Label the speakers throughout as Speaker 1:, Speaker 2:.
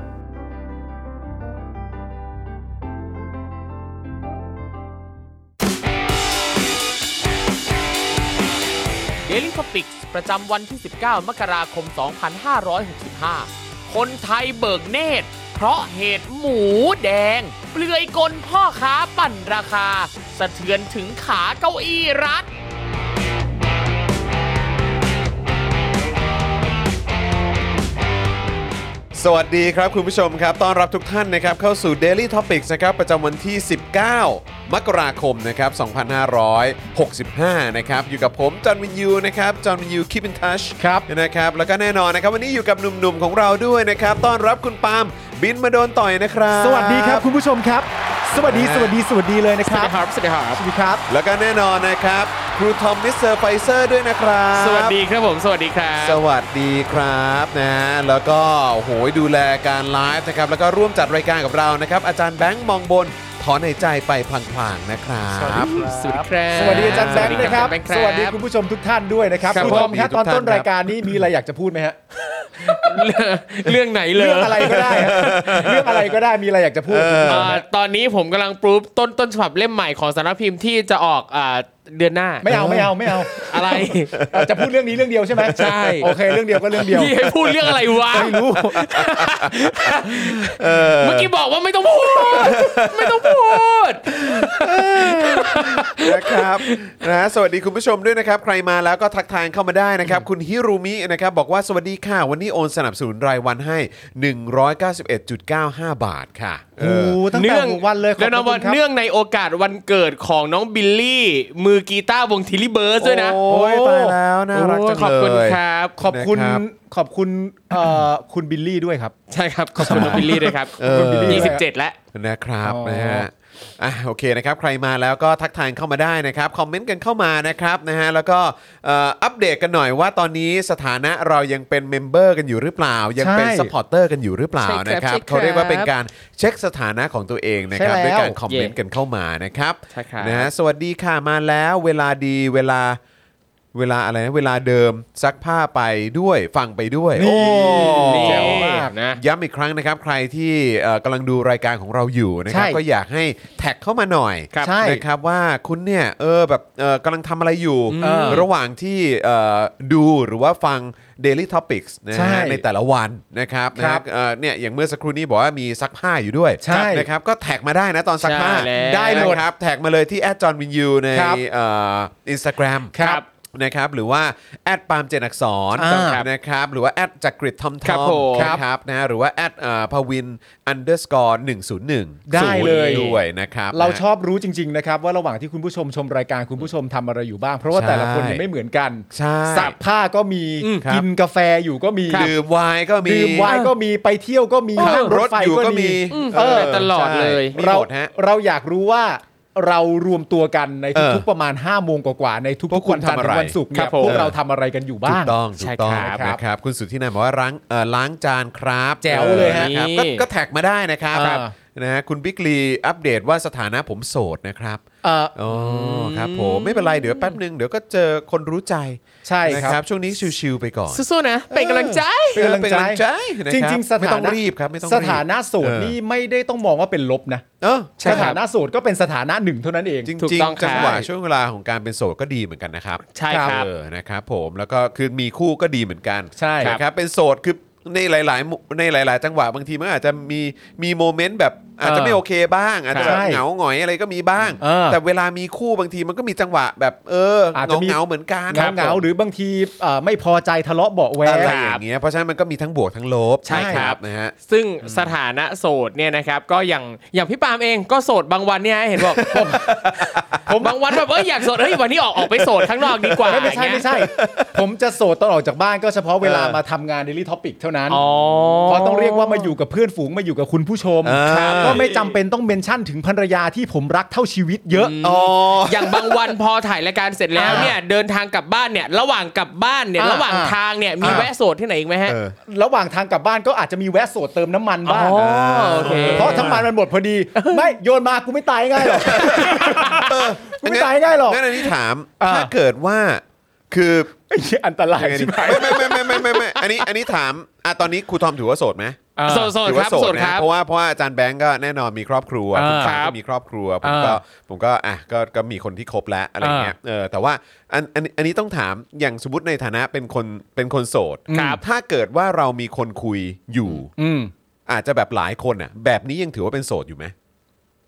Speaker 1: d a i l y t o p i c s ประจำวันที่ 19 มกราคม 2565 คนไทยเบิกเนตร เพราะเหตุหมูแดง เปลือยกลพ่อค้าปั่นราคา สะเทือนถึงขาเก้าอี้รัฐ
Speaker 2: สวัสดีครับคุณผู้ชมครับต้อนรับทุกท่านนะครับเข้าสู่ Daily Topics นะครับประจำวันที่ 19 มกราคมนะครับ2565 นะครับอยู่กับผมจอห์นวินยูนะครับจอห์นวินยู keep in touch
Speaker 3: ครับ
Speaker 2: นะครับแล้วก็แน่นอนนะครับวันนี้อยู่กับหนุ่มๆของเราด้วยนะครับต้อนรับคุณปาล์มบินมาโดนต่อยนะครับ
Speaker 3: สวัสดีครับคุณผู้ชมครับ สวัสดีสวัสดีสวัสดีเลยนะครับ
Speaker 4: ครับสวัสดีครับ
Speaker 3: สวัสดีครับ
Speaker 2: แล้วก็แน่นอนนะครับครูทอมมิสเตอร์ไฟเซอร์ด้วยนะครับ
Speaker 4: สวัสดีครับผมส วัสดีครับ
Speaker 2: สวัสดีครับนะแล้วก็โอ้โหดูแลการไลฟ์นะครับแล้วก็ร่วมจัดรายการกับเรานะครับ อาจารย์แบงค์มองบนถอนหายใจไปพลางๆนะครับ
Speaker 3: สวัสดีครับ
Speaker 4: สวัสดีครับ
Speaker 3: สวัสดีอาจารย์แบงค์นะครับ
Speaker 4: อาจาย์แ
Speaker 3: สวัสดีคุณผู้ชมทุกท่านด้วยนะครับ
Speaker 4: ครับ
Speaker 3: ณทอม
Speaker 4: ผม
Speaker 3: ครับตอนต้นรายการนี้มีอะไรอยากจะพูดไหมฮะ
Speaker 4: เรื่องเรื่องไหนเลย
Speaker 3: เรื่องอะไรก็ได้ฮะเรื่องอะไรก็ได้มีอะไรอยากจะพูด
Speaker 4: อ่าตอนนี้ผมกำลังปรูฟต้นต้นฉบับเล่มใหม่ของสำนักพิมพ์ที่จะออกอ่าเดือนหน้า
Speaker 3: ไม่เอาไม่เอาไม่เอา
Speaker 4: อะไร
Speaker 3: เอ่อจะพูดเรื่องนี้เรื่องเดียวใช่ไหม
Speaker 4: ใช่
Speaker 3: โอเคเรื่องเดียวก็เรื่องเดียว
Speaker 4: พี่ให้พูดเรื่องอะไรวะ
Speaker 3: ไม่รู้
Speaker 4: เมื่อกี้บอกว่าไม่ต้องพูด ไม่ต้องพูด
Speaker 2: นะครับนะสวัสดีคุณผู้ชมด้วยนะครับ ใครมาแล้วก็ทักทายเข้ามาได้นะครับ คุณฮิรุมินะครับบอกว่าสวัสดีค่ะ วันนี้โอนสนับสนุนรายวันให้ 191.95 บาทค่ะเอ
Speaker 3: โอ้
Speaker 2: อ
Speaker 3: โหตั้งแต่หกวันเลยขอบ
Speaker 4: เนื่อง
Speaker 3: พ
Speaker 4: แล้
Speaker 3: ระ
Speaker 4: วนะว่า
Speaker 3: คุณครับ
Speaker 4: เนื่องในโอกาสวันเกิดของน้องบิลลี่ มือกีตาร์วงทิลลี่เบิร์ดด้วยนะ
Speaker 2: โอ้ยตายแล้วน่ารักจังเลย
Speaker 4: ขอบคุณครับ
Speaker 3: ขอบคุณ
Speaker 2: นะครับ
Speaker 3: ขอบคุณเอ่อคุณบิลลี่ด้วยครับ
Speaker 4: ใช่ครับ ขอบคุณน้องบิลลี่ด้วยครับ
Speaker 3: ขอบคุณบิลลี่ด้วยครับ
Speaker 4: 27 แล้ว
Speaker 2: นะครับ
Speaker 3: อ๋อ
Speaker 2: นะฮะอ่ะโอเคนะครับ ใครมาแล้วก็ทักทายเข้ามาได้นะครับ คอมเมนต์กันเข้ามานะครับนะฮะแล้วก็เอ่ออัปเดตกันหน่อยว่าตอนนี้สถานะเรายังเป็นเมมเบอร์กันอยู่หรือเปล่า ยังเป็น
Speaker 3: ใช่
Speaker 2: สปอร์เตอร์กันอยู่หรือเปล่า
Speaker 4: ใช่ครับ
Speaker 2: นะครับ
Speaker 4: ใช่ครับ
Speaker 2: เขาเรียกว่าเป็นการเช็คสถานะของตัวเองนะครับ
Speaker 3: ใช่แล้ว
Speaker 2: ด้วยการคอมเมนต์กันเข้ามานะครับ
Speaker 4: ใช่ครับ
Speaker 2: นะฮะสวัสดีค่ะมาแล้วเวลาดีเวลาเวลาอะไรนะเวลาเดิมซักผ้าไปด้วยฟังไปด้วยโอ้
Speaker 4: นี่
Speaker 3: แจ๋วมาก
Speaker 4: นะ
Speaker 2: ย้ำอีกครั้งนะครับ ใครที่เอ่อกำลังดูรายการของเราอยู่นะครับ
Speaker 3: ใช่
Speaker 2: ก็อยากให้แท็กเข้ามาหน่อย
Speaker 3: ครับใช่
Speaker 2: นะครับว่าคุณเนี่ยเออแบบเอ่อกำลังทำอะไรอยู่
Speaker 3: เออ
Speaker 2: ระหว่างที่เอ่อดูหรือว่าฟัง Daily Topics นะ
Speaker 3: ใช่
Speaker 2: ฮะในแต่ละวันนะครับนะ
Speaker 3: ค
Speaker 2: ค
Speaker 3: รั
Speaker 2: รั
Speaker 3: บบ
Speaker 2: เอ่อเนี่ยอย่างเมื่อสักครู่นี้บอกว่ามีซักผ้าอยู่ด้วย
Speaker 3: ใช่
Speaker 2: นะครับก็แท็กมาได้นะตอนซักผ้า
Speaker 4: ใช่แล้ว
Speaker 3: ได้หมด
Speaker 2: นะครับแท็กมาเลยที่แอดจอห์นวินยูใน
Speaker 3: ครับ
Speaker 2: เอินสตาแกรม
Speaker 4: ครับ
Speaker 2: นะครับหรือว่าแอดปาล์มเจนอักษร
Speaker 3: อ่า
Speaker 2: นะครับหรือว่าแอดจักริดทอม
Speaker 4: ครับผม
Speaker 2: นะครับนะฮะหรือว่าแอดพวิน underscore 101
Speaker 3: ได้เลย
Speaker 2: ด้วยนะครับ
Speaker 3: เราชอบรู้จริง ๆ นะครับ ว่าระหว่างที่คุณผู้ชมชมรายการคุณผู้ชมทำอะไรอยู่บ้าง เพราะว่า
Speaker 2: ใช่
Speaker 3: แต่ละคนเนี่ยไม่เหมือนกัน
Speaker 2: ใช่
Speaker 3: สักผ้าก็มี
Speaker 2: อืมครับ
Speaker 3: กินกาแฟอยู่ก็มี
Speaker 2: ดื่มไวน์ก็มี
Speaker 3: ดื่มไวน์ก็มีไปเที่ยวก็มี
Speaker 2: เออ
Speaker 3: นั่ง
Speaker 2: รถอยู่ก็มี
Speaker 4: เออตลอดเลย
Speaker 2: ใช่มี
Speaker 3: เรา
Speaker 2: หมดฮะ
Speaker 3: เราอยากรู้ว่าเรารวมตัวกันใน
Speaker 2: เออ
Speaker 3: ทุกๆประมาณ5้าโมงกว่าๆใน
Speaker 2: พว
Speaker 3: ทุ
Speaker 2: ก
Speaker 3: ก
Speaker 2: คุณ
Speaker 3: ๆวันจันทร์
Speaker 2: ทำอะ
Speaker 3: ถึ
Speaker 2: ไรง
Speaker 3: วันศุกร์
Speaker 4: ค
Speaker 3: เนี่
Speaker 4: รั
Speaker 3: ย
Speaker 4: บผม
Speaker 3: พวกเราทำอะไรกันอยู่
Speaker 2: ถู
Speaker 3: บ้าก ง
Speaker 2: ต้องถู
Speaker 4: ใช่
Speaker 2: กต้อง
Speaker 4: ครับ
Speaker 2: นะครับคุณสุทธินันบอกว่าล้างเอ่อล้างจานครับ
Speaker 3: แจ๋วเลยฮะ
Speaker 2: นครับ
Speaker 4: นี่
Speaker 2: ก็ก็แท็กมาได้นะครับ
Speaker 3: อ่า
Speaker 2: นะฮะคุณบิ๊กลีอัปเดตว่าสถานะผมโสดนะครับ
Speaker 4: เออ
Speaker 2: อ๋ออครับผมไม่เป็นไรเดี๋ยวแป๊บนึงเดี๋ยวก็เจอคนรู้ใจ
Speaker 3: ใช่
Speaker 2: นะครับ ช่วงนี้ชิวๆไปก่อน
Speaker 4: สู้ๆนะ เป็นกำลังใจ
Speaker 3: เป็นกำลังใจ
Speaker 2: นะคบ
Speaker 3: จริง ๆ ส
Speaker 2: ไม่
Speaker 3: ถา
Speaker 2: ต้อง
Speaker 3: นะ
Speaker 2: รีบครับไม่ต้อง
Speaker 3: ส
Speaker 2: รีบ
Speaker 3: ถานะโสดนี่
Speaker 2: เออ
Speaker 3: ไม่ได้ต้องมองว่าเป็นลบนะ
Speaker 2: เออใช่
Speaker 3: ส
Speaker 2: ค
Speaker 3: ถา
Speaker 2: รับ
Speaker 3: นะโสดก็เป็นสถานะหนึ่งเท่านั้นเอง
Speaker 2: จริง
Speaker 4: ถูก
Speaker 2: ๆ
Speaker 4: ต้องครับ
Speaker 2: จังหวะช่วงเวลาของการเป็นโสดก็ดีเหมือนกันนะครับ
Speaker 4: ใช่ครับ
Speaker 2: เออนะครับผมแล้วก็คือมีคู่ก็ดีเหมือนกัน
Speaker 3: ใช่ครับ
Speaker 2: นะครับเป็นโสดคือในหลายๆมุในหลาย ๆ จังหวะบางทีมันอาจจะมีมีโมเมนต์แบบอาจจะไม่โอเคบ้างอาจจะแบบ
Speaker 3: ใช่
Speaker 2: เหงาหงอยอะไรก็มีบ้าง
Speaker 3: เออ
Speaker 2: แต่เวลามีคู่บางทีมันก็มีจังหวะแบบเออ
Speaker 3: อาจ
Speaker 2: เห
Speaker 3: จะ
Speaker 2: งา
Speaker 3: มี
Speaker 2: เหงาๆเหมือนกัน
Speaker 3: เงาเงาๆหรือบางทีเอ่อไม่พอใจทะเลาะเบาะแว
Speaker 2: อะ
Speaker 3: ง
Speaker 2: ไรอย่างเงี้ยเพราะฉะนั้นมันก็มีทั้งบวกทั้งลบ
Speaker 3: ใช่ครับ
Speaker 2: นะฮะ
Speaker 4: ซึ่งสถานะโสดเนี่ยนะครับ ก็อย่างอย่างพี่ปาล์มเองก็โสดบางวันเนี่ยเห็นบอก ผมผมบางวันแบบเอ้ยอยากโสดเฮ้ยวันนี้ออกออกไปโสดข้างนอกดีกว่า
Speaker 3: ไม่ไม่ใช่
Speaker 4: อย่างเงี้ย
Speaker 3: ไม่ใช่ ผมจะโสดตอนออกจากบ้านก็เฉพาะเวลา
Speaker 2: เออ
Speaker 3: มาทำงาน Daily Topic เท่านั้น
Speaker 4: อ๋อ
Speaker 3: เพราะต้องเรียกว่ามาอยู่กับเพื่อนฝูงมาอยู่กับคุณผู้ชม
Speaker 2: เออ
Speaker 3: ครับก็ไม่จำเป็นต้องเมนชั่นถึงภรรยาที่ผมรักเท่าชีวิตเยอะ
Speaker 2: อ๋อ
Speaker 4: อย่างบางวันพอถ่ายรายการเสร็จแล้ว
Speaker 3: อ่า
Speaker 4: เนี่ยเดินทางกลับบ้านเนี่ยระหว่างกลับบ้านเนี่ย
Speaker 3: อ่า
Speaker 4: ระหว่าง
Speaker 3: อ่า
Speaker 4: ทางเนี่ยมี
Speaker 2: อ่า
Speaker 4: แวะโสดที่ไหนอีกไหมฮะ
Speaker 2: เออ
Speaker 3: ระหว่างทางกลับบ้านก็อาจจะมีแวะโสดเติมน้ำมันบ้าง
Speaker 4: อ๋อโอเค
Speaker 3: เพราะทั้งมันมันหมดพอดี ไม่โยนมากูไม่ตายง่ายหรอกกูไม่ตายง่ายหรอก
Speaker 2: งั้นอันนี้ถาม
Speaker 3: อ่า
Speaker 2: ถ้าเกิดว่าคือ
Speaker 3: ไอ้เหี้ยอันตราย
Speaker 2: ยังไง
Speaker 3: ใช่
Speaker 2: ดี
Speaker 3: ไหม
Speaker 2: ไม่ไม่ไม่ไม่ไม่ไม่อันนี้อันนี้ถามอ่ะตอนนี้ครูทอมถือว่าโสดไหม
Speaker 3: อ่า
Speaker 4: โสดโสด
Speaker 2: ถื
Speaker 4: ค
Speaker 2: ว่า
Speaker 4: รับ
Speaker 2: โส
Speaker 4: โส
Speaker 2: ด
Speaker 4: ด
Speaker 2: นะครับ เพราะว่าเพราะว่าอาจารย์แบงก์ก็แน่นอนมีครอบครัว
Speaker 4: อ่า
Speaker 2: คุณปา
Speaker 4: ครั
Speaker 2: ล์มก็
Speaker 4: บ
Speaker 2: มีครอบครัวผมก็
Speaker 3: อ่า
Speaker 2: ผมก็อ่ะก็ก็มีคนที่คบแล้วอะไรเงี้ยเออแต่ว่าอันอันอันนี้ต้องถามอย่างสมมติในฐานะเป็นคนเป็นคนโสด
Speaker 4: ครับ
Speaker 2: ถ้าเกิดว่าเรามีคนคุยอยู่
Speaker 3: อืม
Speaker 2: อาจจะแบบหลายคนอ่ะแบบนี้ยังถือว่าเป็นโสดอยู่ไหม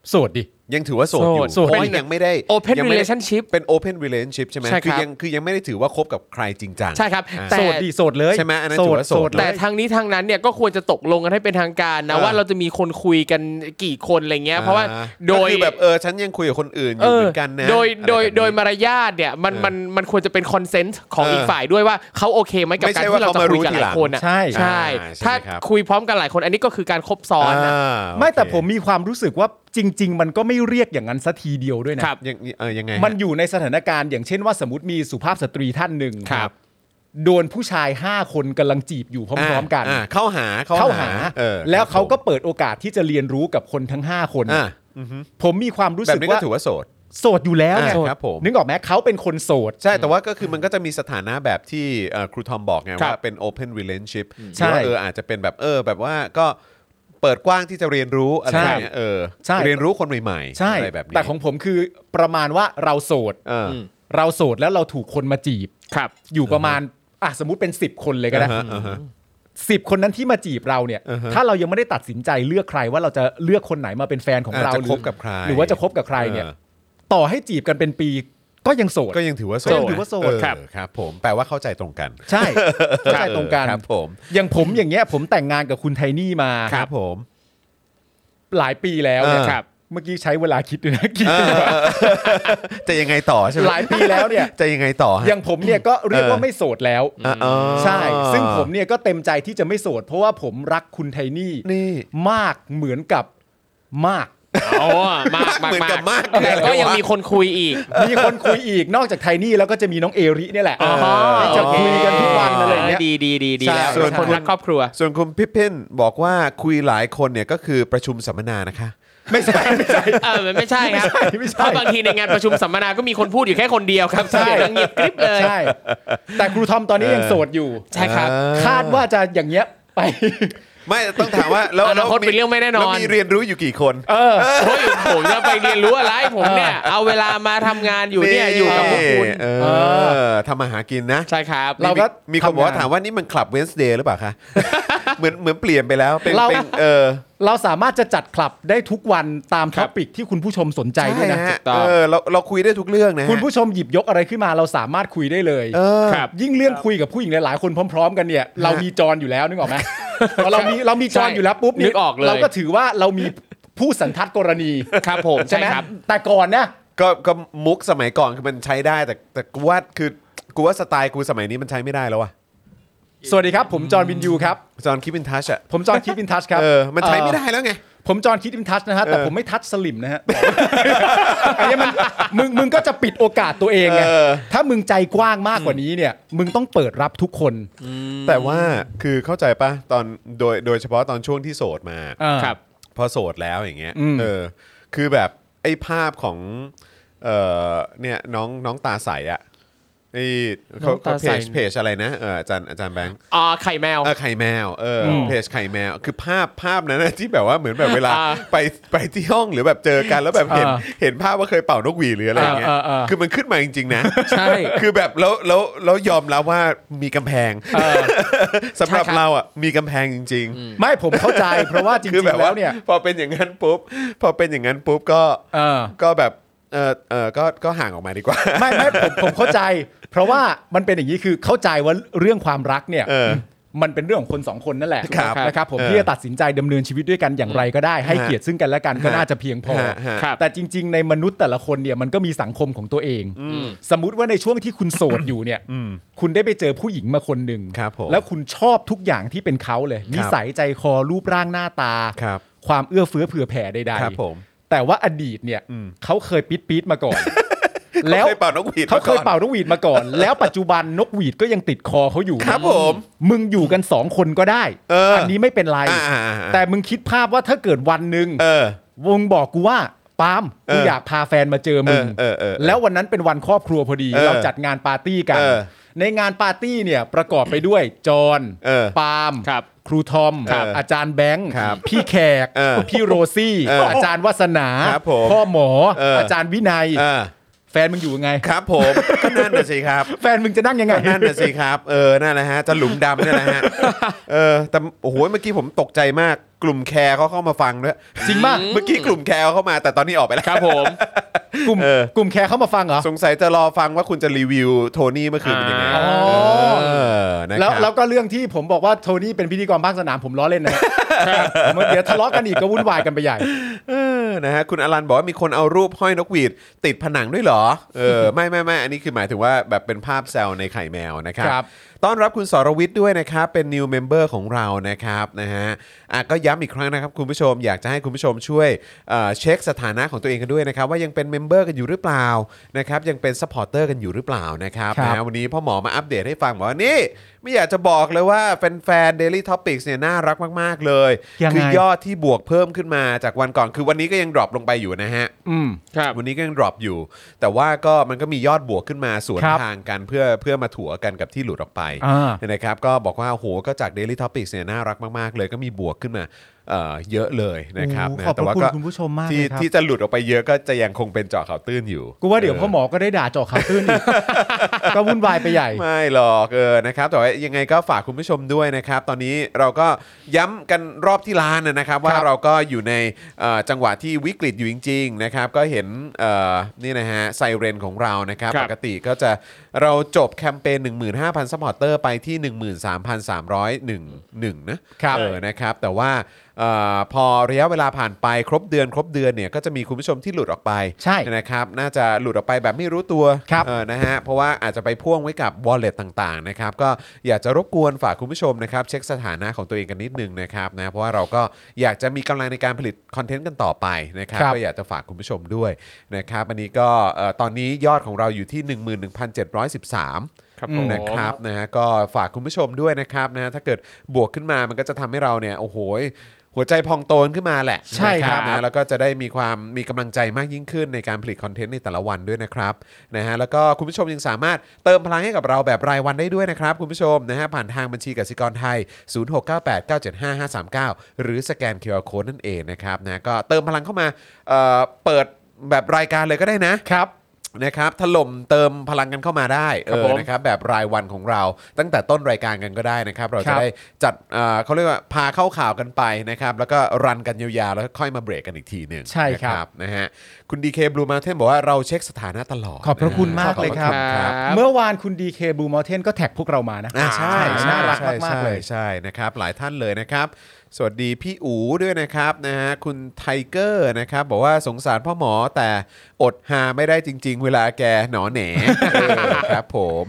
Speaker 3: โสดดิ
Speaker 2: ยังถือว่าโสดอยู่
Speaker 4: โสดโสด
Speaker 2: เพราะว่ายังไม่ได้
Speaker 4: Open
Speaker 2: ยังไม่ได้
Speaker 4: relationship
Speaker 2: เป็น open relationship ใช่ไหม
Speaker 4: ใช่ครับ
Speaker 2: คือยังคือยังไม่ได้ถือว่าคบกับใครจริงจัง
Speaker 4: ใช่ครับ
Speaker 2: อ่า
Speaker 4: แต่
Speaker 3: โสดดิโสดเลย
Speaker 2: ใช่ไหมอันนั้นถือว่าโสด
Speaker 4: แต่
Speaker 3: เลย
Speaker 4: ทางนี้ทางนั้นเนี่ยก็ควรจะตกลงกันให้เป็นทางการนะ
Speaker 2: เออ
Speaker 4: ว่าเราจะมีคนคุยกันกี่คนอะไรเงี้ยเพราะว่า
Speaker 2: อ่
Speaker 4: โดย
Speaker 2: ก็คือแบบเออฉันยังคุยกับคนอื่นอ
Speaker 4: เอยู่
Speaker 2: เห
Speaker 4: อ
Speaker 2: มือนกันนะ
Speaker 4: โดย
Speaker 2: อะไร
Speaker 4: โดย
Speaker 2: แบบนี้
Speaker 4: โดยมารยาทเนี่ยมัน
Speaker 2: เออ
Speaker 4: มันมันควรจะเป็นคอนเซนต์ของ
Speaker 2: เอออี
Speaker 4: อีกฝ่ายด้วยว่าเขาโอเคไหมกับ
Speaker 2: ไม่
Speaker 4: การ
Speaker 2: ใช่ว่า
Speaker 4: ที่เราจะคุยกับหลายคนอะ
Speaker 3: เขามารู้ทีหลังใช่
Speaker 4: ใช่
Speaker 2: อ่าใช่
Speaker 4: ถ้า
Speaker 2: ครับ
Speaker 4: คุยพร้อมกันหลายคนอันนี้ก็คือการคบซ้อนนะ
Speaker 2: อ่า
Speaker 3: ไม่แต่
Speaker 2: โอเค
Speaker 3: ผมมีความรู้สึกว่าจริง ๆ มันก็ไม่เรียกอย่างนั้นสัทีเดียวด้วยนะ
Speaker 4: ครับ
Speaker 2: ยังเออยังไง
Speaker 3: มัน
Speaker 2: ฮะ
Speaker 3: อยู่ในสถานการณ์อย่างเช่นว่าสมมติมีสุภาพสตรีท่านหนึ่ง
Speaker 2: ครับ
Speaker 3: โดนผู้ชาย 5 คนกำลังจีบอยู่พร้อมๆกัน
Speaker 2: าเข้าหา
Speaker 3: เข้าหา
Speaker 2: เออ
Speaker 3: แล้วเขาก็
Speaker 2: ครับ
Speaker 3: เปิดโอกาสที่จะเรียนรู้กับคนทั้ง 5 คน
Speaker 2: ผมอ่า
Speaker 3: ผมมีความรู้
Speaker 2: แบ
Speaker 3: สึ
Speaker 2: บ
Speaker 3: ก
Speaker 2: นี้ก็
Speaker 3: ว่า
Speaker 2: ถือว่าโสด
Speaker 3: โสดอยู่แล้วไง
Speaker 2: อ่าครับผม
Speaker 3: นึกออกไหมเขาเป็นคนโสด
Speaker 2: ใช่แต่ว่าก็คือมันก็จะมีสถานะแบบที่เอ่อครูทอมบอกไง
Speaker 4: ครับ
Speaker 2: ว่าเป็น open relationship ห
Speaker 3: ใช่
Speaker 2: รือว่าเอออาจจะเป็นแบบเออ แบบว่าก็เปิดกว้างที่จะเรียนรู้อะไรแบ
Speaker 3: ใช่
Speaker 2: บเนี้ยเออ
Speaker 3: ใช่
Speaker 2: เรียนรู้คนใหม่ๆ
Speaker 3: ใช่
Speaker 2: อะไรแบบนี้
Speaker 3: แต่ของผมคือประมาณว่าเราโสด
Speaker 2: เออ
Speaker 3: เราโสดแล้วเราถูกคนมาจีบ
Speaker 4: ครับ
Speaker 3: อยู่ประมาณอ่ะสมมติเป็น 10 คนเลยก็ได้
Speaker 2: อ่าฮะอ่าฮะ
Speaker 3: สิบคนนั้นที่มาจีบเราเนี่ย
Speaker 2: อือฮะ
Speaker 3: ถ้าเรายังไม่ได้ตัดสินใจเลือกใครว่าเราจะเลือกคนไหนมาเป็นแฟนของ
Speaker 2: อ่า
Speaker 3: เรา
Speaker 2: จะ
Speaker 3: ห
Speaker 2: ค
Speaker 3: รื
Speaker 2: บกับใคร
Speaker 3: หรือว่าจะคบกับใครเนี่ย
Speaker 2: ออ
Speaker 3: ต่อให้จีบกันเป็นปีก็ยังโสด
Speaker 2: ก็ยังถือว่าโสด
Speaker 3: ก็ยังถือว่าโสด
Speaker 2: เ
Speaker 3: ครับ
Speaker 2: ครับ ผมแปลว่าเข้าใจตรงกัน
Speaker 3: ใช่เข้าใจตรงกัน
Speaker 2: ครับผม
Speaker 3: อย่างผมอย่างเงี้ย ผมแต่งงานกับคุณไทนี่มา
Speaker 2: ครับผม
Speaker 3: หลายปีแล้วเนี่ย
Speaker 2: เออ
Speaker 3: ครับเมื่อกี้ใช้เวลาคิดด้วยนะคิด
Speaker 2: จะยังไงต่อใช่ไหม
Speaker 3: หลายปีแล้วเนี่ย
Speaker 2: จะยังไงต่อฮะ
Speaker 3: อย่างผมเนี่ยก็เรียกว่าไม่โสดแล้ว
Speaker 2: อ่ะอ๋อ
Speaker 3: ใช่ ซึ่งผมเนี่ยก็เต็มใจที่จะไม่โสด เพราะว่าผมรักคุณไทนี่
Speaker 2: นี่
Speaker 3: มากเหมือนกับมาก
Speaker 4: อ๋อมาก
Speaker 2: เหมือนกับมาก
Speaker 4: แต่ก็ยังมี
Speaker 2: เลวะ
Speaker 4: คนคุยอีก
Speaker 3: มีคนคุยอีกนอกจากไทนี่แล้วก็จะมีน้องเอริเนี่ยแหละ
Speaker 4: อ๋อ
Speaker 3: ที่จะคุยกันทุกวันอะไรอย่างเงี้ย
Speaker 4: ดีดีดีดี
Speaker 3: ใช่
Speaker 4: แล้ว
Speaker 2: ส่วน
Speaker 4: คนรักครอบครัว
Speaker 2: ส่วนคุณพิพินบอกว่าคุยหลายคนเนี่ยก็คือประชุมสัมมนานะคะ
Speaker 3: ไม่ใช่ไม่ใช่
Speaker 4: เออมันไม่ใช่ครับ
Speaker 3: ไม่ใช่ไม่ใช่
Speaker 4: เพราะบางทีในงานประชุมสัมมนาก็มีคนพูดอยู่แค่คนเดียวครับเสียงเงียบกริบเลย
Speaker 3: ใช่แต่ครูทอมตอนนี้ยังโสดอยู่
Speaker 4: ใช่ครับ
Speaker 2: เออ
Speaker 3: คาดว่าจะอย่างเงี้ยไป
Speaker 2: ไม่ต้องถามว่าแล้ว
Speaker 4: อนาคตเป็นเรื่องไม่แน่นอน
Speaker 2: แล้วมีเรียนรู้อยู่กี่คน
Speaker 3: เออ
Speaker 4: โอ้ยผมจะไปเรียนรู้อะไรผมเนี่ยเอาเวลามาทำงานอยู่เนี่ยอยู่กับพวกคุณ
Speaker 2: เอ
Speaker 3: เอ
Speaker 2: อทำมาหากินนะ
Speaker 4: ใช่ครับ
Speaker 3: เราก็
Speaker 2: มีคนบอกว่าถามว่านี่มันคลับเวนส์เดย์หรือเปล่าคะ เหมือนเหมือนเปลี่ยนไปแล้วเป็น
Speaker 3: เรา
Speaker 2: เป็นเออ
Speaker 3: เราสามารถจะจัดคลับได้ทุกวันตาม
Speaker 4: ครั
Speaker 3: ท็อบ ปิกที่คุณผู้ชมสนใจด้วยนะ
Speaker 2: ช่ฮ
Speaker 4: ถูกต้อง
Speaker 2: เออเราเราคุยได้ทุกเรื่องนะฮะ
Speaker 3: คุณผู้ชมหยิบยกอะไรขึ้นมาเราสามารถคุยได้เลย
Speaker 2: เออ
Speaker 4: ครับ
Speaker 3: ยิ่งเรื่องคุยกับผู้หญิงหลายๆคนพร้อม ๆ กันเนี่ยเรามีจรอยู่แล้วนึ กออกไหมพอเรามีเรามีจรอยู่แล้วปุ๊บ
Speaker 4: นึกออกเลย
Speaker 3: เราก็ถือว่าเรามีผู้สันทัดกรณี
Speaker 4: ครับผม
Speaker 3: ใช่
Speaker 4: ใช่
Speaker 3: ไหม
Speaker 4: ครับ
Speaker 3: แต่ก่อนนะ
Speaker 2: ก็ก็มุกสมัยก่อนคือมันใช้ได้แต่แต่กูว่าคือกูว่าสไตล์กูสมัยนี้มันใช้ไม่ได้แล้วว่ะ
Speaker 3: สวัสดีครับ ผมจอห์นวินยูครับ
Speaker 2: จอห์นคิปินทัชอ่ะ
Speaker 3: ผมจอห์นคิดอินทัชครับ
Speaker 2: เออมันใช้ไม่ได้แล้วไง
Speaker 3: เอ่อผมจอห์นคิดอินทัชนะฮะแต่
Speaker 2: เออ
Speaker 3: ผมไม่ทัชสลิมนะฮะ อันนี้มันมึงมึงก็จะปิดโอกาสตัวเองไง
Speaker 2: เออ
Speaker 3: ถ้ามึงใจกว้างมากกว่านี้เนี่ย มึงต้องเปิดรับทุกคน
Speaker 2: แต่ว่าคือเข้าใจป่ะ ตอนโดยโดยเฉพาะตอนช่วงที่โสดมา
Speaker 3: เออ
Speaker 4: ครับ
Speaker 2: พอโสดแล้วอย่างเงี้ย
Speaker 3: อืม
Speaker 2: เออคือแบบไอ้ภาพของเอ่อเนี่ยน้องน้องตาใสอะไอ้
Speaker 4: น้องตา
Speaker 2: เขา
Speaker 4: ใส
Speaker 2: เพจเพจอะไรนะเอออาจารย์อาจารย์แบงค์
Speaker 4: อ่าไข่แมว
Speaker 2: เออไข่แมวเอออ
Speaker 3: ม
Speaker 2: เพจไข่แมว คือภาพภาพนั้นนะที่แบบว่าเหมือนแบบเวลา
Speaker 4: อ่า
Speaker 2: ไปไปที่ห้องหรือแบบเจอกันแล้วแบบเห็น
Speaker 3: อ่า
Speaker 2: เห็นภาพว่าเคยเป่านกหวีดหรืออะไรอย่างเงี้ย
Speaker 4: อ่าอ่าอ่า
Speaker 2: คือมันขึ้นมาจริงๆนะ
Speaker 4: ใช่
Speaker 2: คือแบบแล้วแล้วแล้วยอมรับว่ามีกำแพง สำหรับ
Speaker 4: ใช่ครับ
Speaker 2: เราอ่ะมีกำแพงจริง ๆ
Speaker 3: ไม่ผมเข้าใจ เพราะว่าจริง
Speaker 2: คือแบบ
Speaker 3: ๆแล้
Speaker 2: ว่าว
Speaker 3: เนี่ย
Speaker 2: พอเป็นอย่างนั้นปุ๊บพอเป็นอย่างนั้นปุ๊บก็
Speaker 3: เออ
Speaker 2: ก็แบบเออเออก็ก็ห่างออกมาดีกว่า
Speaker 3: ไม่ไม่ผมผมเข้าใจ เพราะว่ามันเป็นอย่างนี้คือเข้าใจว่าเรื่องความรักเนี่ย
Speaker 2: เออ
Speaker 3: มันเป็นเรื่องของคนสองคนนั่นแหละ
Speaker 2: ครับ
Speaker 3: นะครับผม
Speaker 2: เออ
Speaker 3: ที่จะตัดสินใจดำเนินชีวิตด้วยกันอย่างไรก็ได้ให้
Speaker 2: ฮะ
Speaker 3: เกียรติซึ่งกันและกันก็
Speaker 2: ฮะ
Speaker 3: น่าจะเพียงพอ
Speaker 2: ฮะฮะ
Speaker 4: ครับ
Speaker 3: แต่จริง ๆ ในมนุษย์แต่ละคนเนี่ยมันก็มีสังคมของตัวเอง สมมติว่าในช่วงที่คุณโสดอยู่เนี่ยคุณได้ไปเจอผู้หญิงมาคนหนึ่ง
Speaker 2: ครับผม
Speaker 3: แล้วคุณชอบทุกอย่างที่เป็นเขาเลยนิสัยใจคอรูปร่างหน้าตา
Speaker 2: ครับ
Speaker 3: ความเอื้อเฟื้อเผื่อแผ่ใด
Speaker 2: ครับผม
Speaker 3: ๆแต่ว่าอดีตเนี่ยเขาเคยปิดปิดๆมาก่อน แล้ว
Speaker 2: เขาเคยเป่านกหวีด
Speaker 3: เขาเคย
Speaker 2: มก่อน
Speaker 3: เป่านกหวีดมาก่อน แล้วปัจจุบันนกหวีดก็ยังติดคอเขาอยู่
Speaker 2: ครับผม
Speaker 3: มึงอยู่กันสองคนก็ได้
Speaker 2: เอออั
Speaker 3: นนี้ไม่เป็นไร
Speaker 2: อ่าๆๆ
Speaker 3: แต่มึงคิดภาพว่าถ้าเกิดวันหนึ่ง
Speaker 2: เออ
Speaker 3: วงบอกกูว่าปาล์มกู
Speaker 2: เออ
Speaker 3: อยากพาแฟนมาเจอมึง
Speaker 2: เออเออเออเออ
Speaker 3: แล้ววันนั้นเป็นวันครอบครัวพอดี
Speaker 2: เออ
Speaker 3: เราจัดงานปาร์ตี้กัน
Speaker 2: เออ
Speaker 3: ในงานปาร์ตี้เนี่ยประกอบไปด้วยจอห์น
Speaker 2: เออ
Speaker 3: ปาล์ม
Speaker 4: ครับ
Speaker 3: ครูทอม
Speaker 2: ครับ
Speaker 3: อาจารย์แบงค์
Speaker 2: ครับ
Speaker 3: พี่แขก
Speaker 2: เออ
Speaker 3: พี่โรซี่
Speaker 2: เอออ
Speaker 3: อาจารย์วัสนา
Speaker 2: ครับผม
Speaker 3: พ่อหมอ
Speaker 2: เอออ
Speaker 3: จารย์วินัย
Speaker 2: เออ
Speaker 3: แฟนมึงอยู่ยังไง
Speaker 2: ครับผมก็นั่นน่ะสิครับ
Speaker 3: แฟนมึงจะนั่งยังไง
Speaker 2: ก็นั่นน่ะสิครับเออนั่นแหละฮะจะหลุมดำเนี่ยแห ละฮะเออแต่โอ้โหเมื่อกี้ผมตกใจมากกลุ่มแคร์เขาเข้ามาฟังด้วย
Speaker 3: จริงมาก
Speaker 2: เมื่อกี้กลุ่มแคร์เข้ามาแต่ตอนนี้ออกไปแล้ว
Speaker 4: ครับผม
Speaker 3: กลุ่ม
Speaker 2: เออ
Speaker 3: กลุ่มแคร์เข้ามาฟังเหรอ
Speaker 2: สงสัยจะรอฟังว่าคุณจะรีวิวโทนี่เมื่อคืนเป็นยังไง
Speaker 4: อ๋อ
Speaker 2: เออนะครับ
Speaker 3: แล้วแล้วก็เรื่องที่ผมบอกว่าโทนี่เป็นพิธีกรภาคสนามผมล้อเล่นนะ เมื่อเดี๋ยวทะเลาะกันอีกก็วุ่นวายกันไปใหญ่
Speaker 2: เออนะฮะคุณอลันบอกว่ามีคนเอารูปห้อยนกหวีด ติดผนังด้วยเหรอ เออ ไม่ไม่ไม่อันนี้คือหมายถึงว่าแบบเป็นภาพแซวในไข่แมวนะครับ
Speaker 3: ครับ
Speaker 2: ต้อนรับคุณสรวิทย์ด้วยนะครับ เป็น new member ของเรานะครับนะฮะอ่ะก็ย้ำอีกครั้งนะครับ คุณผู้ชมอยากจะให้คุณผู้ชมช่วยเอ่อเช็คสถานะของตัวเองกันด้วยนะครับ ว่ายังเป็น member กันอยู่หรือเปล่านะครับยังเป็น supporter กันอยู่หรือเปล่านะครับ
Speaker 3: ครับ
Speaker 2: นะฮะวันนี้พ่อหมอมาอัปเดตให้ฟังบอกว่านี่ ไม่อยากจะบอกเลยว่าแฟนๆ daily topics เนี่ยน่ารักมากๆเลย
Speaker 3: ยังไง
Speaker 2: คือยอดที่บวกเพิ่มขึ้นมาจากวันก่อน คือวันนี้ก็ยังดรอปลงไปอยู่นะฮะ
Speaker 3: อืม
Speaker 4: ครับ
Speaker 2: วันนี้ก็ยังดรอปอยู่ แต่ว่าก็มันก็มียอดบวกขึ้นมาสวน
Speaker 3: ครับ
Speaker 2: ทางกันเพื่อเพื่อมาถัวกันกับที่หลุดออกไป
Speaker 3: อ่า
Speaker 2: นะครับก็บอกว่าโอ้โหก็จาก Daily Topics เนี่ยน่ารักมากๆ เลยก็มีบวกขึ้นมาเอ่อเยอะเลยนะครับนะแต่ว่าก็ที่ที่จะหลุดออกไปเยอะก็จะยังคงเป็นเจาะข่าวตื้นอยู่
Speaker 3: กูว่าเดี๋ยวพ่อหมอก็ได้ด่าเจอข่าวตื้นอีก ก็วุ่นวายไปใหญ่
Speaker 2: ไม่หรอกเออนะครับแต่ว่ายังไงก็ฝากคุณผู้ชมด้วยนะครับ ตอนนี้เราก็ย้ำกันรอบที่ล้านนะครับ ว่า
Speaker 3: ครับ
Speaker 2: เราก็อยู่ในเอ่อจังหวะที่วิกฤตอยู่จริง ๆ นะครับ ก็เห็นเอ่อนี่นะฮะไซเรนของเรานะครับ
Speaker 4: ครั
Speaker 2: ป
Speaker 4: บ
Speaker 2: กติก็จะเราจบแคมเปญ15,000ซัพพอร์เตอร์ไปที่ 13,301นะครับ เออนะครับ แต่ว่าเออพอระยะเวลาผ่านไปครบเดือน ครบเดือนเนี่ยก็จะมีคุณผู้ชมที่หลุดออกไป
Speaker 3: ใช่
Speaker 2: นะครับน่าจะหลุดออกไปแบบไม่รู้ตัว
Speaker 3: ครับ
Speaker 2: เออนะฮะเพราะว่าอาจจะไปพ่วงไว้กับ wallet ต่างๆนะครับก็อยากจะรบกวนฝากคุณผู้ชมนะครับเช็คสถานะของตัวเองกันนิดนึงนะครับนะเพราะว่าเราก็อยากจะมีกำลังในการผลิตคอนเทนต์กันต่อไปนะครับ
Speaker 3: ครับ
Speaker 2: ก็อยากจะฝากคุณผู้ชมด้วยนะครับอันนี้ก็เอ่อตอนนี้ยอดของเราอยู่ที่ 11,713
Speaker 4: ครับผม
Speaker 2: นะครับนะฮะก็ฝากคุณผู้ชมด้วยนะครับนะฮะถ้าเกิดบวกขึ้นมามันก็จะทำให้เราเนี่ยโอ้โหยหัวใจพองโตขึ้นมาแหละ
Speaker 3: ใช่ครับ
Speaker 2: นะนะแล้วก็จะได้มีความมีกำลังใจมากยิ่งขึ้นในการผลิตคอนเทนต์ในแต่ละวันด้วยนะครับนะฮะแล้วก็คุณผู้ชมยังสามารถเติมพลังให้กับเราแบบรายวันได้ด้วยนะครับคุณผู้ชมนะฮะผ่านทางบัญชีกสิกรไทย 0698975539 หรือสแกน QR Code นั่นเองนะครับนะก็เติมพลังเข้ามาเอ่อเปิดแบบรายการเลยก็ได้นะครับ นะครับถล่มเติมพลังกันเข้ามาได้เอ
Speaker 4: ครับ
Speaker 2: อ
Speaker 4: ผม
Speaker 2: นะ นะครับแบบรายวันของเราตั้งแต่ต้นรายการกันก็ได้นะครับ เรา
Speaker 3: ค
Speaker 2: จะ
Speaker 3: รับ
Speaker 2: ได้จัดเอ่อเขาเรียกว่าพาเข้าข่าวกันไปนะครับ แล้วก็รันกันยาวๆ แล้วค่อยมาเบรกกันอีกทีหนึ่ง
Speaker 3: ใช่ครับ
Speaker 2: นะนะฮะคุณดีเคบลูมาเทนบอกว่าเราเช็คสถานะตลอด
Speaker 3: ขอบพระคุณมาก
Speaker 2: ขอ
Speaker 3: เลยครับ
Speaker 2: ณ
Speaker 3: เมื่อวานคุณดีเคบูมอเทนก็แท็กพวกเรามานะ
Speaker 2: อ่าใช่
Speaker 3: ใช่น่ารัก
Speaker 2: ใช่
Speaker 3: มากๆเลย
Speaker 2: ใช่ใช่นะครับ หลายท่านเลยนะครับ สวัสดีพี่อูด้วยนะครับนะฮะคุณไทเกอร์นะครับบอกว่าสงสารพ่อหมอแต่อดหาไม่ได้จริง ๆ เวลาแกหนอแหน เออครับผม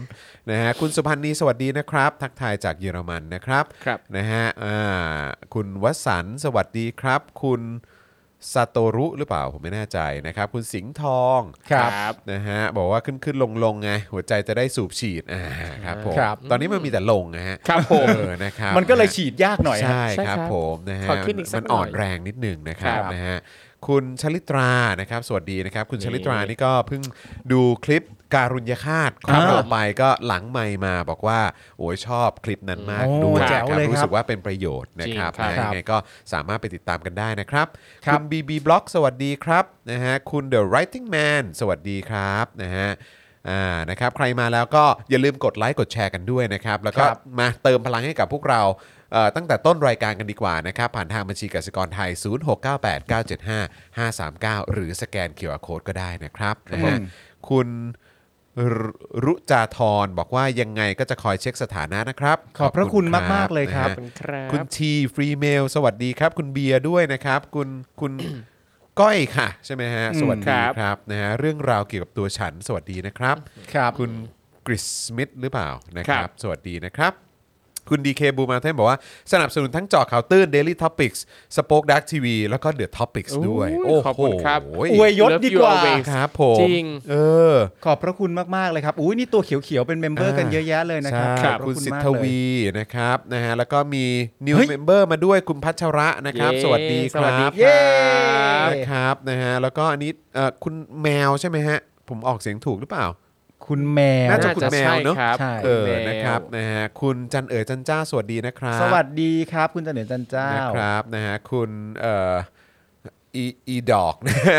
Speaker 2: นะฮะคุณสุพันธ์นีสวัสดีนะครับ ทักทายจากเยอรมันนะครับ
Speaker 4: ครับ
Speaker 2: นะฮะอ่าคุณวสันต์สวัสดีครับ คุณ ซาโตรุหรือเปล่าผมไม่แน่ใจนะครับ คุณสิงห์ทอง
Speaker 3: ครับ
Speaker 4: ครับ
Speaker 2: นะฮะบอกว่าขึ้นขึ้นลงลงไงหัวใจจะได้สูบฉีดอ่าครับผม
Speaker 3: ครับ
Speaker 2: ตอนนี้มันมีแต่ลงนะฮะ
Speaker 4: ครับผม
Speaker 2: เออนะครับ
Speaker 3: มันก็เลยฉีดยากหน่อยฮะ
Speaker 2: ใช่
Speaker 4: ใช่
Speaker 2: ค
Speaker 4: ครั
Speaker 2: รับบ ผมนะฮะ
Speaker 4: ขอขึ้นอีกสัก
Speaker 2: มันอ่อ
Speaker 4: ห
Speaker 2: น
Speaker 4: น่อย
Speaker 2: แรงนิดหนึ่งนะครั
Speaker 4: ค
Speaker 2: บ
Speaker 4: รับ
Speaker 2: นะฮะคุณชลิตรานะครับสวัสดีนะครับ คุณ
Speaker 4: นี่
Speaker 2: ชลิตรานี่ก็เพิ่งดูคลิปการุญยฆาตของ
Speaker 3: ครับ
Speaker 2: เราไปก็หลังไมค์มาบอกว่าโอ้ยชอบคลิปนั้นมาก
Speaker 3: โอ้
Speaker 2: ด้วย
Speaker 3: แจ๋ว
Speaker 2: ครับ
Speaker 3: เลยครับ
Speaker 2: รู้สึกว่าเป็นประโยชน์นะครับ
Speaker 4: จริงครับ
Speaker 2: นะฮะยังไงก็สามารถไปติดตามกันได้นะครับ
Speaker 3: ครับ
Speaker 2: ณ BB Block สวัสดีครับนะฮะคุณ The Writing Man สวัสดีครับนะฮะอ่านะครับใครมาแล้วก็อย่าลืมกดไลค์กดแชร์กันด้วยนะครับแล้วก็
Speaker 3: ครับ
Speaker 2: มาเติมพลังให้กับพวกเราเอ่อตั้งแต่ต้นรายการกันดีกว่านะครับ ผ่านทางบัญชีกสิกรไทย 0698975539 หรือสแกนเคอร์โคดก็ได้นะครับนะฮะคุณรุรุจาธรบอกว่ายังไงก็จะคอยเช็คสถานะนะครับ
Speaker 3: ขอบพระคุณมากๆเลยครับ
Speaker 2: นะฮะ
Speaker 4: คุณครับ
Speaker 2: คุณทีฟรีเมลสวัสดีครับ คุณเบียร์ด้วยนะครับ คุณคุณ ก้อยค่ะ ใช่ไหมฮะ สวัสดี
Speaker 4: ครับ
Speaker 2: ครับนะฮะเรื่องราวเกี่ยวกับตัวฉัน สวัสดีนะครับ
Speaker 3: ครับ
Speaker 2: คุณกริสมิธหรือเปล่านะครับ สวัสดีนะครับ คุณดีเคบูมาเทนบอกว่าสนับสนุนทั้งเจอข่าวตื้น Daily Topics Spoke Dark TV แล้วก็ The Topics ด้วย
Speaker 4: โอ้
Speaker 2: โอ้
Speaker 4: ยขอบ
Speaker 2: โห
Speaker 4: คุณครับ
Speaker 3: อวยยศ
Speaker 4: Love
Speaker 3: ดี
Speaker 4: you
Speaker 3: กว่า
Speaker 4: always
Speaker 2: ครับผม
Speaker 4: จริง
Speaker 2: เออ
Speaker 3: ขอบพระคุณมาก ๆ เลยครับ อุ้ยนี่ตัวเขียว ๆ เป็นเมมเบอร์กันเยอะแยะเลยนะครับ
Speaker 2: ใช่ค
Speaker 3: ขอ
Speaker 2: รับ
Speaker 3: พะ
Speaker 2: คุณสิท
Speaker 3: มาก
Speaker 2: ธ
Speaker 3: เลย
Speaker 2: วีนะครับนะฮะแล้วก็มี new
Speaker 3: เฮ้ย
Speaker 2: member มาด้วยคุณพัชระนะครับ
Speaker 4: เย้
Speaker 2: สวัสดีค
Speaker 4: สวั
Speaker 2: รั
Speaker 4: สดีครั
Speaker 2: บ
Speaker 4: บเย้
Speaker 2: นะครับนะฮะแล้วก็อันนี้เอ่อคุณแมวใช่ไหมฮะ ผมออกเสียงถูกหรือเปล่า
Speaker 3: คุณแมว
Speaker 2: น่าจะคุณแมวเนอะ
Speaker 4: ครับ
Speaker 3: ใช่
Speaker 2: เอ
Speaker 4: คุ
Speaker 2: อ
Speaker 4: ณแมว
Speaker 2: นะครับนะฮะคุณจันเอ๋ยจันจ้าสวัสดีนะครับ
Speaker 3: สวัสดีครับ คุณเจริญจันเจ้า
Speaker 2: นะครับนะฮะคุณเอ่ออีอีดอกนะฮะ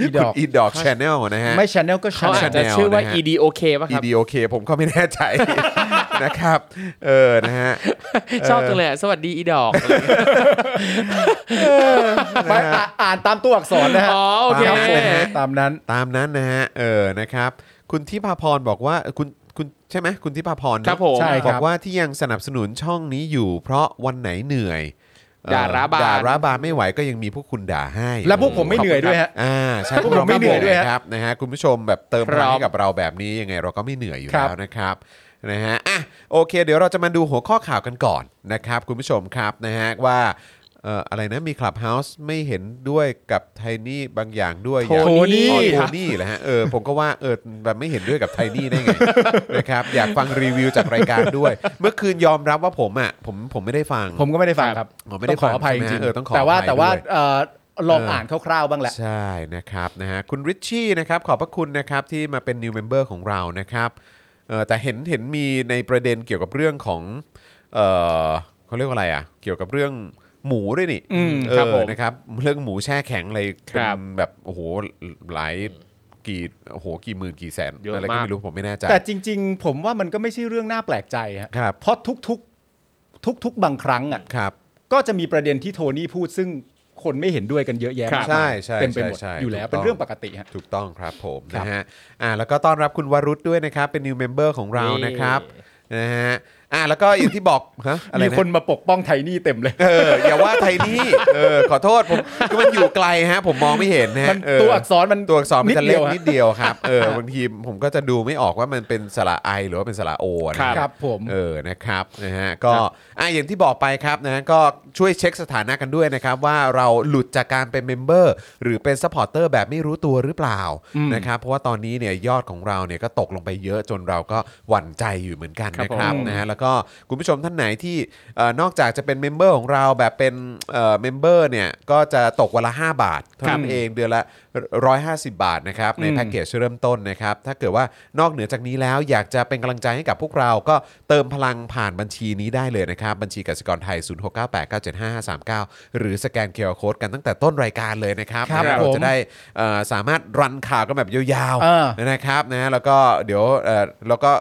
Speaker 3: อีดอก
Speaker 2: คุณอีดอกชแนลนะฮะ
Speaker 3: ไม่ชาแนลก็ชา
Speaker 4: เขาอาจ
Speaker 3: แนล
Speaker 4: จะชื่อว่า
Speaker 2: นะฮะ
Speaker 4: EDOK ป่ะ
Speaker 2: อี
Speaker 4: ครับ
Speaker 2: ดีโอเคผมก็ไม่แน่ใจ นะครับเออนะฮะ
Speaker 4: ชอบจังเลยอะสวัสดีอีดอก
Speaker 3: ไม่อ่าอ่านตามตัวอักษรนะฮะ
Speaker 4: อ๋อโอเค
Speaker 3: รับผมตามนั้น
Speaker 2: ตามนั้นนะฮะ เออ นะครับ คุณทิพาพรบอกว่าเอ่อคุณ คุณใช่ไหมคุณทิพาพรเนอะ
Speaker 4: ครับผม
Speaker 3: ใช่ครับ
Speaker 2: บอกว่าที่ยังสนับสนุนช่องนี้อยู่ เพราะวันไหนเหนื่อยเอ่อ
Speaker 4: ด่าร้าบาน
Speaker 2: ด่าร้าบานไม่ไหวก็ยังมีพวกคุณด่าให้
Speaker 3: และพวกผมไม่เหนื่อยด้วยฮะ
Speaker 2: อ่า ใช่
Speaker 3: พวกผมไม่เหนื่อยด้วยฮะ
Speaker 2: ครับ นะฮะ คุณผู้ชมแบบเติมพ
Speaker 4: ครั
Speaker 2: ลัง
Speaker 4: บ
Speaker 2: ให้กับเราแบบนี้ยังไงเราก็ไม่เหนื่อยอยู่
Speaker 3: ครั
Speaker 2: แล้ว
Speaker 3: บ
Speaker 2: นะครับ นะฮะ อ่ะ โอเค เดี๋ยวเราจะมาดูหัวข้อข่าวกันก่อนนะครับ คุณผู้ชมครับ นะฮะ ว่า เอ่อ อะไรนะ มีคลับเฮาส์ไม่เห็นด้วยกับไทนี่บางอย่างด้วยอยาก
Speaker 3: โทนี่
Speaker 2: อ๋อโทนี่เหรอฮะเออผมก็ว่าเออแบบไม่เห็นด้วยกับไทนี่ได้ไง นะครับอยากฟังรีวิวจากรายการด้วย เมื่อคืนยอมรับว่าผมอ่ะผมผมไม่ได้ฟัง
Speaker 3: ผมก็ไม่ได้ฟังครับ
Speaker 2: อ๋อไม่ได้
Speaker 3: ต้อง
Speaker 2: ฟั
Speaker 3: ของ อภัย
Speaker 2: ใช่
Speaker 3: จ
Speaker 2: ไหม
Speaker 3: ริง
Speaker 2: เออต้องขอ
Speaker 3: แต่ว่า
Speaker 2: อภัย
Speaker 3: แต่ว่า
Speaker 2: ด้วย
Speaker 3: เอ่อลอง
Speaker 2: เอออ่
Speaker 3: อ่านคร่าวๆบ้างแหละ
Speaker 2: ใช่นะครับนะฮะคุณริชชี่นะครับขอบพระคุณนะครับที่มาเป็น new member ของเรานะครับเออแต่เห็นเห็นมีในประเด็นเกี่ยวกับเรื่องของเออเขาเรียกว่าอะไรอ่ะเกี่ยวกับเรื่องหมูด้วยนี่
Speaker 3: อืม
Speaker 2: เอ
Speaker 4: ครับผ
Speaker 2: อ
Speaker 4: ม
Speaker 2: นะครับเรื่องหมูแช่แข็งอะไร
Speaker 4: ครั
Speaker 2: เป็
Speaker 4: บ
Speaker 2: นแบบโอ้โหหลายกี่โอ้โหกี่หมื่นกี่แสน
Speaker 4: เยอะ
Speaker 2: อะไรก็
Speaker 4: มาก
Speaker 2: ไม่รู้ผมไม่แน่ใจ
Speaker 3: แต่จริง ๆ ผมว่ามันก็ไม่ใช่เรื่องน่าแปลกใจฮะ
Speaker 2: ครับ
Speaker 3: เพราะทุกๆ ทุกๆ บางครั้งอ่ะ
Speaker 2: ครับ
Speaker 3: ก็จะมีประเด็นที่โทนี่พูดซึ่งคนไม่เห็นด้วยกันเยอะแยะ
Speaker 4: ครับ
Speaker 3: มาก
Speaker 2: ใช่
Speaker 3: มาย
Speaker 2: ใช่
Speaker 3: เต็มไปหมด
Speaker 2: ใช่ใช่
Speaker 3: อยู่แล้ว
Speaker 2: ถูกต้อง
Speaker 3: เป็นเรื่องปกติฮะ
Speaker 2: ถูกต้องครับผม
Speaker 3: ครับ
Speaker 2: นะฮะอ่าแล้วก็ต้อนรับคุณวรุษด้วยนะครับ เป็น new member ของเรานะครับนะฮะอ่าแล้วก็อย่างที่บอกฮะอะไร
Speaker 3: มี
Speaker 2: นะ
Speaker 3: คนมาปกป้องไทนี่เต็มเลย
Speaker 2: เอออย่าว่าไทยนี่เออขอโทษผมคือมันอยู่ไกลฮะ ผมมองไม่เห็นนะฮะ
Speaker 3: มัน
Speaker 2: เออ
Speaker 3: ตัวอักษรมัน
Speaker 2: ตัวอักษรมันจะเล็ก
Speaker 3: ฮะ
Speaker 2: นิดเดียวครับเออบางทีผมก็จะดูไม่ออกว่ามันเป็นสระไอหรือว่าเป็นสระโอนะครับ
Speaker 3: ครับผม
Speaker 2: เออนะครับนะฮะก็อ่ะอย่างที่บอกไปครับนะก็ช่วยเช็คสถานะกันด้วยนะครับ ว่าเราหลุดจากการเป็นเมมเบอร์หรือเป็นซัพพอร์เตอร์แบบไม่รู้ตัวหรือเปล่านะครับเพราะว่าตอนนี้เนี่ยยอดของเราเนี่ยก็ตกลงไปเยอะจนเราก็หวั่นใจอยู่เหมือนกัน
Speaker 4: ครับผม
Speaker 2: นะครับ นะฮะแล้วก็คุณผู้ชมท่านไหนที่เอ่อนอกจากจะเป็นเมมเบอร์ของเราแบบเป็นเอ่อเมมเบอร์เนี่ยก็จะตกวันละ 5 บาทเท่านั้นเองเดือนละ 150 บาทนะครับใน
Speaker 3: อืม
Speaker 2: แพ็กเกจเริ่มต้นนะครับ ถ้าเกิดว่านอกเหนือจากนี้แล้วอยากจะเป็นกำลังใจให้กับพวกเราก็เติมพลังผ่านบัญชีนี้ได้เลยนะครับ บัญชีกสิกรไทย 0698975539 หรือสแกนเคอร์โคดกันตั้งแต่ต้นรายการเลยนะครับ
Speaker 3: ครับ
Speaker 2: นะเรา
Speaker 3: ผม
Speaker 2: จะได้เอ่อสามารถรันข่าวกันแบบยาว
Speaker 3: เออ
Speaker 2: นะครับนะแล้วก็เดี๋ยวเอ่อแล้วก็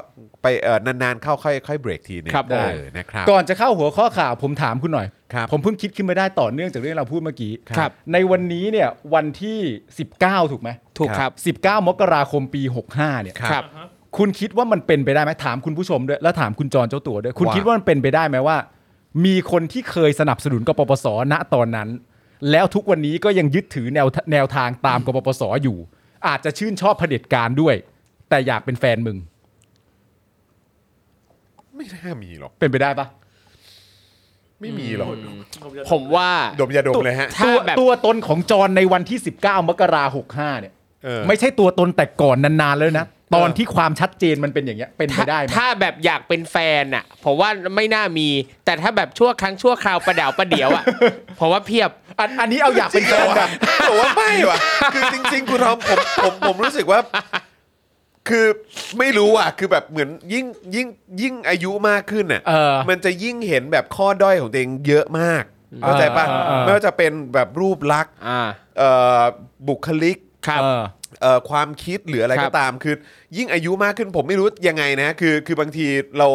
Speaker 2: ไปเอ่อนานๆเข้าค่อยค่อยเบรกทีหนึง
Speaker 4: ครับ
Speaker 2: ได้
Speaker 4: ผม
Speaker 2: นะครับ
Speaker 3: ก่อนจะเข้าหัวข้อข่าวผมถามคุณหน่อย
Speaker 2: ครับ
Speaker 3: ผมเพิ่งคิดขึ้นมาได้ต่อเนื่องจากเรื่องเราพูดเมื่อกี้
Speaker 2: ครับ
Speaker 3: ในวันนี้เนี่ยวันที่ 19 ถูกไหม
Speaker 4: ถูกครับ
Speaker 3: 19 มกราคมปี 65 เนี่ย
Speaker 2: ครับ
Speaker 3: คุณคิดว่ามันเป็นไปได้ไหมถามคุณผู้ชมด้วยแล้วถามคุณจรเจ้าตัวด้วย คุณ
Speaker 2: ว่า
Speaker 3: คิดว่ามันเป็นไปได้ไหมว่า มีคนที่เคยสนับสนุนกปปสณตอนนั้น แล้วทุกวันนี้ก็ยังยึดถือแนวแนวทางตามกปปสอยู่ อาจจะชื่นชอบเผด็จการด้วย แต่อยากเป็นแฟนมึง
Speaker 2: ไม่น่ามีหรอก
Speaker 3: เป็นไปได้ปะ
Speaker 2: ไม่มีหรอก
Speaker 4: ผมว่า
Speaker 2: ดมยาดมเลยฮะ
Speaker 4: ถ้า
Speaker 3: ตัว
Speaker 4: แบบ
Speaker 3: ตัวตนของจรในวันที่ 19 มกราหกห้าเนี่ย
Speaker 2: เออ
Speaker 3: ไม่ใช่ตัวตนแต่ก่อนนานๆแล้วนะ ตอนที่ความชัดเจนมันเป็นอย่างเงี้ยเป็นไป
Speaker 4: ถ้า
Speaker 3: ได้ไหม
Speaker 4: ถ้าแบบอยากเป็นแฟนอ่ะผมว่าไม่น่ามี แต่ถ้าแบบชั่วครั้งชั่วคราวประเดาวประเดียวอ่ะ ผมว่าเพียบ
Speaker 3: อันอันนี้เอาอยากเป็นแฟนแบบ
Speaker 2: แต่ว่าไม่ว่ะคือจริง ๆ คุณทอมผมผมผมรู้สึกว่า คือไม่รู้อ่ะ คือแบบเหมือนยิ่งยิ่งยิ่งอายุมากขึ้นอ่ะ
Speaker 3: เออ
Speaker 2: มันจะยิ่งเห็นแบบข้อด้อยของตัวเองเยอะมากเข้าใจปะ
Speaker 3: เออเออ
Speaker 2: ไม่ว่าจะเป็นแบบรูปลักษณ์
Speaker 4: อ่า
Speaker 2: เอ่อบุคลิก
Speaker 3: เออ
Speaker 2: เอ่อความคิดหรืออะไร
Speaker 4: ครั
Speaker 2: ก็
Speaker 4: บ
Speaker 2: ตาม คือ ยิ่งอายุมากขึ้นผมไม่รู้ยังไงนะ คือ คือบางทีเรา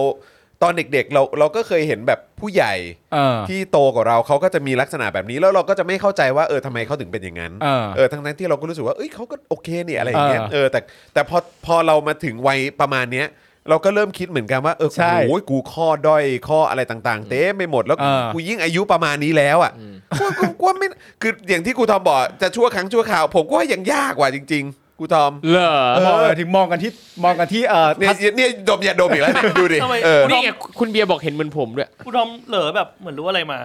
Speaker 2: ตอนเด็ก ๆ เราเราก็เคยเห็นแบบผู้ใหญ่
Speaker 3: เออ
Speaker 2: ที่โตกว่าเราเขาก็จะมีลักษณะแบบนี้แล้วเราก็จะไม่เข้าใจว่าเออทำไมเขาถึงเป็นอย่างนั้น
Speaker 3: เออ
Speaker 2: เออทั้งนั้นที่เราก็รู้สึกว่าเอ้ยเขาก็โอเคนี่อะไรอย่างเงี้ย
Speaker 3: เออ
Speaker 2: เออแต่แต่พอพอเรามาถึงวัยประมาณเนี้ย เราก็เริ่มคิดเหมือนกันว่าเออ
Speaker 3: ใช่
Speaker 2: โอ้ยกูข้อด้อยข้ออะไรต่าง ๆ เต็มไปหมดแล้ว
Speaker 3: เออ
Speaker 2: กูยิ่งอายุประมาณนี้แล้วอ่ะกูกูกูว่าไม่คืออย่างที่กูทอมบอกจะชั่วครั้งชั่วคราว ผมก็ว่ายังยากกว่าจริง ๆ กูทอม
Speaker 4: เหรอ
Speaker 3: มองกันถึงมองกันที่มองกันที่เออ
Speaker 2: เนี่ยเนี่ยเนี่ยดมอย่าดมอีกแล้วเนี่ยดูดิ
Speaker 5: ทำไม
Speaker 2: เออ
Speaker 4: นี่ไงคุณเบียร์บอกเห็นเหมือนผมด้วย
Speaker 5: คุณทอมเหลอแบบเหมือนรู้อะไรมา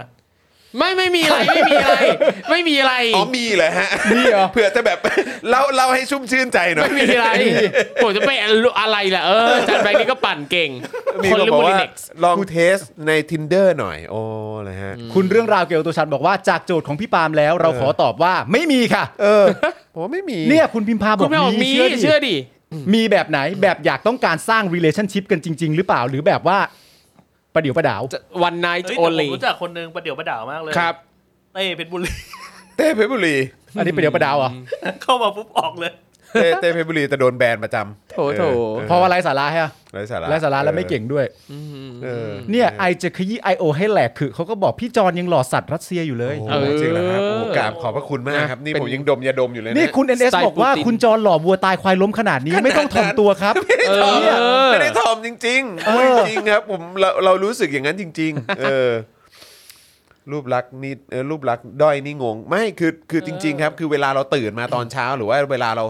Speaker 4: ไม่ไม่มีอะไรไม่มีอะไร ไม่มีอะไร
Speaker 2: อ๋อมีเหรอฮะ
Speaker 3: นี่เหรอ
Speaker 2: เผื่อจะแบบ เล่าเล่าให้ชุ่มชื่นใจหน่อย
Speaker 4: ไม่มีอะไรผมจะไปอะไรล่ะเออจันแบงค์นี่ก็ปั่นเก่ง
Speaker 2: มี
Speaker 4: คน
Speaker 2: คน
Speaker 4: ลิ
Speaker 2: บอก
Speaker 4: บูลิ
Speaker 2: ว่า
Speaker 4: เน็กซ์
Speaker 2: ลองเทสใน tinder หน่อย โอ้เลยฮะ
Speaker 3: คุณเรื่องราวเกี่ยวกับตัวฉันบอกว่าจากโจทย์ของพี่ปาล์มแล้วเราขอตอบว่าไม่มีค่ะ
Speaker 2: เออ ผมว่าไม่มี
Speaker 3: เนี่ยคุณพิมพาบ
Speaker 4: คุณ
Speaker 3: อก
Speaker 4: ไม่บอกมี
Speaker 3: มีเชื่อดิ
Speaker 4: เชื่อดิ
Speaker 3: มีแบบไหนแบบอยากต้องการสร้าง relationship กันจริง ๆ หรือเปล่าหรือแบบว่าประเดี๋ยวประดาว
Speaker 4: วันนาย
Speaker 5: เฮ้ย
Speaker 4: โอ
Speaker 5: แต่ผ
Speaker 4: ลี
Speaker 5: มรู้จักคนหนึงประเดี๋ยวประดาวมากเลย
Speaker 4: ครับ
Speaker 5: เต้เพชรบุรี
Speaker 2: เต้เพชรบุรี
Speaker 3: อันนี้ประเดี๋ยวประดาวเหรอ่ะ
Speaker 5: เข้ามาปุ๊บออกเลย
Speaker 2: เต้เต้เพชรบุรีแต่โดนแบนประจำ
Speaker 4: โถโถ
Speaker 2: เออ
Speaker 3: เพราะว่าไร้สาระฮะ
Speaker 2: ไร้สาระ
Speaker 3: ไร้สาระแล้วไม่เก่งด้วย
Speaker 2: เออ
Speaker 3: เนี่ยไอจะขยี้ไอโอให้แหลกคือเขาก็บอกพี่จอนยังหล่อสัตว์รัสเซียอยู่เลย
Speaker 2: โอ้โหจริงเหรอครับโอ้โหกราบขอบพระคุณมากครับ
Speaker 4: นะ
Speaker 2: นี่
Speaker 4: เป็น
Speaker 2: ผมยังดมยาดมอยู่เลยะ
Speaker 3: นี่คุณ NS
Speaker 4: สไตล์
Speaker 3: บอกว่า
Speaker 4: ปูติน
Speaker 3: คุณจอนหล่อวัวตายควายล้มขนาดนี้ไม่ต้องถ่อมตัวครับ
Speaker 4: เออ
Speaker 2: ไม่ได้ทอมจริงๆพูดจริงครับ ผมเราเรารู้สึกอย่างนั้นจริง ๆ เออ รูปลักษณ์นี่เออรูปลักษณ์ด้อยนี่งง ไม่คือคือจริง ๆ ครับ คือเวลาเราตื่นมาตอนเช้า หรือว่าเวลาเรา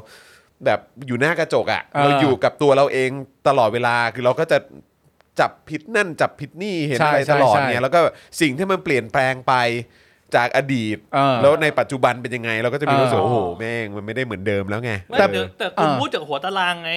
Speaker 2: แบบอยู่หน้ากระจกอ่ะ
Speaker 3: เออ
Speaker 2: เราอยู่กับตัวเราเองตลอดเวลาคือเราก็จะจับผิดนั่นจับผิดนี่เห็น
Speaker 3: ใช่
Speaker 2: อะไรตลอด
Speaker 3: ใช่ใช่
Speaker 2: เนี่ยแล้วก็สิ่งที่มันเปลี่ยนแปลงไปจากอดีต
Speaker 3: เออ
Speaker 2: แล้วในปัจจุบันเป็นยังไง เราก็จะมี
Speaker 3: เออ
Speaker 2: รู้สึกว่าโอ้โหแม่งมันไม่ได้เหมือนเดิมแล้วไง
Speaker 5: ไม่
Speaker 2: แต่
Speaker 5: เดี๋ยวแต่คุณ
Speaker 3: อ่า
Speaker 5: พูดจากหัวตารางไง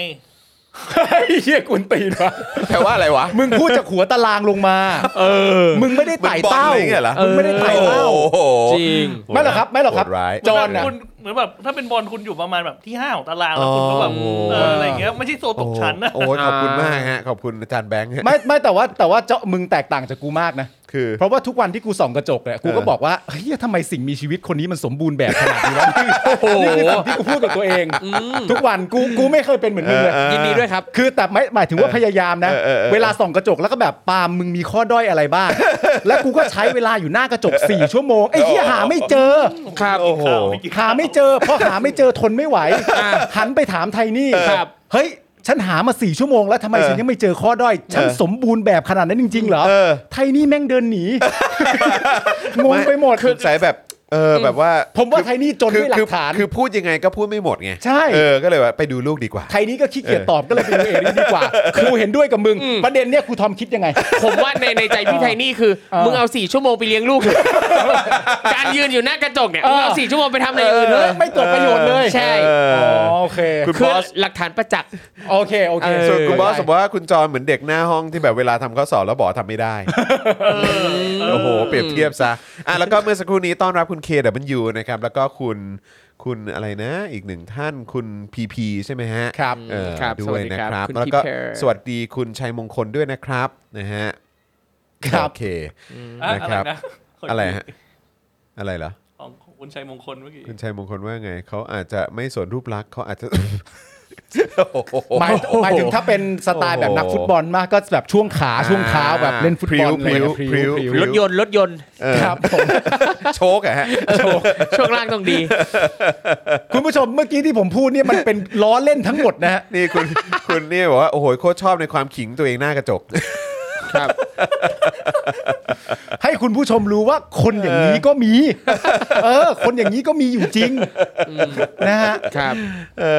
Speaker 3: ไอ้เหี้ยกุนตีนวะ
Speaker 2: แปลว่าอะไรวะ
Speaker 3: มึงพูดจากหัวตารางลงมา เออ มึงไม่ได้ไต่เต้า
Speaker 2: เหมือนบอลอะไรเงี้ยเหรอ
Speaker 3: มึงไม่ได้ไต่เต้า
Speaker 2: โอ้โห
Speaker 4: จริง
Speaker 3: ไม่หรอกครับไม่หรอกครับ
Speaker 2: โดร้าย
Speaker 3: จอนน่ะ
Speaker 5: คุณเหมือนแบบถ้าเป็นบอลคุณอยู่ประมาณแบบที่ห้าของตารางแล้วคุณก็แบบ
Speaker 2: อ๋อ
Speaker 5: เอออะไรอย่างเงี้ยไม่ใช่โซนตกชั้นนะ
Speaker 2: โอ้ยขอบคุณมากฮะ ขอบคุณอาจารย์แบงค์ฮะ
Speaker 3: ไม่ไม่แต่ว่าแต่ว่าเจ้ามึงแตกต่างจากกูมากนะ
Speaker 2: คือ
Speaker 3: เพราะว่าทุกวันที่กูส่องกระจกเนี่ยกูก็
Speaker 2: เออ
Speaker 3: บอกว่าเฮ้ยทำไมสิ่งมีชีวิตคนนี้มันสมบูรณ์แบบขนาดนี้วะนี่คือสิ่งที่กูพูดกับตัวเอง ทุกวันกูกูไม่เคยเป็นเหมือนมึงเลย
Speaker 2: เออ
Speaker 4: ยินดีด้วยครับ
Speaker 3: คือแต่ไม่หมายถึงว่า
Speaker 2: เออ
Speaker 3: พยายามนะ
Speaker 2: เออเออเออ
Speaker 3: เวลาส่องกระจกแล้วก็แบบปาล์มมึงมีข้อด้อยอะไรบ้าง แล้วกูก็ใช้เวลาอยู่หน้ากระจก 4 ชั่วโมงไอ้เหี้ยหาไม่เจอ
Speaker 4: ครับ
Speaker 2: โอ้โห
Speaker 3: หาไม่เจอพอหาไม่เจอทนไม่ไหว หันไปถามไทนี่
Speaker 4: ครับ
Speaker 3: เฮ้ย ฉันหามาสี่ชั่วโมงแล้วทำไม
Speaker 2: เออ
Speaker 3: ฉันยังไม่เจอข้อด้อย ฉัน
Speaker 2: เออ
Speaker 3: สมบูรณ์แบบขนาดนั้นจริง ๆ เหรอ
Speaker 2: เออ
Speaker 3: ไทนี่แม่งเดินหนี งงไปหมด
Speaker 2: คือใช้แบบ เออ แบบว่า
Speaker 3: ผมว่าไทนี่จน
Speaker 2: คือ
Speaker 3: ด้วยหลั
Speaker 2: คื
Speaker 3: กฐาน
Speaker 2: คือพูดยังไงก็พูดไม่หมดไง
Speaker 3: ใช่
Speaker 2: เออ ก็เลยว่าไปดูลูกดีกว่า
Speaker 3: ไทนี่ก็ขี้เกียจตอบก็เลยไปดูเองดีกว่าครูเห็นด้วยกับมึง ประเด็นเนี้ยครูทอมคิดยังไง
Speaker 4: ผมว่าในในใจพี่ไทนี่คือ
Speaker 3: เออ
Speaker 4: มึงเอาสี่ชั่วโมงไปเลี้ยงลูกเถอะการยืนอยู่หน้ากระจกเนี่ย
Speaker 3: เอ
Speaker 4: มึ
Speaker 3: อ
Speaker 4: งเอาสี่ชั่วโมงไปทำอะไรอย่างอื่นเถอะ
Speaker 3: ไม่ตรวจประโยชน์เลย
Speaker 4: ใช่
Speaker 2: เออ
Speaker 3: อ๋อโอเค
Speaker 2: คุณ
Speaker 4: คื
Speaker 2: บ
Speaker 4: อ
Speaker 2: อส
Speaker 4: หลักฐานประจักษ์
Speaker 3: โอเคโอเค
Speaker 4: เอ
Speaker 2: ส่วนคุณบอสสมมติว่าคุณจอนเหมือนเด็กหน้าห้องที่แบบเวลาทำข้อสอบแล้วบอกว่าทำไม่ได้ โอ้โห เปรียบเทียบซะ อ่ะ แล้วก็เมื่อสักครู่นี้ต้อนรับคุณ KW นะครับ แล้วก็คุณ คุณอะไรนะ อีกหนึ่งท่านคุณ PP ใช่ไหมฮะ
Speaker 3: ครับ
Speaker 2: เออ
Speaker 4: ครับ
Speaker 2: ด้วยนะครับ
Speaker 4: สวัสดีครับคุณ
Speaker 2: แล้วก็
Speaker 4: Peter
Speaker 2: สวัสดีคุณชัยมงคลด้วยนะครับ นะฮะ
Speaker 3: ครับ
Speaker 2: โอเค
Speaker 5: อะ
Speaker 2: นะค
Speaker 5: อะไร
Speaker 2: รับ
Speaker 5: นะคน
Speaker 2: อะไรฮะ อะไรเหรอ
Speaker 5: ของของคุณชัยมงคลเมื่อกี้
Speaker 2: คุณชัยมงคลว่าไง เขาอาจจะไม่สนรูปลักษณ์เขาอาจจะ โอ้โห
Speaker 3: หมายหมายถึงถ้าเป็นสไตล์แบบนักฟุตบอลมากก็แบบช่วงขาช่วงเท้าแบบเล่นฟุตบอล
Speaker 2: พริ้ว
Speaker 3: อะไรอย่าง
Speaker 2: พริ้
Speaker 3: เงี้ยว
Speaker 2: พริ้
Speaker 4: รถยนต์รถยนต์
Speaker 2: เออ
Speaker 3: ครับผม
Speaker 2: โชกอะฮะ
Speaker 4: ช่วงล่างต้องดี
Speaker 3: คุณผู้ชมเมื่อกี้ที่ผมพูดเนี่ยมันเป็นล้อเล่นทั้งหมดนะฮะ
Speaker 2: นี่คุณ คุณเนี่ยบอกว่า โอ้โห โคตรชอบในความขิงตัวเองหน้ากระจก
Speaker 4: ครับ
Speaker 3: ให้คุณผู้ชมรู้ว่าคนอย่างนี้ก็มี เออ คนอย่างนี้ก็มีอยู่จริงนะฮะ
Speaker 4: ครับ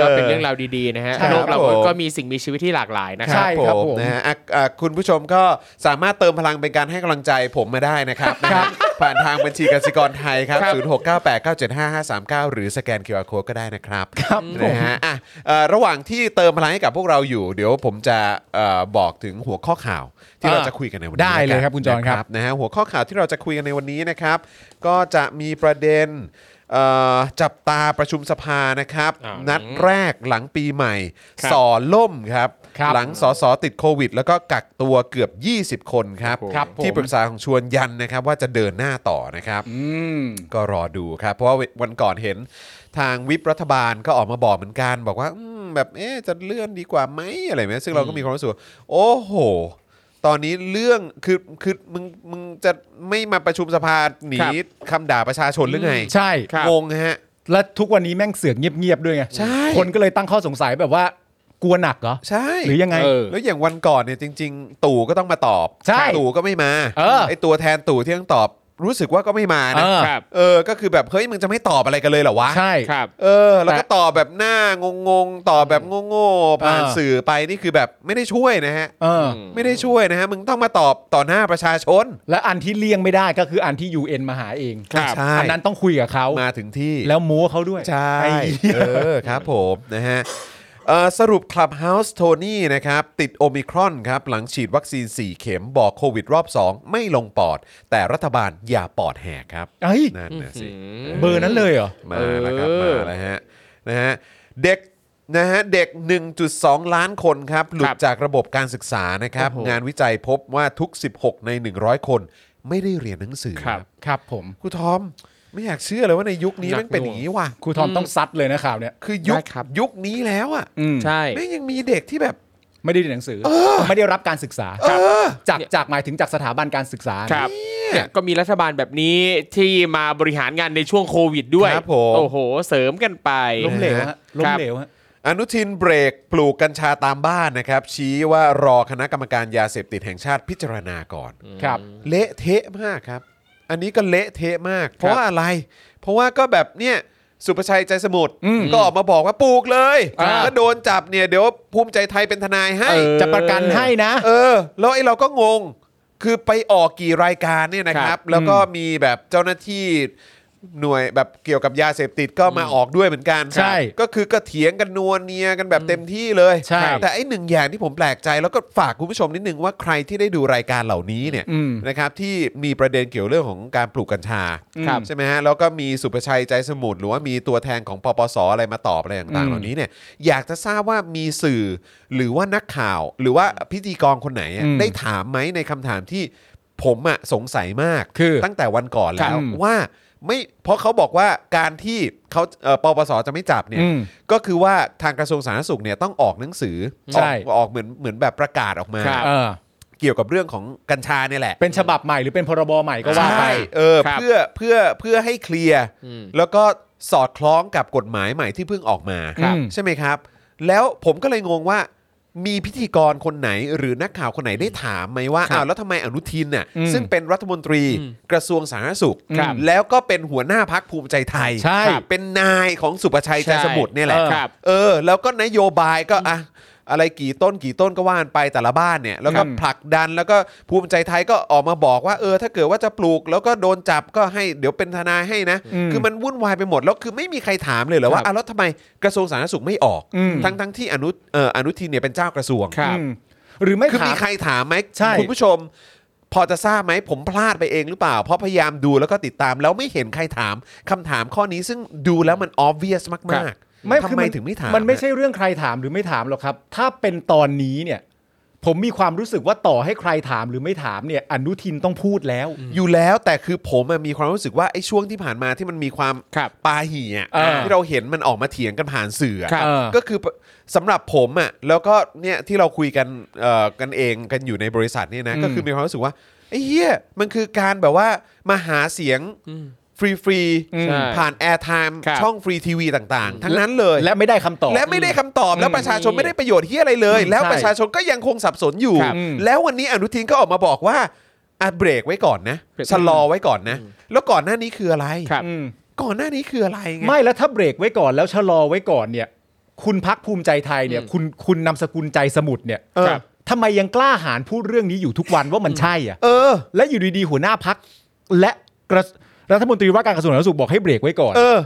Speaker 4: ก็เป็นเรื่องราวดีๆนะฮะ
Speaker 3: ใช่ครั
Speaker 4: โล
Speaker 3: บ
Speaker 4: กเรา
Speaker 2: ผม
Speaker 4: ก็มีสิ่งมีชีวิตที่หลากหลายนะค
Speaker 3: ใช่
Speaker 4: รับ
Speaker 3: ครับผม
Speaker 2: นะฮะอ่ะอ่ะคุณผู้ชมก็สามารถเติมพลังเป็นการให้กำลังใจผมมาได้นะครับนะ
Speaker 3: ครั
Speaker 2: ฮะ
Speaker 3: บ
Speaker 2: ผ่านทางบัญชีกสิกรไทยครับ
Speaker 4: ครับ
Speaker 2: 0698975539 หรือสแกน QR Code ก็ได้นะครับ
Speaker 3: ครับผม
Speaker 2: นะฮะอ่ะเอ่อระหว่างที่เติมพลังให้กับพวกเราอยู่ เดี๋ยวผมจะเอ่อบอกถึงหัวข้อข่าวที่
Speaker 4: อ่า
Speaker 2: เราจะคุยกันในวันนี้
Speaker 3: ได้เลย
Speaker 2: นะครับ
Speaker 3: คุณจอห์นครับ
Speaker 2: ะนะฮะหัวข้อข่าวที่เราจะคุยกันในวันนี้นะครับ ก็จะมีประเด็นเอ่อจับตาประชุมสภานะครับ
Speaker 4: อ่านั
Speaker 2: นัดแรกหลังปีใหม่
Speaker 4: ครับ
Speaker 2: สอล่มครับ
Speaker 3: ครับ
Speaker 2: หลังสอสอติดโควิด แล้วก็กักตัวเกือบ 20 คนครับ
Speaker 3: ครับผม
Speaker 2: ที่ปรึกษาของชวนยันนะครับว่าจะเดินหน้าต่อนะครับ
Speaker 3: อืม
Speaker 2: ก็รอดูครับ เพราะว่าวันก่อนเห็นทางวิปรัฐบาลก็ออกมาบอกเหมือนกัน บอกว่าอืมแบบเอ๊ะจะเลื่อนดีกว่าไหมอะไรไหมซึ่งเราก็มีความรู้สึกว่าโอ้โห ตอนนี้เรื่องคือคือมึงมึงจะไม่มาประชุมสภาหนี
Speaker 4: ครับ
Speaker 2: คำด่าประชาชนหรือไง
Speaker 3: ใช่
Speaker 2: งงฮะ
Speaker 3: และทุกวันนี้แม่งเสือกเงียบๆด้วยไง
Speaker 2: ใช่
Speaker 3: คนก็เลยตั้งข้อสงสัยแบบว่ากลัวหนักเหรอ
Speaker 2: ใช่
Speaker 3: หรือยังไง
Speaker 4: เออ
Speaker 2: แล้วอย่างวันก่อนเนี่ยจริง ๆ ตู่ก็ต้องมาตอบ
Speaker 3: ใช่
Speaker 2: ตู่ก็ไม่มา
Speaker 3: เออ
Speaker 2: ไอตัวแทนตู่ที่ต้องตอบรู้สึกว่าก็ไม่มา
Speaker 3: เอ
Speaker 2: นะ
Speaker 3: อ
Speaker 4: ครับ
Speaker 2: เออก็คือแบบเฮ้ยมึงจะไม่ตอบอะไรกันเลยเหรอวะ
Speaker 3: ใช่
Speaker 4: ครับ
Speaker 2: เออแล้วก็ตอบแบบหน้างงงๆตอบแบบโง่ๆผ่าน
Speaker 3: เออ
Speaker 2: สื่อไปนี่คือแบบไม่ได้ช่วยนะฮะ
Speaker 3: เอออ
Speaker 4: ม
Speaker 2: ไม่ได้ช่วยนะฮะ มึงต้องมาตอบต่อหน้าประชาชน
Speaker 3: และอันที่เลี่ยงไม่ได้ก็คืออันที่ UN มาหาเอง
Speaker 4: ครับ
Speaker 2: ใช่
Speaker 3: อันนั้นต้องคุยกับเขา
Speaker 2: มาถึงที่
Speaker 3: แล้วโม้เขาด้วย
Speaker 2: ใช่
Speaker 3: ไอ้เหี้ย
Speaker 2: เออครับผมนะฮะเอ่อสรุป Clubhouse โทนี่นะครับ ติดโอมิครอนครับ หลังฉีดวัคซีน 4 เข็มบอกโควิดรอบ 2 ไม่ลงปอด แต่รัฐบาลอย่าปอดแหกครับ
Speaker 3: เอ้ย
Speaker 2: นั่นนะสิ
Speaker 3: เบอร์นั้นเลยเหรอ
Speaker 2: มาแล้วครับ
Speaker 4: เออ
Speaker 2: มาแล้วฮะนะฮะเด็กนะฮะเด็ก 1.2 ล้านคนครับ หลุดจากระบบการศึกษานะครับ
Speaker 4: โอ้โห
Speaker 2: งานวิจัยพบว่าทุก 16 ใน 100 คนไม่ได้เรียนหนังสือ
Speaker 4: ครับ
Speaker 3: ครับผม
Speaker 2: ครูทอม ไม่อยากเชื่อเลยว่าในยุคนี้
Speaker 4: หนัก
Speaker 2: แมันเป็นอย่างนี้ว่ะ
Speaker 3: ครูทอมต้องซัดเลยนะข่าวเนี่ย
Speaker 2: คือยุค
Speaker 4: ได้ครับ
Speaker 2: ยุคนี้แล้วอ่ะ
Speaker 3: อืม
Speaker 4: ใช่
Speaker 2: แม่งยังมีเด็กที่แบบ
Speaker 3: ไม่ได้เรียนหนังสือ ไม่ได้รับการศึกษาจากจากหมายถึงจากสถาบันการศึกษา
Speaker 4: ครับเนี่ยก็มีรัฐบาลแบบนี้ที่มาบริหารงานในช่วงโควิดด้วย
Speaker 2: ครับผม
Speaker 4: โอ้โห เสริมกันไป
Speaker 3: ล้มเหลวฮะล้
Speaker 4: ครั
Speaker 3: ม
Speaker 4: บ
Speaker 3: เหลวฮะ
Speaker 2: อนุทินเบรกปลูกกัญชาตามบ้านนะครับ ชี้ว่ารอคณะกรรมการยาเสพติดแห่งชาติพิจารณาก่อน
Speaker 3: ครับ
Speaker 2: เละเทะมากครับ อันนี้ก็เละเทะมาก เพราะว่าอะไร เพราะว่าก็แบบเนี่ยสุประชัยใจสมุทรก็ออกมาบอกว่าปลูกเลย
Speaker 4: อ่า
Speaker 2: ถ้าโดนจับเนี่ยเดี๋ยวภูมิใจไทยเป็นทนายให้
Speaker 4: เออ
Speaker 3: จะประกันให้นะ
Speaker 2: เออ แล้วไอ้เราก็งง คือไปออกกี่รายการเนี่ยนะค
Speaker 4: ค
Speaker 2: รั
Speaker 4: รับ บ
Speaker 2: แล้วก็มีแบบเจ้าหน้าที่หน่วยแบบเกี่ยวกับยาเสพติดก็มาออกด้วยเหมือนกัน
Speaker 3: ใช่
Speaker 2: ก็คือก็เถียงกันนัวเนียกันแบบเต็มที่เลย
Speaker 3: ใช่
Speaker 2: แต่ไอ้หนึ่งอย่างที่ผมแปลกใจแล้วก็ฝากคุณผู้ชมนิดนึงว่าใครที่ได้ดูรายการเหล่านี้เนี่ย
Speaker 3: อืม
Speaker 2: นะครับที่มีประเด็นเกี่ยวเรื่องของการปลูกกัญชา
Speaker 3: ครับ
Speaker 2: ใช่ไหมฮะแล้วก็มีสุประชัยใจสมุทรหรือว่ามีตัวแทนของปปสอะไรมาตอบอะไรต่างๆ
Speaker 3: อืม
Speaker 2: เหล่านี้เนี่ยอยากจะทราบว่ามีสื่อหรือว่านักข่าวหรือว่าพิธีกรคนไหน
Speaker 3: อืม
Speaker 2: ได้ถามไหมในคำถามที่ผมอะสงสัยมาก
Speaker 3: คือ
Speaker 2: ตั้งแต่วันก่อน
Speaker 3: ครั
Speaker 2: แล้ว
Speaker 3: บ
Speaker 2: ว่าไม่เพราะเขาบอกว่าการที่เขาเอ่อปปสจะไม่จับเนี่ย
Speaker 3: อืม
Speaker 2: ก็คือว่าทางกระทรวงสาธารณสุขเนี่ยต้องออกหนังสืออ
Speaker 3: ใช่
Speaker 2: อกออกเหมือนเหมือนแบบประกาศออกมา
Speaker 4: ครับ
Speaker 3: เออ
Speaker 2: เกี่ยวกับเรื่องของกัญชาเนี่ยแหละ
Speaker 3: เป็นฉบับใหม่หรือเป็นพรบใหม่ก็ว่าไป
Speaker 2: ใช่เออ
Speaker 4: ครับ
Speaker 2: เพื่อเพื่อเพื่อให้เคลียร์
Speaker 4: อืม
Speaker 2: แล้วก็สอดคล้องกับกฎหมายใหม่ที่เพิ่งออกมา
Speaker 3: ครับ
Speaker 2: ใช่ไหมครับ แล้วผมก็เลยงงว่า มีพิธีกรคนไหนหรือนักข่าวคนไหนได้ถามไหมว่าอ้าวแล้วทำไมอนุทินน่ะ
Speaker 3: อืม
Speaker 2: ซึ่งเป็นรัฐมนตรี
Speaker 4: อืม
Speaker 2: กระทรวงสาธารณสุข
Speaker 4: ครับ
Speaker 2: แล้วก็เป็นหัวหน้าพักภูมิใจไทย
Speaker 3: ใช่
Speaker 2: ครับเป็นนายของสุประชัยใจ
Speaker 4: ใช่
Speaker 2: สมุทรเนี่ยแหละ
Speaker 4: เออครับ
Speaker 2: เออ แล้วก็นโยบายก็อ่ะอะไรกี่ต้นกี่ต้นก็ว่านไปแต่ละบ้านเนี่ยแล้วก็
Speaker 3: อืม
Speaker 2: ผลักดันแล้วก็ภูมิใจไทยก็ออกมาบอกว่าเออ ถ้าเกิดว่าจะปลูกแล้วก็โดนจับก็ให้เดี๋ยวเป็นทนายให้นะ
Speaker 3: อืม
Speaker 2: คือมันวุ่นวายไปหมด แล้วคือไม่มีใครถามเลยเหรอ
Speaker 4: ค
Speaker 2: ว่า
Speaker 4: รับ
Speaker 2: อ่ะแล้วทำไมกระทรวงสาธารณสุขไม่ออก
Speaker 3: อืม
Speaker 2: ทั้งทั้งที่อนุเอ่ออนุทินเนี่ยเป็นเจ้ากระทรวง
Speaker 4: ครับ
Speaker 3: อืมหรือไม่
Speaker 2: คือ
Speaker 3: ถา
Speaker 2: มี
Speaker 3: ม
Speaker 2: ใครถามไหม
Speaker 3: ใช่
Speaker 2: คุณผู้ชม พอจะทราบไหมผมพลาดไปเองหรือเปล่า เพราะพยายามดูแล้วก็ติดตาม แล้วไม่เห็นใครถามคำถามข้อนี้ซึ่งดูแล้วมัน obvious มากๆทำ
Speaker 3: คือ
Speaker 2: ไมถึงไม่ถาม
Speaker 3: มันไม่ใช่เรื่องใครถามหรือไม่ถามหรอกครับ ถ้าเป็นตอนนี้เนี่ย ผมมีความรู้สึกว่าต่อให้ใครถามหรือไม่ถามเนี่ย อนุทินต้องพูดแล้ว
Speaker 2: อยู่แล้วแต่คือผมอะมีความรู้สึกว่าไอ้ช่วงที่ผ่านมาที่มันมีความ
Speaker 4: ครับ
Speaker 2: ปาหี่อะ
Speaker 3: เออ
Speaker 2: ที่เราเห็นมันออกมาเถียงกันผ่านสื่ออะ
Speaker 4: ครับ
Speaker 3: เออ
Speaker 2: ก็คือสำหรับผมอ่ะแล้วก็เนี่ยที่เราคุยกันเอ่อกันเองกันอยู่ในบริษัทเนี่ยนะ
Speaker 3: อืม
Speaker 2: ก็คือมีความรู้สึกว่าไอ้เหี้ยมันคือการแบบว่ามาหาเสียงฟรี
Speaker 4: ใช่
Speaker 2: ๆ ผ่านแอร์ไทม์
Speaker 4: ครับ
Speaker 2: ช่องฟรีทีวีต่างๆ ทั้งนั้นเลย
Speaker 3: และไม่ได้คำตอบ
Speaker 2: และไม่ได้คำตอบ แล้วประชาชน
Speaker 4: อืม
Speaker 2: ไม่ได้ประโยชน์เฮียอะไรเลย
Speaker 3: อืม
Speaker 2: แล้ว
Speaker 3: ใช่
Speaker 2: ประชาชนก็ยังคงสับสนอยู่
Speaker 4: ครับ
Speaker 2: แล้ววันนี้อนุทินก็ออกมาบอกว่าอ่ะเบรกไว้ก่อนนะ
Speaker 4: เบรก
Speaker 2: ชะลอไว้ก่อนนะ แล้วก่อนหน้านี้คืออะไร
Speaker 4: ครับ
Speaker 3: อืม
Speaker 2: ก่อนหน้านี้คืออะไรไง
Speaker 3: ไม่แล้วถ้าเบรกไว้ก่อนแล้วชะลอไว้ก่อนเนี่ย คุณพักภูมิใจไทยเนี่ย
Speaker 4: อืม
Speaker 3: คุณคุณนำสกุลใจสมุทรเนี่ย
Speaker 2: เออ
Speaker 3: ครับทำไมยังกล้าหาญพูดเรื่องนี้อยู่ทุกวันว่ามันใช่อ่ะ
Speaker 2: เออ
Speaker 3: และอยู่ดีๆหัวหน้าพักและก กระรัฐมนตรีว่าการกระทรวงสาธารณสุขบอกให้เบรกไว้ก่อน
Speaker 2: เออ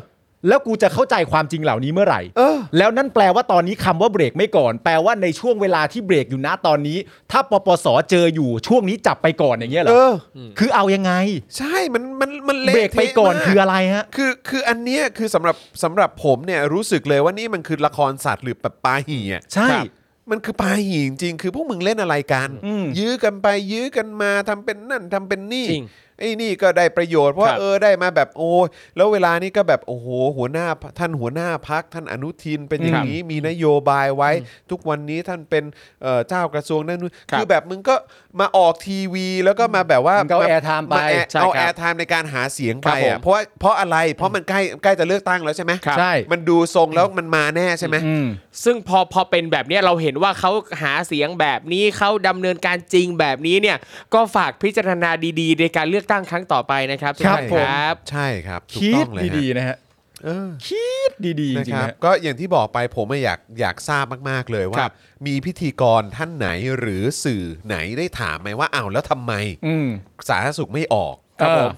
Speaker 3: แล้วกูจะเข้าใจความจริงเหล่านี้เมื่อไหร่
Speaker 2: เออ
Speaker 3: แล้วนั่นแปลว่าตอนนี้คำว่าเบรกไม่ก่อน แปลว่าในช่วงเวลาที่เบรกอยู่นะตอนนี้ ถ้าปปสเจออยู่ช่วงนี้จับไปก่อนอย่างเงี้ยเหร
Speaker 2: เอ
Speaker 3: อ
Speaker 2: อ
Speaker 3: คือเอายังไง
Speaker 2: ใช่ มัน มัน มันละ
Speaker 3: เบรกไปก่อน
Speaker 2: เทะมา
Speaker 3: คืออะไรฮะ
Speaker 2: คือ คืออันเนี้ยคือสำหรับสำหรับผมเนี่ยรู้สึกเลยว่านี่มันคือละครสัตว์หรือแบบปาหี่อ่ะ
Speaker 3: ใช่
Speaker 2: ครับมันคือปาหี่จริงๆคือพวกมึงเล่นอะไรกัน
Speaker 3: อืม
Speaker 2: ยื้อกันไปยื้อกันมาทำเป็นนั่นทำเป็นนี่
Speaker 4: จริง
Speaker 2: ไอ้นี่ก็ได้ประโยชน์เพราะ
Speaker 4: ครับ
Speaker 2: เออได้มาแบบโอ้ยแล้วเวลานี้ก็แบบโอ้โหหัวหน้าท่านหัวหน้าพักท่านอนุทินเป็นอย่างนี้มีนโยบายไว้ ทุกวันนี้ท่านเป็นเอ่อเจ้ากระทรวงนั่นนู่น
Speaker 4: ครับ
Speaker 2: คือแบบมึงก็มาออกทีวีแล้วก็มาแบบว่า
Speaker 3: มึงก็เอา airtime ไป
Speaker 2: าแอร์
Speaker 4: ใช่
Speaker 2: เอา
Speaker 4: ครั
Speaker 2: แอบ ร์ ไทม์ในการหาเสียงไป
Speaker 4: ครับผ
Speaker 2: อ่ะ
Speaker 4: ม
Speaker 2: เพราะว่าเพราะอะไรเพราะมันใกล้ใกล้จะเลือกตั้งแล้วใช่ไหม
Speaker 4: ครับ
Speaker 3: ใช่
Speaker 2: มันดูทรงแล้วมันมาแน่ใช่ไหม
Speaker 3: อืม
Speaker 4: ซึ่งพอพอเป็นแบบเนี้ยเราเห็นว่าเขาหาเสียงแบบนี้เขาดำเนินการจริงแบบนี้เนี่ย ก็ฝากพิจารณาดีๆ ในการเลือกตั้งครั้งต่อไปนะครับ
Speaker 3: ครับ
Speaker 4: ทุกท่านครับ
Speaker 2: ใช่ครับถูก
Speaker 3: คิ
Speaker 2: ต้อ
Speaker 3: ด
Speaker 2: งเลยฮะ
Speaker 3: ดีๆนะฮะ
Speaker 2: เออ
Speaker 3: คิดดีๆจ
Speaker 2: นะ
Speaker 3: ริ
Speaker 2: ค
Speaker 3: ง
Speaker 2: รับ
Speaker 3: ๆฮะ
Speaker 2: ก็อย่างที่บอกไปผมอะอยากอยากทราบมาก ๆ เลยว่า
Speaker 4: ครับ
Speaker 2: มีพิธีกรท่านไหนหรือสื่อไหนได้ถามไหมว่าอ้าวแล้วทำไม
Speaker 3: อืม
Speaker 2: สาธารณสุขไม่ออก
Speaker 3: ครับผม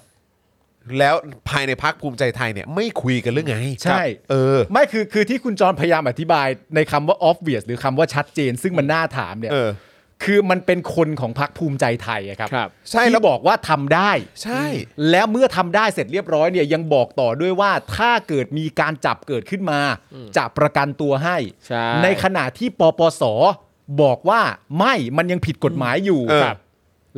Speaker 2: แล้วภายในพักภูมิใจไทยเนี่ยไม่คุยกันเรื่องไง
Speaker 3: ใช่
Speaker 2: เออ
Speaker 3: ไม่คือคือที่คุณจรพยายามอธิบายในคำว่า obvious หรือคำว่าชัดเจน ซึ่งมันน่าถามเนี่ย
Speaker 2: เออ
Speaker 3: คือมันเป็นคนของพรรคภูมิใจไทยอะครับ
Speaker 4: ครับ
Speaker 2: ใช่แล้
Speaker 3: ที่
Speaker 2: ว
Speaker 3: บอกว่าทำได้
Speaker 2: ใช่
Speaker 3: แล้วเมื่อทำได้เสร็จเรียบร้อยเนี่ยยังบอกต่อด้วยว่าถ้าเกิดมีการจับเกิดขึ้นมาจะประกันตัวให้
Speaker 4: ใช่
Speaker 3: ในขณะที่ปปสบอกว่าไม่มันยังผิดกฎหมายอยู่
Speaker 2: เออ
Speaker 4: ครับ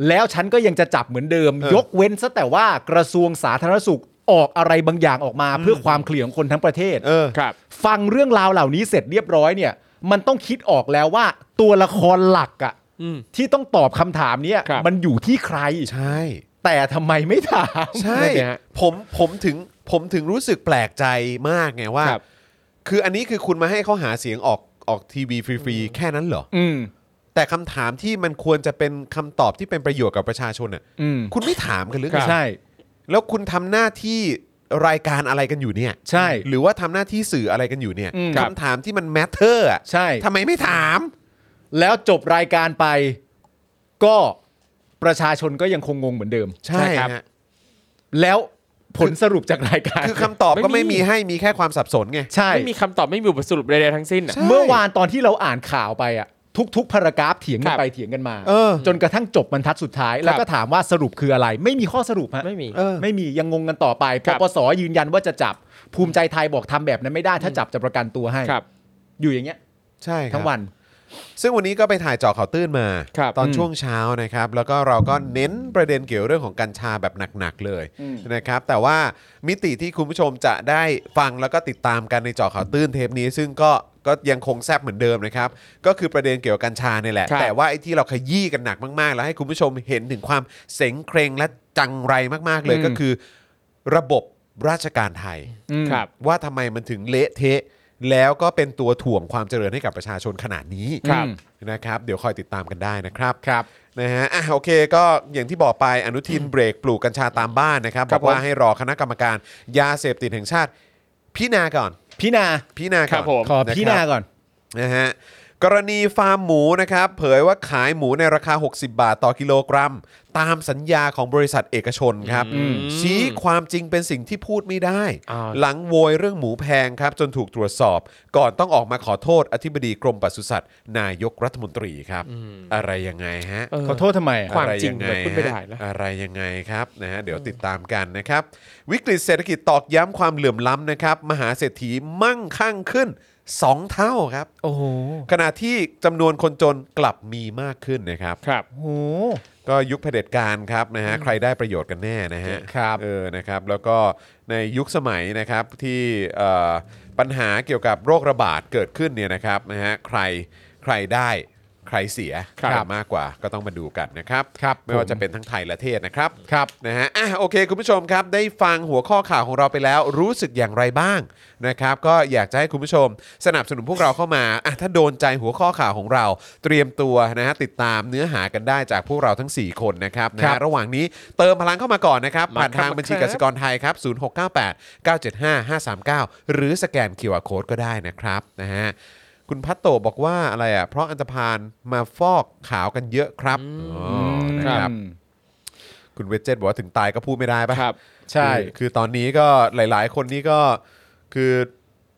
Speaker 3: แล้วฉันก็ยังจะจับเหมือนเดิม
Speaker 2: เออ
Speaker 3: ยกเว้นซะแต่ว่ากระทรวงสาธารณสุขออกอะไรบางอย่างออกมาเพื่อความเคลียร์ของคนทั้งประเทศ
Speaker 2: เออ
Speaker 4: ครับ
Speaker 3: ฟังเรื่องราวเหล่านี้เสร็จเรียบร้อยเนี่ย มันต้องคิดออกแล้วว่าตัวละครหลักอะ
Speaker 4: อืม
Speaker 3: ที่ต้องตอบคำถามเนี่ย
Speaker 4: ครับ
Speaker 3: มันอยู่ที่ใคร
Speaker 2: ใช่
Speaker 3: แต่ทำไมไม่ถาม
Speaker 2: ใช่
Speaker 4: นั่นสิฮะ
Speaker 2: ผมผมถึงผมถึงรู้สึกแปลกใจมากไงว่า
Speaker 4: ครับ
Speaker 2: คืออันนี้คือคุณมาให้เขาหาเสียงออกออกทีวีฟรีๆแค่นั้นเหรอ
Speaker 3: อืม
Speaker 2: แต่คำถามที่มันควรจะเป็นคำตอบที่เป็นประโยชน์กับประชาชนน่ะ
Speaker 3: อืม
Speaker 2: คุณไม่ถามกันหรือไง
Speaker 3: ใช่
Speaker 2: แล้วคุณทำหน้าที่รายการอะไรกันอยู่เนี่ย
Speaker 3: ใช่
Speaker 2: หรือว่าทำหน้าที่สื่ออะไรกันอยู่เนี่ย
Speaker 3: อืม
Speaker 2: คำถามที่มันแมทเทอร์อ่ะ
Speaker 3: ใช่
Speaker 2: ทำไมไม่ถาม
Speaker 3: แล้วจบรายการไป ก็ประชาชนก็ยังคงงงเหมือนเดิม
Speaker 2: ใช่ครับ
Speaker 3: แล้วผลสรุปจากรายการ
Speaker 2: คือคำตอบก็
Speaker 4: ไม่
Speaker 2: ไม่
Speaker 4: มี
Speaker 2: มีให้มีแค่ความสับสนไง
Speaker 3: ใช่
Speaker 4: ไม่มีคำตอบไม่มีบทสรุปใดๆทั้งสิ้นอะ
Speaker 2: ใช่
Speaker 3: เมื่อวานตอนที่เราอ่านข่าวไปอ่ะ ทุก ๆ พารากราฟเถียง
Speaker 4: คน
Speaker 3: กั
Speaker 4: รับ
Speaker 3: ไปเถียงกันมา
Speaker 2: เออ
Speaker 3: จนกระทั่งจบบรรทัดสุดท้าย แล้วก็ถามว่าสรุปคืออะไร ไม่มีข้อสรุปฮะ
Speaker 4: ไม่มี
Speaker 2: เออ
Speaker 3: ไม่มียังงงกันต่อไป
Speaker 4: ค
Speaker 3: ป
Speaker 4: รับ
Speaker 3: ปสยืนยันว่าจะจับภูมิใจไทยบอกทำแบบนั้นไม่ได้ ถ้าจับจะประกันตัวให้
Speaker 4: ครับ
Speaker 3: อยู่อย่างเงี้ย
Speaker 2: ใช่ครับ
Speaker 3: ทั้งวัน
Speaker 2: ซึ่งวันนี้ก็ไปถ่ายเจาะข่าวตื้นมา
Speaker 4: ครับ
Speaker 2: ตอน
Speaker 3: อืม
Speaker 2: ช่วงเช้านะครับ แล้วก็เราก็เน้นประเด็นเกี่ยวเรื่องของกัญชาแบบหนัก ๆ เลย
Speaker 3: อืม
Speaker 2: นะครับ แต่ว่ามิติที่คุณผู้ชมจะได้ฟังแล้วก็ติดตามกันในเจาะข่าวตื้นเทปนี้ ซึ่งก็ก็ยังคงแซบเหมือนเดิมนะครับ ก็คือประเด็นเกี่ยวกับกัญชาเนี่ยแหละ
Speaker 4: ครับ
Speaker 2: แต่ว่าไอ้ที่เราขยี้กันหนักมากๆ แล้วให้คุณผู้ชมเห็นถึงความเสงเครงและจังไรมากๆเลยก็คือ ระบบราชการไทย
Speaker 3: อืม
Speaker 4: ครับ
Speaker 2: ว่าทำไมมันถึงเละเทะ แล้วก็เป็นตัวถ่วงความเจริญให้กับประชาชนขนาดนี้
Speaker 4: ครับ
Speaker 2: นะครับ เดี๋ยวคอยติดตามกันได้นะครับ
Speaker 3: ครับ
Speaker 2: นะฮะอ่ะโอเคก็อย่างที่บอกไปอนุทินเบรกปลูกกัญชาตามบ้านนะครับ
Speaker 4: ครับ บ
Speaker 2: อกว่า
Speaker 4: ผม
Speaker 2: ให้รอคณะกรรมการยาเสพติดแห่งชาติ พิจารณาก่อน
Speaker 3: พี่นา
Speaker 2: พิจารณา
Speaker 4: ค
Speaker 2: ก่
Speaker 4: รั
Speaker 2: อบ น
Speaker 4: ผม
Speaker 3: ขอพี่
Speaker 2: ะค
Speaker 3: นา
Speaker 2: รับ
Speaker 3: ก่อน
Speaker 2: นะฮะกรณีฟาร์มหมูนะครับ เผยว่าขายหมูในราคา 60 บาทต่อกิโลกรัม ตามสัญญาของบริษัทเอกชนครับ
Speaker 4: อืม
Speaker 2: ชี้ความจริงเป็นสิ่งที่พูดไม่ได้
Speaker 4: อ่า
Speaker 2: หลังโวยเรื่องหมูแพงครับ จนถูกตรวจสอบ ก่อนต้องออกมาขอโทษอธิบดีกรมปศุสัตว์ นายกรัฐมนตรีครับ อะไรยังไงฮะ
Speaker 4: เออ
Speaker 3: ขอโทษทำไมอะ
Speaker 4: ความ
Speaker 2: อะ
Speaker 4: จริง
Speaker 2: ยั
Speaker 4: มันพูดไม่ได้นะ
Speaker 2: ฮอะไรยังไงครับนะฮะเดี๋ยวติดตามกันนะครับ วิกฤตเศรษฐกิจตอกย้ำความเหลื่อมล้ำนะครับ มหาเศรษฐีมั่งคั่งขึ้น 2 เท่าครับ
Speaker 4: โอ้โห
Speaker 2: ขณะที่จำนวนคนจนกลับมีมากขึ้นนะครับ
Speaker 4: ครับ
Speaker 3: โอ้โห
Speaker 2: ก็ยุคเผด็จการครับนะฮะใครได้ประโยชน์กันแน่นะฮะ
Speaker 3: ครับ
Speaker 2: เออนะครับแล้วก็ในยุคสมัยนะครับที่เอ่อปัญหาเกี่ยวกับโรคระบาดเกิดขึ้นเนี่ยนะครับนะฮะใครใครได้ใครเสีย
Speaker 3: ครับ
Speaker 2: ใมากกว่าก็ต้องมาดูกันนะครับ
Speaker 3: ครับ
Speaker 2: ไม่ว่า
Speaker 3: ผม
Speaker 2: จะเป็นทั้งไทยและเทศนะครับ
Speaker 3: ครับ
Speaker 2: นะฮะ อ่ะ โอเค คุณผู้ชมครับ ได้ฟังหัวข้อข่าวของเราไปแล้ว รู้สึกอย่างไรบ้างนะครับ ก็อยากจะให้คุณผู้ชม สนับสนุนพวกเราเข้ามา อ่ะ ถ้าโดนใจหัวข้อข่าวของเรา เตรียมตัวนะฮะ ติดตามเนื้อหากันได้จากพวกเราทั้ง 4 คนนะครับนะ
Speaker 3: ครั
Speaker 2: ฮะ
Speaker 3: บ
Speaker 2: ระหว่างนี้เติมพลังเข้ามาก่อนนะครับ ผ่านทาง
Speaker 4: มาครับ
Speaker 2: บัญชีกสิกรไทยครับ 0698 975 539 หรือสแกน QR Code ก็ได้นะครับ นะฮะ คุณพัตโตบอกว่าอะไรอ่ะ เพราะอันธพาลมาฟอกขาวกันเยอะครับอ๋อนะครับ
Speaker 3: อืม
Speaker 2: คุณเวจเจตบอกว่าถึงตายก็พูดไม่ได้ปะ
Speaker 4: ครับ
Speaker 3: ใช่
Speaker 2: คือคือตอนนี้ก็หลาย ๆ คนนี่ก็คือ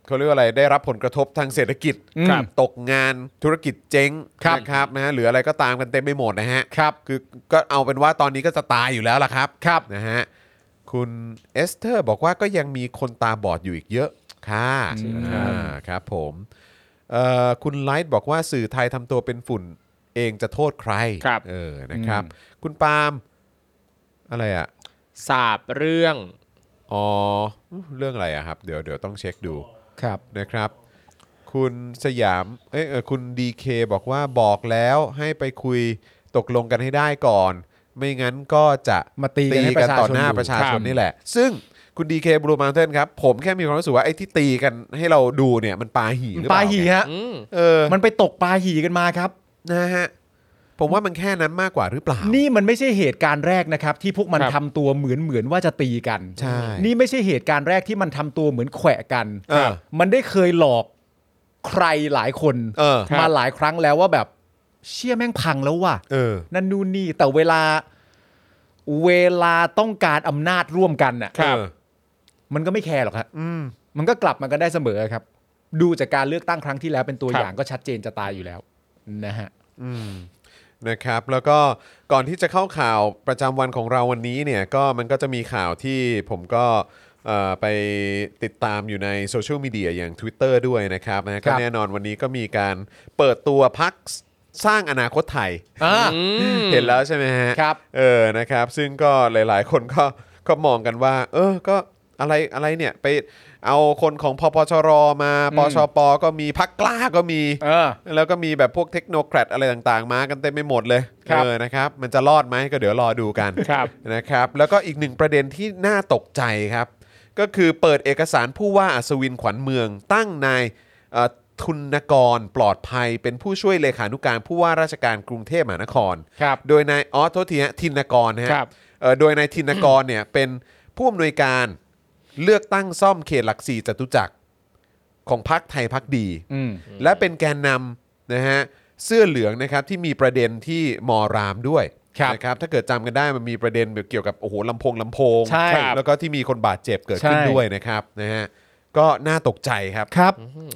Speaker 2: เขาเรียกว่าอะไรได้รับผลกระทบทางเศรษฐกิจ
Speaker 3: ครับ
Speaker 2: ตกงานธุรกิจเจ๊ง
Speaker 3: ครับ
Speaker 2: นะครับนะฮะหรืออะไรก็ตามกันเต็มไปหมดนะฮะ
Speaker 3: ครับ
Speaker 2: คือก็เอาเป็นว่าตอนนี้ก็จะตายอยู่แล้วล่ะครับครับนะฮะคุณเอสเธอร์บอกว่าก็ยังมีคนตาบอดอยู่อีกเยอะค่ะอ่าครับผมเอ่อคุณไลท์บอกว่าสื่อไทยทำตัวเป็นฝุ่นเองจะโทษใคร
Speaker 4: ครับ
Speaker 2: เออนะครับ คุณปาล์มอะไรอ่ะ
Speaker 4: สาบเรื่อง
Speaker 2: อ๋อเรื่องอะไรอะครับ เดี๋ยวเดี๋ยวต้องเช็คดู
Speaker 3: ครับ
Speaker 2: นะครับ คุณสยามเอยเออคุณดีเคบอกว่าบอกแล้วให้ไปคุยตกลงกันให้ได้ก่อน ไม่งั้นก็จะ
Speaker 3: มาตีกันให้ประชาชน
Speaker 2: ต่อหน้า
Speaker 3: ดู
Speaker 2: ประชาชนนี่แหละ ซึ่งคุณดีเคบลูมาเทนครับ ผมแค่มีความรู้สึกว่าไอ้ที่ตีกันให้เราดูเนี่ยมันปาหีหรือเป
Speaker 3: ปา
Speaker 2: ล่า
Speaker 3: หี
Speaker 2: เนี่ย
Speaker 3: ฮะ
Speaker 4: อืม
Speaker 2: เออ
Speaker 3: มันไปตกปาหีกันมาครับ
Speaker 2: นะฮะผมว่ามันแค่นั้นมากกว่าหรือเปล่า
Speaker 3: นี่มันไม่ใช่เหตุการณ์แรกนะครับ ที่พวกมัน
Speaker 4: ครับ
Speaker 3: ทำตัวเหมือนเหมือนว่าจะตีกัน
Speaker 2: ใช่
Speaker 3: นี่ไม่ใช่เหตุการณ์แรกที่มันทำตัวเหมือนแขวะกัน
Speaker 2: เออ
Speaker 3: มันได้เคยหลอกใครหลายคน
Speaker 2: เออครับ
Speaker 3: มาหลายครั้งแล้วว่าแบบ เชี่ยแม่งพังแล้วว่ะ
Speaker 2: เออ
Speaker 3: นั่นนู่นนี่แต่เวลาเวลาต้องการอำนาจร่วมกันน่ะ
Speaker 4: ครับ
Speaker 3: มันก็ไม่แคร์หรอกครับมันก็กลับมากันได้เสมอครับ ดูจากการเลือกตั้งครั้งที่แล้วเป็นตัว
Speaker 4: ครับ
Speaker 3: อย่างก็ชัดเจนจะตายอยู่แล้วนะฮะ
Speaker 2: นะครับแล้วก็ก่อนที่จะเข้าข่าวประจำวันของเราวันนี้เนี่ยก็มันก็จะมีข่าวที่ผมก็เอ่อไปติดตามอยู่ในโซเชียลมีเดียอย่าง Twitter ด้วยนะครับนะก็แน่นอนวันนี้ก็มีการเปิดตัวพักสร้างอนาคตไทย เห็นแล้วใช่ไหมฮะ
Speaker 3: ครับ
Speaker 2: เออนะครับ ซึ่งก็หลาย ๆ คนก็ก็มองกันว่า เออก็อะไรอะไรเนี่ยไปเอาคนของพปชรมาปชปก็มีพักกล้าก็มี
Speaker 3: เออ
Speaker 2: แล้วก็มีแบบพวกเทคโนแครดอะไรต่างๆ มากันเต็มไปหมดเลย
Speaker 3: ครับ
Speaker 2: เออนะครับ มันจะรอดไหมก็เดี๋ยวรอดูกัน
Speaker 4: ครับ
Speaker 2: นะครับ แล้วก็อีกหนึ่งประเด็นที่น่าตกใจครับ ก็คือเปิดเอกสารผู้ว่าอัศวินขวัญเมือง ตั้งนายเอ่อทุนกรปลอดภัย เป็นผู้ช่วยเลขานุการผู้ว่าราชการกรุงเทพมหานคร
Speaker 4: ครับ
Speaker 2: โดยนายอ๋อโทษทีฮะทินกรนะฮะ
Speaker 4: ครับ
Speaker 2: เอ่อโดยนายทินกรเนี่ยเป็นผู้อำนวยการเลือกตั้งซ่อมเขตหลักสี่จตุจักรของพักไทยพักดี
Speaker 3: อืม
Speaker 2: และเป็นแกนนำนะฮะเสื้อเหลืองนะครับที่มีประเด็นที่มอรามด้วย
Speaker 3: ครับ
Speaker 2: นะครับถ้าเกิดจำกันได้มันมีประเด็นเกี่ยวกับโอ้โหลำโพงลำโพง
Speaker 3: ใช่
Speaker 2: ครับแล้วก็ที่มีคนบาดเจ็บเกิดขึ้น
Speaker 3: ใช่
Speaker 2: ด้วยนะครับนะฮะก็น่าตกใจครับ
Speaker 3: ครับ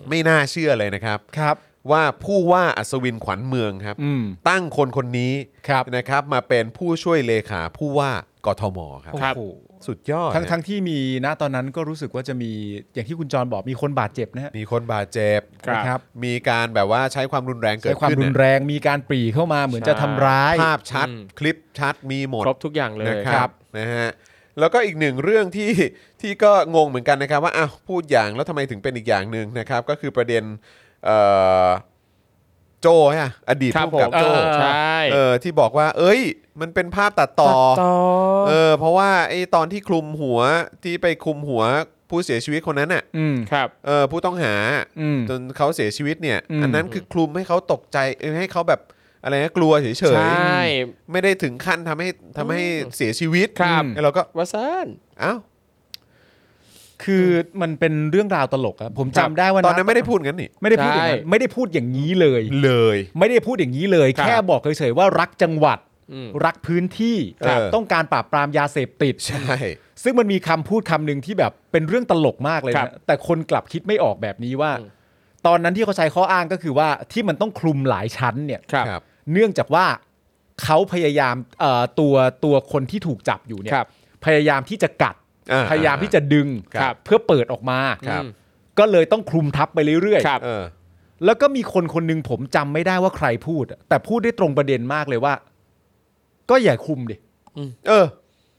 Speaker 2: ไม่น่าเชื่อเลยนะครับ
Speaker 3: ครับ
Speaker 2: ว่าผู้ว่าอัศวินขวัญเมืองครับ
Speaker 3: อืม
Speaker 2: ตั้งคนคนนี้
Speaker 3: ครับ
Speaker 2: นะครับมาเป็นผู้ช่วยเลขาผู้ว่ากทมครับ
Speaker 4: ครับ
Speaker 3: โอ้โห
Speaker 2: สุดยอด
Speaker 3: ทั้งทั้งที่มีนะตอนนั้นก็รู้สึกว่าจะมีอย่างที่คุณจรบอกมีคนบาดเจ็บนะฮะ
Speaker 2: มีคนบาดเจ็บ
Speaker 4: ครับ
Speaker 3: นะครับ
Speaker 2: มีการแบบว่าใช้ความรุนแรงเกิ
Speaker 3: ใช้
Speaker 2: ด
Speaker 3: ความ
Speaker 2: ขึ้น
Speaker 3: รุ
Speaker 2: เนี่ย
Speaker 3: นแรงมีการปรีเข้ามาเหมือนจะทำร้าย
Speaker 2: ภาพชัด
Speaker 4: อืม
Speaker 2: คลิปชัดมีหมด
Speaker 4: ครบทุกอย่างเลย
Speaker 2: นะครับนะฮะแล้วก็อีกหนึ่งเรื่องที่ ที่ก็งงเหมือนกันนะครับ ว่าอ้าวพูดอย่างแล้วทำไมถึงเป็นอีกอย่างหนึ่งนะครับ ก็คือประเด็นเอ่อโจ้ฮะอดีต
Speaker 4: ครับ
Speaker 2: ผู้กำกับ
Speaker 4: ผม
Speaker 2: โจ้
Speaker 4: เออใช่
Speaker 2: เออที่บอกว่า เอ้ย มันเป็นภาพตัดต่อ
Speaker 4: ต่อ
Speaker 2: เออเพราะว่าไอ้ตอนที่คลุมหัวที่ไปคลุมหัวผู้เสียชีวิตคนนั้นน่ะ
Speaker 3: อืม
Speaker 4: ครับ
Speaker 2: เออผู้ต้องหา
Speaker 3: อืม
Speaker 2: จนเขาเสียชีวิตเนี่ย
Speaker 3: อืม
Speaker 2: อันนั้นคือคลุมให้เขาตกใจเออให้เขาแบบอะไรนะกลัวเฉ
Speaker 4: ใช
Speaker 2: ย่ ๆไม่ได้ถึงขั้นทำให้ทำให้เสียชีวิต
Speaker 4: ครับ
Speaker 2: แล้วเราก็
Speaker 4: วัสซัน
Speaker 2: อ้าว
Speaker 3: คือมันเป็นเรื่องราวตลกครับผมจำได้ว่า
Speaker 2: ตอนนั้นไม่ได้พูดงั้นนี่
Speaker 3: ไม่ได้พูดอย่างนั้
Speaker 4: ใช่
Speaker 3: นไม่ได้พูดอย่างนี้เลย
Speaker 2: เลย
Speaker 3: ไม่ได้พูดอย่างนี้เลย
Speaker 4: ครับ
Speaker 3: แค่บอกเฉยๆว่ารักจังหวัด
Speaker 4: อืม
Speaker 3: รักพื้นที่
Speaker 2: ครับ
Speaker 3: ต้องการปราบปรามยาเสพติด
Speaker 2: ใช่
Speaker 3: ซึ่งมันมีคำพูดคำหนึ่งที่แบบเป็นเรื่องตลกมากเลย
Speaker 4: ครั
Speaker 3: นะ
Speaker 4: บ
Speaker 3: แต่คนกลับคิดไม่ออกแบบนี้ว่า ตอนนั้นที่เขาใช้ข้ออ้างก็คือว่าที่มันต้องคลุมหลายชั้นเนี่ย
Speaker 4: ครับ
Speaker 2: ครับ
Speaker 3: เนื่องจากว่าเขาพยายามเอ่อตัวตัวคนที่ถูกจับอยู่เนี่ย
Speaker 4: ครับ
Speaker 3: พยายามที่จะกัด
Speaker 2: อ่า
Speaker 3: พยายามที่จะดึง
Speaker 4: ครับ
Speaker 3: เพื่อเปิดออกมา
Speaker 4: ครับ
Speaker 3: ก็เลยต้องคลุมทับไปเรื่อย
Speaker 4: ครับ
Speaker 2: เออ
Speaker 3: ๆแล้วก็มีคนคนหนึ่งผมจำไม่ได้ว่าใครพูดอะแต่พูดได้ตรงประเด็นมากเลยว่า ก็อย่าคลุมดิ
Speaker 2: เออ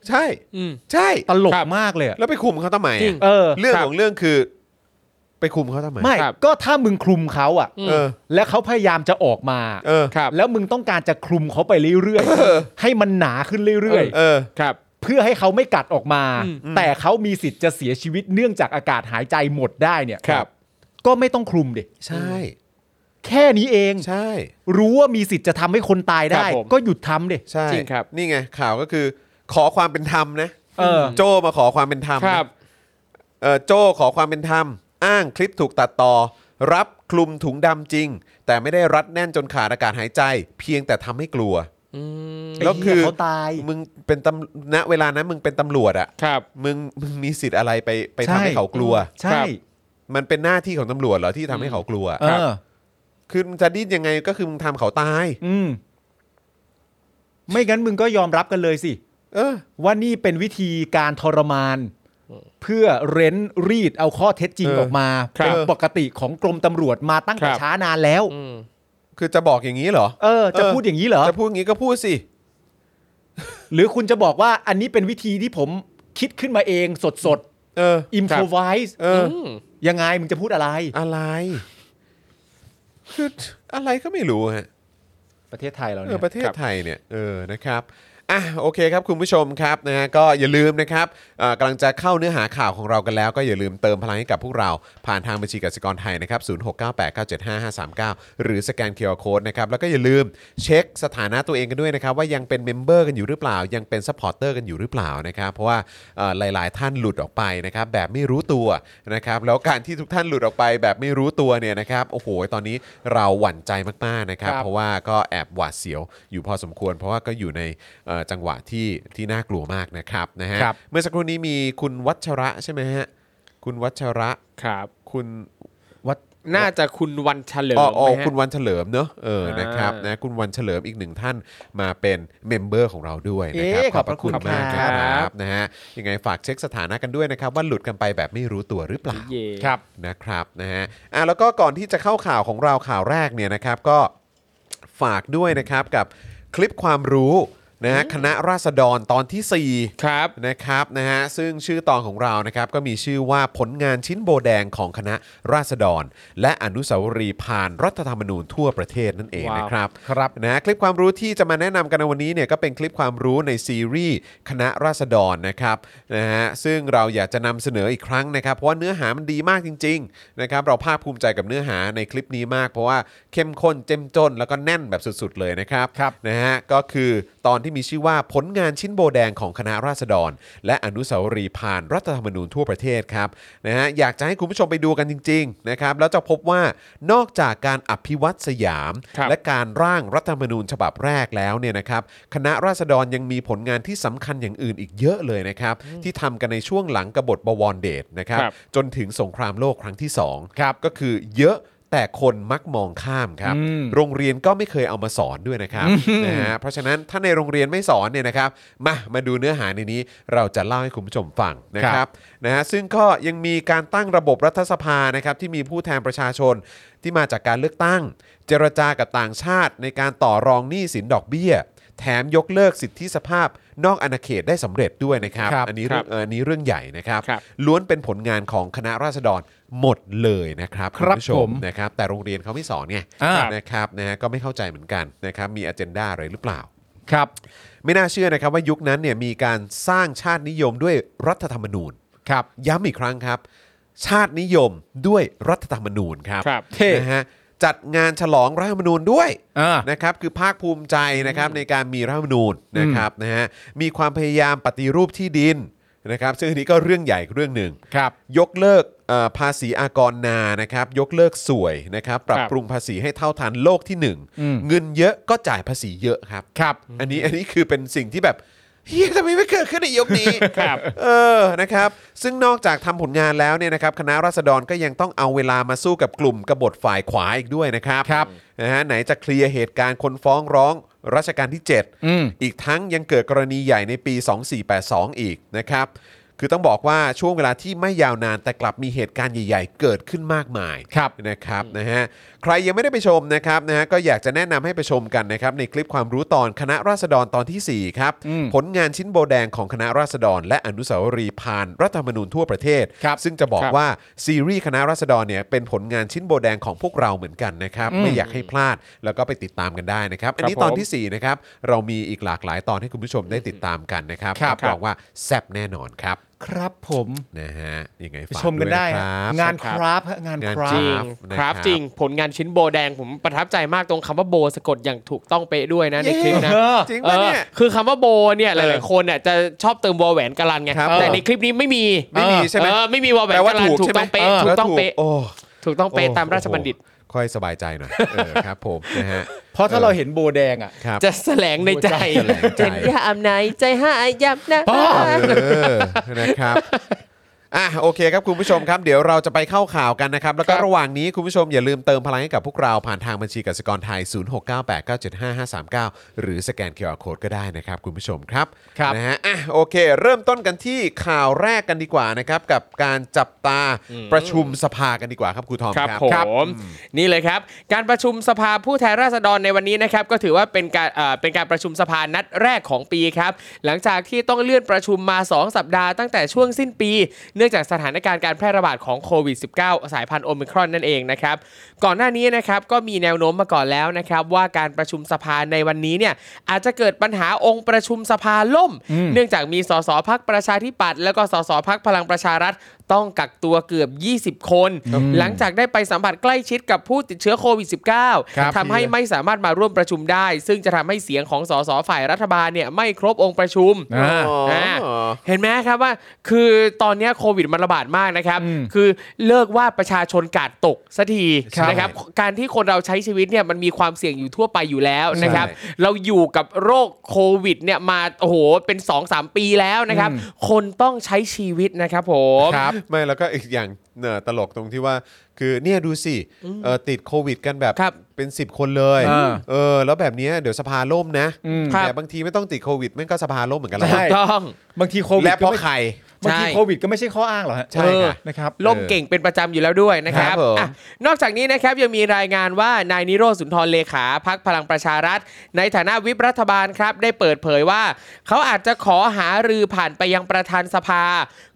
Speaker 2: ใช่
Speaker 4: อืม
Speaker 2: ใช่
Speaker 3: ตลก
Speaker 4: ครับ
Speaker 3: มากเลยอะ
Speaker 2: แล้วไปคุมเขาทำไมอะ
Speaker 4: จริง
Speaker 3: เออ
Speaker 2: เรื่อง
Speaker 4: ครับ
Speaker 2: ของเรื่องคือ ไปคุมเขาทำไม
Speaker 3: ไม่
Speaker 4: ครับ
Speaker 3: ก็ถ้ามึงคลุมเขาอ่ะ
Speaker 2: เออ
Speaker 3: แล้วเขาพยายามจะออกมา
Speaker 2: เออ
Speaker 4: ครับ
Speaker 3: แล้วมึงต้องการจะคลุมเขาไปเรื่อยๆ ให้มันหนาขึ้นเรื่อย
Speaker 2: เออ
Speaker 4: ครับ
Speaker 3: ๆ เพื่อให้เขาไม่กัดออกมา
Speaker 4: อืมอืม
Speaker 3: แต่เขามีสิทธิ์จะเสียชีวิตเนื่องจากอากาศหายใจหมดได้เนี่ย
Speaker 4: ครับ
Speaker 3: ก็ไม่ต้องคลุมดิ
Speaker 2: ใช่
Speaker 3: แค่นี้เอง
Speaker 2: ใช่
Speaker 3: รู้ว่ามีสิทธิ์จะทำให้คนตาย
Speaker 4: ค
Speaker 3: ได้
Speaker 4: รับผม
Speaker 3: ก็หยุดทำดิ
Speaker 2: ใช่
Speaker 4: จริงครับ
Speaker 2: นี่ไง ข่าวก็คือ ขอความเป็นธรรมนะ
Speaker 3: เออ
Speaker 2: โจมาขอความเป็นธรรม
Speaker 4: ค
Speaker 2: นะ
Speaker 4: รับ
Speaker 2: เออโจขอความเป็นธรรม อ้างคลิปถูกตัดต่อ รับคลุมถุงดำจริง แต่ไม่ได้รัดแน่นจนขาดอากาศหายใจ เพียงแต่ทำให้กลัว
Speaker 6: 嗯
Speaker 2: แล้วคือ
Speaker 3: เขาตาย
Speaker 2: มึงเป็นตำณเวลานั้นมึงเป็นตำรวจอะ
Speaker 4: ครับ
Speaker 2: มึงมึงมีสิทธิ์อะไรไปไป
Speaker 3: ใช่
Speaker 2: ทำให้เขากลัว
Speaker 3: ใช่
Speaker 2: มันเป็นหน้าที่ของตำรวจเหรอที่ทำให้เขากลัว
Speaker 3: เออ
Speaker 2: คือมึงจะดิ้นยังไงก็คือมึงทำเขาตาย
Speaker 3: อืม ไม่งั้นมึงก็ยอมรับกันเลยสิ
Speaker 2: เออ
Speaker 3: ว่านี่เป็นวิธีการทรมาน เพื่อเร้นรีดเอาข้อเท็จจริง
Speaker 2: เออ
Speaker 3: ออกมา
Speaker 4: ครับ
Speaker 3: เป็นปกติของกรมตำรวจมาตั้งแต่
Speaker 4: ครับ
Speaker 3: ช้านานแล้ว
Speaker 4: อืม
Speaker 2: คือจะบอกอย่างนี้เหรอ
Speaker 3: เออ จะ
Speaker 2: เออ
Speaker 3: พูดอย่างนี้เหรอ
Speaker 2: จะพูดอย่างนี้ก็พูดสิ
Speaker 3: หรือคุณจะบอกว่าอันนี้เป็นวิธีที่ผมคิดขึ้นมาเองสดสด
Speaker 2: เออ
Speaker 3: อิมโฟไวส์
Speaker 2: เออ
Speaker 3: ยังไงมึงจะพูดอะไร
Speaker 2: อะไร คืออะไรก็ไม่รู้ฮะ
Speaker 3: ประเทศไทยเรา
Speaker 2: เอ
Speaker 3: เนี่
Speaker 2: อย ประเทศ
Speaker 4: ครับ
Speaker 2: ไทยเนี่ยเออนะครับอ่ะโอเคครับคุณผู้ชมครับนะฮะก็อย่าลืมนะครับเอ่อกำลังจะเข้าเนื้อหาข่าวของเรากันแล้ว ก็อย่าลืมเติมพลังให้กับพวกเราผ่านทางบัญชีกสิกรไทยนะครับศูนย์หกเหรือสแกนเคอร์โคดนะครับแล้วก็อย่าลืมเช็คสถานะตัวเองกันด้วยนะครับว่ายังเป็นเมมเบอร์กันอยู่หรือเปล่า ยังเป็นซัพพอร์เตอร์กันอยู่หรือเปล่านะครับเพราะว่าเอ่อหลาย ๆ ท่านหลุดออกไปนะครับแบบไม่รู้ตัวนะครับแล้วการที่ทุกท่านหลุดออกไปแบบไม่รู้ตัวเนี่ยนะครับโอ้โหตอนนี้เราหวั่นใจมากๆนะครับ
Speaker 4: ครับ
Speaker 2: เพราะว่า ว่าก็แอบหวาดเสียวอยู่พอสมควร เพราะว่าก็อยู่ในเอ่อจังหวะที่ที่น่ากลัวมากนะครับนะฮะ
Speaker 3: ครับ
Speaker 2: เมื่อสักครู่นี้มีคุณวัชระใช่ไหมฮะคุณวัชระ
Speaker 4: ครับ
Speaker 2: คุณ
Speaker 3: วัด
Speaker 4: น่าจะคุณวันเฉลิม
Speaker 2: อ๋ออ๋อ
Speaker 4: ไหมฮะ
Speaker 2: คุณวันเฉลิมเนอะเออ
Speaker 4: อ่าน
Speaker 2: นะครับนะคุณวันเฉลิมอีกหนึ่งท่านมาเป็นเมมเบอร์ของเราด้วยนะ
Speaker 3: เอ๊
Speaker 2: ครับ
Speaker 3: ะขอบพระคุณ
Speaker 2: มาก
Speaker 3: ค
Speaker 2: ค
Speaker 3: รั
Speaker 2: รับ บนะฮะยังไงฝากเช็คสถานะกันด้วยนะครับว่าหลุดกันไปแบบไม่รู้ตัวหรือเปล่า
Speaker 4: เย่
Speaker 3: ครับ
Speaker 2: นะครับนะฮะอ่ะแล้วก็ก่อนที่จะเข้าข่าวของเราข่าวแรกเนี่ยนะครับก็ฝากด้วยนะครับกับคลิปความรู้นะฮะคณะราษฎรตอนที่ 4
Speaker 4: ครับ
Speaker 2: นะครับนะฮะซึ่งชื่อตอนของเรานะครับก็มีชื่อว่าผลงานชิ้นโบแดงของคณะราษฎร และอนุสาวรีย์ผ่านรัฐธรรมนูญทั่วประเทศนั่นเอง
Speaker 4: ว้าว
Speaker 2: นะครับ
Speaker 3: ครับ
Speaker 2: นะคลิปความรู้ที่จะมาแนะนำกันในวันนี้เนี่ยก็เป็นคลิปความรู้ในซีรีส์คณะราษฎรนะครับนะฮะซึ่งเราอยากจะนำเสนออีกครั้งนะครับ เพราะว่าเนื้อหามันดีมากจริงๆนะครับเราภาคภูมิใจกับเนื้อหาในคลิปนี้มาก เพราะว่าเข้มข้นเจ้มจนแล้วก็แน่นแบบสุดๆเลยนะครับ
Speaker 3: ครับ
Speaker 2: นะฮะก็คือตอนที่มีชื่อว่าผลงานชิ้นโบแดงของคณะราษฎร และอนุสาวรีย์ผ่านรัฐธรรมนูญทั่วประเทศครับนะฮะอยากจะให้คุณผู้ชมไปดูกันจริงๆนะครับแล้วจะพบว่านอกจากการอภิวัตสยาม
Speaker 4: ครับ
Speaker 2: และ การร่างรัฐธรรมนูญฉบับแรกแล้วเนี่ยนะครับคณะราษฎรยังมีผลงานที่สำคัญอย่างอื่นอีกเยอะเลยนะครับ ที่ทำกันในช่วงหลังกบฏบวรเดชนะครับ
Speaker 4: ครับ
Speaker 2: จนถึงสงครามโลกครั้งที่สอง
Speaker 3: ครับ
Speaker 2: ก็คือเยอะแต่คนมักมองข้ามครับ
Speaker 3: อืม
Speaker 2: โรงเรียนก็ไม่เคยเอามาสอนด้วยนะครับนะฮะเพราะฉะนั้นถ้าในโรงเรียนไม่สอนเนี่ยนะครับมามาดูเนื้อหาในนี้เราจะเล่าให้คุณผู้ชมฟังนะครับนะฮะซึ่งก็ยังมีการตั้งระบบรัฐสภานะครับที่มีผู้แทนประชาชน ที่มาจากการเลือกตั้ง เจรจากับต่างชาติในการต่อรองหนี้สินดอกเบี้ย แถมยกเลิกสิทธิสภาพนอกอาณาเขตได้สำเร็จด้วยนะครับ
Speaker 3: ครับ
Speaker 2: อันนี้เรื่องเอ่ออันนี้เรื่องใหญ่นะครับ
Speaker 4: ครับ
Speaker 2: ล้วนเป็นผลงานของคณะราษฎรหมดเลยนะครับ
Speaker 3: ครั
Speaker 2: ณ
Speaker 3: บ
Speaker 2: ผู้ช
Speaker 3: ผม ม
Speaker 2: นะครับ แต่โรงเรียนเขาไม่สอนไง
Speaker 3: อ่า
Speaker 2: นะครับนะฮะก็ไม่เข้าใจเหมือนกันนะครับมีอ g e n d a อะไรหรือเปล่า
Speaker 3: ครับ
Speaker 2: ไม่น่าเชื่อนะครับว่ายุคนั้นเนี่ยมีการสร้างชาตินิยมด้วยรัฐธรรมนูญ
Speaker 3: ครับ
Speaker 2: ย้ำอีกครั้งครับ ชาตินิยมด้วยรัฐธรรมนูญครับ
Speaker 4: ครับ
Speaker 3: เท่
Speaker 2: นะฮะจัดงานฉลองรัฐธรรมนูญด้วย
Speaker 3: อ่า
Speaker 2: นะครับคือภาคภูมิใจนะครับในการมีรัฐธรรมนูญนะครับนะฮะมีความพยายามปฏิรูปที่ดินนะครับซึ่งอันนี้ก็เรื่องใหญ่เรื่องหนึ่ง
Speaker 3: ครับ
Speaker 2: ยกเลิกเอ่อภาษีอากรนานะครับยกเลิกสวยนะครับปรับ
Speaker 4: ครับ
Speaker 2: ปรุงภาษีให้เท่าทันโลกที่หนึ่ง
Speaker 3: อืม
Speaker 2: เงินเยอะก็จ่ายภาษีเยอะครับ
Speaker 3: ครับ
Speaker 2: อันนี้อันนี้คือเป็นสิ่งที่แบบเฮียทำไมไม่เกิดขึ้นในยุคนี้
Speaker 4: ครับ
Speaker 2: เออนะครับ ซึ่งนอกจากทำผลงานแล้วเนี่ยนะครับคณะราษฎรก็ยังต้องเอาเวลามาสู้กับกลุ่มกบฏฝ่ายขวาอีกด้วยนะครับ
Speaker 3: ครับ
Speaker 2: นะฮะไหนจะเคลียร์เหตุการณ์คนฟ้องร้องรัชกาลที่ 7
Speaker 3: อืม
Speaker 2: อีกทั้งยังเกิดกรณีใหญ่ในปี 2482 อีกนะครับ คือต้องบอกว่าช่วงเวลาที่ไม่ยาวนานแต่กลับมีเหตุการณ์ใหญ่ ๆ เกิดขึ้นมากมาย
Speaker 3: ครับ
Speaker 2: นะครับนะฮะใครยังไม่ได้ไปชมนะครับนะฮะก็อยากจะแนะนำให้ไปชมกันนะครับในคลิปความรู้ตอนคณะราษฎรตอนที่ 4 ครับ
Speaker 3: อืม
Speaker 2: ผลงานชิ้นโบแดงของคณะราษฎร และอนุสาวรีย์ผ่านรัฐธรรมนูญทั่วประเทศ
Speaker 3: ครับ
Speaker 2: ซึ่งจะบอก
Speaker 4: ครับ
Speaker 2: ว่าซีรีส์คณะราษฎรเนี่ยเป็นผลงานชิ้นโบแดงของพวกเราเหมือนกันนะครับไม่อยากให้พลาดแล้วก็ไปติดตามกันได้นะครับอันนี้ตอนที่ 4 นะครับ เรามีอีกหลากหลายตอนให้คุณผู้ชมได้ติดตามกันนะครับ
Speaker 3: ครับ
Speaker 2: รับรองว่าแซ่บแน่นอนครับ
Speaker 3: ครับผม
Speaker 2: นะฮะยังไง
Speaker 3: ไป
Speaker 2: ฝาก
Speaker 3: ชมกัน
Speaker 2: วย
Speaker 3: ได้
Speaker 2: คร
Speaker 3: ฮะ
Speaker 2: ับ
Speaker 3: งานคราฟต์ฮะงาน
Speaker 2: งาน
Speaker 3: ครา
Speaker 2: จ
Speaker 3: ฟ
Speaker 4: จ
Speaker 2: ง
Speaker 4: ริ
Speaker 3: ต์
Speaker 4: ง
Speaker 2: นะค
Speaker 4: ค
Speaker 2: รั
Speaker 4: รับ บจริงผลงานชิ้นโบแดงผมประทับใจมากตรงคำว่าโบสะกดอย่างถูกต้องเป๊ะด้วยนะในคลิปนะ
Speaker 3: เออ
Speaker 2: จริง
Speaker 4: เออ
Speaker 2: ปะเนี่ย
Speaker 4: คือคำว่าโบเนี่ยห
Speaker 2: เอ
Speaker 4: ลา
Speaker 2: อย
Speaker 4: ๆคนเนี่ยจะชอบเติมวอแหวนกะลันไง
Speaker 2: ครับ
Speaker 4: แต่
Speaker 2: ผม
Speaker 4: ในคลิปนี้ไม่มี
Speaker 2: ไม่มีใช่ไหม
Speaker 4: เออไม่มีวอแหวน
Speaker 2: แปลว่าก
Speaker 4: ะลัน
Speaker 2: ถูก
Speaker 4: ถูก
Speaker 2: ใช่ไหม
Speaker 4: ต้องเป๊ะ
Speaker 2: ออ
Speaker 4: ถูกต้องเป๊ะถูกต้องเป๊ะ
Speaker 2: แล้วโอ้
Speaker 4: ตามราชบัณฑิต
Speaker 2: โอ้โห ค่อยสบายใจหน่อยเออครับผมนะฮะ
Speaker 3: เพราะถ้าเราเห็นโบแดงอ่ะ
Speaker 2: ครับ
Speaker 4: จะแสลงในใจ
Speaker 2: แสลงใจ
Speaker 4: จะยามไหนใจห้ายยับนะ
Speaker 3: ป้อ
Speaker 2: เออนะครับอ่ะโอเคครับคุณผู้ชมครับ เดี๋ยวเราจะไปเข้าข่าวกันนะครับ แล้วก็ระหว่างนี้คุณผู้ชมอย่าลืมเติมพลังให้กับพวกเราผ่านทางบัญชีกสิกรไทย 0698975539 หรือสแกน QR Code ก็ได้นะครับ คุณผู้ชมครับ
Speaker 3: ครับ
Speaker 2: นะฮะอ่ะโอเค เริ่มต้นกันที่ข่าวแรกกันดีกว่านะครับ กับการจับตาประชุมสภากันดีกว่าครับครูทอม
Speaker 4: ครับ
Speaker 2: ครับ
Speaker 4: ผมนี่เลยครับ การประชุมสภาผู้แทนราษฎรในวันนี้นะครับ ก็ถือว่าเป็นการเอ่อเป็นการประชุมสภานัดแรกของปีครับ หลังจากที่ต้องเลื่อนประชุมมา 2 สัปดาห์ตั้งแต่ช่วงสิ้นปี เนื่องจากสถานการณ์การแพร่ระบาดของโควิด -19 สายพันธุ์โอมิครอนนั่นเองนะครับ ก่อนหน้านี้นะครับก็มีแนวโน้มมาก่อนแล้วนะครับ ว่าการประชุมสภาในวันนี้เนี่ยอาจจะเกิดปัญหาองค์ประชุมสภาล่ม เนื่องจากมีสสพักประชาธิปัตย์แล้วก็สสพักพลังประชารัฐ ต้องกักตัวเกือบ 20 คน หลังจากได้ไปสัมผัสใกล้ชิดกับผู้ติดเชื้อโควิด
Speaker 3: ครับ
Speaker 4: -19 ทำให้ไม่สามารถมาร่วมประชุมได้ ซึ่งจะทำให้เสียงของสสฝ่ายรัฐบาลเนี่ยไม่ครบองค์ประชุม
Speaker 3: อ่า
Speaker 4: อ่าเห็นไหมครับว่าคือตอนเนี้ยโควิดมันระบาดมากนะครับ คือเลิกว่าประชาชนกาดตกสักที
Speaker 2: ครับ
Speaker 4: นะครับ การที่คนเราใช้ชีวิตเนี่ยมันมีความเสี่ยงอยู่ทั่วไปอยู่แล้วนะครับ
Speaker 2: ใช่
Speaker 4: เราอยู่กับโรคโควิดเนี่ยมาโอ้โหเป็น 2-3 ปีแล้วนะครับ คนต้องใช้ชีวิตนะครับผม
Speaker 2: ครับไม่แล้วก็อีกอย่างเน่อตลกตรงที่ว่า คือเนี่ยดูสิเอ่อติดโควิดกันแบบ
Speaker 4: ครับ
Speaker 2: เป็น 10 คนเลย
Speaker 3: อ่า
Speaker 2: เออแล้วแบบเนี้ยเดี๋ยวสภาล่มนะ
Speaker 4: ครับ
Speaker 2: แต่บางทีไม่ต้องติดโควิดมันก็สภาล่มเหมือนกันแล้ว
Speaker 3: ใช่
Speaker 4: ต้อง
Speaker 3: บางทีโควิด
Speaker 2: และเพราะ
Speaker 3: ก็ไม่
Speaker 2: ใคร
Speaker 3: บางที
Speaker 4: ใช่
Speaker 3: โควิดก็ไม่ใช่ข้ออ้างหรอกฮะ
Speaker 2: ใช่ครับ
Speaker 3: นะครับ
Speaker 4: ล่มเก่งเป็นประจำอยู่แล้วด้วยนะครั
Speaker 2: ครับ บผม
Speaker 4: อ่ะนอกจากนี้นะครับยังมีรายงานว่านายนิโรธสุนทรเลขาพักพลังประชารัฐ ในฐานะวิปรัฐบาลครับ ได้เปิดเผยว่า เขาอาจจะขอหารือผ่านไปยังประธานสภา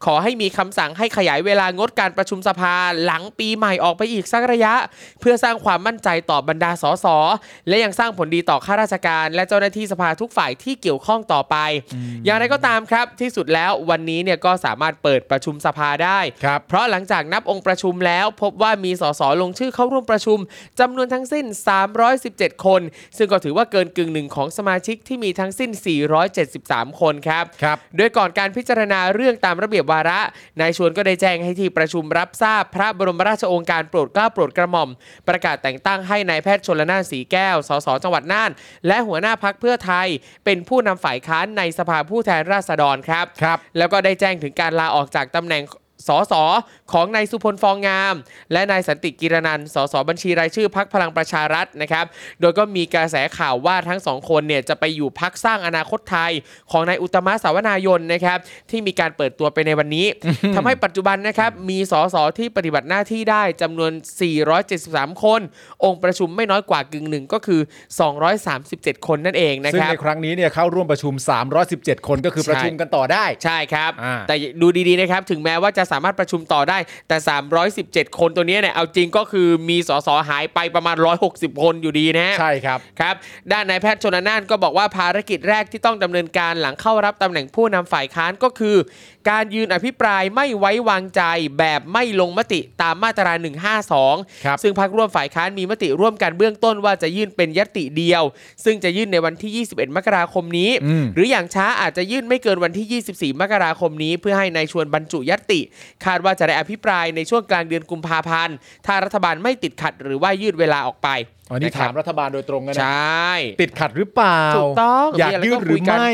Speaker 4: ขอให้มีคำสั่งให้ขยายเวลางดการประชุมสภาหลังปีใหม่ออกไปอีกสักระยะ เพื่อสร้างความมั่นใจต่อบรรดาสสและยังสร้างผลดีต่อข้าราชการ และเจ้าหน้าที่สภาทุกฝ่ายที่เกี่ยวข้องต่อไป อย่างไรก็ตามครับ ที่สุดแล้ววันนี้เนี่ยก็สามารถเปิดประชุมสภาได้
Speaker 3: ครับ
Speaker 4: เพราะหลังจากนับองค์ประชุมแล้วพบว่ามีสสลงชื่อเข้าร่วมประชุมจำนวนทั้งสิ้น 317 คน ซึ่งก็ถือว่าเกินกึ่งหนึ่งของสมาชิกที่มีทั้งสิ้น 473 คนครับ
Speaker 3: ครับ
Speaker 4: โดยก่อนการพิจารณาเรื่องตามระเบียบวาระ นายชวนก็ได้แจ้งให้ที่ประชุมรับทราบพระบรมราชโองการโปรดเกล้าโปรดกระหม่อม ประกาศแต่งตั้งให้นายแพทย์ชนละนานสีแก้ว สสจังหวัดน่าน และหัวหน้าพักเพื่อไทย เป็นผู้นำฝ่ายค้านในสภาผู้แทนราษฎรครับ
Speaker 3: ครับ
Speaker 4: แล้วก็ได้แจ้งถึงการลาออกจากตำแหน่งสสของนายสุพลฟองงาม และนายสันติกิรนันท์สสบัญชีรายชื่อพักพลังประชารัฐนะครับ โดยก็มีกระแสข่าวว่าทั้งสองคนเนี่ยจะไปอยู่พักสร้างอนาคตไทยของนายอุตตมะสาวนายนนะครับ ที่มีการเปิดตัวไปในวัน นี้ ทำให้ปัจจุบันนะครับ มีสสที่ปฏิบัติหน้าที่ได้จำนวน 473 คน องค์ประชุมไม่น้อยกว่ากึ่งหนึ่งก็คือ 237 คนนั่นเองนะ
Speaker 3: ซึ่
Speaker 4: ค
Speaker 3: ง
Speaker 4: รับ
Speaker 3: ในครั้งนี้เนี่ยเข้าร่วมประชุม 317 คนก็คือประชุมกันต่อได้
Speaker 4: ใช่ครับ
Speaker 3: อ่า
Speaker 4: แต่ดูดีๆนะครับ ถึงแม้ว่าจะสามารถประชุมต่อได้ แต่ 317 คนตัวเนี้ยเนี่ย เอาจริงก็คือมีสสหายไปประมาณ 160 คนอยู่ดีนะฮะ
Speaker 3: ใช่ครับ
Speaker 4: ครับ ด้านนายแพทย์ชนน่านก็บอกว่าภารกิจแรกที่ต้องดำเนินการหลังเข้ารับตำแหน่งผู้นำฝ่ายค้านก็คือ การยืนอภิปรายไม่ไว้วางใจแบบไม่ลงมติตามมาตรา
Speaker 3: ครับ
Speaker 4: 152 ซึ่งพักร่วมฝ่ายค้านมีมติร่วมกันเบื้องต้นว่าจะยื่นเป็นยติเดียว ซึ่งจะยื่นในวันที่ 21 มกราคมนี้ หรืออย่างช้าอาจจะยื่นไม่เกินวันที่ 24 มกราคมนี้ เพื่อให้ในายชวนบรรจุยติ คาดว่าจะได้อภิปรายในช่วงกลางเดือนกุมภาพันธ์ถ้ารัฐบาลไม่ติดขัดหรือว่ายืดเวลาออกไป
Speaker 3: อันนี้
Speaker 4: ะครับ
Speaker 3: ถามรัฐบาลโดยตรงกัน
Speaker 4: ใช
Speaker 3: นะ
Speaker 4: ่
Speaker 3: ติดขัดหรือเปล่า
Speaker 4: ถูกต้อง
Speaker 3: อยาก
Speaker 4: มีอะไร
Speaker 3: ยื
Speaker 4: ก็
Speaker 3: ดหรือ
Speaker 4: คุยกัน
Speaker 3: ไม่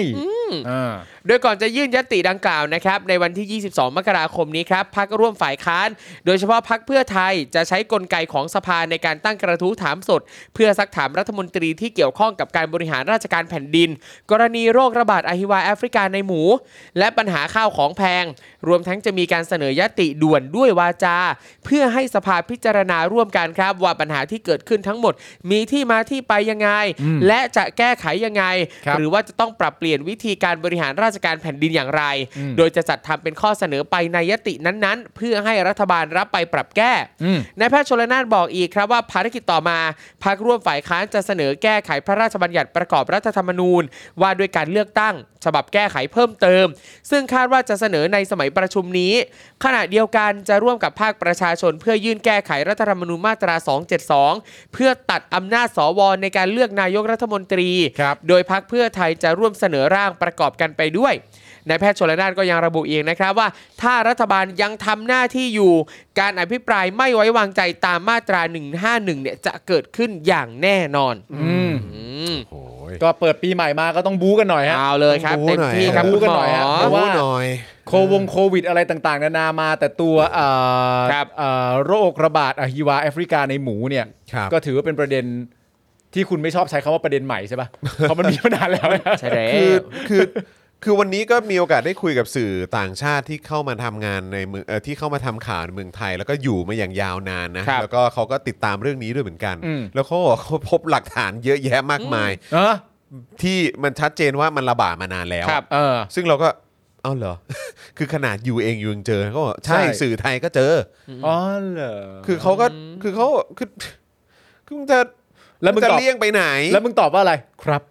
Speaker 3: อ่า
Speaker 4: โดยก่อนจะยื่นยติดังกล่าวนะครับ ในวันที่ 22 มกราคมนี้ครับพักร่วมฝ่ายค้าน โดยเฉพาะพักเพื่อไทยจะใช้กลไกของสภาในการตั้งกระทู้ถามสด เพื่อซักถามรัฐมนตรีที่เกี่ยวข้องกับการบริหารราชการแผ่นดิน กรณีโรคระบาดอหิวาแอฟริกาในหมู และปัญหาข้าวของแพง รวมทั้งจะมีการเสนอยติด่วนด้วยวาจา เพื่อให้สภาพิจารณาร่วมกันครับ ว่าปัญหาที่เกิดขึ้นทั้งหมด มีที่มาที่ไปยังไง และจะแก้ไขยังไง
Speaker 3: ครับ
Speaker 4: หรือว่าจะต้องปรับเปลี่ยนวิธีการบริหารราชการแผ่นดินอย่างไร โดยจะจัดทำเป็นข้อเสนอไปในยตินั้นๆ เพื่อให้รัฐบาลรับไปปรับแก้ นายแพทย์ชลนานบอกอีกครับว่าภารกิจต่อมาพักร่วมฝ่ายค้านจะเสนอแก้ไขพระราชบัญญัติประกอบรัฐธรรมนูญ ว่าด้วยการเลือกตั้ง ฉบับแก้ไขเพิ่มเติม ซึ่งคาดว่าจะเสนอในสมัยประชุมนี้ ขณะเดียวกันจะร่วมกับภาคประชาชน เพื่อยื่นแก้ไขรัฐธรรมนูญมาตรา 272 เพื่อตัดอำนาจสวในการเลือกนายกรัฐมนตรี
Speaker 3: ครับ
Speaker 4: โดยพักเพื่อไทยจะร่วมเสนอร่างประกอบกันไปด้วย นายแพทย์ชลนานก็ยังระบุอีกนะครับว่า ถ้ารัฐบาลยังทำหน้าที่อยู่ การอภิปรายไม่ไว้วางใจตามมาตรา 151 เนี่ยจะเกิดขึ้นอย่างแน่นอน
Speaker 3: อืม
Speaker 4: อืม
Speaker 2: โอ้ย
Speaker 3: ก็เปิดปีใหม่มาก็ต้องบู๊กันหน่อยฮะ
Speaker 4: เอาเลยครับเต็มที่ครับ
Speaker 3: บู๊
Speaker 4: คุณ
Speaker 3: กัน
Speaker 4: หม
Speaker 3: หน่อยฮะ
Speaker 4: อ
Speaker 3: เพราะว่า
Speaker 2: รู้หน่อย
Speaker 3: โควงโควิดอะไรต่างๆ นานามาแต่ตัวเอ่อ
Speaker 4: ครับ
Speaker 3: เอ่อโรคระบาดอหิวาแอฟริกาในหมูเนี่ย
Speaker 2: ครับ
Speaker 3: ก็ถือว่าเป็นประเด็นที่คุณไม่ชอบใช้คำว่าประเด็นใหม่ใช่ปะ เพราะมันมีมานานแล้ว
Speaker 4: ใช่แล้
Speaker 2: คือ
Speaker 4: ว
Speaker 2: คือ คือวันนี้ก็มีโอกาสได้คุยกับสื่อต่างชาติที่เข้ามาทำงานในเมืองเอ่อที่เข้ามาทำข่าวในเมืองไทย แล้วก็อยู่มาอย่างยาวนานนะครับ แล้วก็เขาก็ติดตามเรื่องนี้ด้วยเหมือนกัน
Speaker 3: อืม
Speaker 2: แล้วเขาบอกเขาพบหลักฐานเยอะแยะมากมาย
Speaker 3: เออ
Speaker 2: ที่มันชัดเจนว่ามันระบาดมานานแล้ว
Speaker 4: ครับ
Speaker 3: เออ
Speaker 2: ซึ่งเราก็เอ้าเหร อ คือขนาดอยู่เองอยู่ยังเจอเขาบอกใช่
Speaker 3: ใช่
Speaker 2: สื่อไทยก็เจอ
Speaker 3: อ๋อเหรอ
Speaker 2: คือเขาก็คือเขาคือคือมึงจะ
Speaker 3: แล้วมึง
Speaker 2: จะ
Speaker 3: ตอบ
Speaker 2: เลี่ยงไปไหน
Speaker 3: แล้วมึงตอบว่าอะไรครับ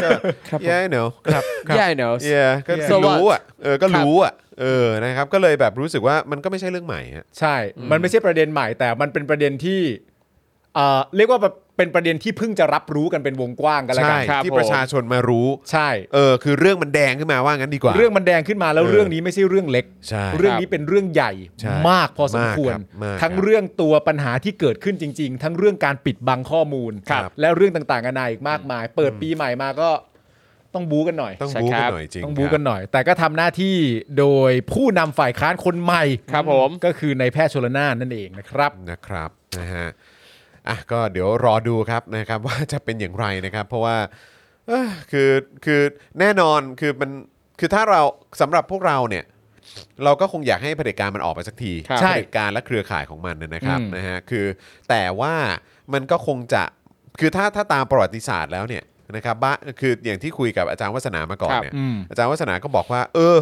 Speaker 2: ครับแย่เนอะครับ
Speaker 4: yeah I know
Speaker 2: เย่ก็คื
Speaker 3: Yeah.
Speaker 2: อ
Speaker 4: So what?
Speaker 2: รู้อ่ะเออก็
Speaker 4: ครับ
Speaker 2: รู้อ่ะเออนะครับก็เลยแบบรู้สึกว่ามันก็ไม่ใช่เรื่องใหม่ฮะ
Speaker 3: ใช่ มันไม่ใช่ประเด็นใหม่ แต่มันเป็นประเด็นที่เอ่อเรียกว่าเป็นประเด็นที่เพิ่งจะรับรู้กันเป็นวงกว้างกันแล้วกั
Speaker 2: ใช่
Speaker 3: น
Speaker 2: ที่ประชาชนมารู้
Speaker 3: ใช่
Speaker 2: เออคือเรื่องมันแดงขึ้นมาว่างั้นดีกว่า
Speaker 3: เรื่องมันแดงขึ้นมาแล้ว
Speaker 2: เออ
Speaker 3: เรื่องนี้ไม่ใช่เรื่องเล็ก
Speaker 2: ใช่
Speaker 3: เรื่องนี้เป็นเรื่องใหญ่
Speaker 2: ใช่
Speaker 3: มากพอสมควร
Speaker 2: มากครับมาก
Speaker 3: ทั้ง
Speaker 2: ครับ
Speaker 3: เรื่องตัวปัญหาที่เกิดขึ้นจริง ๆ ทั้งเรื่องการปิดบังข้อมูล
Speaker 2: ครับ
Speaker 3: และเรื่องต่างๆนานาอีกมากมาย เปิดปีใหม่มาก็ต้องบู๊กันหน่อย
Speaker 2: ต้อง
Speaker 4: ใช่
Speaker 2: บู๊
Speaker 4: ครั
Speaker 2: กั
Speaker 4: บ
Speaker 2: นหน่อยจริง
Speaker 3: ต้องบู๊กันหน่อย แต่ก็ทำหน้าที่โดยผู้นำฝ่ายค้านคนใหม่
Speaker 4: ครับผม
Speaker 3: ก็คือนายแพทย์ชลนานนั่นเองนะครับ
Speaker 2: นะครับนะฮะอ่ะก็เดี๋ยวรอดูครับนะครับ ว่าจะเป็นอย่างไรนะครับ เพราะว่าเอ้อคือคือแน่นอนคือมันคือถ้าเราสำหรับพวกเราเนี่ย เราก็คงอยากให้เผด็จการมันออกไปสักที
Speaker 4: ครับ
Speaker 2: เผ
Speaker 3: ใช่
Speaker 2: ด็จการและเครือข่ายของมันนะนะครับ
Speaker 3: อืม
Speaker 2: นะฮะคือแต่ว่ามันก็คงจะคือถ้าถ้าตามประวัติศาสตร์แล้วเนี่ยนะครับบ้านคืออย่างที่คุยกับอาจารย์วัฒนามาก่อนเนี่ย
Speaker 3: อืม
Speaker 2: อาจารย์วัฒนาก็บอกว่า เออ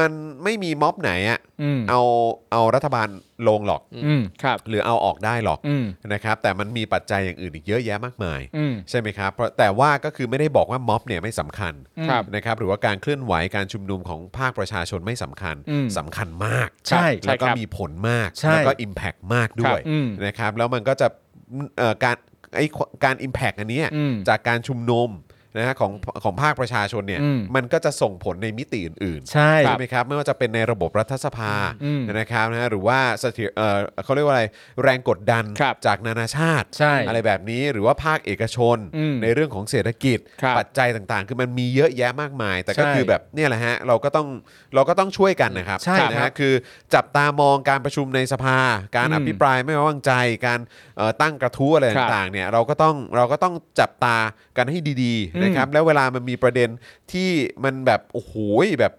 Speaker 2: มันไม่มีม็อบไหนอะ
Speaker 3: อืม
Speaker 2: เอาเอารัฐบาลลงหรอก
Speaker 3: อืม
Speaker 4: ครับ
Speaker 2: หรือเอาออกได้หรอก
Speaker 3: อืม
Speaker 2: นะครับ แต่มันมีปัจจัยอย่างอื่นอีกเยอะแยะมากมาย
Speaker 3: อืม
Speaker 2: ใช่ไหมครับเพราะแต่ว่าก็คือไม่ได้บอกว่าม็อบเนี่ยไม่สำคัญ
Speaker 4: ครับ
Speaker 2: นะครับ หรือว่าการเคลื่อนไหวการชุมนุมของภาคประชาชนไม่สำคัญ
Speaker 3: อืม
Speaker 2: สำคัญมาก
Speaker 3: ใช่
Speaker 2: แล้วก็
Speaker 4: ใช่ครับ
Speaker 2: มีผลมาก
Speaker 3: ใช่
Speaker 2: แล้วก็ Impact มากด้ว
Speaker 4: ครั
Speaker 2: ย
Speaker 4: บ
Speaker 3: อืม
Speaker 2: นะครับ แล้วมันก็จะเอ่อการไอ้การ Impact อันเนี้ย
Speaker 3: อืม
Speaker 2: จากการชุมนุมนะฮะของของภาคประชาชนเนี่ย
Speaker 3: อืม
Speaker 2: มันก็จะส่งผลในมิติอื่นๆ
Speaker 3: ใช่
Speaker 2: ใช่ไหมครับไม่ว่าจะเป็นในระบบรัฐสภา
Speaker 3: อืม
Speaker 2: นะครับนะฮะหรือว่าเสถียรเอ่อเขาเรียกว่าอะไรแรงกดดัน
Speaker 4: ครับ
Speaker 2: จากนานาชาติ
Speaker 3: ใช่
Speaker 2: อะไรแบบนี้หรือว่าภาคเอกชน
Speaker 3: อืม
Speaker 2: ในเรื่องของเศรษฐกิจ
Speaker 4: ครับ
Speaker 2: ปัจจัยต่างๆ คือมันมีเยอะแยะมากมาย แต่ก็
Speaker 3: ใช่
Speaker 2: คือแบบเนี่ยแหละฮะเราก็ต้องเราก็ต้องช่วยกันนะครับ
Speaker 3: ใช่
Speaker 2: นะ
Speaker 3: ครั
Speaker 2: ฮะ
Speaker 3: บ
Speaker 2: คือจับตามองการประชุมในสภา การ
Speaker 3: อืม
Speaker 2: อภิปรายไม่ไว้วางใจการเอ่อตั้งกระทู้อะไร
Speaker 4: ครับ
Speaker 2: ต่างๆเนี่ยเราก็ต้องเราก็ต้องจับตากันให้ดีๆนะครับแล้วเวลามันมีประเด็นที่มันแบบโอ้โหแบบ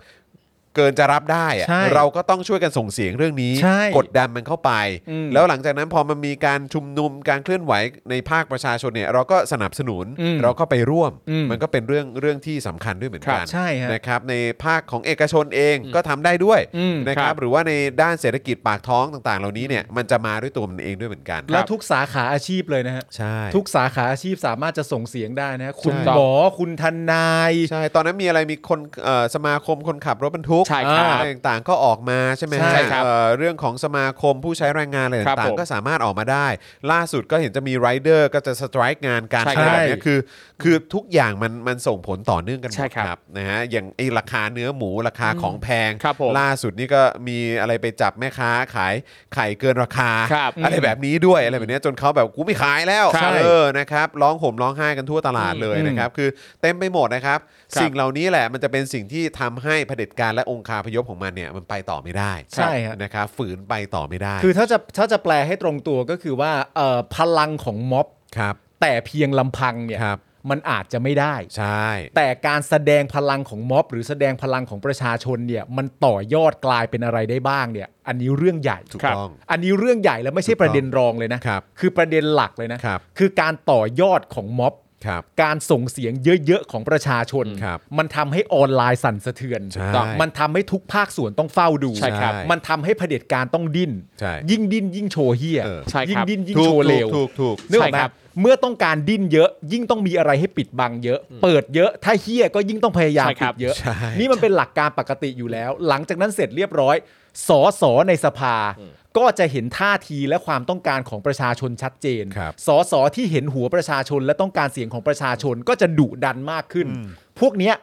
Speaker 2: เกินจะรับได้อะ
Speaker 3: ใช่
Speaker 2: เราก็ต้องช่วยกันส่งเสียงเรื่องนี้
Speaker 3: ใช่
Speaker 2: กดดันมันเข้าไป
Speaker 3: อืม
Speaker 2: แล้วหลังจากนั้นพอมันมีการชุมนุมการเคลื่อนไหวในภาคประชาชนเนี่ยเราก็สนับสนุน
Speaker 3: อืม
Speaker 2: เราก็ไปร่วม
Speaker 3: อืม
Speaker 2: นก็เป็นเรื่องเรื่องที่สำคัญด้วยเหมือนกัน
Speaker 3: ครับใช่ฮะ
Speaker 2: นะครับในภาคของเอกชนเองก็ทำได้ด้วย
Speaker 3: อืม
Speaker 2: นะค
Speaker 4: ครั
Speaker 2: รับบ หรือว่าในด้านเศรษฐกิจปากท้องต่างๆ เหล่านี้เนี่ยมันจะมาด้วยตัวมันเองด้วยเหมือนกัน
Speaker 3: แล้วทุกสาขาอาชีพเลยนะฮะ
Speaker 2: ใช่
Speaker 3: ทุกสาขาอาชีพสามารถจะส่งเสียงได้นะฮะคุณ
Speaker 2: ใช่
Speaker 3: หมอคุณทนาย
Speaker 2: ใช่ ตอนนั้นมีอะไรมีคนเอ่อสมาคมคนขับรถบรรทุก
Speaker 4: ใช่ครับ
Speaker 2: อะไรต่างๆก็ออกมาใช่ไหม
Speaker 3: ใช่ครับ
Speaker 2: เอ่อเรื่องของสมาคมผู้ใช้แรงงานอะไร
Speaker 4: ครับ
Speaker 2: ต่า
Speaker 4: ผ
Speaker 2: ง
Speaker 4: ม
Speaker 2: ๆก็สามารถออกมาได้ ล่าสุดก็เห็นจะมีไรเดอร์ก็จะสไตรค์งานการ
Speaker 4: ใช่ค
Speaker 2: อะไร
Speaker 4: รับ
Speaker 2: แบบเนี้ยคือ คือทุกอย่างมันมันส่งผลต่อเนื่องกันหม
Speaker 4: ใช่
Speaker 2: ด
Speaker 4: ครับ
Speaker 2: ครับนะฮะอย่างไอ้ราคาเนื้อหมูราคาของแพง
Speaker 4: ครับผม
Speaker 2: ล่าสุดนี่ก็มีอะไรไปจับแม่ค้าขายไข่เกินราคา
Speaker 4: ครับ
Speaker 2: อะไรแบบนี้ด้วยอะไรแบบเนี้ยจนเขาแบบกูไม่ขายแล้ว
Speaker 4: ใช่
Speaker 2: เออนะครับร้องห่มร้องไห้กันทั่วตลาดเลย
Speaker 3: อืม
Speaker 2: นะครับ ครับคือเต็มไปหมดนะครับ
Speaker 4: ครับ
Speaker 2: สิ่งเหล่านี้แหละมันจะเป็นสิ่งที่ทำให้เผด็จการและองค์คาพยพของมันเนี่ยมันไปต่อไม่ได้
Speaker 3: ใช่ฮะ
Speaker 2: นะครับฝืนไปต่อไม่ได้
Speaker 3: คือถ้าจะถ้าจะแปลให้ตรงตัวก็คือว่าเอ่อพลังของม็อบ
Speaker 2: ครับ
Speaker 3: แต่เพียงลำพังเนี่ย
Speaker 2: ครับ
Speaker 3: มันอาจจะไม่ได้
Speaker 2: ใช่
Speaker 3: แต่การแสดงพลังของม็อบ หรือแสดงพลังของประชาชนเนี่ยมันต่อยอดกลายเป็นอะไรได้บ้างเนี่ย อันนี้เรื่องใหญ่
Speaker 2: ถูก
Speaker 4: ครับ
Speaker 2: ต้อง
Speaker 3: อันนี้เรื่องใหญ่แล้วไม่ใช่ประเด็นรองเลยนะครับคือประเด็นหลักเลยนะครับ คือการต่อยอดของม็อบ
Speaker 2: ครับ
Speaker 3: การส่งเสียงเยอะ ๆ ของประชาชน
Speaker 2: ครับ
Speaker 3: มันทำให้ออนไลน์สั่นสะเทือน
Speaker 2: ใช่
Speaker 3: มันทำให้ทุกภาคส่วนต้องเฝ้าดู
Speaker 2: ใช่ครับ
Speaker 3: มันทำให้เผด็จการต้องดิ้น
Speaker 2: ใช่
Speaker 3: ยิ่งดิ้นยิ่งโชว์เฮีย
Speaker 2: เออ
Speaker 4: ใช่ครับ
Speaker 3: ยิ่งดิ้นยิ่ง
Speaker 2: ถูก
Speaker 3: โชว์เลว
Speaker 2: ถูกถูกถูก
Speaker 3: นึกออกไหม
Speaker 4: ใช่ครับ
Speaker 3: เมื่อต้องการดิ้นเยอะ ยิ่งต้องมีอะไรให้ปิดบังเยอะ เปิดเยอะ ถ้าเฮียก็ยิ่งต้องพยายามปิดเยอะ
Speaker 2: ใช่
Speaker 3: นี่มันเป็นหลักการปกติอยู่แล้ว หลังจากนั้นเสร็จเรียบร้อย สอสอในสภา ก็จะเห็นท่าทีและความต้องการของประชาชนชัดเจน
Speaker 2: ครับ
Speaker 3: สอสอที่เห็นหัวประชาชนและต้องการเสียงของประชาชนก็จะดุดันมากขึ้น พวกเนี้ย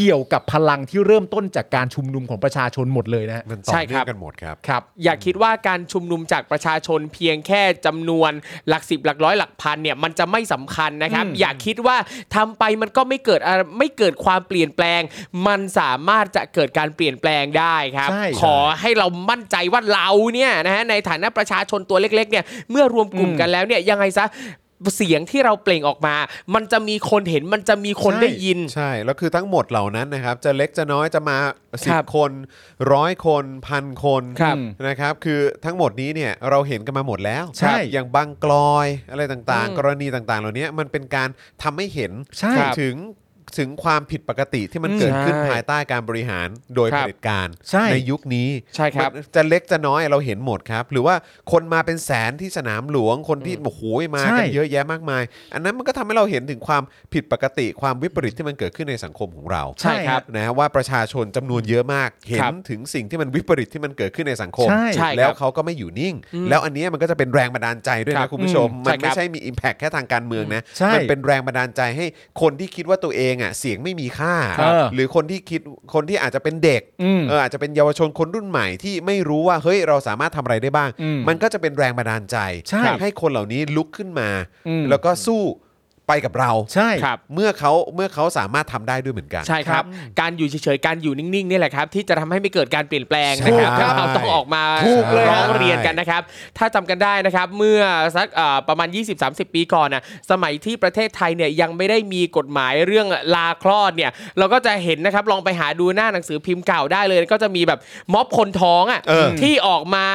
Speaker 3: เกี่ยวกับพลังที่เริ่มต้นจากการชุมนุมของประชาชนหมดเลยนะฮะ
Speaker 2: มันต่อ
Speaker 4: ใช่
Speaker 2: เนื่
Speaker 4: ครั
Speaker 2: อบ งกันหมดครับ
Speaker 3: ครับ
Speaker 4: อย่าคิดว่าการชุมนุมจากประชาชนเพียงแค่จำนวนหลักสิบหลักร้อยหลักพันเนี่ยมันจะไม่สำคัญนะครับ อย่าคิดว่าทำไปมันก็ไม่เกิดอะไรไม่เกิดความเปลี่ยนแปลง มันสามารถจะเกิดการเปลี่ยนแปลงได้ครับ
Speaker 3: ใช่
Speaker 4: ขอให้เรามั่นใจว่าเราเนี่ยนะฮะในฐานะประชาชนตัวเล็กๆเนี่ยเมื่อรวมกลุ่มกันแล้วเนี่ยยังไงซะเสียงที่เราเปล่งออกมา มันจะมีคนเห็นมันจะมีคนได้ยิน
Speaker 2: ใช่แล้วคือทั้งหมดเหล่านั้นนะครับ จะเล็กจะน้อยจะมาสิ
Speaker 4: ครับ
Speaker 2: บคนร้อยคนพันคน
Speaker 4: ครับ
Speaker 2: นะครับ คือทั้งหมดนี้เนี่ยเราเห็นกันมาหมดแล้ว
Speaker 3: ใช่
Speaker 2: ครับอย่างบางกลอยอะไรต่างๆ กรณีต่างๆ เหล่านี้มันเป็นการทำให้เห็น
Speaker 3: ใช่
Speaker 2: ถึงถึงความผิดปกติที่มันเกิดขึ้น
Speaker 4: ใช่
Speaker 2: ภายใต้การบริหารโดย
Speaker 4: ค
Speaker 2: เผ
Speaker 4: รับ
Speaker 2: ด็จการ
Speaker 3: ใช่
Speaker 2: ยุคนี้
Speaker 4: ใช่ครับ
Speaker 2: มันจะเล็กจะน้อยเราเห็นหมดครับ หรือว่าคนมาเป็นแสนที่สนามหลวงคนที่โอ้โหมา
Speaker 3: ใช่
Speaker 2: กันเยอะแยะมากมาย อันนั้นมันก็ทำให้เราเห็นถึงความผิดปกติความวิปริตที่มันเกิดขึ้นในสังคมของเรา
Speaker 4: ใช่ครับ
Speaker 2: นะฮะว่าประชาชนจำนวนเยอะมาก เห็
Speaker 4: คน รับ
Speaker 2: ถึงสิ่งที่มันวิปริตที่มันเกิดขึ้นในสังคม
Speaker 3: ใช่
Speaker 4: ใช่ครับ
Speaker 2: แล้วเขาก็ไม่อยู่นิ่ง แล้วอันเนี้ยมันก็จะเป็นแรงบันดาลใจด้วย
Speaker 4: ครับ
Speaker 2: นะคุณผู้ชม
Speaker 4: อืม
Speaker 2: มัน
Speaker 4: ใช่ครับ
Speaker 2: ไม่ใช่มี Impact แค่ทางการเมืองนะ
Speaker 3: ใช่
Speaker 2: มัเป็นแรงบันดาลใจให้คนที่คิดว่าตัวเองอ่ะเสียงไม่มีค่า
Speaker 3: ครับ
Speaker 2: หรือคนที่คิดคนที่อาจจะเป็นเด็ก
Speaker 3: อืม
Speaker 2: เอออาจจะเป็นเยาวชนคนรุ่นใหม่ที่ไม่รู้ว่าเฮ้ยเราสามารถทำอะไรได้บ้าง
Speaker 3: อืม
Speaker 2: มันก็จะเป็นแรงบันดาลใจ
Speaker 3: ใช่
Speaker 2: ให้คนเหล่านี้ลุกขึ้นมา
Speaker 3: อืม
Speaker 2: แล้วก็สู้ไปกับเรา
Speaker 3: ใช่
Speaker 4: ครับ
Speaker 2: เมื่อเขาเมื่อเขาสามารถทำได้ด้วยเหมือนกัน
Speaker 4: ใช่ครับ การอยู่เฉยๆ การอยู่นิ่งๆ นี่แหละครับ ที่จะทำให้ไม่เกิดการเปลี่ยนแปลง
Speaker 2: ถู
Speaker 4: นะ
Speaker 2: ก
Speaker 4: ครับ
Speaker 2: ครับ
Speaker 4: เราต้องออกมา
Speaker 2: ถูกเลย
Speaker 4: ร้อง
Speaker 2: ฮะ
Speaker 4: เรียนกันนะครับ ถ้าจำกันได้นะครับ เมื่อสักเอ่อประมาณ 20-30 ปีก่อนนะสมัยที่ประเทศไทยเนี่ยยังไม่ได้มีกฎหมายเรื่องลาคลอดเนี่ย เราก็จะเห็นนะครับ ลองไปหาดูหน้าหนังสือพิมพ์เก่าได้เลย ก็จะมีแบบม็อบคนท้องอ่ะ
Speaker 2: เออ
Speaker 4: ที่ออกมา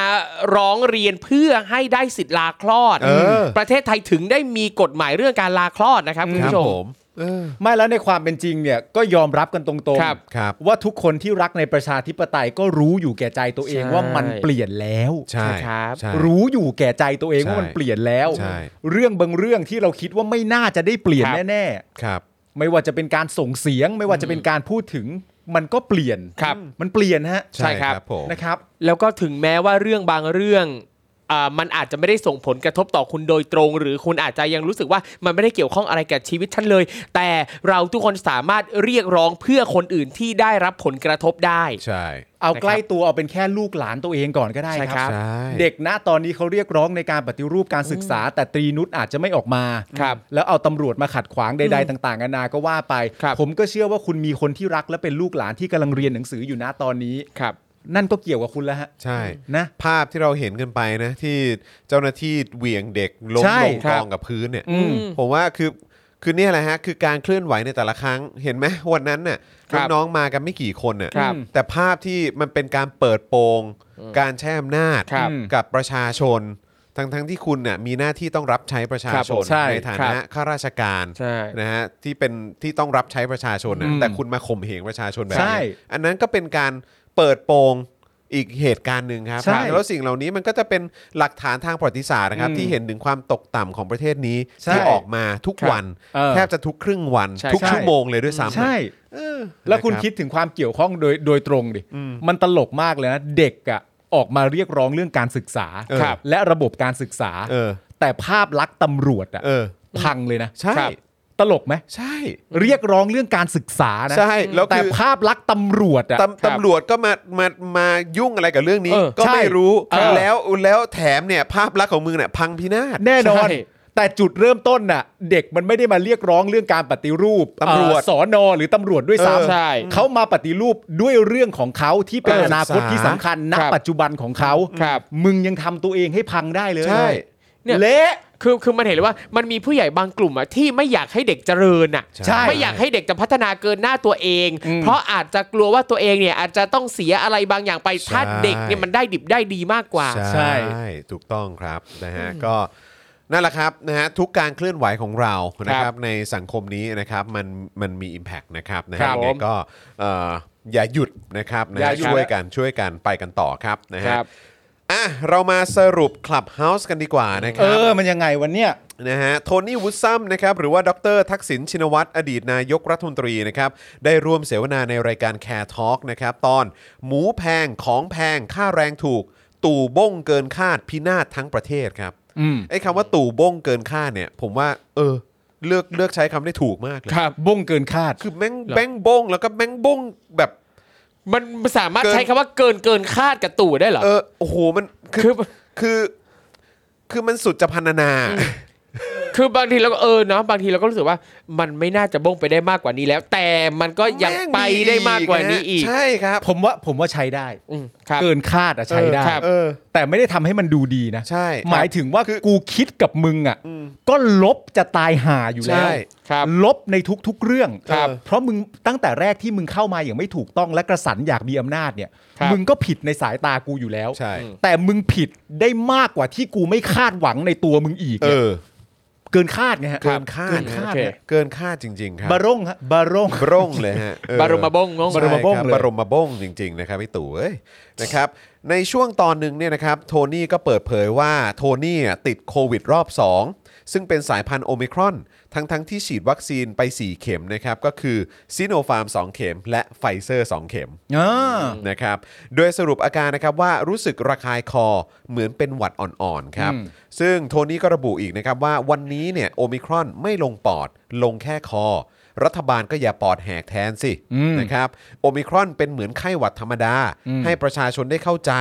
Speaker 4: ร้องเรียนเพื่อให้ได้สิทธิ์ลาคลอด
Speaker 2: เออ
Speaker 4: ประเทศไทยถึงได้มีกฎหมายเรื่องการลาคลอดนะครับคุณ
Speaker 2: ครับ
Speaker 4: ผู้ช
Speaker 2: ผม มเออ
Speaker 3: ไม่แล้วในความเป็นจริงเนี่ยก็ยอมรับกันตรง
Speaker 4: ครับ
Speaker 2: ครับ
Speaker 3: ว่าทุกคนที่รักในประชาธิปไตยก็รู้อยู่แก่ใจตัวเอง
Speaker 4: ใช่
Speaker 3: ว่ามันเปลี่ยนแล้ว
Speaker 2: ใช่
Speaker 4: ครับ
Speaker 2: ใช่
Speaker 3: รู้อยู่แก่ใจตัวเองว่ามัน
Speaker 2: ใช่
Speaker 3: เปลี่ยนแล้ว
Speaker 2: ใช่
Speaker 3: เรื่องบางเรื่องที่เราคิดว่าไม่น่าจะได้เปลี่ยน
Speaker 4: ครับ
Speaker 3: แน่
Speaker 2: ครับ
Speaker 3: ๆ ไม่ว่าจะเป็นการส่งเสียง ไม่ว่าจะเป็นการพูดถึง มันก็เปลี่ยน
Speaker 4: ครับ
Speaker 3: มันเปลี่ยนฮะ
Speaker 4: ใช่ครับ
Speaker 2: ผม
Speaker 3: นะครับ
Speaker 4: แล้วก็ถึงแม้ว่าเรื่องบางเรื่องอ่ามันอาจจะไม่ได้ส่งผลกระทบต่อคุณโดยตรง หรือคุณอาจจะยังรู้สึกว่ามันไม่ได้เกี่ยวข้องอะไรกับชีวิตฉันเลย แต่เราทุกคนสามารถเรียกร้องเพื่อคนอื่นที่ได้รับผลกระทบได้
Speaker 2: ใช่
Speaker 3: เอา
Speaker 4: นะครับ
Speaker 3: ใกล้ตัวเอาเป็นแค่ลูกหลานตัวเองก่อนก็ได้
Speaker 4: ใช่
Speaker 3: ค
Speaker 4: ครั
Speaker 3: รับ
Speaker 4: บ
Speaker 2: ใช่
Speaker 3: เด็กณตอนนี้เขาเรียกร้องในการปฏิรูปการศึกษา แต่ตรีนุชอาจจะไม่ออกมา
Speaker 4: ครับ
Speaker 3: แล้วเอาตำรวจมาขัดขวางใดๆต่างๆนานาก็ว่าไป
Speaker 4: ครับ
Speaker 3: ผมก็เชื่อว่าคุณมีคนที่รักและเป็นลูกหลานที่กำลังเรียนหนังสืออยู่นะตอนนี้
Speaker 4: ครับ
Speaker 3: นั่นก็เกี่ยวกับคุณแล้วฮะ
Speaker 2: ใช่
Speaker 3: นะ
Speaker 2: ภาพที่เราเห็นกันไปนะ ที่เจ้าหน้าที่เหวี่ยงเด็กลง
Speaker 3: ใช่
Speaker 2: ลง
Speaker 4: ค
Speaker 2: ก
Speaker 4: รับ
Speaker 2: องกับพื้นเนี่ย
Speaker 3: อืม
Speaker 2: ผมว่าคือคือเนี่ยแหละฮะคือการเคลื่อนไหวในแต่ละครั้งเห็นไหมวันนั้นน่ะ
Speaker 4: ครับ
Speaker 2: น้องๆมากันไม่กี่คนน่ะ
Speaker 4: ครับ
Speaker 2: แต่ภาพที่มันเป็นการเปิดโปง การใช้อำนาจ
Speaker 4: ครับ
Speaker 2: กับประชาชน ทั้งทั้งที่คุณน่ะมีหน้าที่ต้องรับใช้ประชา
Speaker 4: ครับ
Speaker 2: ช
Speaker 4: ผ
Speaker 2: น
Speaker 4: มใช่
Speaker 2: ในฐานะข้าราชการ
Speaker 4: ใช่
Speaker 2: นะฮะที่เป็นที่ต้องรับใช้ประชาชนน่ะ
Speaker 3: อืม
Speaker 2: แต่คุณมาข่มเหงประชาชนแบบ
Speaker 3: ใช่
Speaker 2: นี้อันนั้นก็เป็นการเปิดโปงอีกเหตุการณ์หนึ่งครับ
Speaker 3: ใช่
Speaker 2: แล้ว สิ่งเหล่านี้มันก็จะเป็นหลักฐานทางประวัติศาสตร์นะครับ ที่เห็นถึงความตกต่ำของประเทศนี้
Speaker 3: ใช่
Speaker 2: ที่ออกมาทุกวัน
Speaker 3: เออ
Speaker 2: แทบจะทุกครึ่งวัน
Speaker 4: ใช่
Speaker 2: ทุก
Speaker 3: ใช่
Speaker 2: ชั่วโมงเลยด้วยซ้ำ
Speaker 3: ใช่
Speaker 2: เออ
Speaker 3: แล้วคุณ
Speaker 2: นะรับ
Speaker 3: คิดถึงความเกี่ยวข้องโดยโดยตรงดิ มันตลกมากเลยนะ เด็กอะออกมาเรียกร้องเรื่องการศึกษา
Speaker 4: ครับ
Speaker 3: และระบบการศึกษา
Speaker 2: เออ
Speaker 3: แต่ภาพลักษณ์ตำรวจอะ
Speaker 2: เออ
Speaker 3: พังเลยนะ
Speaker 2: ใช่
Speaker 3: ครับตลกไหม
Speaker 2: ใช่
Speaker 3: เรียกร้องเรื่องการศึกษานะ
Speaker 2: ใช่แล้ว
Speaker 3: แต่
Speaker 2: คือ
Speaker 3: ภาพลักษณ์ตำรวจอะ
Speaker 2: ตำตำรวจก็มามามายุ่งอะไรกับเรื่องนี้
Speaker 4: เออ
Speaker 2: ก็
Speaker 3: ใช่
Speaker 2: ไม่รู้
Speaker 3: เออ
Speaker 2: แล้วแล้วแถมเนี่ยภาพลักษณ์ของมึงเนี่ยพังพินาศ
Speaker 3: แน่นอน
Speaker 4: ใช่
Speaker 3: แต่จุดเริ่มต้นน่ะ เด็กมันไม่ได้มาเรียกร้องเรื่องการปฏิรูป
Speaker 2: ตำรวจ
Speaker 3: เอ่อสอนอหรือตำรวจด้วยซ้
Speaker 2: เออใช่
Speaker 3: ำเขามาปฏิรูปด้วยเรื่องของเขาที่เป็น
Speaker 2: เออ
Speaker 3: อนาคตที่สำคัญณ
Speaker 4: ครับ
Speaker 3: ปัจจุบันของเขา
Speaker 4: ครับ
Speaker 3: มึงยังทำตัวเองให้พังได้เลย
Speaker 2: ใช่
Speaker 4: เนี่ย
Speaker 3: เละ
Speaker 4: คือคือมันเห็นเลยว่ามันมีผู้ใหญ่บางกลุ่มอะที่ไม่อยากให้เด็กเจริญอะ
Speaker 3: ใช่
Speaker 4: ไม่อยากให้เด็กจะพัฒนาเกินหน้าตัวเอง
Speaker 3: อืม
Speaker 4: เพราะอาจจะกลัวว่าตัวเองเนี่ยอาจจะต้องเสียอะไรบางอย่างไปถ้า
Speaker 2: ใช่
Speaker 4: เด็กเนี่ยมันได้ดิบได้ดีมากกว่า
Speaker 3: ใช่
Speaker 2: ใช่ถูกต้องครับนะฮะก็นั่นแหละครับนะฮะทุกการเคลื่อนไหวของเรานะ
Speaker 4: ค
Speaker 2: ค
Speaker 4: รั
Speaker 2: รับบ ในสังคมนี้นะครับมันมันมี Impact นะครับนะ
Speaker 4: ครั
Speaker 2: ฮะ
Speaker 4: บ
Speaker 2: ยังไง
Speaker 4: ผม
Speaker 2: ก็เอ่ออย่าหยุดนะครับนะ
Speaker 4: อย่า
Speaker 2: ฮะ
Speaker 4: หยุด
Speaker 2: ช่วยกันช่วยกันไปกันต่อครับนะฮะ
Speaker 4: ครับ
Speaker 2: อ่ะเรามาสรุป Clubhouse กันดีกว่านะค
Speaker 3: เอ
Speaker 2: รับ
Speaker 3: อมันยังไงวันเนี้ย
Speaker 2: นะฮะโทนี่วูดซัมนะครับหรือว่าดรทักษิณชินวัตรอดีตนายกรัฐมนตรีนะครับได้ร่วมเสวนาในรายการแคร์ทอ l k นะครับตอน หมูแพงของแพง ค่าแรงถูก ตู่บ้งเกินคาดพินาศทั้งประเทศครับ
Speaker 3: อืม
Speaker 2: ไอ้คำว่าตู่บ้งเกินคาดเนี่ย ผมว่า เออ เลือกเลือกใช้คำได้ถูกมากเลย
Speaker 4: ครับ
Speaker 3: บงเกินคาด
Speaker 2: คือแม่งแม่งบงแล้วก็แม่งบงแบบ
Speaker 4: มันสามารถ
Speaker 2: เกิน
Speaker 4: ใช้คำว่าเกินเกินคาดกับตู่ได้เหรอ
Speaker 2: เออโอ้โหมัน
Speaker 4: คื
Speaker 2: คือ
Speaker 4: อ
Speaker 2: คือคือมันสุดจะพันนา
Speaker 4: คือบางทีเราก็เออเนาะบางทีเราก็รู้สึกว่ามันไม่น่าจะบ้งไปได้มากกว่านี้แล้ว แต่มันก็ยัง
Speaker 2: แม่
Speaker 4: ไปได้มากกว่านี้
Speaker 2: ะ
Speaker 4: อีก
Speaker 2: ใช่ครับ
Speaker 3: ผมว่าผมว่าใช้ได้
Speaker 4: อืมครับ
Speaker 3: เกินคาดอะใช้ได้
Speaker 4: เออครับ
Speaker 2: เออ
Speaker 3: แต่ไม่ได้ทำให้มันดูดีนะ
Speaker 2: ใช่
Speaker 3: หมายถึงว่ากูคิดกับมึงอ่ะก็ลบจะตายห่าอยู่แล้ว
Speaker 2: ใช่
Speaker 4: ครับ
Speaker 3: ลบในทุกๆเรื่อง
Speaker 4: ครับ
Speaker 3: เพราะมึงตั้งแต่แรกที่มึงเข้ามาอย่างไม่ถูกต้องและกระสันอยากมีอำนาจเนี่ย
Speaker 4: ครับ
Speaker 3: มึงก็ผิดในสายตากูอยู่แล้ว
Speaker 2: ใช่
Speaker 3: แต่มึงผิดได้มากกว่าที่กูไม่คาดหวังในตัวมึงอีก
Speaker 2: เอ
Speaker 3: เนี่ย
Speaker 2: อ
Speaker 3: เกินคาดไงฮะ
Speaker 2: เกินคาด
Speaker 3: เกินคาด
Speaker 4: โอเค
Speaker 3: เนี่ย
Speaker 2: เกินคาดจริง ๆ ครับ
Speaker 3: บารงฮะบารง
Speaker 2: บรงเลยฮะเออ
Speaker 4: บารมบ้งงง
Speaker 2: ใช่ค
Speaker 3: าบงเลย
Speaker 2: บรมบงจริง ๆ นะครับพี่ตู่เอ้ยนะครับ ในช่วงตอนหนึ่งเนี่ยนะครับ โทนี่ก็เปิดเผยว่าโทนี่อ่ะติดโควิดรอบ 2 ซึ่งเป็นสายพันธุ์โอมิครอน ทั้งๆทที่ฉีดวัคซีนไป 4 เข็มนะครับ ก็คือซีโนฟาร์ม 2 เข็ม และไฟเซอร์ 2 เข็ม
Speaker 3: อ่า
Speaker 2: นะครับ โดยสรุปอาการนะครับว่ารู้สึกระคายคอเหมือนเป็นหวัดอ่อนๆครับ
Speaker 3: อืม
Speaker 2: ซึ่งโทนี่ก็ระบุอีกนะครับว่าวันนี้เนี่ยโอมิครอนไม่ลงปอด ลงแค่คอ รัฐบาลก็อย่าปอดแหกแทนสินะครับโอมิครอนเป็นเหมือนไข้หวัดธรรมดา ให้ประชาชนได้เข้าใจ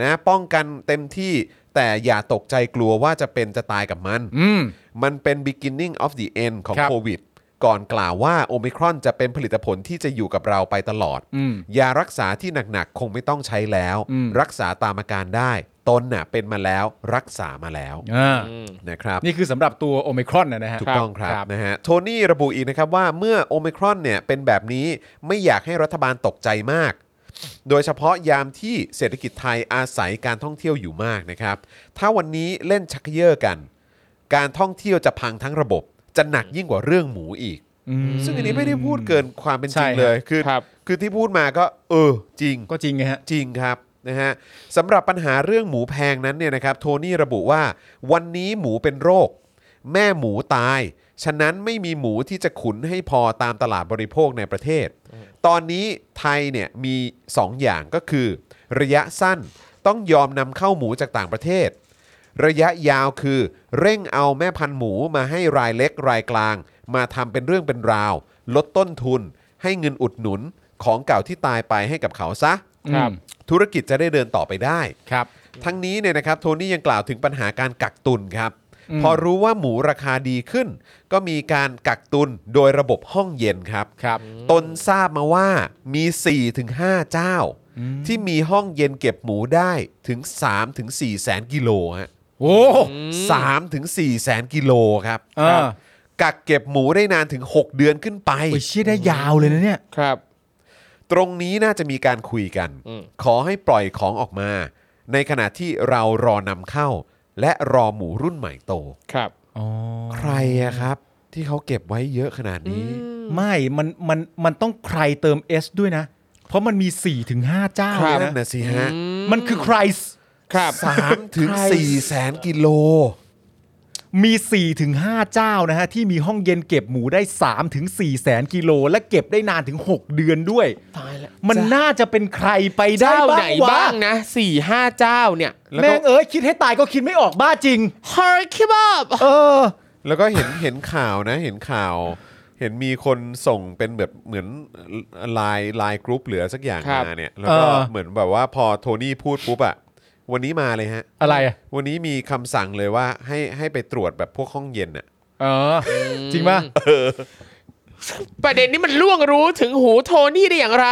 Speaker 2: นะป้องกันเต็มที่แต่อย่าตกใจกลัวว่าจะเป็นจะตายกับมัน
Speaker 3: อืม
Speaker 2: มันเป็น beginning of the end ของ
Speaker 3: ครับ
Speaker 2: โควิด ก่อนกล่าวว่าโอมิครอนจะเป็นผลิตผลที่จะอยู่กับเราไปตลอด
Speaker 3: อืม
Speaker 2: ยารักษาที่หนัก ๆ คงไม่ต้องใช้แล้ว
Speaker 3: อืม
Speaker 2: รักษาตามอาการได้ ตนน่ะเป็นมาแล้วรักษามาแล้ว
Speaker 3: อ่า
Speaker 2: นะครับ
Speaker 3: นี่คือสำหรับตัวโอมิครอนนะฮะ
Speaker 2: ถูกต้องครับ
Speaker 3: ครับ
Speaker 2: นะฮะโทนี่ระบุอีกนะครับว่าเมื่อโอมิครอนเนี่ยเป็นแบบนี้ไม่อยากให้รัฐบาลตกใจมาก โดยเฉพาะยามที่เศรษฐกิจไทยอาศัยการท่องเที่ยวอยู่มากนะครับ ถ้าวันนี้เล่นชักเยอะกัน การท่องเที่ยวจะพังทั้งระบบ จะหนักยิ่งกว่าเรื่องหมูอีก
Speaker 3: อืม
Speaker 2: ซึ่งอันนี้ไม่ได้พูดเกินความเป็นจริง
Speaker 3: ใช่ครับ
Speaker 2: เลยคือ
Speaker 4: ครับ
Speaker 2: คือที่พูดมาก็เออจริง
Speaker 3: ก็จริงไงฮะ
Speaker 2: จริงครับนะฮะสำหรับปัญหาเรื่องหมูแพงนั้นเนี่ยนะครับโทนี่ระบุว่าวันนี้หมูเป็นโรค แม่หมูตาย ฉะนั้นไม่มีหมูที่จะขุนให้พอตามตลาดบริโภคในประเทศ ตอนนี้ไทยเนี่ยมี 2 อย่างก็คือ ระยะสั้นต้องยอมนำเข้าหมูจากต่างประเทศ ระยะยาวคือเร่งเอาแม่พันธุ์หมูมาให้รายเล็กรายกลาง มาทำเป็นเรื่องเป็นราว ลดต้นทุน ให้เงินอุดหนุนของเก่าที่ตายไปให้กับเขาซะ
Speaker 3: ครับ
Speaker 2: ธุรกิจจะได้เดินต่อไปได้
Speaker 3: ครับ
Speaker 2: ทั้งนี้เนี่ยนะครับโทนี่ยังกล่าวถึงปัญหาการกักตุนครับ
Speaker 3: อืม
Speaker 2: พอรู้ว่าหมูราคาดีขึ้น ก็มีการกักตุนโดยระบบห้องเย็นครับ
Speaker 3: ครับ
Speaker 2: ตนทราบมาว่ามี 4-5 เจ้า ที่มีห้องเย็นเก็บหมูได้ถึง 3-4 แสนกิโลฮะ
Speaker 3: โอ้
Speaker 2: สามถึงสี่แสนกิโลครับ
Speaker 3: อ่า
Speaker 2: กักเก็บหมูได้นานถึง 6 เดือนขึ้นไป
Speaker 3: โอ้ยเชี่ยได้ยาวเลยนะเนี่ย
Speaker 4: ครับ
Speaker 2: ตรงนี้น่าจะมีการคุยกัน
Speaker 4: อืม
Speaker 2: ขอให้ปล่อยของออกมา ในขณะที่เรารอนำเข้า และรอหมูรุ่นใหม่โต
Speaker 4: ครับ
Speaker 3: อ๋อ
Speaker 2: ใครอะครับ ที่เขาเก็บไว้เยอะขนาดนี้
Speaker 3: ไม่ มัน มัน มันต้องใครเติม S ด้วยนะ เพราะมันมี4ี่ถึงห้าเจ้า
Speaker 4: ครับ
Speaker 2: นั่
Speaker 3: นะ
Speaker 2: นน่ะสิฮะ
Speaker 3: มันคือใคร
Speaker 4: ครับ
Speaker 2: สามถึง
Speaker 3: ใคร
Speaker 2: สี่แสนกิโล
Speaker 3: มี4ี่ถึงห้าเจ้านะฮะ ที่มีห้องเย็นเก็บหมูได้3ามถึงสี่แสนกิโล และเก็บได้นานถึง 6 เดือนด้วย
Speaker 4: ตายแล้ว
Speaker 3: มันน่าจะเป็นใครไปได้
Speaker 4: เจ้า
Speaker 3: บ้า
Speaker 4: ไหน
Speaker 3: งวะ
Speaker 4: บ้างนะสี่ห้าเจ้าเนี่ย
Speaker 2: แล้วก็
Speaker 3: แม่งเอ้ย คิดให้ตายก็คิดไม่ออกบ้าจริง
Speaker 4: ฮอร์คิบอบ
Speaker 3: เออ
Speaker 2: แล้วก็เห็น เห็นข่าวนะ เห็นข่าว เห็นมีคนส่งเป็นแบบเหมือนไลน์ไลน์กรุ๊ปเหลือสักอย่างมาเนี่ย แล้วก็
Speaker 3: เออ
Speaker 2: เหมือนแบบว่าพอโทนี่พูดปุ๊บอะวันนี้มาเลยฮะ
Speaker 3: อะไรอะ
Speaker 2: วันนี้มีคำสั่งเลยว่าให้ให้ไปตรวจแบบพวกห้องเย็นอะ
Speaker 3: เออ จริงป่ะ
Speaker 4: ประเด็นนี้มันล่วงรู้ถึงหูโทนี่ได้อย่างไร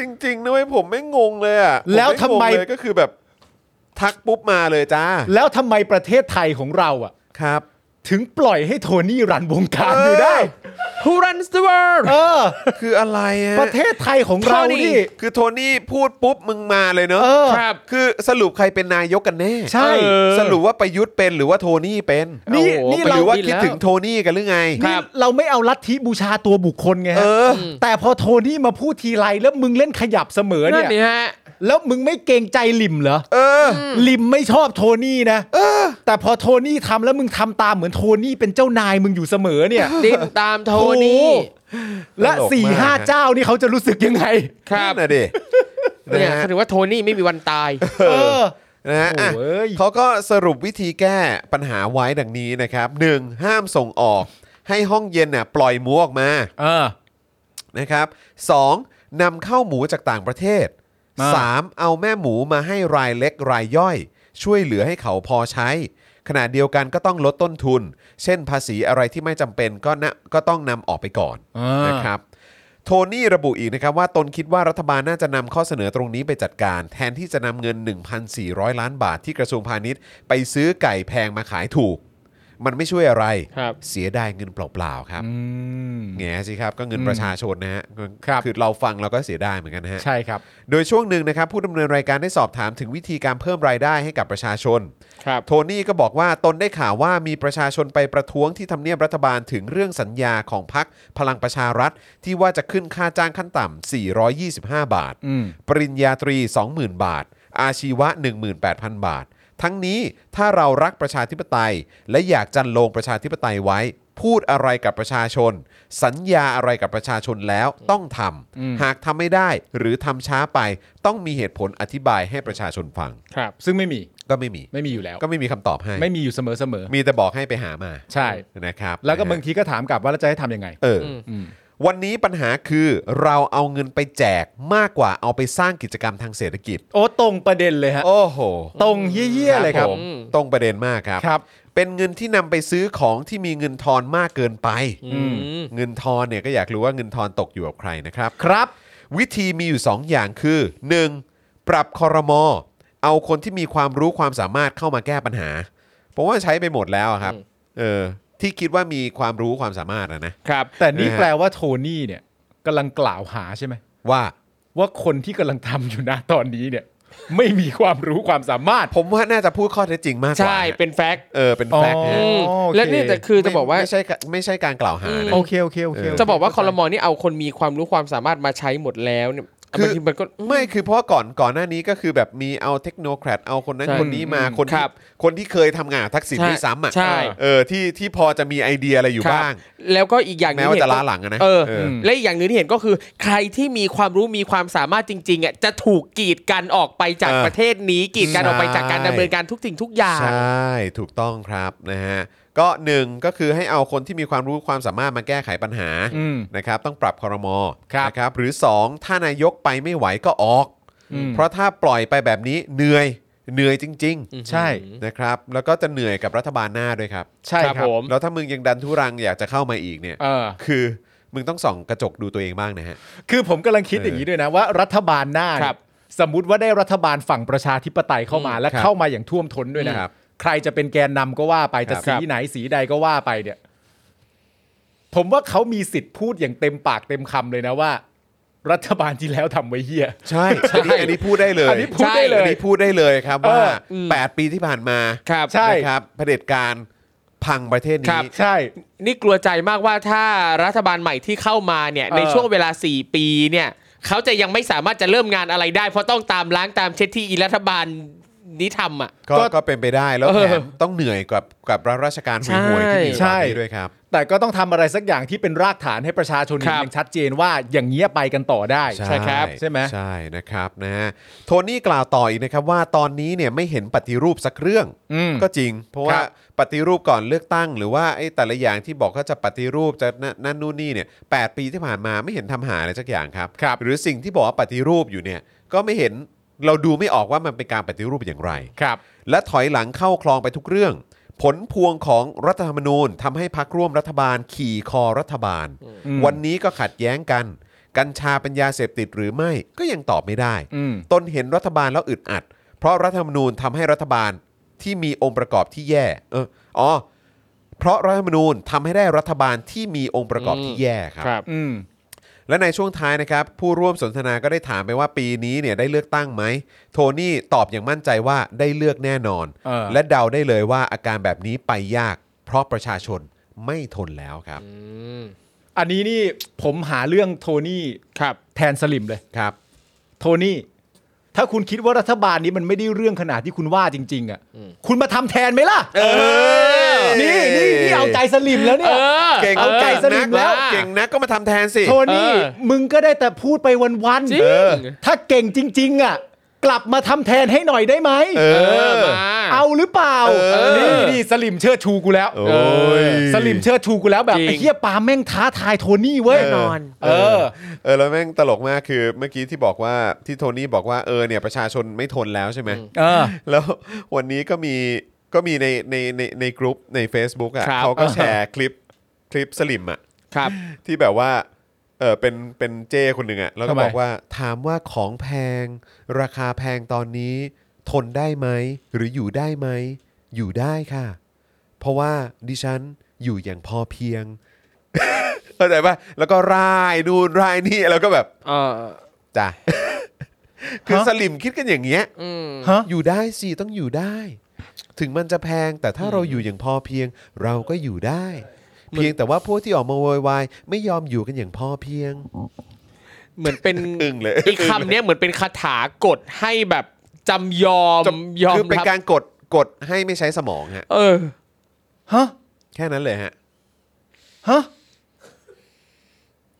Speaker 2: จริงๆนะเว้ยผมไม่งงเลยอ่ะ
Speaker 3: แล้ว
Speaker 2: ผงง
Speaker 3: ทำไม
Speaker 2: เลยก็คือแบบทักปุ๊บมาเลยจ้า
Speaker 3: แล้วทำไมประเทศไทยของเราอ่ะ
Speaker 2: ครับ
Speaker 3: ถึงปล่อยให้โทนี่รันวงการอยู่ได้
Speaker 4: Who runs the world
Speaker 3: เออ
Speaker 2: คืออะไรอ่ะ
Speaker 3: ประเทศไทยของเรานี่
Speaker 2: คือโทนี่พูดปุ๊บมึงมาเลยเนอะ
Speaker 3: เออ
Speaker 4: ครับ
Speaker 2: คือสรุปใครเป็นนายกกันแน่
Speaker 3: ใช่
Speaker 4: เออ
Speaker 2: สรุปว่าประยุทธ์เป็นหรือว่าโทนี่เป็น
Speaker 3: นี่
Speaker 4: โอ้โห
Speaker 3: นี่
Speaker 2: ห
Speaker 3: เรา
Speaker 2: รือว่า
Speaker 4: ผิด
Speaker 2: คิด
Speaker 4: แล้ว
Speaker 2: ถึงโทนี่กันหรือไง
Speaker 4: ครั
Speaker 3: นี่
Speaker 4: บ
Speaker 3: เราไม่เอาลัทธิบูชาตัวบุคคลไง
Speaker 2: เอ
Speaker 3: ฮะ
Speaker 2: อ
Speaker 3: แต่พอโทนี่มาพูดทีไรแล้วมึงเล่นขยับเสมอ
Speaker 4: นั่น
Speaker 3: เนี่
Speaker 4: นี่
Speaker 3: ย
Speaker 4: ฮะ
Speaker 3: แล้วมึงไม่เกรงใจลิมเหรอ
Speaker 2: เออ
Speaker 3: ลิมไม่ชอบโทนี่นะแต่พอโทนี่ทำแล้วมึงทำตามเหมือนโทนี่เป็นเจ้านายมึงอยู่เสมอเนี่ย
Speaker 4: ดิ้นตามโทนี่
Speaker 3: โอ้โหและ
Speaker 2: ตลกมาก
Speaker 3: สี่ห้า
Speaker 2: นะ
Speaker 3: เจ้านี่เขาจะรู้สึกยังไง
Speaker 4: ครับ
Speaker 2: นั่นน่ะดินะ
Speaker 4: เนี่ย
Speaker 2: ฮะ
Speaker 4: ถือว่าโทนี่ไม่มีวันตาย
Speaker 3: เออ
Speaker 2: นะฮะอ่ะ
Speaker 3: โอ้ย
Speaker 2: เขาก็สรุปวิธีแก้ปัญหาไว้ดังนี้นะครับ 1. ห้ามส่งออก ให้ห้องเย็นน่ะปล่อยหมูออกมา
Speaker 3: เออ
Speaker 2: นะครับ 2. นำเข้าหมูจากต่างประเทศ
Speaker 3: อ่า
Speaker 2: 3. เอาแม่หมูมาให้รายเล็กรายย่อย ช่วยเหลือให้เขาพอใช้ ขณะเดียวกันก็ต้องลดต้นทุน เช่นภาษีอะไรที่ไม่จำเป็นก็นะก็ต้องนำออกไปก่อน
Speaker 3: อ่าน
Speaker 2: นะครับโทนี่ระบุอีกนะครับว่าตนคิดว่ารัฐบาลน่าจะนำข้อเสนอตรงนี้ไปจัดการ แทนที่จะนำเงิน 1,400 ล้านบาทที่กระทรวงพาณิชย์ ไปซื้อไก่แพงมาขายถูก มันไม่ช่วยอะไร
Speaker 4: ครับ
Speaker 2: เสียดายเงินเปล่าๆครับ
Speaker 3: อืม
Speaker 2: แง่สิครับ ก็เงิน
Speaker 3: อืม
Speaker 2: ประชาชนนะฮะ
Speaker 3: ครับ
Speaker 2: อเราฟังเราก็เสียดายเหมือนกันนะฮะ
Speaker 3: ใช่ครับ
Speaker 2: โดยช่วงหนึ่งนะครับผู้ดำเนินรายการได้สอบถามถึงวิธีการเพิ่มรายได้ให้กับประชาชน
Speaker 4: ครับ
Speaker 2: โทนี่ก็บอกว่าตนได้ข่าวว่ามีประชาชนไปประท้วงที่ทำเนียบรัฐบาลถึงเรื่องสัญญาของพักพลังประชารัฐ ที่ว่าจะขึ้นค่าจ้างขั้นต่ำ 425 บาท
Speaker 3: อืม
Speaker 2: ปริญญาตรี 20,000 บาท อาชีวะ 18,000 บาท ทั้งนี้ถ้าเรารักประชาธิปไตย และอยากจันโลงประชาธิปไตยไว้ พูดอะไรกับประชาชน สัญญาอะไรกับประชาชนแล้วต้องทำหากทำไม่ได้หรือทำช้าไปต้องมีเหตุผลอธิบายให้ประชาชนฟัง
Speaker 4: ครับ
Speaker 3: ซึ่งไม่มี
Speaker 2: ก็ไม่มี
Speaker 3: ไม่มีอยู่แล้ว
Speaker 2: ก็ไม่มีคำตอบให้
Speaker 3: ไม่มีอยู่เสมอเสมอ
Speaker 2: มีแต่บอกให้ไปหามา
Speaker 3: ใช่
Speaker 2: นะครับ
Speaker 3: แล้วก็
Speaker 2: นะฮะ
Speaker 3: บางทีก็ถามกลับว่าแล้วจะให้ทำยังไง
Speaker 2: เอออ
Speaker 3: อืม
Speaker 2: วันนี้ปัญหาคือเราเอาเงินไปแจกมากกว่าเอาไปสร้างกิจกรรมทางเศรษฐกิจ
Speaker 3: โอ้ตรงประเด็นเลยฮะ
Speaker 2: โอ้โห
Speaker 3: ตรงเยี่ยๆเลยครับ
Speaker 2: ผมตรงประเด็นมากครับ
Speaker 3: ครับ
Speaker 2: เป็นเงินที่นำไปซื้อของที่มีเงินทอนมากเกินไป
Speaker 4: อืม
Speaker 2: เงินทอนเนี่ยก็อยากรู้ว่าเงินทอนตกอยู่กับใครนะครับ
Speaker 3: ครับ
Speaker 2: วิธีมีอยู่ 2 อย่างคือ 1. ปรับคอรมอเอาคนที่มีความรู้ความสามารถเข้ามาแก้ปัญหาผมว่าใช้ไปหมดแล้วอะครับ
Speaker 4: อืม
Speaker 2: เออที่คิดว่ามีความรู้ความสามารถนะนะ
Speaker 4: ครับ
Speaker 3: แต่นี่
Speaker 2: นะฮะ
Speaker 3: แปลว่าโทนี่เนี่ยกำลังกล่าวหาใช่ไหม
Speaker 2: ว่า
Speaker 3: ว่าคนที่กำลังทำอยู่นะตอนนี้เนี่ย ไม่มีความรู้ความสามารถ
Speaker 2: ผมว่าน่าจะพูดข้อเท็จจริงมากกว่า
Speaker 4: ใช่เป็นแฟกต์
Speaker 2: เออเป็นแฟกต์
Speaker 3: อ๋
Speaker 2: นะ
Speaker 3: อ
Speaker 2: ฮะ
Speaker 4: ม
Speaker 3: โเค
Speaker 4: และนี่แต่คือจะ
Speaker 2: ไม่
Speaker 4: บอกว่า
Speaker 2: ไม่ใช่กะไม่ใช่การกล่าวหานะ
Speaker 3: โอเคโอเคโอเค
Speaker 2: เออ
Speaker 3: โเค
Speaker 4: จะบอกว่าคอรมอนี่เอาคนมีความรู้ความสามารถมาใช้หมดแล้วเนี่ย
Speaker 2: คื
Speaker 4: บาง
Speaker 2: อ
Speaker 4: ทีมันก็
Speaker 2: ไม่คือเพราะว่าก่อนก่อนหน้านี้ก็คือแบบมีเอาเทคโนแครดเอาคนนั้น
Speaker 4: ใช่
Speaker 2: คนนี้มาคน
Speaker 4: ค
Speaker 2: ที่
Speaker 4: รับ
Speaker 2: คนที่เคยทำงานกับทักษิณ
Speaker 4: ใช่
Speaker 2: ด้วยซ้ำอ่ะ
Speaker 4: ใช่
Speaker 2: เออที่ที่พอจะมีไอเดียอะไรอยู่
Speaker 4: ครับ
Speaker 2: บ้าง
Speaker 4: แล้วก็อีกอย่างหนึ
Speaker 2: แม้
Speaker 4: ง
Speaker 2: ว่า
Speaker 4: ที่เห็
Speaker 2: จะ
Speaker 4: น
Speaker 2: ล้า
Speaker 4: ก็
Speaker 2: หลังอะนะ
Speaker 4: เออ
Speaker 2: เออ
Speaker 4: และอีกอย่างหนึ่งที่เห็นก็คือ ใครที่มีความรู้มีความสามารถจริงๆอ่ะจะถูกกีดกันออกไปจาก
Speaker 2: เออ
Speaker 4: ประเทศนี้กีดกันออกไปจากการ
Speaker 2: ใช่
Speaker 4: ดำเนินการทุกสิ่งทุกอย่าง
Speaker 2: ใช่ถูกต้องครับนะฮะก็หนึ่งก็คือให้เอาคนที่มีความรู้ความสามารถมาแก้ไขปัญหา
Speaker 3: อืม
Speaker 2: นะครับ ต้องปรับคอรมอ
Speaker 3: ครับ
Speaker 2: นะครับหรือ 2 ถ้านายกไปไม่ไหวก็ออก
Speaker 3: อืม
Speaker 2: เพราะถ้าปล่อยไปแบบนี้เหนื่อยเหนื่อยจริง ๆ
Speaker 3: ใช่
Speaker 2: นะครับแล้วก็จะเหนื่อยกับรัฐบาลหน้าด้วยครับ
Speaker 3: ใช่
Speaker 4: ครับ
Speaker 3: ครับ
Speaker 4: ผม
Speaker 2: แล้วถ้ามึงยังดันทุรังอยากจะเข้ามาอีกเนี่ย
Speaker 3: เออ
Speaker 2: คือมึงต้องส่องกระจกดูตัวเองบ้างนะฮะ
Speaker 3: คือผมกำลังคิดอย่างนี้ด้วยนะว่ารัฐบาลหน้าเนี่ย
Speaker 4: ครับ
Speaker 3: สมมติว่าได้รัฐบาลฝั่งประชาธิปไตยเข้ามาและ
Speaker 2: ครับ
Speaker 3: เข้ามาอย่างท่วมท้นด้วยนะครับใครจะเป็นแกนนำก็ว่าไป
Speaker 2: ค
Speaker 3: จะ
Speaker 2: รับ
Speaker 3: สีไหนสีใดก็ว่าไปเนี่ย ผมว่าเขามีสิทธิ์พูดอย่างเต็มปากเต็มคำเลยนะว่า รัฐบาลที่แล้วทำไว้เหี้ย
Speaker 2: ใช่อันนี้อันนี้พูดได้เลย
Speaker 3: อันนี้พูดได้เลย
Speaker 2: อันนี้พูดได้เลยครับ
Speaker 3: เออ
Speaker 2: ว่า
Speaker 4: อืม
Speaker 2: 8 ปีที่ผ่านมา
Speaker 4: ครับ
Speaker 3: ใช่
Speaker 2: นะครับเผด็จการพังประเทศ
Speaker 4: ครั
Speaker 2: นี้
Speaker 4: บ
Speaker 3: ใช่
Speaker 4: นี่กลัวใจมากว่าถ้ารัฐบาลใหม่ที่เข้ามาเนี่ย
Speaker 3: เออ
Speaker 4: ในช่วงเวลา 4 ปีเนี่ยเขาจะยังไม่สามารถจะเริ่มงานอะไรได้ เพราะต้องตามล้างตามเช็ดที่อีรัฐบาลนี้ทำอ่ะ
Speaker 2: ก็
Speaker 3: ก็
Speaker 2: ก็เป็นไปได้แล้ว
Speaker 4: เออ
Speaker 2: แถมต้องเหนื่อยกับกับรัฐราชการห่วยๆที่มีอยู่
Speaker 3: ใช่
Speaker 2: ตอนนี้ด้วยครับ
Speaker 3: แต่ก็ต้องทำอะไรสักอย่างที่เป็นรากฐานให้ประชาชน
Speaker 4: ครับ
Speaker 3: เห็นชัดเจนว่าอย่างเงี้ยไปกันต่อได้
Speaker 4: ใช่ครับ
Speaker 3: ใช่ไหม
Speaker 2: ใช่นะครับนะฮะโทนี่กล่าวต่ออีกนะครับว่าตอนนี้เนี่ยไม่เห็นปฏิรูปสักเรื่อง
Speaker 3: อืม
Speaker 2: ก็จริง เพราะ
Speaker 3: ค
Speaker 2: ว่า
Speaker 3: รับ
Speaker 2: ปฏิรูปก่อนเลือกตั้ง หรือว่าไอ้แต่ละอย่างที่บอกก็จะปฏิรูปจะนั่นนั่นนู่นนี่เนี่ยแปดปีที่ผ่านมาไม่เห็นทำหาอะไรสักอย่างครับ
Speaker 3: ครับ
Speaker 2: หรือสิ่งที่บอกว่าปฏิรูปอยู่เนี่ยก็ไม่เห็นเราดูไม่ออกว่ามันเป็นการปฏิรูปอย่างไร
Speaker 3: ครับ
Speaker 2: และถอยหลังเข้าคลองไปทุกเรื่อง ผลพวงของรัฐธรรมนูญทำให้พักร่วมรัฐบาลขี่คอรัฐบาล
Speaker 3: อืม
Speaker 2: วันนี้ก็ขัดแย้งกัน กัญชาเป็นยาเสพติดหรือไม่ก็ยังตอบไม่ได้
Speaker 3: อืม
Speaker 2: ตนเห็นรัฐบาลแล้วอึดอัด เพราะรัฐธรรมนูญทำให้รัฐบาลที่มีองค์ประกอบที่แย่เอออ๋อเพราะรัฐธรรมนูญทำให้ได้รัฐบาลที่มีองค์ประกอบที่แย่ครับ
Speaker 3: อืม
Speaker 2: และในช่วงท้ายนะครับ ผู้ร่วมสนทนาก็ได้ถามไปว่าปีนี้เนี่ยได้เลือกตั้งไหม โทนี่ตอบอย่างมั่นใจว่าได้เลือกแน่นอน
Speaker 3: เออ
Speaker 2: และเดาได้เลยว่าอาการแบบนี้ไปยาก เพราะประชาชนไม่ทนแล้วครับ
Speaker 3: อันนี้นี่ผมหาเรื่องโทนี่
Speaker 4: ครับ
Speaker 3: แทนสลิมเลย
Speaker 2: ครับ
Speaker 3: โทนี่ ถ้าคุณคิดว่ารัฐบาลนี้มันไม่ได้เรื่องขนาดที่คุณว่าจริง ๆ อ่ะ คุณมาทำแทนไหมล่ะ
Speaker 2: เออ
Speaker 3: นี่นี่นี่เอาใจสลิมแล้วเนี่ย
Speaker 4: เออ
Speaker 2: เก่ง
Speaker 3: เอาใจสลิมแล้ว
Speaker 2: เก่งนักก็มาทำแทนสิ
Speaker 3: โทนี่
Speaker 4: เออ
Speaker 3: มึงก็ได้แต่พูดไปวัน
Speaker 4: จริ
Speaker 3: ๆ
Speaker 4: ง
Speaker 3: เออถ้าเก่งจริง ๆ อ่ะ กลับมาทำแทนให้หน่อยได้ไหม
Speaker 2: เอ
Speaker 4: เอ
Speaker 2: อ
Speaker 4: มา เอา
Speaker 3: เอาหรือเปล่า
Speaker 2: เออ
Speaker 3: นี่นี่สลิมเชิดชูกูแล้ว
Speaker 2: โอ้ย
Speaker 3: สลิมเชิดชูกูแล้วแบบ
Speaker 4: จริง
Speaker 3: ไอ้เหี้ยปาล์มแม่งท้าทายโทนี่เว้ย
Speaker 4: แน่นอน
Speaker 3: เออ
Speaker 2: เออแล้วแม่งตลกมากคือเมื่อกี้ที่บอกว่าที่โทนี่บอกว่าเออเนี่ยประชาชนไม่ทนแล้วใช่ไหม
Speaker 3: เออ
Speaker 2: แล้ววันนี้ก็มีก็มีในในในในกลุ่มใน Facebook อ่ะ
Speaker 4: ครับ
Speaker 2: เขาก็แชร์คลิปคลิปสลิมอ่ะ
Speaker 4: ครับ
Speaker 2: ที่แบบว่าเออเป็นเป็นเจ้คนหนึ่งอ่ะแล้วก็
Speaker 3: ทำไม
Speaker 2: บอกว่าถามว่าของแพง ราคาแพงตอนนี้ ทนได้ไหม หรืออยู่ได้ไหม อยู่ได้ค่ะ เพราะว่าดิฉันอยู่อย่างพอเพียง เข้าใจป่ะแล้วก็รายนู่นรายนี่แล้วก็แบบ
Speaker 4: เออ
Speaker 2: จ้ะ คือสลิมคิดกันอย่างเงี้ย
Speaker 4: อืม
Speaker 3: ฮะ
Speaker 2: อยู่ได้สิต้องอยู่ได้ ถึงมันจะแพงแต่ถ้าเราอยู่อย่างพอเพียง เราก็อยู่ได้
Speaker 4: มัน
Speaker 2: เพียงแต่ว่าพวกที่ออกมาโวยวายไม่ยอมอยู่กันอย่างพอเพียง
Speaker 4: เหมือนเป็น
Speaker 2: อึ้งเลย
Speaker 4: อีกคำเนี้ยเหมือนเป็นคาถากดให้แบบจำยอมยอม
Speaker 2: คือเป็น
Speaker 4: รับ
Speaker 2: การกดกดให้ไม่ใช้สมองฮะ
Speaker 4: เออ
Speaker 3: ฮะ
Speaker 2: แค่นั้นเลยฮะ
Speaker 3: ฮะ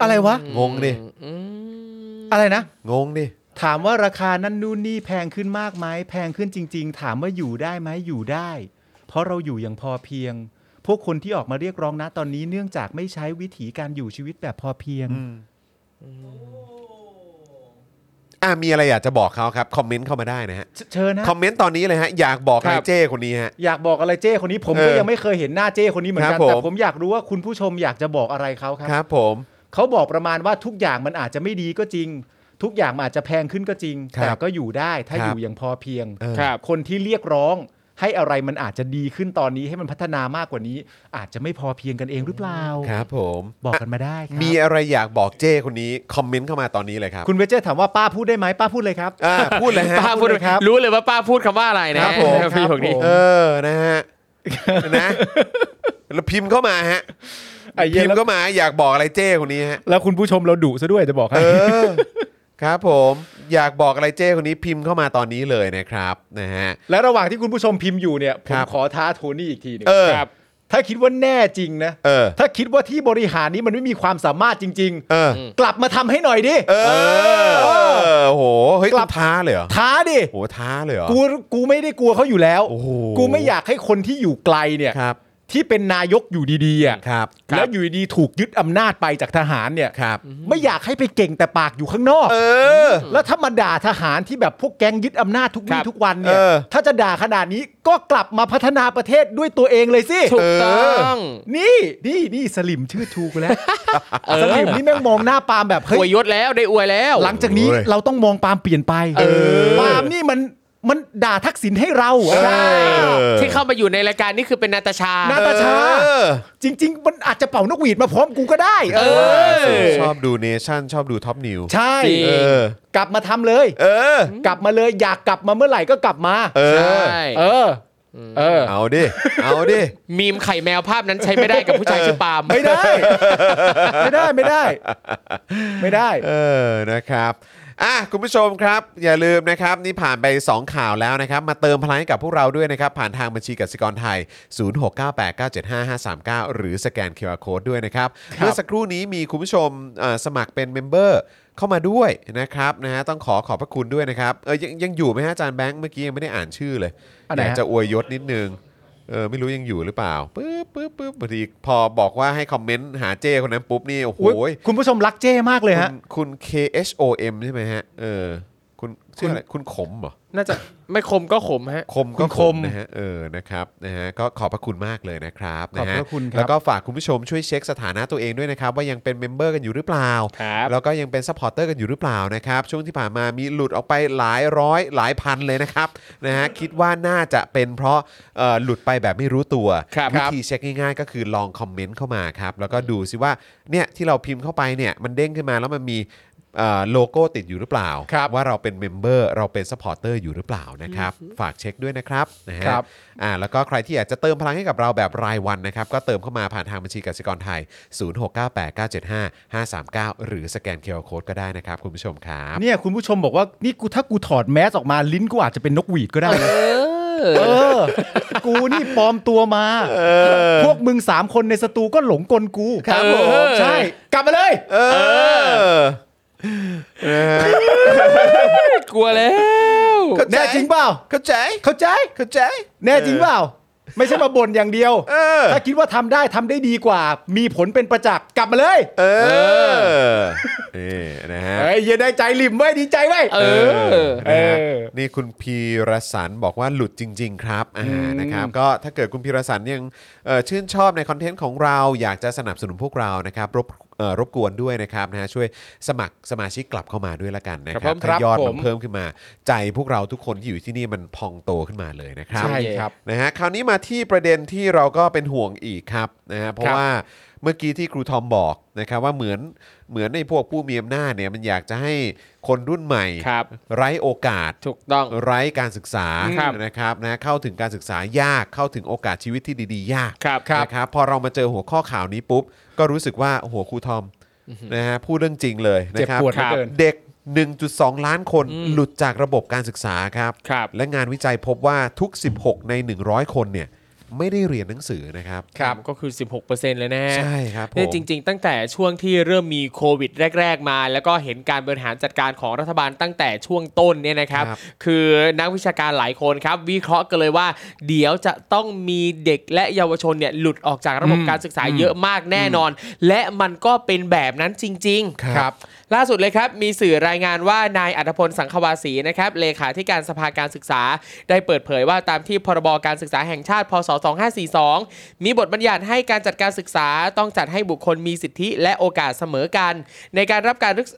Speaker 3: อะไรวะ
Speaker 2: งงดิ
Speaker 3: อะไรนะ
Speaker 2: งงดิ
Speaker 3: ถามว่าราคานั่นนู่นนี่แพงขึ้นมากไหมแพงขึ้นจริง ๆ ถามว่าอยู่ได้ไหมอยู่ได้ เพราะเราอยู่อย่างพอเพียง พวกคนที่ออกมาเรียกร้องนะตอนนี้เนื่องจากไม่ใช้วิถีการอยู่ชีวิตแบบพอเพียง
Speaker 2: อ่ะมีอะไรอยากจะบอกเขาครับ คอมเมนต์เข้ามาได้นะฮะ
Speaker 3: เชิญนะ
Speaker 2: คอมเมนต์ตอนนี้เลยฮะ อยากบอกให้
Speaker 4: ครับ
Speaker 2: เจ้คนนี้ฮะ
Speaker 3: อยากบอกอะไรเจ้คนนี้ผม
Speaker 2: เออ
Speaker 3: ก็ยังไม่เคยเห็นหน้าเจ้คนนี้เหมือน
Speaker 2: ค
Speaker 3: กั
Speaker 2: รั
Speaker 3: น
Speaker 2: บผม
Speaker 3: แต่ผมอยากรู้ว่าคุณผู้ชมอยากจะบอกอะไรเขาครั
Speaker 2: ครับผม
Speaker 3: เขาบอกประมาณว่าทุกอย่างมันอาจจะไม่ดีก็จริง ทุกอย่างมันอาจจะแพงขึ้นก็จริง แต่ก็อยู่ได้ถ้าอยู่อย่างพอเพียง
Speaker 2: เออ
Speaker 4: ครับ
Speaker 3: คนที่เรียกร้องให้อะไรมันอาจจะดีขึ้นตอนนี้ให้มันพัฒนามากกว่านี้ อาจจะไม่พอเพียงกันเองหรือเปล่า
Speaker 2: ครับผม
Speaker 3: บอกกันมาได้ครับ
Speaker 2: มีอะไรอยากบอกเจ้คนนี้คอมเมนต์เข้ามาตอนนี้เลยครับ
Speaker 3: คุณเวเจอร์ถามว่าป้าพูดได้ไหมป้าพูดเลยครับ
Speaker 2: อ่ะพูดเลยฮะ
Speaker 4: ป้าพูด
Speaker 3: เลยครับ
Speaker 4: รู้เลยว่าป้าพูดคำว่าอะไรนะครับ
Speaker 2: ผม
Speaker 4: พี่หกนี้
Speaker 3: ครับผม
Speaker 2: เออ นะฮะ นะ แล้วพิมพ์เข้ามาฮะ
Speaker 3: ไอ้เหี้
Speaker 2: พิม
Speaker 3: ย
Speaker 2: พ์
Speaker 3: แล้ว
Speaker 2: เข้ามาอยากบอกอะไรเจ้คนนี้ฮะ
Speaker 3: แล้วคุณผู้ชมเราดุซะด้วยจะบอกให้
Speaker 2: เออ ครับผม อยากบอกอะไรเจ้คนนี้พิมพ์เข้ามาตอนนี้เลยนะครับ นะฮะ
Speaker 3: และระหว่างที่คุณผู้ชมพิมพ์อยู่เนี่ยผ
Speaker 2: ค
Speaker 3: ม
Speaker 2: รับ
Speaker 3: ขอท้าโทนี่อีกทีหนึง
Speaker 2: เออ
Speaker 4: ครับ
Speaker 3: ถ้าคิดว่าแน่จริงนะ
Speaker 2: เออ
Speaker 3: ถ้าคิดว่าที่บริหารนี้มันไม่มีความสามารถจริง
Speaker 2: เออ
Speaker 3: ๆ กลับมาทำให้หน่อยดิ
Speaker 2: เออโอ้โห เฮ้ย
Speaker 3: กลั
Speaker 2: คุ
Speaker 3: บ
Speaker 2: ณท้าเลยเหรอ
Speaker 3: ท้าดิ
Speaker 2: โหท้าเลยเหรอ
Speaker 3: กูกูไม่ได้กลัวเขาอยู่แล้ว
Speaker 2: โอ้โห
Speaker 3: กูไม่อยากให้คนที่อยู่ไกลเนี่ย
Speaker 2: ครับ
Speaker 3: ที่เป็นนายกอยู่ดีๆอ่ะ
Speaker 2: ครับ
Speaker 3: แล้วอยู่ดีๆถูกยึดอำนาจไปจากทหารเนี่ย
Speaker 2: ครับ
Speaker 3: ไม่อยากให้ไปเก่งแต่ปากอยู่ข้างนอก
Speaker 2: เออ
Speaker 3: แล้วถ้ามาด่าทหารที่แบบพวกแก๊งยึดอำนาจทุก
Speaker 4: ครั
Speaker 3: วี่
Speaker 4: บ
Speaker 3: ทุกวันเนี่ย
Speaker 2: เออ
Speaker 3: ถ้าจะด่าขนาดนี้ก็กลับมาพัฒนาประเทศด้วยตัวเองเลยสิ
Speaker 4: ถูกต้อง
Speaker 3: นี่นี่นี่สลิมชื่อทูกูแล้วสลิมนี่แม่งมองหน้าปาล์มแบบ
Speaker 4: อ
Speaker 3: เฮ้
Speaker 4: วย
Speaker 3: ย
Speaker 4: ยศแล้วได้อวยแล้ว
Speaker 3: หลังจากนี้
Speaker 2: เว้ย
Speaker 3: เราต้องมองปาล์มเปลี่ยนไป
Speaker 2: อ
Speaker 3: ปาล์มนี่มันมันด่าทักษิณให้เราอะ
Speaker 2: ใช่ เออ
Speaker 4: ที่เข้ามาอยู่ในรายการนี่คือเป็นนาตาชา
Speaker 3: นาตาชา
Speaker 2: เออ
Speaker 3: จริง ๆ มันอาจจะเป่านกหวีดมาพร้อมกูก็ได้ เออ
Speaker 2: ชอบดูเนชั่น ชอบดูท็อปนิว
Speaker 3: ใช่
Speaker 4: จริง
Speaker 2: เออ
Speaker 3: กลับมาทำเลย
Speaker 2: เออ
Speaker 3: กลับมาเลยอยากกลับมาเมื่อไหร่ก็กลับมา
Speaker 2: เอ
Speaker 4: ใช
Speaker 2: อ
Speaker 4: ่
Speaker 3: เออ เออ
Speaker 2: เอาดิ เอาดิ
Speaker 4: มีมไข่แมวภาพนั้นใช้ไม่ได้กับผู้ชายชื่อปาล์ม
Speaker 3: ไม่ได้ ไม่ได้ไม่ได้ ไม่ได้
Speaker 2: เออ นะครับ อ่ะ คุณผู้ชมครับ อย่าลืมนะครับ นี่ผ่านไป 2 ข่าวแล้วนะครับ มาเติมพลังให้กับพวกเราด้วยนะครับ ผ่านทางบัญชีกสิกรไทย 0698975539 หรือสแกน QR Code ด้วยนะครับ เมื่อสักครู่นี้มีคุณผู้ชมเอ่อสมัครเป็นเมมเบอร์เข้ามาด้วยนะครับนะฮะต้องขอขอบพระคุณด้วยนะครับ เออยังยังอยู่ไหมฮะอาจารย์แบงค์เมื่อกี้ยังไม่ได้อ่านชื่อเลย
Speaker 3: อันไห
Speaker 2: อน
Speaker 3: ฮะ
Speaker 2: ยากจะอวยยศนิดนึงเออไม่รู้ยังอยู่หรือเปล่าปึ๊บปึ๊บปึ๊บบางทีพอบอกว่าให้คอมเมนต์หาเจ้คนนั้นปุ๊บนี่โอ้โห
Speaker 3: อุ๊ยคุณผู้ชมรักเจ้มากเลยฮะ
Speaker 2: คุณคุณ KHOM ใช่ไหมฮะ เออ คุณชื่ออะไร คุณขมเหรอ
Speaker 4: น่าจะไม่คมก็ขมฮะ
Speaker 2: คมก็
Speaker 3: คุณ
Speaker 2: ค
Speaker 3: ค
Speaker 2: ม
Speaker 3: ม
Speaker 2: นะฮะ เออ นะครับ นะฮะ ก็ขอบพระคุณมากเลยนะครับนฮ
Speaker 3: ขอบพระคุณครับ
Speaker 2: แล้วก็ฝากคุณผู้ชมช่วยเช็คสถานะตัวเองด้วยนะครับ ว่ายังเป็นเมมเบอร์กันอยู่หรือเปล่า
Speaker 4: ครับ
Speaker 2: แล้วก็ยังเป็นซัพพอร์ตเตอร์กันอยู่หรือเปล่านะครับ ช่วงที่ผ่านมามีหลุดออกไปหลายร้อยหลายพันเลยนะครับ นะฮะ คิดว่าน่าจะเป็นเพราะเอ่อหลุดไปแบบไม่รู้ตัว
Speaker 4: ครับ
Speaker 2: วิธีเช็คง่ายๆ ก็คือลองคอมเมนต์เข้ามาครับ แล้วก็ดูซิว่า เนี่ยที่เราพิมพ์เข้าไปเนี่ย มันเด้งขึ้นมาแล้วมันมีเอ่อโลโก้ติดอยู่หรือเปล่า
Speaker 3: ครับ
Speaker 2: ว่าเราเป็นเมมเบอร์เราเป็นสปอร์เตอร์อยู่หรือเปล่านะครับ ฝากเช็คด้วยนะครับนะฮะ
Speaker 3: ครับ
Speaker 2: อ่าแล้วก็ใครที่อยากจะเติมพลังให้กับเราแบบรายวันนะครับ ก็เติมเข้ามาผ่านทางบัญชีกสิกรไทย 0698975539 หรือสแกนเคอร์โคดก็ได้นะครับ คุณผู้ชมครับ
Speaker 3: เนี่ยคุณผู้ชมบอกว่านี่กูถ้ากูถอดแมสออกมาลิ้นกูอาจจะเป็นนกหวีดก็ได้นะเออ กูนี่ปลอมตัวมาพวกมึงสามคนในสตูก็หลงกลกู
Speaker 4: ครับผม
Speaker 3: ใช่กลับมาเลย
Speaker 2: เออ
Speaker 4: กลัวแล้ว
Speaker 2: เข้าใจ
Speaker 3: แน่จริงเปล่า
Speaker 2: เข้าใจ
Speaker 3: เข้าใจ
Speaker 2: เข้าใจ
Speaker 3: แน่จริงเปล่า ไม่ใช่มาบ่นอย่างเดียว
Speaker 2: เออ
Speaker 3: ถ้าคิดว่าทำได้ทำได้ดีกว่า มีผลเป็นประจักษ์กลับมาเลย
Speaker 2: เออนี่นะฮะ
Speaker 3: เฮ้ยอย่าได้ใจริมไว้ยดีใจไว้ย
Speaker 4: เออ
Speaker 2: เออนะฮะ
Speaker 3: เออ
Speaker 2: นี่คุณพีรสันบอกว่าหลุดจริง ๆ ครับอ่านะครับ ก็ถ้าเกิดคุณพีรสันยังเอ่อชื่นชอบในคอนเทนต์ของเราอยากจะสนับสนุนพวกเรานะครับรบเอ่อรบกวนด้วยนะครับนะฮะช่วยสมัครสมาชิกกลับเข้ามาด้วยละกันนะค
Speaker 4: ครั
Speaker 2: รับ
Speaker 4: ผม
Speaker 2: บถ้ายอด
Speaker 4: ครับผ
Speaker 2: มัน
Speaker 4: ม
Speaker 2: เพิ่มขึ้นมา ใจพวกเราทุกคนที่อยู่ที่นี่มันพองโตขึ้นมาเลยนะครับ
Speaker 3: ใช่ครับ
Speaker 2: นะฮะคราวนี้มาที่ประเด็นที่เราก็เป็นห่วงอีกครับนะฮะเพราะว่าเมื่อกี้ที่ครูทอมบอกนะครับว่าเหมือนเหมือนในพวกผู้มีอำนาจเนี่ยมันอยากจะให้คนรุ่นใหม่
Speaker 4: ครับ
Speaker 2: ไร้โอกาส
Speaker 4: ถูกต้อง
Speaker 2: ไร้การศึกษา
Speaker 4: ครับ
Speaker 2: นะครับนะเข้าถึงการศึกษายากเข้าถึงโอกาสชีวิตที่ดีๆ ยาก
Speaker 4: ครับ
Speaker 2: นะครับพอเรามาเจอหัวข้อข่าวนี้ปุ๊บ ก็รู้สึกว่าโอ้โหครูทอมนะฮะพูดเรื่องจริงเลยนะ
Speaker 3: เจ็บ
Speaker 2: ครับ
Speaker 3: ปวดเห
Speaker 4: ค
Speaker 3: ลื
Speaker 4: รั
Speaker 3: อบ เกิน
Speaker 2: เด็ก 1.2 ล้านคนหลุดจากระบบการศึกษาครับ
Speaker 4: ครับ
Speaker 2: และงานวิจัยพบว่าทุก 16 ใน 100 คนเนี่ยไม่ได้เรียนหนังสือนะครับ
Speaker 4: ครับก็คือ 16%เลยนะ
Speaker 2: ใช่ครับผม
Speaker 4: เนี่ยจริง ๆ ตั้งแต่ช่วงที่เริ่มมีโควิดแรก ๆ มา แล้วก็เห็นการบริหารจัดการของรัฐบาลตั้งแต่ช่วงต้นเนี่ยนะครับ
Speaker 2: ครับ
Speaker 4: คือนักวิชาการหลายคนครับ วิเคราะห์กันเลยว่า เดี๋ยวจะต้องมีเด็กและเยาวชนเนี่ยหลุดออกจากระบบการศึกษาเยอะมากแน่นอน และมันก็เป็นแบบนั้นจริง ๆ
Speaker 2: ครับ
Speaker 4: ล่าสุดเลยครับมีสื่อรายงานว่านายอัธพลสังควาสีนะครับเลขาธิการสภาการศึกษา ได้เปิดเผยว่าตามที่พรบการศึกษาแห่งชาติพศ 2542 มีบทบัญญัติให้การจัดการศึกษาต้องจัดให้บุคคลมีสิทธิและโอกาสเสมอกัน ในการรับการศึกษา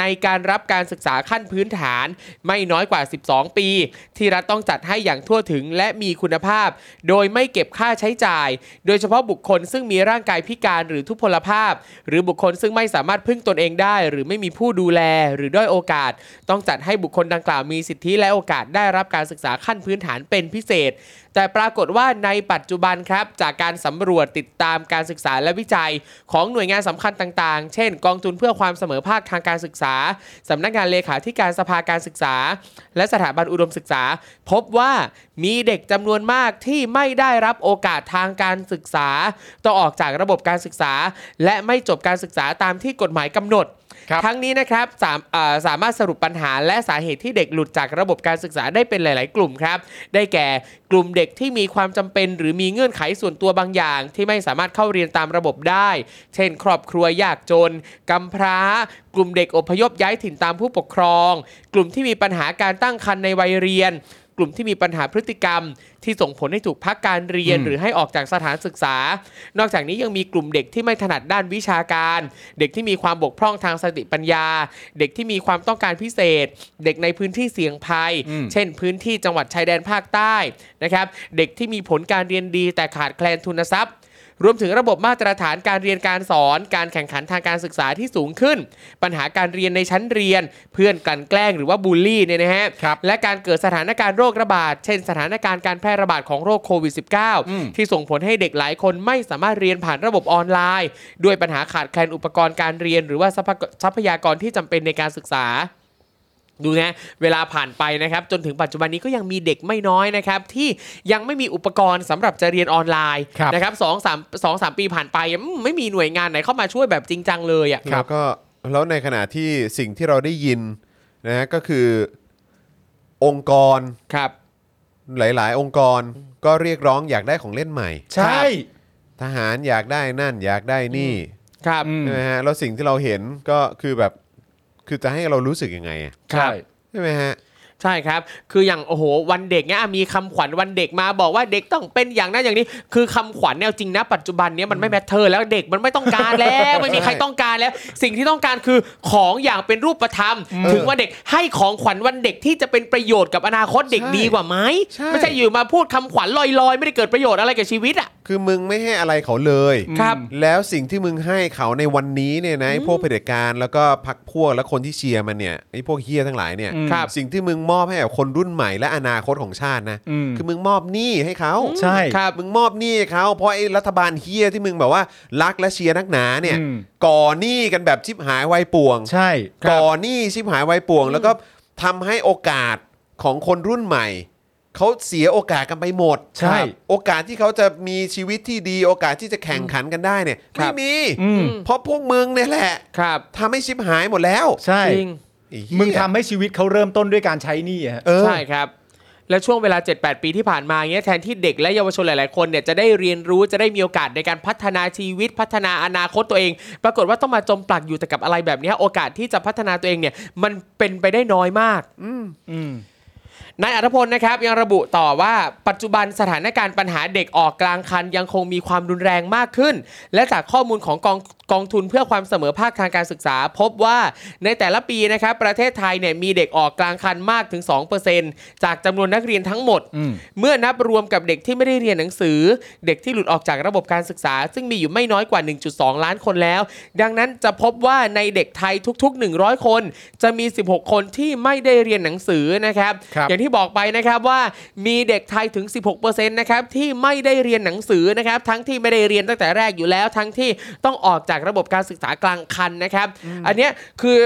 Speaker 4: ในการรับการศึกษาขั้นพื้นฐานไม่น้อยกว่า 12 ปี ที่รัฐต้องจัดให้อย่างทั่วถึงและมีคุณภาพ โดยไม่เก็บค่าใช้จ่าย โดยเฉพาะบุคคลซึ่งมีร่างกายพิการหรือทุพพลภาพ หรือบุคคลซึ่งไม่สามารถพึ่งตนเองได้ หรือไม่มีผู้ดูแลหรือด้อยโอกาส ต้องจัดให้บุคคลดังกล่าวมีสิทธิและโอกาสได้รับการศึกษาขั้นพื้นฐานเป็นพิเศษ แต่ปรากฏว่าในปัจจุบันครับ จากการสำรวจติดตามการศึกษาและวิจัย ของหน่วยงานสำคัญต่างๆ เช่น กองทุนเพื่อความเสมอภาคทางการศึกษาสำนักงานเลขาธิการสภาการศึกษา และสถาบันอุดมศึกษา พบว่ามีเด็กจำนวนมากที่ไม่ได้รับโอกาสทางการศึกษาต้องออกจากระบบการศึกษา และไม่จบการศึกษาตามที่กฎหมายกำหนด
Speaker 3: ครับ
Speaker 4: ทั้งนี้นะครับสามเอ่อสามารถสรุปปัญหาและสาเหตุที่เด็กหลุดจากระบบการศึกษาได้เป็นหลาย ๆ กลุ่มครับ ได้แก่กลุ่มเด็กที่มีความจำเป็น หรือมีเงื่อนไขส่วนตัวบางอย่าง ที่ไม่สามารถเข้าเรียนตามระบบได้ เช่น ครอบครัวยากจนกำพร้า กลุ่มเด็กอพยพย้ายถิ่นตามผู้ปกครอง กลุ่มที่มีปัญหาการตั้งครรภ์ในวัยเรียน กลุ่มที่มีปัญหาพฤติกรรม ที่ส่งผลให้ถูกพักการเรียน หรือให้ออกจากสถานศึกษา นอกจากนี้ยังมีกลุ่มเด็กที่ไม่ถนัดด้านวิชาการ เด็กที่มีความบกพร่องทางสติปัญญา เด็กที่มีความต้องการพิเศษ เด็กในพื้นที่เสี่ยงภัย เช่น พื้นที่จังหวัดชายแดนภาคใต้นะครับ เด็กที่มีผลการเรียนดี แต่ขาดแคลนทุนทรัพย์ รวมถึงระบบมาตรฐานการเรียนการสอน การแข่งขันทางการศึกษาที่สูงขึ้น ปัญหาการเรียนในชั้นเรียน เพื่อนกลั่นแกล้งหรือว่าบูลลี่เนี่ยนะฮะ
Speaker 3: ครับ
Speaker 4: และการเกิดสถานการณ์โรคระบาด เช่นสถานการณ์การแพร่ระบาดของโรคโควิด -19 ที่ส่งผลให้เด็กหลายคนไม่สามารถเรียนผ่านระบบออนไลน์ ด้วยปัญหาขาดแคลนอุปกรณ์การเรียน หรือว่าทรัพยทรัพยากรที่จำเป็นในการศึกษา ดูนะเวลาผ่านไปนะครับ จนถึงปัจจุบันนี้ก็ยังมีเด็กไม่น้อยนะครับ ที่ยังไม่มีอุปกรณ์สำหรับจะเรียนออนไลน์
Speaker 3: ครับ
Speaker 4: นะครับสองสามสองสามปีผ่านไปอืมไม่มีหน่วยงานไหนเข้ามาช่วยแบบจริงจังเลยอ่ะ
Speaker 2: แล้วก็แล้วในขณะที่สิ่งที่เราได้ยินนะฮะก็คือองค์กร
Speaker 4: ครับ
Speaker 2: หลายๆ องค์กรก็เรียกร้องอยากได้ของเล่นใหม่
Speaker 3: ใช่
Speaker 2: ทหารอยากได้นั่นอยากได้นี่
Speaker 4: ครับ
Speaker 3: อืม
Speaker 2: ใช่ไหมฮะแล้วสิ่งที่เราเห็นก็คือแบบคือจะให้เรารู้สึกยังไงอะ
Speaker 4: ครับ
Speaker 3: ใช่
Speaker 2: ใช่ไหมฮะ
Speaker 4: ใช่ครับ คืออย่างโอ้โหวันเด็กเนี่ยมีคำขวัญวันเด็กมาบอกว่าเด็กต้องเป็นอย่างนั้นอย่างนี้ คือคำขวัญเนี่ยจริงนะปัจจุบันเนี้มันไม่แมทเทอร์แล้วเด็กมันไม่ต้องการแล้ว ไม่มีใครต้องการแล้ว สิ่งที่ต้องการคือของอย่างเป็นรูปธรรม ถึงว่าเด็กให้ของขวัญวันเด็กที่จะเป็นประโยชน์กับอนาคตเด็ก
Speaker 2: ใช่
Speaker 4: ดีกว่าไหม
Speaker 2: ใช่
Speaker 4: ไม่ใช่อยู่มาพูดคำขวัญลอยๆ ไม่ได้เกิดประโยชน์อะไรกับชีวิตอ่ะ
Speaker 2: คือมึงไม่ให้อะไรเขาเลย
Speaker 4: ครับ
Speaker 2: แล้วสิ่งที่มึงให้เขาในวันนี้เนี่ยนะไอ้พวกเผด็จการแล้วก็พักพวกและคนที่เชียร์มันเนี่ยไอ้พวกเฮียทั้งหลายเนี่ย
Speaker 3: อืม
Speaker 4: ครับ
Speaker 2: สิ่งที่มึงมอบให้กับคนรุ่นใหม่และอนาคตของชาตินะ
Speaker 3: อืม
Speaker 2: คือมึงมอบหนี้ให้เขา
Speaker 3: ใช่
Speaker 4: ครับ
Speaker 2: มึงมอบหนี้ให้เขาเพราะไอ้รัฐบาลเฮียที่มึงแบบว่ารักและเชียร์นักหนาเนี่ย
Speaker 3: อืม
Speaker 2: ก่อหนี้กันแบบชิบหายไวายป่วง
Speaker 3: ใช่
Speaker 2: ก่อหนี้ชิบหายไวายป่วง แล้วก็ทำให้โอกาสของคนรุ่นใหม่เขาเสียโอกาสกันไปหมด
Speaker 3: ใช่
Speaker 2: ครับโอกาสที่เขาจะมีชีวิตที่ดี โอกาสที่จะแข่งขันกันได้เนี่ย
Speaker 4: ครั
Speaker 2: ไม่
Speaker 4: บ
Speaker 2: มี
Speaker 3: อืม
Speaker 2: เพราะพวกมึงเนี่ยแหละ
Speaker 4: ครับ
Speaker 2: ทำให้ชิบหายหมดแล้ว
Speaker 3: ใช่
Speaker 4: จริง
Speaker 2: ไอ้เหี้ย
Speaker 3: มึงทำให้ชีวิตเขาเริ่มต้นด้วยการใช้หนี้อะฮะ
Speaker 2: เออ
Speaker 4: ใช่ครับ แล้วช่วงเวลา 7-8 ปีที่ผ่านมาเนี้ยแทนที่เด็กและเยาวชนหลายๆคนเนี่ยจะได้เรียนรู้จะได้มีโอกาสในการพัฒนาชีวิตพัฒนาอนาคตตัวเอง ปรากฏว่าต้องมาจมปลักอยู่แต่กับอะไรแบบเนี้ยโอกาสที่จะพัฒนาตัวเองเนี่ยมันเป็นไปได้น้อยมาก
Speaker 3: อืม
Speaker 4: นายอัธพลนะครับยังระบุต่อว่าปัจจุบันสถานการณ์ปัญหาเด็กออกกลางคันยังคงมีความรุนแรงมากขึ้น และจากข้อมูลของกองกองทุนเพื่อความเสมอภาคทางการศึกษา พบว่าในแต่ละปีนะครับประเทศไทยเนี่ยมีเด็กออกกลางคันมากถึง 2%จากจำนวนนักเรียนทั้งหมด
Speaker 3: อืม
Speaker 4: เมื่อนับรวมกับเด็กที่ไม่ได้เรียนหนังสือ เด็กที่หลุดออกจากระบบการศึกษา ซึ่งมีอยู่ไม่น้อยกว่า 1.2 ล้านคนแล้ว ดังนั้นจะพบว่าในเด็กไทยทุก ๆ 100 คน จะมี 16 คนที่ไม่ได้เรียนหนังสือนะครับ
Speaker 3: ครับ
Speaker 4: อย่างที่บอกไปนะครับว่ามีเด็กไทยถึง 16%นะครับที่ไม่ได้เรียนหนังสือนะครับ ทั้งที่ไม่ได้เรียนตั้งแต่แรกอยู่แล้ว ทั้งที่ต้องออกจากระบบการศึกษากลางคันนะครับ อันเนี้ยคือ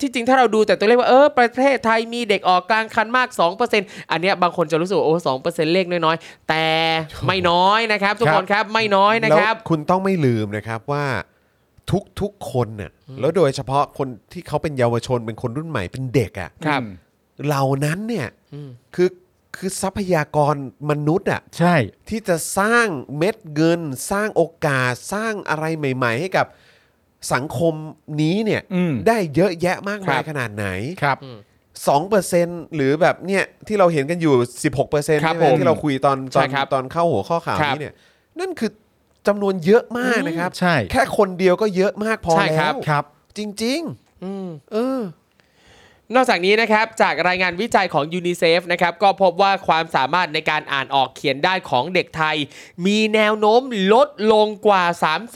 Speaker 4: ที่จริงถ้าเราดูแต่ตัวเลขว่าเออประเทศไทยมีเด็กออกกลางคันมาก 2%อันเนี้ยบางคนจะรู้สึกว่าโอ้สองเปอร์เซ็นต์เลขน้อยๆ แต่ไม่น้อยนะครับ ทุกคนครับไม่น้อยนะครับ
Speaker 2: แล้วคุณต้องไม่ลืมนะครับว่าทุกทุกๆคนน่ะแล้วโดยเฉพาะคนที่เขาเป็นเยาวชนเป็นคนรุ่นใหม่เป็นเด็กอ่ะ
Speaker 4: ครับ
Speaker 2: เหล่านั้นเนี่ย
Speaker 4: อืม
Speaker 2: คือคือทรัพยากรมนุษย์อ่ะ
Speaker 3: ใช่
Speaker 2: ที่จะสร้างเม็ดเงิน สร้างโอกาสสร้างอะไรใหม่ ๆ ให้กับสังคมนี้เนี่ย
Speaker 3: อืม
Speaker 2: ได้เยอะแยะมากมาย
Speaker 4: ครับ
Speaker 2: ขนาดไหน
Speaker 3: ครับ
Speaker 2: สองเปอร์เซ็นหรือแบบเนี่ยที่เราเห็นกันอยู่สิบหกเปอร์เซ็นต์
Speaker 4: ครับผม
Speaker 2: ที่เราคุยตอนต
Speaker 4: ใช่
Speaker 2: อน
Speaker 4: ครับ
Speaker 2: ตอนเข้าหัวข้อข่าว
Speaker 4: ครับ
Speaker 2: นี้เนี่ยนั่นคือจำนวนเยอะมากนะครับ
Speaker 3: ใช่
Speaker 2: แค่คนเดียวก็เยอะมากพอ
Speaker 4: ใช่ค
Speaker 2: แล้
Speaker 4: รั
Speaker 2: ว
Speaker 4: บ
Speaker 3: ครับ
Speaker 2: จริง
Speaker 4: อืม
Speaker 2: ๆ เออ
Speaker 4: นอกจากนี้นะครับจากรายงานวิจัยของยูนิเซฟนะครับก็พบว่าความสามารถในการอ่านออกเขียนได้ของเด็กไทย มีแนวโน้มลดลงกว่า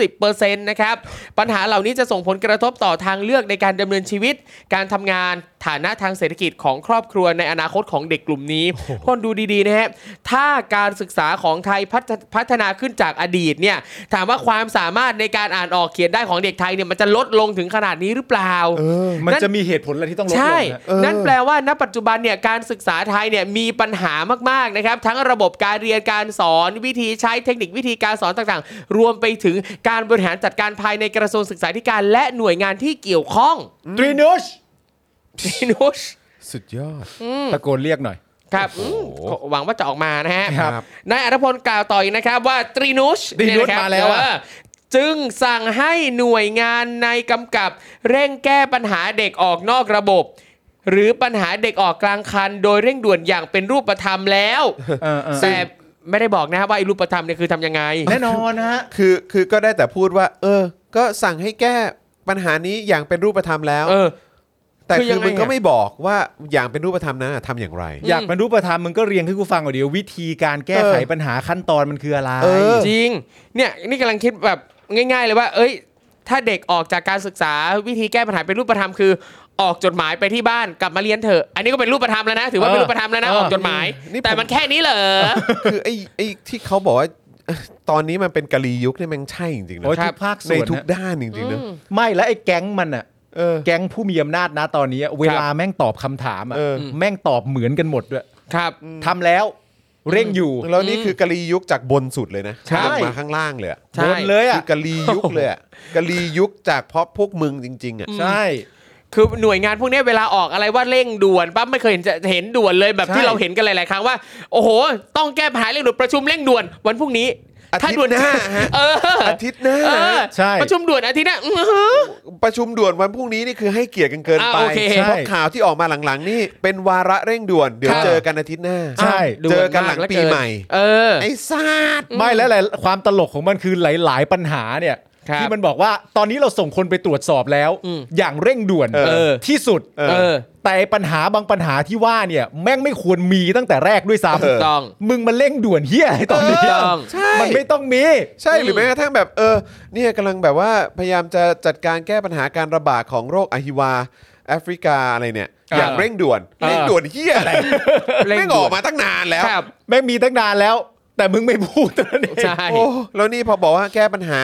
Speaker 4: 30%นะครับปัญหาเหล่านี้จะส่งผลกระทบต่อทางเลือกในการดำเนินชีวิต การทำงานฐานะทางเศรษฐกิจของครอบครัวในอนาคตของเด็กกลุ่มนี้คนดูดีๆนะฮะถ้าการศึกษาของไทยพัฒพัฒนาขึ้นจากอดีตเนี่ยถามว่าความสามารถในการอ่านออกเขียนได้ของเด็กไทยเนี่ยมันจะลดลงถึงขนาดนี้หรือเปล่า
Speaker 2: เออ
Speaker 3: มันจะมีเหตุผลอะไรที่ต้องลดล
Speaker 4: ใช่
Speaker 3: งนะ
Speaker 2: เออ
Speaker 4: นั่นแปลว่าณปัจจุบันเนี่ยการศึกษาไทยเนี่ยมีปัญหามากๆนะครับ ทั้งระบบการเรียนการสอนวิธีใช้เทคนิควิธีการสอนต่างๆ รวมไปถึงการบริหารจัดการภายในกระทรวงศึกษาธิการ และหน่วยงานที่เกี่ยวข้อง
Speaker 3: ตรีนุช
Speaker 4: พี่นุช
Speaker 2: สุดยอด
Speaker 3: ตะโกนเรียกหน่อย
Speaker 4: ครับอืมหวังว่าจะออกมานะฮะ
Speaker 2: ครับ
Speaker 4: นายอัธพลกล่าวต่ออีกนะครับว่าตรีนุช
Speaker 3: ตรีนุช
Speaker 4: เยะคบ
Speaker 3: มาแล้วอะ
Speaker 4: เออจึงสั่งให้หน่วยงานในกำกับเร่งแก้ปัญหาเด็กออกนอกระบบ หรือปัญหาเด็กออกกลางคัน โดยเร่งด่วนอย่างเป็นรูปธรรมแล้ว
Speaker 3: เออเออ
Speaker 4: แต่ไม่ได้บอกนะครับว่าไอ้รูปธรรมเนี่ยคือทำยังไง
Speaker 3: แน่นอนนะฮะ
Speaker 2: คือคือก็ได้แต่พูดว่า เออ ก็สั่งให้แก้ปัญหานี้อย่างเป็นรูปธรรมแล้ว
Speaker 4: เออ
Speaker 2: แต่
Speaker 4: คือยั
Speaker 2: คือง
Speaker 4: ไง
Speaker 2: มึงก็
Speaker 4: อะ
Speaker 2: ไม่บอกว่าอย่างเป็นรูปธรรมนั้นอะทำอย่างไร
Speaker 3: อยากเป็นรูปธรรมมึงก็เรียงให้กูฟังก่อนดีว่าวิธีการแก้ไขปัญหาขั้นตอนมันคืออะไร
Speaker 2: เออ
Speaker 4: จริง เนี่ยนี่กำลังคิดแบบง่าย ๆ เลยว่า เอ้ย ถ้าเด็กออกจากการศึกษาวิธีแก้ปัญหาเป็นรูปธรรมคือ ออกจดหมายไปที่บ้านกลับมาเรียนเถอะ อันนี้ก็เป็นรูปธรรมแล้วนะ ถือว่า
Speaker 3: เอ
Speaker 4: เป็
Speaker 3: อ
Speaker 4: นรูปธรรมแล้วนะ
Speaker 3: เออ
Speaker 4: ออกจดหมาย
Speaker 2: นี่ผม
Speaker 4: แต่มันแค่นี้เหรอ
Speaker 2: คือไอ้ไอ้ที่เขาบอกว่า เอ่อตอนนี้มันเป็นกะลียุคเนี่ยมันใช่จริงๆนะ
Speaker 3: โอ้ย
Speaker 4: ครั
Speaker 3: ทุ
Speaker 4: บ
Speaker 3: กภาค
Speaker 2: ใน
Speaker 3: ส่วน
Speaker 2: ทุก
Speaker 3: นะ
Speaker 2: ด้านจริงๆนะ
Speaker 3: ไม่แล้วไอ้แก๊งมันอะ
Speaker 2: เออ
Speaker 3: แก๊งผู้มีอำนาจนะตอนนี้เวลาแม่งตอบคำถามอะ
Speaker 2: เออ
Speaker 3: แม่งตอบเหมือนกันหมดด้วย
Speaker 4: ครับ
Speaker 3: ทำแล้วเร่งอยู่
Speaker 2: แล้วนี่คือกะลียุคจากบนสุดเลยนะ
Speaker 3: ใช่
Speaker 2: ลงมาข้างล่างเลยอะ
Speaker 4: ใช่
Speaker 3: โดนเลย
Speaker 2: คื
Speaker 3: อะ
Speaker 2: อกะลียุคเลยอะกะลียุคจากเพราะพวกมึงจริง ๆอ่ะ
Speaker 3: ใช่
Speaker 4: คือหน่วยงานพวกเนี้ยเวลาออกอะไรว่าเร่งด่วนปั๊บไม่เคยเห็นจะเห็นด่วนเลยแบบ
Speaker 3: ใช่
Speaker 4: ที่เราเห็นกันหลายๆครั้งว่า โอ้โห ต้องแก้ปัญหาเร่งด่วนประชุมเร่งด่วนวันพรุ่งนี้
Speaker 2: อา
Speaker 4: ถ้า
Speaker 2: ทิต
Speaker 4: ด่วน
Speaker 2: ย์หน้าฮะ
Speaker 4: เออ
Speaker 2: อาทิตย์หน้า
Speaker 4: เออ
Speaker 3: ใช่
Speaker 4: ประชุมด่วนอาทิตย์หนะอื้อหือ
Speaker 2: ประชุมด่วนวันพรุ่งนี้นี่คือให้เกียรติกันเกินไป
Speaker 4: อ่ะโอเค
Speaker 2: เพราะข่าวที่ออกมาหลังๆ นี่เป็นวาระเร่งด่วนเดี๋ย
Speaker 4: ค
Speaker 2: ว
Speaker 4: รับ
Speaker 2: เจอกันอาทิตย์หน้า
Speaker 3: ใช่
Speaker 4: ด่ว
Speaker 2: เจอกันหลัง
Speaker 4: มา
Speaker 2: ปี
Speaker 4: เเ
Speaker 2: ใหม่
Speaker 4: เออ
Speaker 2: ไอ้ซาด
Speaker 3: ไม่แล้วแหละความตลกของมันคือหลาย ๆ ปัญหาเนี่ย
Speaker 4: ครับ
Speaker 3: ที่มันบอกว่าตอนนี้เราส่งคนไปตรวจสอบแล้ว
Speaker 4: อืม
Speaker 3: อย่างเร่งด่วน
Speaker 2: เออ
Speaker 3: ที่สุด
Speaker 2: เออ
Speaker 4: เออ
Speaker 3: แต่ปัญหาบางปัญหาที่ว่าเนี่ย แม่งไม่ควรมีตั้งแต่แรกด้วยซ้
Speaker 2: เออ
Speaker 4: ต้อง
Speaker 3: ำมึงมันเร่งด่วนเฮียอะไรตอนนี้
Speaker 4: เออถูกต้อง
Speaker 2: ใช่
Speaker 3: มันไม่ต้องมี
Speaker 2: ใช่หรือแม้กระทั่งแบบเออเนี่ยกำลังแบบว่าพยายามจะจัดการแก้ปัญหาการระบาดของโรคอหิวาแอฟริกาอะไรเนี่ยอย่าง
Speaker 4: เออ
Speaker 2: เร่งด่วน
Speaker 4: เออ
Speaker 2: เร่งด่วนเฮียอะไร
Speaker 4: เร่ง
Speaker 2: เร่งอ
Speaker 4: ด่ว
Speaker 2: อน กมาตั้งนานแล้ว
Speaker 4: ครับ
Speaker 3: แม่งมีตั้งนานแล้ว แต่มึงไม่พูดเท่านั้นเอง
Speaker 4: ใช่
Speaker 2: โอ้แล้วนี่พอบอกว่าแก้ปัญหา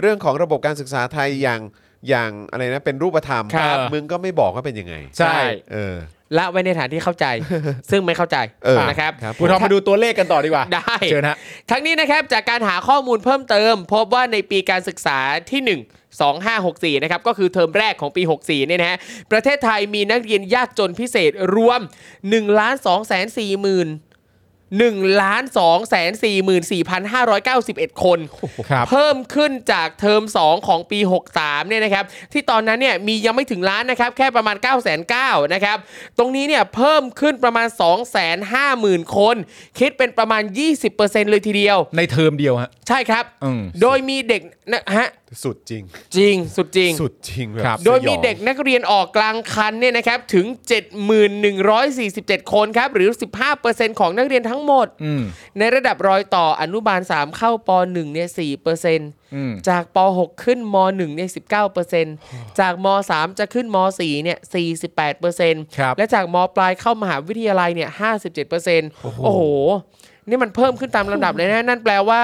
Speaker 2: เรื่องของระบบการศึกษาไทยอย่างอย่างอะไรนะเป็นรูปธรรม
Speaker 4: ครับ
Speaker 2: มึงก็ไม่บอกว่าเป็นยังไง
Speaker 4: ใช่
Speaker 2: เออ
Speaker 4: ละไว้ในฐานที่ เข้าใจ ซึ่งไม่เข้าใจ
Speaker 2: เออ
Speaker 4: นะครับ
Speaker 3: คุณทอมมาดูตัวเลขกันต่อดีกว่า
Speaker 4: ได้
Speaker 3: เชิญฮะ
Speaker 4: ทั้งนี้นะครับจากการหาข้อมูลเพิ่มเติม พบว่าในปีการศึกษาที่ 1 2564 นะครับก็คือเทอมแรกของปี 64 เนี่ยนะฮะประเทศไทยมีนักเรียนยากจนพิเศษรวม 1 2 4 0 0 0 1ล้าน2แสน44,591 คน
Speaker 3: ครับ
Speaker 4: เพิ่มขึ้นจากเทอม 2 ของปี 63 เนี่ยนะครับที่ตอนนั้นเนี่ยมียังไม่ถึงล้านนะครับแค่ประมาณ 9 9 0 0 0นะครับ ตรงนี้เนี่ยเพิ่มขึ้นประมาณ 250,000 คน คิดเป็นประมาณ 20%เลยทีเดียว
Speaker 3: ในเทอมเดียวฮะ
Speaker 4: ใช่ครับ
Speaker 3: อืม
Speaker 4: โดยมีเด็กนะฮะ
Speaker 2: สุดจริง
Speaker 4: จริงสุดจริง
Speaker 2: สุดจริงแบบ
Speaker 3: ครับ
Speaker 2: สอง
Speaker 4: โดยมีเด็กนักเรียนออกกลางคันเนี่ยนะครับถึง 7,147 คนครับหรือ 15%ของนักเรียนทั้งหมด
Speaker 3: อืม
Speaker 4: ในระดับรอยต่ออนุบาล 3 เข้าป .1 เนี่ย4เปอร์เซ็นต์
Speaker 3: อืม
Speaker 4: จากป .6 ขึ้นม .1 เนี่ย19เปอร์เซ็นต์จากม .3 จะขึ้นม .4 เนี่ย48เปอร์เซ็นต์
Speaker 3: ครับ
Speaker 4: และจากม ปลายเข้ามหาวิทยาลัยเนี่ย57เปอร์เซ็นต์โอ้โห นี่มันเพิ่มขึ้นตามลำดับเลยนะ นั่นแปลว่า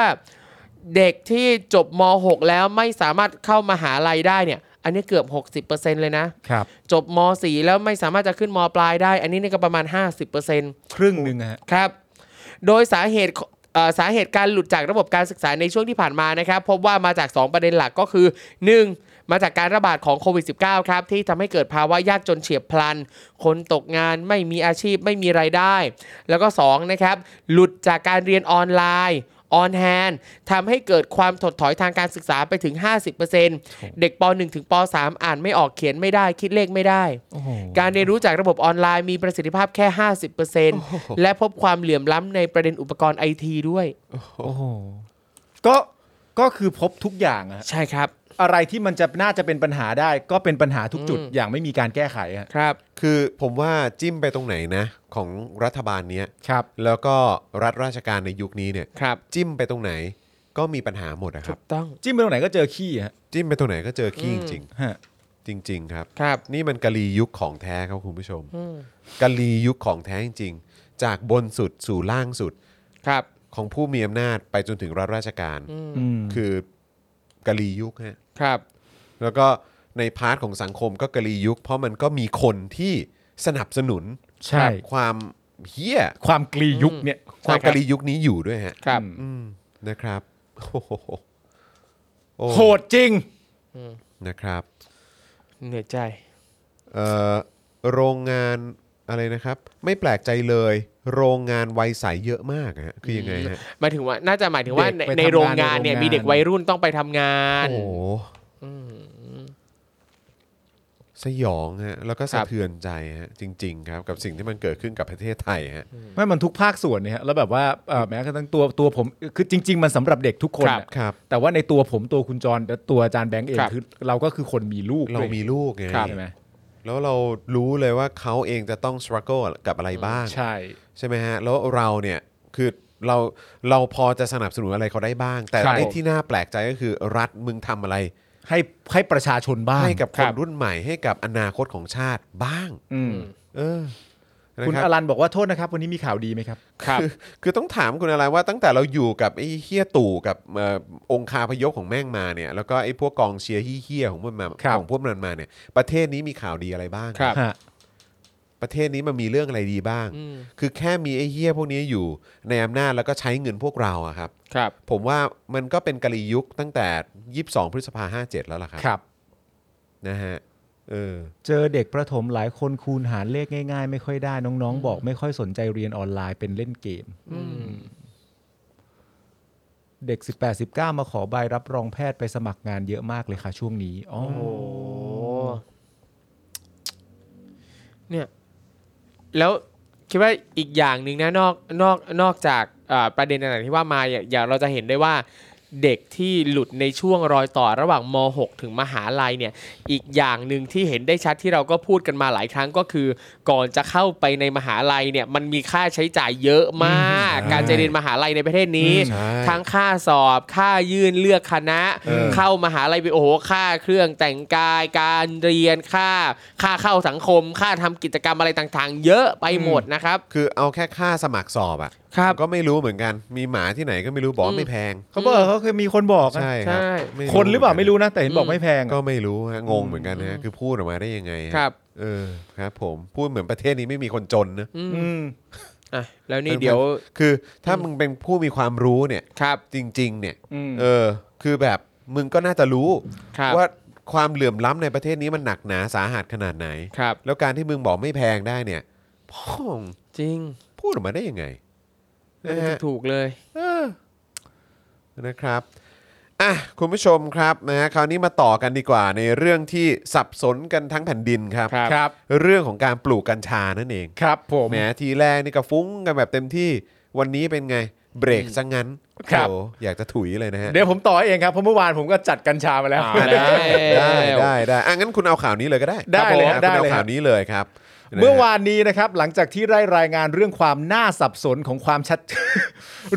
Speaker 4: เด็กที่จบม .6 แล้วไม่สามารถเข้ามหาลัยได้เนี่ย อันนี้เกือบ 60เปอร์เซ็นต์เลยนะ
Speaker 3: ครับ
Speaker 4: จบม .4 แล้วไม่สามารถจะขึ้นม ปลายได้ อันนี้เนี่ยก็ประมาณ 50เปอร์เซ็นต์
Speaker 3: ครึ่งหนึ่งอะฮะ
Speaker 4: ครับ โดยสาเหตุเอ่อสาเหตุการหลุดจากระบบการศึกษาในช่วงที่ผ่านมานะครับ พบว่ามาจาก 2 ประเด็นหลักก็คือ 1. มาจากการระบาดของโควิด -19 ครับ ที่ทำให้เกิดภาวะยากจนเฉียบพลัน คนตกงานไม่มีอาชีพไม่มีไรายได้ แล้วก็ 2 นะครับ หลุดจากการเรียนออนไลน์ออนแฮนทำให้เกิดความถดถอยทางการศึกษาไปถึง 50%เด็กป .1 ถึงป .3 อ่านไม่ออกเขียนไม่ได้คิดเลขไม่ได้ การเรียนรู้จากระบบออนไลน์มีประสิทธิภาพแค่ 50%และพบความเหลื่อมล้ำในประเด็นอุปกรณ์ไอทีด้วย
Speaker 3: โอ้โห ก็ ก็คือพบทุกอย่างอะฮะ
Speaker 4: ใช่ครับ
Speaker 3: อะไรที่มันจะน่าจะเป็นปัญหาได้ ก็เป็นปัญหาทุกจุด
Speaker 4: อืม
Speaker 3: อย่างไม่มีการแก้ไขฮะ
Speaker 4: ครับ
Speaker 2: คือผมว่าจิ้มไปตรงไหนนะ ของรัฐบาลเนี้ย
Speaker 3: ครับ
Speaker 2: แล้วก็รัฐราชการในยุคนี้เนี่ย
Speaker 4: ครับ
Speaker 2: จิ้มไปตรงไหนก็มีปัญหาหมดนะค
Speaker 4: ถู
Speaker 2: รับ
Speaker 4: กต้อง
Speaker 3: จิ้มไปตรงไหนก็เจอขี้ฮะ
Speaker 2: จิ้มไปตรงไหนก็เจอขี้
Speaker 6: 嗯
Speaker 2: จริง
Speaker 3: ฮะ
Speaker 2: ๆจริง ๆ ครับ
Speaker 4: ครับ
Speaker 2: นี่มันกะลียุคของแท้ครับคุณผู้ชม
Speaker 6: 嗯
Speaker 2: กะลียุคของแท้จริงๆจากบนสุดสู่ล่างสุด
Speaker 4: ครับ
Speaker 2: ของผู้มีอำนาจไปจนถึงรัฐราชการ
Speaker 3: อืม
Speaker 2: คือกะลียุคฮะ
Speaker 4: ครับ
Speaker 2: แล้วก็ในพาร์ทของสังคมก็กะลียุค เพราะมันก็มีคนที่สนับสนุน
Speaker 3: ใช่
Speaker 2: ความเฮี้ย
Speaker 3: ความกลียุคเนี่ย
Speaker 2: ความกะลียุคนี้อยู่ด้วยฮะ
Speaker 4: ครับ
Speaker 2: อืมนะครับโอ้โหโอ้
Speaker 3: โหดจริง
Speaker 2: นะครับ
Speaker 4: เหนื่อยใจ
Speaker 2: เอ่อโรงงานอะไรนะครับ ไม่แปลกใจเลย โรงงานวัยใสเยอะมากฮะคือยังไงฮะ
Speaker 4: หมายถึงว่าน่าจะหมายถึงว่า
Speaker 3: เด็ก
Speaker 4: ใน
Speaker 3: ไป
Speaker 4: ใน
Speaker 3: ทำงาน
Speaker 4: โรงงานเนี่ย
Speaker 3: ในโรงงาน
Speaker 4: มีเด็กวัยรุ่นต้องไปทำงาน
Speaker 2: โอ้โหสยองฮะแล้วก็สะ
Speaker 4: ครับ
Speaker 2: เทือนใจฮะจริง ๆ ครับ กับสิ่งที่มันเกิดขึ้นกับประเทศไทยฮะ
Speaker 3: ไม่มันทุกภาคส่วนเนี่ยฮะแล้วแบบว่าเอ่อแม้กระทั่งตัวตัวผมคือจริง ๆ มันสำหรับเด็กทุกคน
Speaker 4: ครับ
Speaker 3: อะ
Speaker 2: ครับ
Speaker 3: แต่ว่าในตัวผมตัวคุณจรตัวอาจารย์แบงค์เอง
Speaker 4: ครับ
Speaker 3: คือเราก็คือคนมีลูก
Speaker 2: เรา
Speaker 3: ด้วย
Speaker 2: มีลูกไง
Speaker 3: ใช่ไหม
Speaker 2: แล้วเรารู้เลยว่าเขาเองจะต้อง struggle กับอะไรบ้าง
Speaker 3: ใช่
Speaker 2: ใช่ไหมฮะ แล้วเราเนี่ยคือเราเราพอจะสนับสนุนอะไรเขาได้บ้าง แต่
Speaker 3: ครับ
Speaker 2: ไอ้ที่น่าแปลกใจก็คือรัฐมึงทำอะไร
Speaker 3: ให้ให้ประชาชนบ้าง
Speaker 2: ให้กับ
Speaker 4: ค
Speaker 2: ค
Speaker 4: รั
Speaker 2: น
Speaker 4: บ
Speaker 2: รุ่นใหม่ให้กับอนาคตของชาติบ้าง
Speaker 3: อืม
Speaker 2: เออนะ
Speaker 3: คุณ
Speaker 2: รับ
Speaker 3: อลันบอกว่าโทษนะครับ วันนี้มีข่าวดีไหมครับ
Speaker 4: ครับ
Speaker 2: คือคือต้องถามคุณอะไรว่าตั้งแต่เราอยู่กับไอ้เฮี้ยตู่กับเอ่อองคาพยพของแม่งมาเนี่ยแล้วก็ไอ้พวกกองเชียร์เฮี้ยๆของพวกมัน
Speaker 3: ครั
Speaker 2: มา
Speaker 3: บ
Speaker 2: ของพวกมันมาเนี่ยประเทศนี้มีข่าวดีอะไรบ้าง
Speaker 4: ครับ
Speaker 3: ฮะ
Speaker 2: ประเทศนี้มันมีเรื่องอะไรดีบ้าง คือแค่มีไอ้เฮี้ยพวกนี้อยู่ในอำนาจแล้วก็ใช้เงินพวกเราอะครับ
Speaker 4: ครับ
Speaker 2: ผมว่ามันก็เป็นกะลียุคตั้งแต่ 22 พฤษภา57 แล้วล่ะครับ
Speaker 3: ครับ
Speaker 2: นะฮะ เออ
Speaker 3: เจอเด็กประถมหลายคนคูณหารเลขง่ายๆ ไม่ค่อยได้น้องๆ บอกไม่ค่อยสนใจเรียนออนไลน์เป็นเล่นเกม เด็ก 18 19 มาขอใบรับรองแพทย์ไปสมัครงานเยอะมากเลยค่ะช่วงนี้อ๋อ
Speaker 4: เนี่ย แล้วคิดว่าอีกอย่างหนึ่งนะนอกนอกนอกจากเอ่อประเด็นต่างๆที่ว่ามาอย่างอย่างเราจะเห็นได้ว่าเด็กที่หลุดในช่วงรอยต่อระหว่างม .6 ถึงมหาลัยเนี่ย อีกอย่างหนึ่งที่เห็นได้ชัดที่เราก็พูดกันมาหลายครั้งก็คือ ก่อนจะเข้าไปในมหาลัยเนี่ยมันมีค่าใช้จ่ายเยอะมาก
Speaker 2: ใช่
Speaker 4: การจะเรียนมหาลัยในประเทศนี้
Speaker 2: ใช่
Speaker 4: ทั้งค่าสอบค่ายื่นเลือกคณะ
Speaker 2: เออ
Speaker 4: เข้ามหาลัยไปโอ้โหค่าเครื่องแต่งกาย การเรียนค่า ค่าเข้าสังคม ค่าทำกิจกรรมอะไรต่างๆ เยอะไปหมดนะครับ
Speaker 2: คือเอาแค่ค่าสมัครสอบอะ
Speaker 4: ครับ
Speaker 2: ก็ไม่รู้เหมือนกัน มีหมาที่ไหนก็ไม่รู้บอกว่าไม่แพง
Speaker 3: เขาบอกเขาเคยมีคนบอกนะ
Speaker 2: ใช่ครับ
Speaker 4: ใช่
Speaker 2: ไม่
Speaker 3: คนหรือเปล่าไม่รู้นะ แต่เห็นบอ
Speaker 4: อื
Speaker 3: ก
Speaker 4: ม
Speaker 3: ไม่แพงอะ
Speaker 2: ก็ไม่รู้ฮะ งงเหมือนกันนะฮะคือพูดออกมาได้ยังไงฮะ
Speaker 4: ครับ
Speaker 2: เออครับผมพูดเหมือนประเทศนี้ไม่มีคนจนนะ
Speaker 3: อืม
Speaker 4: อ่ะแล้วนี่เดี๋ยว
Speaker 2: คือถ้ามึงเป็นผู้มีความรู้เนี่ย
Speaker 4: ครับ
Speaker 2: จริง ๆ เนี่ย
Speaker 3: อืม
Speaker 2: เออ คือแบบมึงก็น่าจะรู้
Speaker 4: ครับ
Speaker 2: ว่าความเหลื่อมล้ำในประเทศนี้มันหนักหนาสาหัสขนาดไหน
Speaker 4: ครับ
Speaker 2: แล้วการที่มึงบอกไม่แพงได้เนี่ยพ่อง
Speaker 4: จริง
Speaker 2: พูดออกมาได้ยังไง
Speaker 4: ไม่
Speaker 2: นะ
Speaker 4: ได้
Speaker 2: ฮะ
Speaker 4: ถูกเลย
Speaker 2: นะครับ อ่ะ คุณผู้ชมครับนะฮะคราวนี้มาต่อกันดีกว่าในเรื่องที่สับสนกันทั้งแผ่นดินครับ
Speaker 4: ครับ
Speaker 3: ครับ
Speaker 2: เรื่องของการปลูกกัญชานั่นเอง
Speaker 3: ครับผม
Speaker 2: แหมทีแรกนี่ก็ฟุ้งกันแบบเต็มที่วันนี้เป็นไงเบรกซะงงั้น
Speaker 3: ครับ
Speaker 2: โอ้โหอยากจะถุยเลยนะฮะ
Speaker 3: เดี๋ยวผมต่อเองครับเพราะเมื่อวานผมก็จัดกัญชามาแล้ว
Speaker 4: เอา แล้ว
Speaker 2: ได้ได้ได้อ่ะงั้นคุณเอาข่าวนี้เลยก็ได้
Speaker 3: ได้เลย
Speaker 2: ค
Speaker 3: ครั
Speaker 2: รับบ ผมคุณเอา
Speaker 3: ได้เลย
Speaker 2: ข่าวนี้เลยครับ
Speaker 3: เมื่อวานนี้นะครับ หลังจากที่ได้รายงานเรื่องความน่าสับสนของความชัด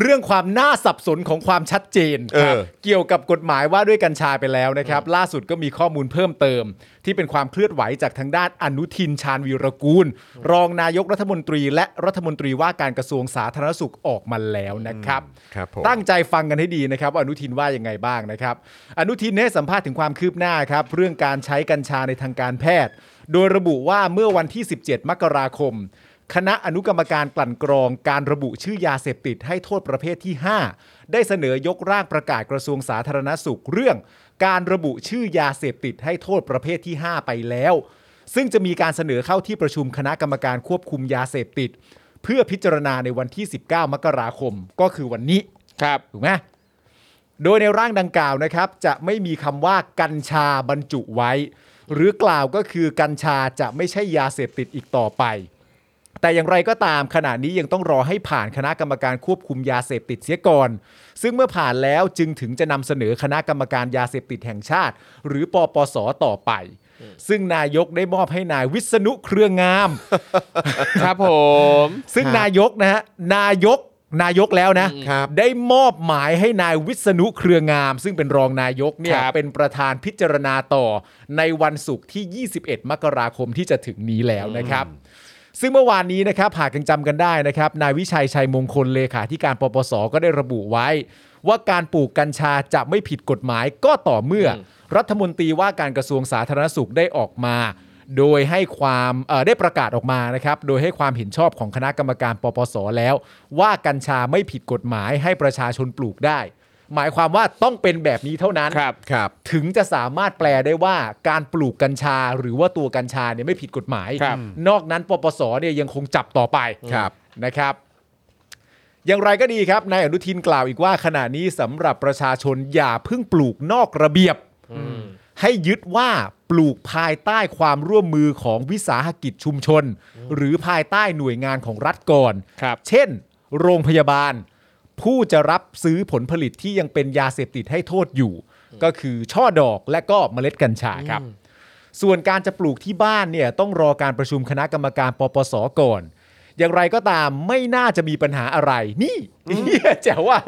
Speaker 3: เรื่องความน่าสับสนของความชัดเจนครับเกี่ยวกับกฎหมายว่าด้วยกัญชาไปแล้วนะครับ ล่าสุดก็มีข้อมูลเพิ่มเติม ที่เป็นความเคลื่อนไหวจากทางด้านอนุทินชาญวีรกูล รองนายกรัฐมนตรีและรัฐมนตรีว่าการกระทรวงสาธารณสุขออกมาแล้วนะครับ
Speaker 2: ครับผม
Speaker 3: ตั้งใจฟังกันให้ดีนะครับว่าอนุทินว่ายังไงบ้างนะครับ อนุทินให้สัมภาษณ์ถึงความคืบหน้าครับ เรื่องการใช้กัญชาในทางการแพทย์ โดยระบุว่าเมื่อวันที่ 17 มกราคม คณะอนุกรรมการกลั่นกรองการระบุชื่อยาเสพติดให้โทษประเภทที่ 5 ได้เสนอยกร่างประกาศกระทรวงสาธารณสุขเรื่อง การระบุชื่อยาเสพติดให้โทษประเภทที่ 5 ไปแล้ว ซึ่งจะมีการเสนอเข้าที่ประชุมคณะกรรมการควบคุมยาเสพติด เพื่อพิจารณาในวันที่ 19 มกราคมก็คือวันนี้
Speaker 4: ครับ
Speaker 3: ถูกไหมโดยในร่างดังกล่าวนะครับ จะไม่มีคำว่ากัญชาบรรจุไว้ หรือกล่าวก็คือกัญชาจะไม่ใช่ยาเสพติดอีกต่อไป แต่อย่างไรก็ตามขณะนี้ยังต้องรอให้ผ่านคณะกรรมการควบคุมยาเสพติดเสียก่อน ซึ่งเมื่อผ่านแล้วจึงถึงจะนำเสนอคณะกรรมการยาเสพติดแห่งชาติ หรือปปสต่อไป ซึ่งนายกได้มอบให้นายวิษณุเครืองาม
Speaker 4: ครับผม
Speaker 3: ซึ่ง
Speaker 2: ครับ
Speaker 3: นายกนะฮะนายกนายกแล้วนะครับ ได้มอบหมายให้นายวิษณุเครืองาม ซึ่งเป็นรองนายกเนี่ย
Speaker 4: ครับ
Speaker 3: เป็นประธานพิจารณาต่อในวันศุกร์ที่ 21 มกราคมที่จะถึงนี้แล้วนะครับ ซึ่งเมื่อวานนี้นะครับหากยังจำกันได้นะครับนายวิชัยชัยมงคลเลขาธิการปปสก็ได้ระบุไว้ ว่าการปลูกกัญชาจะไม่ผิดกฎหมายก็ต่อเมื่ออรัฐมนตรีว่าการกระทรวงสาธารณสุขได้ออกมา โดยให้ความเอ่อได้ประกาศออกมานะครับ โดยให้ความเห็นชอบของคณะกรรมการปปสแล้ว ว่ากัญชาไม่ผิดกฎหมายให้ประชาชนปลูกได้ หมายความว่าต้องเป็นแบบนี้เท่านั้น
Speaker 4: ครับ
Speaker 2: ครับ
Speaker 3: ถึงจะสามารถแปลได้ว่าการปลูกกัญชาหรือว่าตัวกัญชาเนี่ยไม่ผิดกฎหมาย
Speaker 4: ครับ
Speaker 3: นอกนั้นปปสเนี่ยยังคงจับต่อไป
Speaker 2: ครับ
Speaker 3: นะครับ อย่างไรก็ดีครับนายอนุทินกล่าวอีกว่าขณะนี้สำหรับประชาชนอย่าเพิ่งปลูกนอกระเบียบ ให้ยึดว่าปลูกภายใต้ความร่วมมือของวิสาหกิจชุมชน หรือภายใต้หน่วยงานของรัฐก่อน
Speaker 4: ครับ
Speaker 3: เช่น โรงพยาบาล ผู้จะรับซื้อผลผลิตที่ยังเป็นยาเสพติดให้โทษอยู่ ก็คือช่อดอกและก็เมล็ดกัญชาครับ ส่วนการจะปลูกที่บ้านเนี่ยต้องรอการประชุมคณะกรรมการปปสก่อน อย่างไรก็ตามไม่น่าจะมีปัญหาอะไร นี่เหี้ยแจ๋วว่า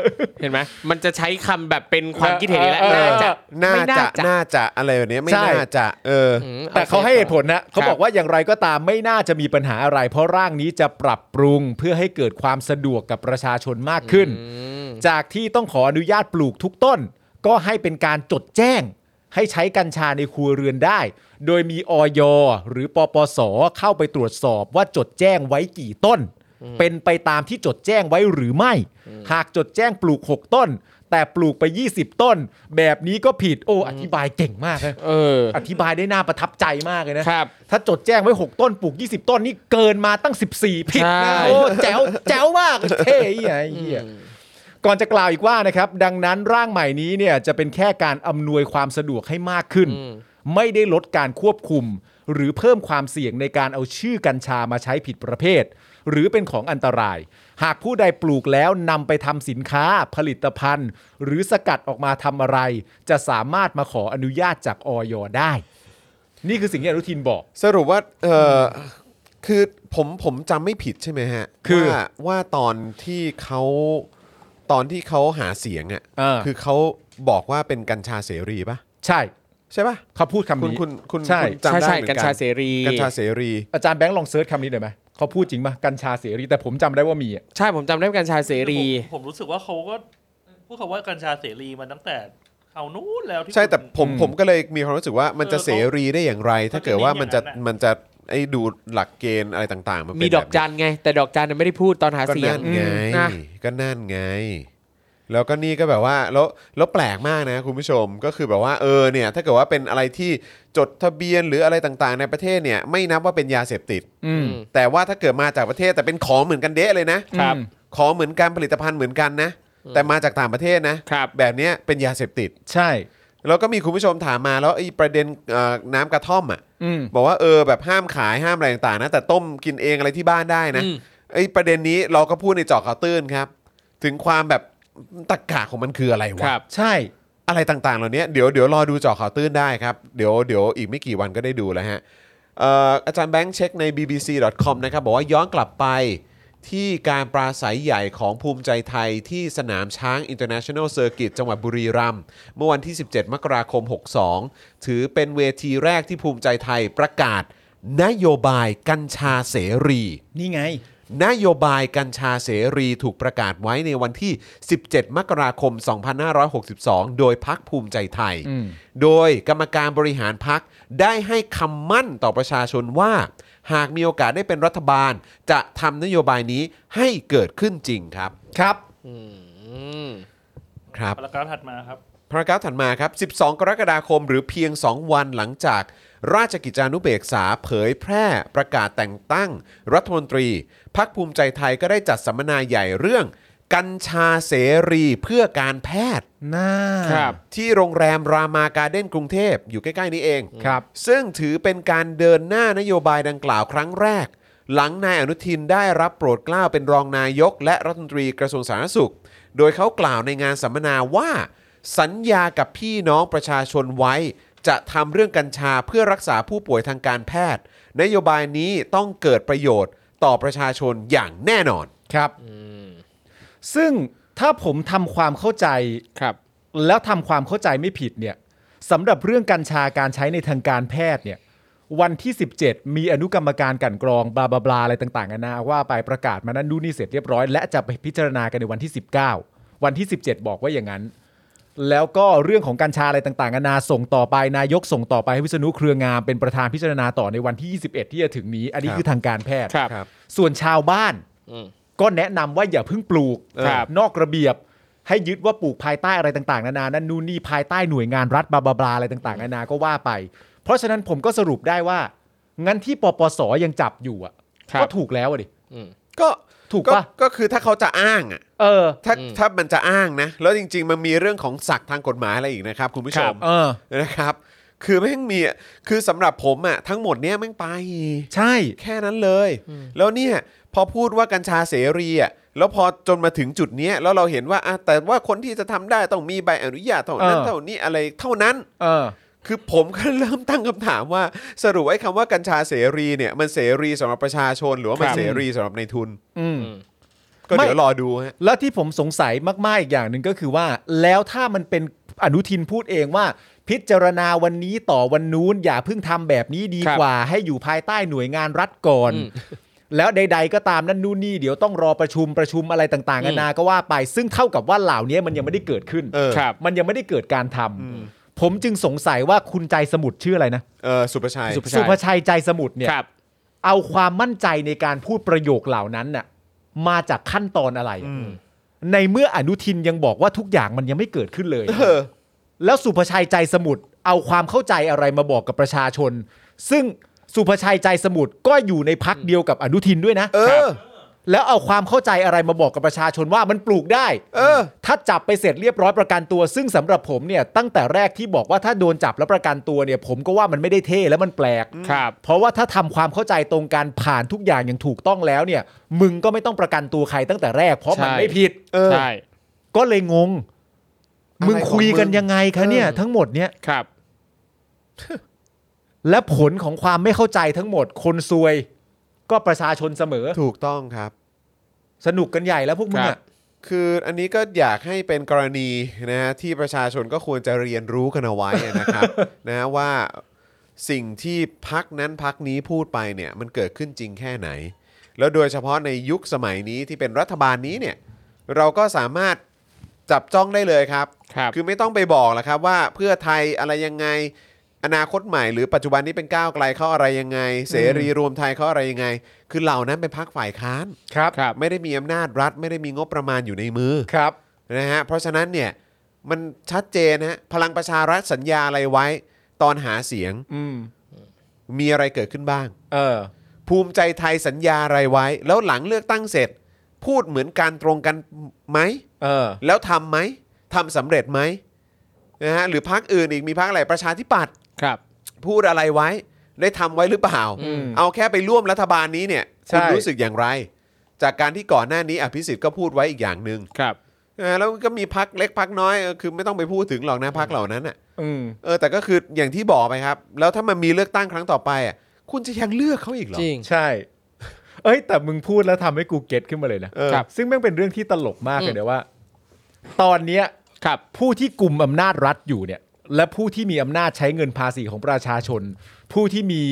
Speaker 4: เห็นไหมมันจะใช้คำแบบเป็นความคิดเห็นแล้ว
Speaker 3: เออเออ
Speaker 4: น่าจะ
Speaker 2: น่า
Speaker 4: ไม่น่า
Speaker 2: จะ
Speaker 4: จะ
Speaker 2: น่าจะอะไรแบบเนี้ยไม่
Speaker 3: ใช่
Speaker 2: น่าจะเอออ
Speaker 4: อืม
Speaker 3: แต่เขาให้เหตุผลนะเขา
Speaker 4: ครับ
Speaker 3: บอกว่าอย่างไรก็ตามไม่น่าจะมีปัญหาอะไร เพราะร่างนี้จะปรับปรุงเพื่อให้เกิดความสะดวกกับประชาชนมากขึ้น
Speaker 4: อืม
Speaker 3: จากที่ต้องขออนุญาตปลูกทุกต้น ก็ให้เป็นการจดแจ้ง ให้ใช้กัญชาในครัวเรือนได้ โดยมีอย หรือปปส เข้าไปตรวจสอบว่าจดแจ้งไว้กี่ต้น เป็นไปตามที่จดแจ้งไว้หรือไม่ หากจดแจ้งปลูก 6 ต้น แต่ปลูกไป 20 ต้น แบบนี้ก็ผิดโอ้อธิบายเก่งมากนะ
Speaker 4: เออ
Speaker 3: อธิบายได้น่าประทับใจมากเลยนะครับ ถ้าจดแจ้งไว้ 6 ต้นปลูก 20 ต้นนี่เกินมาตั้ง 14 ผิด
Speaker 4: ใช่
Speaker 3: นะโอ้แจ๋วแจ๋วมากเท่ไอ้เหี้ยก่อนจะกล่าวอีกว่านะครับ ดังนั้นร่างใหม่นี้เนี่ยจะเป็นแค่การอำนวยความสะดวกให้มากขึ้น ไม่ได้ลดการควบคุม หรือเพิ่มความเสี่ยงในการเอาชื่อกัญชามาใช้ผิดประเภท หรือเป็นของอันตราย หากผู้ใดปลูกแล้วนำไปทำสินค้า ผลิตภัณฑ์ หรือสกัดออกมาทำอะไร จะสามารถมาขออนุญาตจากออยได้ นี่คือสิ่งที่อนุทินบอก
Speaker 2: สรุปว่าเออคือผมผมจำไม่ผิดใช่ไหมฮะ
Speaker 3: คือ
Speaker 2: ว่าว่าตอนที่เขาตอนที่เขาหาเสียงอ่ะ
Speaker 3: เออ
Speaker 2: คือเขาบอกว่าเป็นกัญชาเสรีปะ
Speaker 3: ใช่
Speaker 2: ใช่ปะ
Speaker 3: เขาพูดคำ
Speaker 2: คุณ
Speaker 3: นี้
Speaker 2: คุณคุณ
Speaker 3: ใช่
Speaker 2: คุณจำ
Speaker 4: ใช่
Speaker 2: ได้
Speaker 4: ใช่
Speaker 2: เหมือน
Speaker 4: กัญชาเสรี
Speaker 2: กัญชาเสรี
Speaker 3: อาจารย์แบงค์ลองเซิร์ชคำนี้หน่อยไหมเขาพูดจริงปะกัญชาเสรี แต่ผมจำได้ว่ามีอะ
Speaker 4: ใช่ผมจำได้ว่ากัญชาเสรี
Speaker 5: ผมผมรู้สึกว่าเขาก็พูดคำว่ากัญชาเสรีมาตั้งแต่เขาวนู้นแล้วที่
Speaker 2: ใช่แต่ผมผมก็เลยมีความรู้สึกว่ามันจะ
Speaker 5: เออ
Speaker 2: เสรีได้อย่างไร ถ้าเกิดว่ามันจะ
Speaker 5: เขาจะเน้นอย่างนั้นอะ
Speaker 2: มันจะ ไอ้ดูหลักเกณฑ์อะไรต่างๆ มันเป็น
Speaker 4: มีดอกจั
Speaker 2: แบบ
Speaker 4: นไง แต่ดอกจันน่ะไม่ได้พูดตอนหา
Speaker 2: นี้ก็
Speaker 4: เสียง
Speaker 2: นั่นไง
Speaker 4: อืมนะ
Speaker 2: ก็นั่นไง แล้วก็นี่ก็แบบว่าแล้วแล้วแปลกมากนะคุณผู้ชมก็คือแบบว่าเออเนี่ย ถ้าเกิดว่าเป็นอะไรที่จดทะเบียนหรืออะไรต่างๆ ในประเทศเนี่ย ไม่นับว่าเป็นยาเสพติด
Speaker 3: อืม
Speaker 2: แต่ว่าถ้าเกิดมาจากประเทศแต่เป็นของเหมือนกันเดะเลยนะครับ ของเหมือนกันผลิตภัณฑ์เหมือนกันนะ แต่มาจากต่างประเทศนะครับ แบบเนี้ยเป็นยาเสพติด
Speaker 3: ใช่
Speaker 2: แล้วก็มีคุณผู้ชมถามมาแล้วไอ้ประเด็นเอ่อน้ำกระท่อมอ่ะ
Speaker 3: อืม
Speaker 2: บอกว่าเออแบบห้ามขายห้ามอะไรต่างๆนะแต่ต้มกินเองอะไรที่บ้านได้นะไอ้ประเด็นนี้เราก็พูดในเจอข่าวตื้นครับ ถึงความแบบตะกกะของมันคืออะไรวะ
Speaker 4: ครับ
Speaker 3: ใช่
Speaker 2: อะไรต่างๆ เหล่านี้เดี๋ยวเดี๋ยวรอดูเจอข่าวตื้นได้ครับเดี๋ยวเดี๋ยวอีกไม่กี่วันก็ได้ดูแล้วฮะเอ่ออาจารย์แบงค์เช็คใน bbc.com นะครับบอกว่าย้อนกลับไปที่การปราศัยใหญ่ของภูมิใจไทยที่สนามช้าง International Circuit จังหวัดบุรีรัมย์ เมื่อวันที่ 17 มกราคม 62 ถือเป็นเวทีแรกที่ภูมิใจไทยประกาศ นโยบายกัญชาเสรี
Speaker 3: นี่ไง
Speaker 2: นโยบายกัญชาเสรีถูกประกาศไว้ในวันที่ 17 มกราคม 2562 โดยพักภูมิใจไทย
Speaker 3: อืม
Speaker 2: โดยกรรมการบริหารพักได้ให้คำมั่นต่อประชาชนว่า หากมีโอกาสได้เป็นรัฐบาล จะทำนโยบายนี้ให้เกิดขึ้นจริงครับ
Speaker 3: ครับ
Speaker 2: ครับ
Speaker 5: พารากราฟถัดมาครับ
Speaker 2: พารากราฟถัดมาครับ 12 กรกฎาคม หรือเพียง 2 วันหลังจาก ราชกิจจานุเบกษาเผยแพร่ประกาศแต่งตั้ง รัฐมนตรี พักภูมิใจไทยก็ได้จัดสัมมนาใหญ่เรื่อง กัญชาเสรีเพื่อการแพทย์
Speaker 3: น่า
Speaker 4: ครับ
Speaker 2: ที่โรงแรมรามาการ์เด้นกรุงเทพอยู่ใกล้ ๆ นี้เอง
Speaker 3: ครับ
Speaker 2: ซึ่งถือเป็นการเดินหน้านโยบายดังกล่าวครั้งแรก หลังนายอนุทินได้รับโปรดเกล้าเป็นรองนายก และรัฐมนตรีกระทรวงสาธารณสุข โดยเขากล่าวในงานสัมมนาว่า สัญญากับพี่น้องประชาชนไว้ จะทำเรื่องกัญชาเพื่อรักษาผู้ป่วยทางการแพทย์ นโยบายนี้ต้องเกิดประโยชน์ต่อประชาชนอย่างแน่นอน
Speaker 3: ครับ ซึ่งถ้าผมทำความเข้าใจ
Speaker 4: ครับ
Speaker 3: แล้วทำความเข้าใจไม่ผิดเนี่ยสำหรับเรื่องกัญชาการใช้ในทางการแพทย์เนี่ยวันที่ 17 มีอนุกรรมการกลันกรองบลาบลาบลาอะไรต่างๆนานาว่าไปประกาศมานั้นดูนนี่เสร็จเรียบร้อย และจะไปพิจารณากันในวันที่ 19 วันที่ 17 บอกว่าอย่างนั้น แล้วก็เรื่องของกัญชาอะไรต่างๆนานาส่งต่อไปนายกส่งต่อไปให้วิษณุเครืองามเป็นประธานพิจารณาต่อในวันที่ 21 ที่จะถึงนี้ อันนี้
Speaker 2: ครับ
Speaker 3: คือทางการแพทย์
Speaker 4: ครับ
Speaker 2: ครับ
Speaker 3: ส่วนชาวบ้าน
Speaker 4: อืม
Speaker 3: ก็แนะนำว่าอย่าเพิ่งปลูก
Speaker 4: ครับ
Speaker 3: นอกระเบียบ ให้ยึดว่าปลูกภายใต้อะไรต่างๆ นานานั่นนู่นนี่ภายใต้หน่วยงานรัฐบลาบลาบลาอะไรต่างๆ นานาก็ว่าไป เพราะฉะนั้นผมก็สรุปได้ว่า งั้นที่ปปสยังจับอยู่อ่ะ
Speaker 4: ครับ
Speaker 3: ก็ถูกแล้วอะดิ
Speaker 2: ก็
Speaker 3: ถูกปะ
Speaker 2: ก็คือถ้าเขาจะอ้างอะ
Speaker 3: เออ
Speaker 2: ถ้าถ้ามันจะอ้างนะ แล้วจริง ๆ มันมีเรื่องของศักดิ์ทางกฎหมายอะไรอีกนะครับ คุณผู้ชม
Speaker 3: เออ
Speaker 2: นะครับ คือแม่งมีคือสำหรับผมอะทั้งหมดเนี้ยแม่งไป
Speaker 3: ใช่
Speaker 2: แค่นั้นเลย แล้วเนี่ยพอพูดว่ากัญชาเสรีอะแล้วพอจนมาถึงจุดเนี้ยแล้วเราเห็นว่าอ่ะแต่ว่าคนที่จะทำได้ต้องมีใบอนุญาตเท่านั้น
Speaker 3: เออ
Speaker 2: เท่านี้อะไรเท่านั้น
Speaker 3: เออ
Speaker 2: คือผมก็เริ่มตั้งคำถามว่า สรุปไอ้คำว่ากัญชาเสรีเนี่ยมันเสรีสำหรับประชาชนหรือว่ามัน
Speaker 4: ครับ
Speaker 2: เสรีสำหรับในทุน
Speaker 3: อืม
Speaker 2: ก็เดี๋ยวรอดูฮะ
Speaker 3: แล้วที่ผมสงสัยมาก ๆ อีกอย่างหนึ่งก็คือว่า แล้วถ้ามันเป็นอนุทินพูดเองว่า พิจารณาวันนี้ต่อวันนู้น อย่าเพิ่งทำแบบนี้ดีกว่า ให้อยู่ภายใต้หน่วยงานรัฐก่อน แล้วใด ๆ ก็ตามนั่นนู่นนี่เดี๋ยวต้องรอประชุมประชุมอะไรต่างๆนานาก็ว่าไป ซึ่งเท่ากับว่าเหล่านี้มันยังไม่ได้เกิดขึ้น
Speaker 2: เออ
Speaker 4: ครับ
Speaker 3: มันยังไม่ได้เกิดการทำผมจึงสงสัยว่าคุณใจสมุทรชื่ออะไรนะ
Speaker 2: เออสุประชัย
Speaker 4: สุ ภาชัย
Speaker 3: สุภาชัยใจสมุทรเนี่ย
Speaker 4: ครับ
Speaker 3: เอาความมั่นใจในการพูดประโยคเหล่านั้นน่ะมาจากขั้นตอนอะไร ในเมื่ออนุทินยังบอกว่าทุกอย่างมันยังไม่เกิดขึ้นเลย
Speaker 2: เออ
Speaker 3: แล้วสุภชัยใจสมุทรเอาความเข้าใจอะไรมาบอกกับประชาชน ซึ่งสุภชัยใจสมุทรก็อยู่ในพักเดียวกับอนุทินด้วยนะ
Speaker 2: เออ
Speaker 3: แล้วเอาความเข้าใจอะไรมาบอกกับประชาชนว่ามันปลูกได้
Speaker 2: เออ
Speaker 3: ถ้าจับไปเสร็จเรียบร้อยประกันตัว ซึ่งสำหรับผมเนี่ยตั้งแต่แรกที่บอกว่าถ้าโดนจับแล้วประกันตัวเนี่ย ผมก็ว่ามันไม่ได้เท่และมันแปลก
Speaker 4: ครับ
Speaker 3: เพราะว่าถ้าทำความเข้าใจตรงกันผ่านทุกอย่างอย่างถูกต้องแล้วเนี่ย มึงก็ไม่ต้องประกันตัวใครตั้งแต่แรก เพราะมัน
Speaker 4: ใช่
Speaker 3: ไม่ผิด
Speaker 2: เออ
Speaker 4: ใช่
Speaker 3: ก็เลยงง
Speaker 2: อะไร
Speaker 3: มึงคุยกัน
Speaker 2: ของมึง
Speaker 3: ยังไงคะเนี่ย ทั้งหมดเนี่ย
Speaker 4: ครับ
Speaker 3: และผลของความไม่เข้าใจทั้งหมด คนซวย ก็ประชาชนเสมอ
Speaker 2: ถูกต้องครับ
Speaker 3: สนุกกันใหญ่แล้วพวกมึง
Speaker 4: ครั
Speaker 3: อะ
Speaker 4: บ
Speaker 2: คืออันนี้ก็อยากให้เป็นกรณีนะฮะที่ประชาชนก็ควรจะเรียนรู้กันเอาไว้ นะครับ นะฮะว่าสิ่งที่พักนั้นพักนี้พูดไปเนี่ยมันเกิดขึ้นจริงแค่ไหน แล้วโดยเฉพาะในยุคสมัยนี้ที่เป็นรัฐบาลนี้เนี่ยเราก็สามารถจับจ้องได้เลยครับ
Speaker 4: ครับ
Speaker 2: คือไม่ต้องไปบอกแล้วครับว่าเพื่อไทยอะไรยังไง อนาคตใหม่หรือปัจจุบันนี้เป็นก้าวไกลเขาอะไรยังไง เสรีรวมไทยเขาอะไรยังไง คือเหล่านั้นเป็นพักฝ่ายค้าน
Speaker 3: ครับ
Speaker 4: ครับ
Speaker 2: ไม่ได้มีอำนาจรัฐ ไม่ได้มีงบประมาณอยู่ในมือ
Speaker 3: ครับ
Speaker 2: นะฮะเพราะฉะนั้นเนี่ยมันชัดเจนนะฮะพลังประชารัฐสัญญาอะไรไว้ ตอนหาเสียง
Speaker 3: อืม
Speaker 2: มีอะไรเกิดขึ้นบ้าง
Speaker 3: เออ
Speaker 2: ภูมิใจไทยสัญญาอะไรไว้ แล้วหลังเลือกตั้งเสร็จ พูดเหมือนการตรงกันไหม
Speaker 3: เออ
Speaker 2: แล้วทำไหมทำสำเร็จไหมนะฮะหรือพักอื่นอีกมีพักอะไรประชาธิปัตย์
Speaker 4: ครับ
Speaker 2: พูดอะไรไว้ ได้ทำไว้หรือเปล่า
Speaker 4: อืม
Speaker 2: เอาแค่ไปร่วมรัฐบาลนี้เนี่ย
Speaker 3: ใช่
Speaker 2: คุณรู้สึกอย่างไร จากการที่ก่อนหน้านี้อภิสิทธิ์ก็พูดไว้อีกอย่างหนึ่ง
Speaker 4: ครับ
Speaker 2: นะฮะแล้วก็มีพักเล็กพักน้อยเออคือไม่ต้องไปพูดถึงหรอกนะพักเหล่านั้นอ่ะ
Speaker 3: อืม
Speaker 2: เออแต่ก็คืออย่างที่บอกไปครับ แล้วถ้ามันมีเลือกตั้งครั้งต่อไปอ่ะคุณจะยังเลือกเขาอีกเหรอ
Speaker 4: จริง
Speaker 3: ใช่ เอ้ย แต่มึงพูดแล้วทำให้กูเก็ตขึ้นมาเลยนะ
Speaker 2: เออ
Speaker 4: ครับ
Speaker 3: ซึ่งแม่งเป็นเรื่องที่ตลกมากเลยเดี๋ยวว่า ตอนเนี้ย
Speaker 4: ครับ
Speaker 3: ผู้ที่กลุ่มอำนาจรัฐอยู่เนี่ย และผู้ที่มีอำนาจใช้เงินภาษีของประชาชน ผู้ที่มี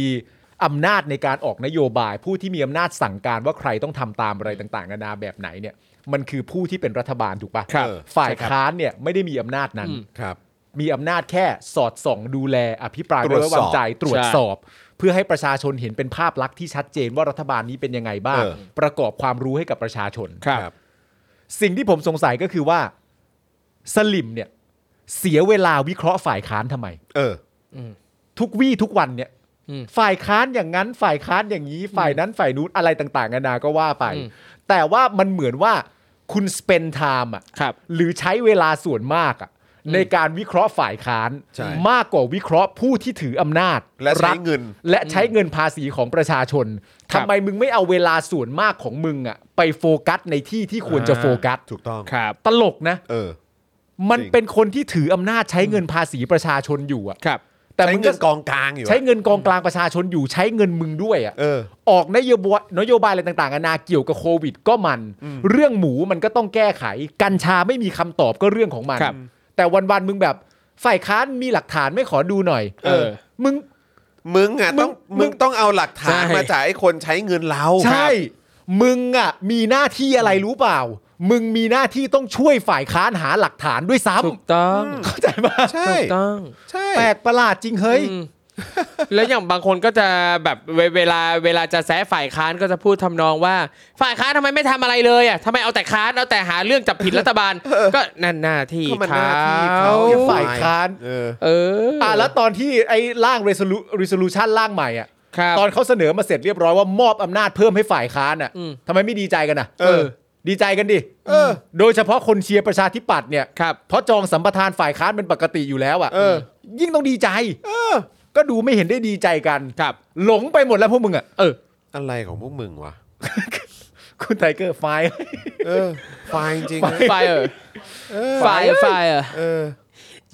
Speaker 3: อำนาจในการออกนโยบาย ผู้ที่มีอำนาจสั่งการว่าใครต้องทำตามอะไรต่างๆนานาแบบไหนเนี่ย มันคือผู้ที่เป็นรัฐบาลถูกปะ
Speaker 4: ครับ
Speaker 3: ฝ่ายค้านเนี่ยไม่ได้มีอำนาจนั้น
Speaker 2: ครับ
Speaker 3: มีอำนาจแค่สอดส่องดูแลอภิปรายไม่ไว้วางใจต
Speaker 4: ต
Speaker 3: ร
Speaker 4: ร
Speaker 3: ว
Speaker 4: ว
Speaker 3: จ
Speaker 4: จ
Speaker 3: ส
Speaker 4: ส
Speaker 3: อ
Speaker 4: อบ บ
Speaker 3: เพื่อให้ประชาชนเห็นเป็นภาพลักษณ์ที่ชัดเจนว่ารัฐบาลนี้เป็นยังไงบ้าง
Speaker 2: เออ
Speaker 3: ประกอบความรู้ให้กับประชาชน
Speaker 4: ครับ
Speaker 3: สิ่งที่ผมสงสัยก็คือว่าสลิมเนี่ยเสียเวลาวิเคราะห์ฝ่ายค้านทำไม
Speaker 2: เออ
Speaker 3: ทุกวี่ทุกวันเนี่ย
Speaker 4: อืม
Speaker 3: ฝ่ายค้านอย่างนั้น ฝ่ายค้านอย่างนี้ ฝ่ายนั้นฝ่ายนู้นอะไรต่างๆนานาก็ว่าไป
Speaker 4: อืม
Speaker 3: แต่ว่ามันเหมือนว่าคุณสเปนไทม์อ่ะ
Speaker 4: ครับ
Speaker 3: หรือใช้เวลาส่วนมากอะในการวิเคราะห์ฝ่ายค้าน
Speaker 2: ใช่
Speaker 3: มากกว่าวิเคราะห์ผู้ที่ถืออำนาจ
Speaker 2: และใช้
Speaker 3: รัฐ
Speaker 2: เงิน
Speaker 3: และใช้เงินภาษีของประชาชน
Speaker 4: ครับ
Speaker 3: ทำไมมึงไม่เอาเวลาส่วนมากของมึงอะไปโฟกัสในที่ที่ควรจะโฟกัส
Speaker 2: ถูกต้อง
Speaker 4: ครับ
Speaker 3: ตลกนะ
Speaker 2: เออ
Speaker 3: มัน
Speaker 2: จริง
Speaker 3: เป็นคนที่ถืออำนาจใช้เงินภาษีประชาชนอยู่อะ
Speaker 4: ครับ
Speaker 3: แต่
Speaker 2: ใช้
Speaker 3: มึง
Speaker 2: เงิ
Speaker 3: ก็
Speaker 2: นกองกลางอยู่อะ
Speaker 3: ใช้เงินกองกลางประชาชนอยู่ใช้เงินมึงด้วยอะ
Speaker 2: เออ
Speaker 3: ออกนโยบายนโยบายอะไรต่างๆนานาเกี่ยวกับโควิดก็มัน เรื่องหมูมันก็ต้องแก้ไข กัญชาไม่มีคำตอบก็เรื่องของมัน
Speaker 4: ครับ
Speaker 3: แต่วันๆมึงแบบฝ่ายค้านมีหลักฐานไม่ขอดูหน่อย
Speaker 4: เออ
Speaker 3: มึง
Speaker 2: มึงอ่ะต้อง
Speaker 3: มึง
Speaker 2: มึงต้องเอาหลักฐาน
Speaker 4: ใช่
Speaker 2: มาจากไอ้คนใช้เงินเรา
Speaker 3: ใช่ มึงอ่ะมีหน้าที่อะไรรู้เปล่า มึงมีหน้าที่ต้องช่วยฝ่ายค้านหาหลักฐานด้วยซ้
Speaker 4: ถูกต้อง
Speaker 3: ำเข้าใจปะ
Speaker 2: ใช่
Speaker 4: ถูกต้อง
Speaker 2: ใช่
Speaker 3: แปลกประหลาดจริงเฮ้ย
Speaker 4: อืมแล้วอย่างบางคนก็จะแบบเวเวลาเวลาจะแซะฝ่ายค้านก็จะพูดทำนองว่า ฝ่ายค้านทำไมไม่ทำอะไรเลยอ่ะทำไมเอาแต่ค้านเอาแต่หาเรื่องจับผิดรัฐบา ล ก็นั่นหน้าที่
Speaker 2: ก็มัน
Speaker 4: เข
Speaker 2: หน้าที่
Speaker 4: า
Speaker 2: เขา
Speaker 3: ฝ่ายค้าน
Speaker 2: เออ
Speaker 4: เออ
Speaker 3: อ่ะแล้วตอนที่ไอ้ร่าง resolu- resolution ร่างใหม่อ่ะ
Speaker 4: ครับ
Speaker 3: ตอนเขาเสนอมาเสร็จเรียบร้อยว่ามอบอำนาจเพิ่มให้ฝ่ายค้านอ่ะ
Speaker 4: อืม
Speaker 3: ทำไมไม่ดีใจกันอ่ะ
Speaker 2: เออ
Speaker 3: ดีใจกันดิ
Speaker 2: เออ
Speaker 3: โดยเฉพาะคนเชียร์ประชาธิปัตย์เนี่ย
Speaker 4: ครับ
Speaker 3: เพราะจองสัมปทานฝ่ายค้านเป็นปกติอยู่แล้วอ่ะ
Speaker 2: เออ
Speaker 3: ยิ่งต้องดีใจก็ดูไม่เห็นได้ดีใจกัน
Speaker 4: ครับ
Speaker 3: หลงไปหมดแล้วพวกมึงอ่ะ
Speaker 4: เออ
Speaker 2: อะไรของพวกมึงวะ
Speaker 3: คุณไทเกอร์ไฟ
Speaker 2: เออไฟล์จริงๆนะ
Speaker 4: ไฟเออ
Speaker 2: เออ
Speaker 4: ไฟไฟเออ
Speaker 2: เออ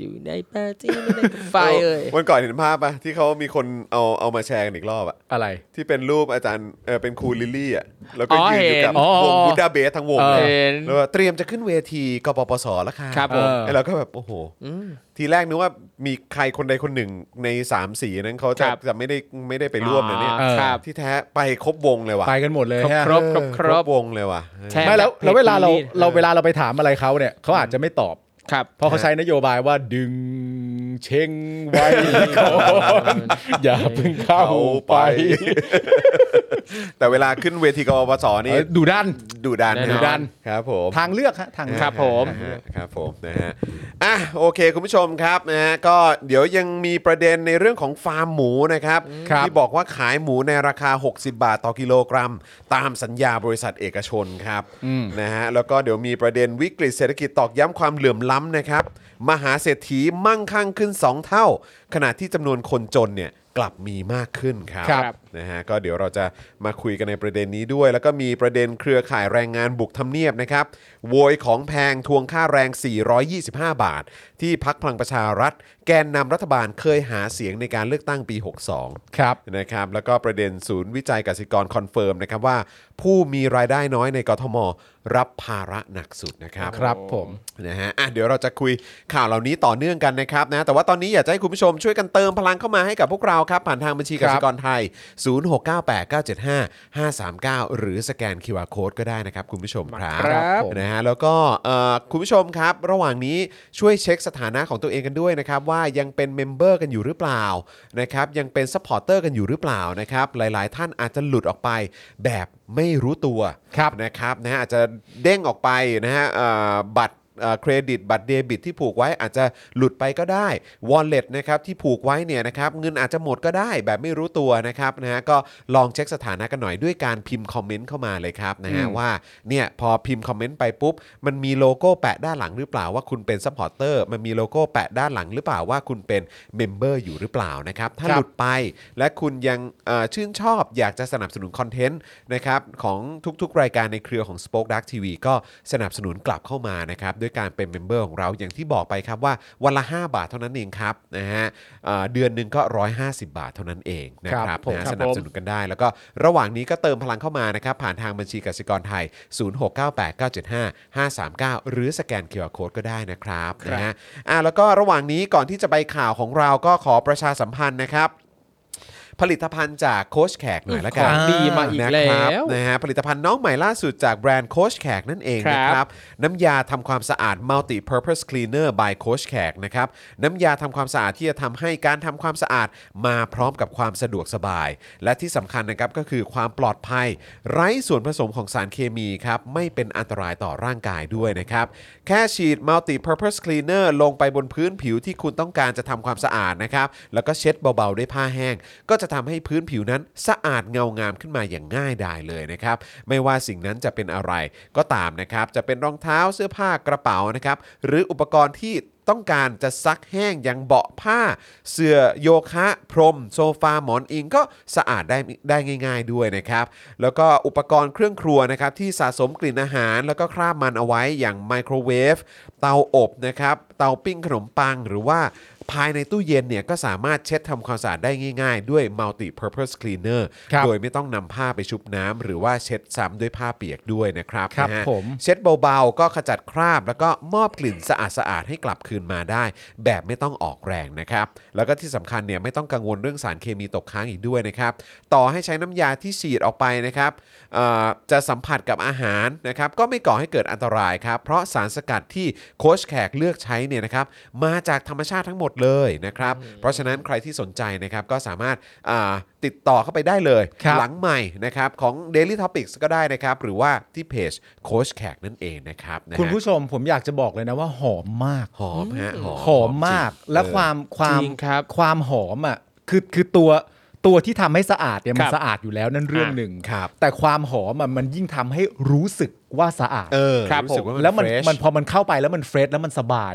Speaker 4: อยู่ในปาร์ตี้ไม่ได้กับไฟเออ
Speaker 2: วันก่อนเห็นภาพปะที่เขามีคนเอาเอามาแชร์กันอีกรอบอะ
Speaker 3: อะไร
Speaker 2: ที่เป็นรูปอาจารย์เออเป็นครูลิลลี่อะแล้วก็
Speaker 4: อ๋อ
Speaker 2: ยืนอยู่กับ
Speaker 3: เห็นอ๋อ
Speaker 2: วงบูดาเบสทั้งวง
Speaker 3: เออ
Speaker 2: เลย
Speaker 4: เห็น
Speaker 2: แล้วก็เตรียมจะขึ้นเวทีกปปสแล้วค่ะ
Speaker 4: ครับผม
Speaker 2: แล้วเราก็แบบโอ้โห
Speaker 4: อืม
Speaker 2: ทีแรกนึกว่ามีใครคนใดคนหนึ่งใน3ามสีนั้นเขาจะ
Speaker 4: ครับ
Speaker 2: จะไม่ได้ไม่ได้ไปร่วมนะเนี่ย
Speaker 3: เออ
Speaker 4: ครับ
Speaker 2: ที่แท้ไปครบวงเลยว่ะ
Speaker 3: ไปกันหมดเลยฮะ
Speaker 4: ครบครบครบ
Speaker 2: วงเลยว่ะเออ
Speaker 4: ใช่
Speaker 3: ไม่แล้ว
Speaker 4: แบบ
Speaker 3: แล้วเวลาเรา
Speaker 4: เพจนี้
Speaker 3: เราเวลาเราไปถามอะไรเขาเนี่ยเขาอาจจะไม่ตอบ
Speaker 4: ครับ
Speaker 3: เพราะเขาใช้นโยบายว่าดึงเชงไว้ก่อน อย่าเพิ่งเข้า
Speaker 2: เอา
Speaker 3: ไป
Speaker 2: ไป แต่เวลาขึ้นเวทีกบปสนี่
Speaker 3: เอ่อดุดัน
Speaker 2: ดูดัน
Speaker 4: แน่นอน
Speaker 2: ะครับผม
Speaker 3: ทางเลือกฮะทางเลือก
Speaker 4: ครับผม
Speaker 2: นะฮะครับผมนะฮะอ่ะโอเค คุณผู้ชมครับนะฮะก็เดี๋ยวยังมีประเด็นในเรื่องของฟาร์มหมูนะครับ
Speaker 3: ครับ
Speaker 2: ที่บอกว่าขายหมูในราคา 60 บาทต่อกิโลกรัม ตามสัญญาบริษัทเอกชนครับนะฮะแล้วก็เดี๋ยวมีประเด็นวิกฤตเศรษฐกิจตอกย้ำความเหลื่อมล้ำนะครับ มหาเศรษฐีมั่งคั่งขึ้น 2 เท่า ขณะที่จำนวนคนจนเนี่ยกลับมีมากขึ้นครับ
Speaker 3: ครับ
Speaker 2: นะฮะก็เดี๋ยวเราจะมาคุยกันในประเด็นนี้ด้วย แล้วก็มีประเด็นเครือข่ายแรงงานบุกทำเนียบนะครับโวยของแพงทวงค่าแรง 425 บาท ที่พักพลังประชารัฐ แกนนำรัฐบาลเคยหาเสียงในการเลือกตั้งปี 62
Speaker 3: ครับ
Speaker 2: นะครับแล้วก็ประเด็นศูนย์วิจัยกสิกรคอนเฟิร์มนะครับว่า ผู้มีรายได้น้อยในกทม รับภาระหนักสุดนะครับ
Speaker 3: ครับผม
Speaker 2: นะฮะอ่ะเดี๋ยวเราจะคุยข่าวเหล่านี้ต่อเนื่องกันนะครับนะ แต่ว่าตอนนี้อยากจะให้คุณผู้ชมช่วยกันเติมพลังเข้ามาให้กับพวกเราครับ ผ่านทางบัญชีก
Speaker 3: ครั
Speaker 2: สิ
Speaker 3: บ
Speaker 2: กรไทย 0698975539 หรือสแกน QR Code ก็ได้นะครับ คุณผู้ชมครับ
Speaker 4: ครับ
Speaker 3: ผม
Speaker 2: นะฮะแล้วก็เอ่อคุณผู้ชมครับ ระหว่างนี้ช่วยเช็คสถานะของตัวเองกันด้วยนะครับ ว่ายังเป็นเมมเบอร์กันอยู่หรือเปล่านะครับยังเป็นซัพพอร์เตอร์กันอยู่หรือเปล่านะครับหลายๆ ท่านอาจจะหลุดออกไปแบบไม่รู้ตัว
Speaker 3: ครับ
Speaker 2: นะครับนะฮะอาจจะเด้งออกไปนะฮะเอ่อบัตรเอ่อเครดิตบัตรเดบิตที่ผูกไว้อาจจะหลุดไปก็ได้ Wallet นะครับที่ผูกไว้เนี่ยนะครับเงินอาจจะหมดก็ได้แบบไม่รู้ตัวนะครับนะฮะก็ลองเช็คสถานะกันหน่อยด้วยการพิมพ์คอมเมนต์เข้ามาเลยครับนะฮะ
Speaker 3: อืม
Speaker 2: ว่า ว่าเนี่ยพอพิมพ์คอมเมนต์ไปปุ๊บ มันมีโลโก้แปะด้านหลังหรือเปล่าว่าคุณเป็นซัพพอร์เตอร์มันมีโลโก้แปะด้านหลังหรือเปล่าว่าคุณเป็นเมมเบอร์อยู่หรือเปล่านะครับ ถ้า
Speaker 3: ครั
Speaker 2: ห
Speaker 3: บ
Speaker 2: ลุดไปและคุณยังเอ่อชื่นชอบอยากจะสนับสนุนคอนเทนต์นะครับของทุกๆ รายการในเครือของ Spoke Dark TV ก็สนับสนุนกลับเข้ามานะครับด้วยการเป็นเมมเบอร์ของเราอย่างที่บอกไปครับว่าวันละ 5 บาทเท่านั้นเองครับนะฮะเอ่อเดือนหนึ่งก็ 150 บาทเท่านั้นเองนะครับ
Speaker 3: ครับผม
Speaker 2: นะฮะสนับสนุนกันได้ แล้วก็ระหว่างนี้ก็เติมพลังเข้ามานะครับ ผ่านทางบัญชีกสิกรไทย 0698975539 หรือสแกนเคอร์โคดก็ได้นะครับนะฮะอ่ะแล้วก็ระหว่างนี้ก่อนที่จะไปข่าวของเราก็ขอประชาสัมพันธ์นะครับ ผลิตภัณฑ์จากโคชแขกหน่อยละกั
Speaker 4: ข
Speaker 2: น
Speaker 4: องดีมาอีกแล้
Speaker 2: นะครับ
Speaker 4: ว
Speaker 2: นะฮะผลิตภัณฑ์น้องใหม่ล่าสุดจากแบรนด์โคชแขกนั่นเอง
Speaker 4: ครับ
Speaker 2: นะครับน้ำยาทำความสะอาด multi purpose cleaner by โคชแขกนะครับน้ำยาทำความสะอาดที่จะทำให้การทำความสะอาดมาพร้อมกับความสะดวกสบาย และที่สำคัญนะครับก็คือความปลอดภัย ไร้ส่วนผสมของสารเคมีครับไม่เป็นอันตรายต่อร่างกายด้วยนะครับแค่ฉีด multi purpose cleaner ลงไปบนพื้นผิวที่คุณต้องการจะทำความสะอาดนะครับแล้วก็เช็ดเบาๆด้วยผ้าแห้ง ก็จะทำให้พื้นผิวนั้นสะอาดเงางามขึ้นมาอย่างง่ายดายเลยนะครับไม่ว่าสิ่งนั้นจะเป็นอะไรก็ตามนะครับจะเป็นรองเท้าเสื้อผ้ากระเป๋านะครับหรืออุปกรณ์ที่ต้องการจะซักแห้งอย่างเบาะผ้า เสื้อโยคะพรม โซฟาหมอนอิงก็สะอาดได้ได้ง่าย ๆด้วยนะครับแล้วก็อุปกรณ์เครื่องครัวนะครับที่สะสมกลิ่นอาหาร แล้วก็คราบมันเอาไว้อย่างไมโครเวฟเตาอบนะครับเตาปิ้งขนมปังหรือว่า ภายในตู้เย็นเนี่ยก็สามารถเช็ดทำความสะอาดได้ง่ายๆ ด้วย multi purpose cleaner
Speaker 3: ครับ
Speaker 2: โดยไม่ต้องนำผ้าไปชุบน้ำหรือว่าเช็ดซ้ำด้วยผ้าเปียกด้วยนะครับ
Speaker 3: ครับ
Speaker 2: นะฮะ
Speaker 3: ผม
Speaker 2: เช็ดเบาๆ ก็ขจัดคราบ แล้วก็มอบกลิ่นสะอาดๆ ให้กลับคืนมาได้ แบบไม่ต้องออกแรงนะครับ แล้วก็ที่สำคัญเนี่ยไม่ต้องกังวลเรื่องสารเคมีตกค้างอีกด้วยนะครับ ต่อให้ใช้น้ำยาที่ฉีดออกไปนะครับเอ่อจะสัมผัสกับอาหารนะครับก็ไม่ก่อให้เกิดอันตรายครับ เพราะสารสกัดที่โค้ชแขกเลือกใช้เนี่ยนะครับมาจากธรรมชาติทั้งหมดเลยนะครับ เพราะฉะนั้นใครที่สนใจนะครับก็สามารถอ่าติดต่อเข้าไปได้เลย
Speaker 3: ครับ
Speaker 2: หลังใหม่นะครับของ Daily Topics ก็ได้นะครับ หรือว่าที่เพจโค้ชแขกนั่นเองนะครับนะฮะ
Speaker 3: คุณผู้ชมผมอยากจะบอกเลยนะว่าหอมมาก
Speaker 2: หอมฮะหอม
Speaker 3: หอมมาก
Speaker 2: จริง
Speaker 3: และ
Speaker 2: เออ
Speaker 3: ความความ
Speaker 4: จริงครับ
Speaker 3: ความหอมอ่ะคือคือตัวตัวที่ทำให้สะอาดเนี่ยมัน
Speaker 4: ครับ
Speaker 3: สะอาดอยู่แล้วนั่นเรื่องหนึ่ง
Speaker 2: ครับ
Speaker 3: แต่ความหอมอ่ะมันยิ่งทำให้รู้สึกว่าสะอาด
Speaker 2: เออ
Speaker 4: ครับ
Speaker 2: รู้สึกว่า
Speaker 3: แล้วมัน
Speaker 2: fresh
Speaker 3: มันพอมันเข้าไปแล้วมันเฟรชแล้วมันสบาย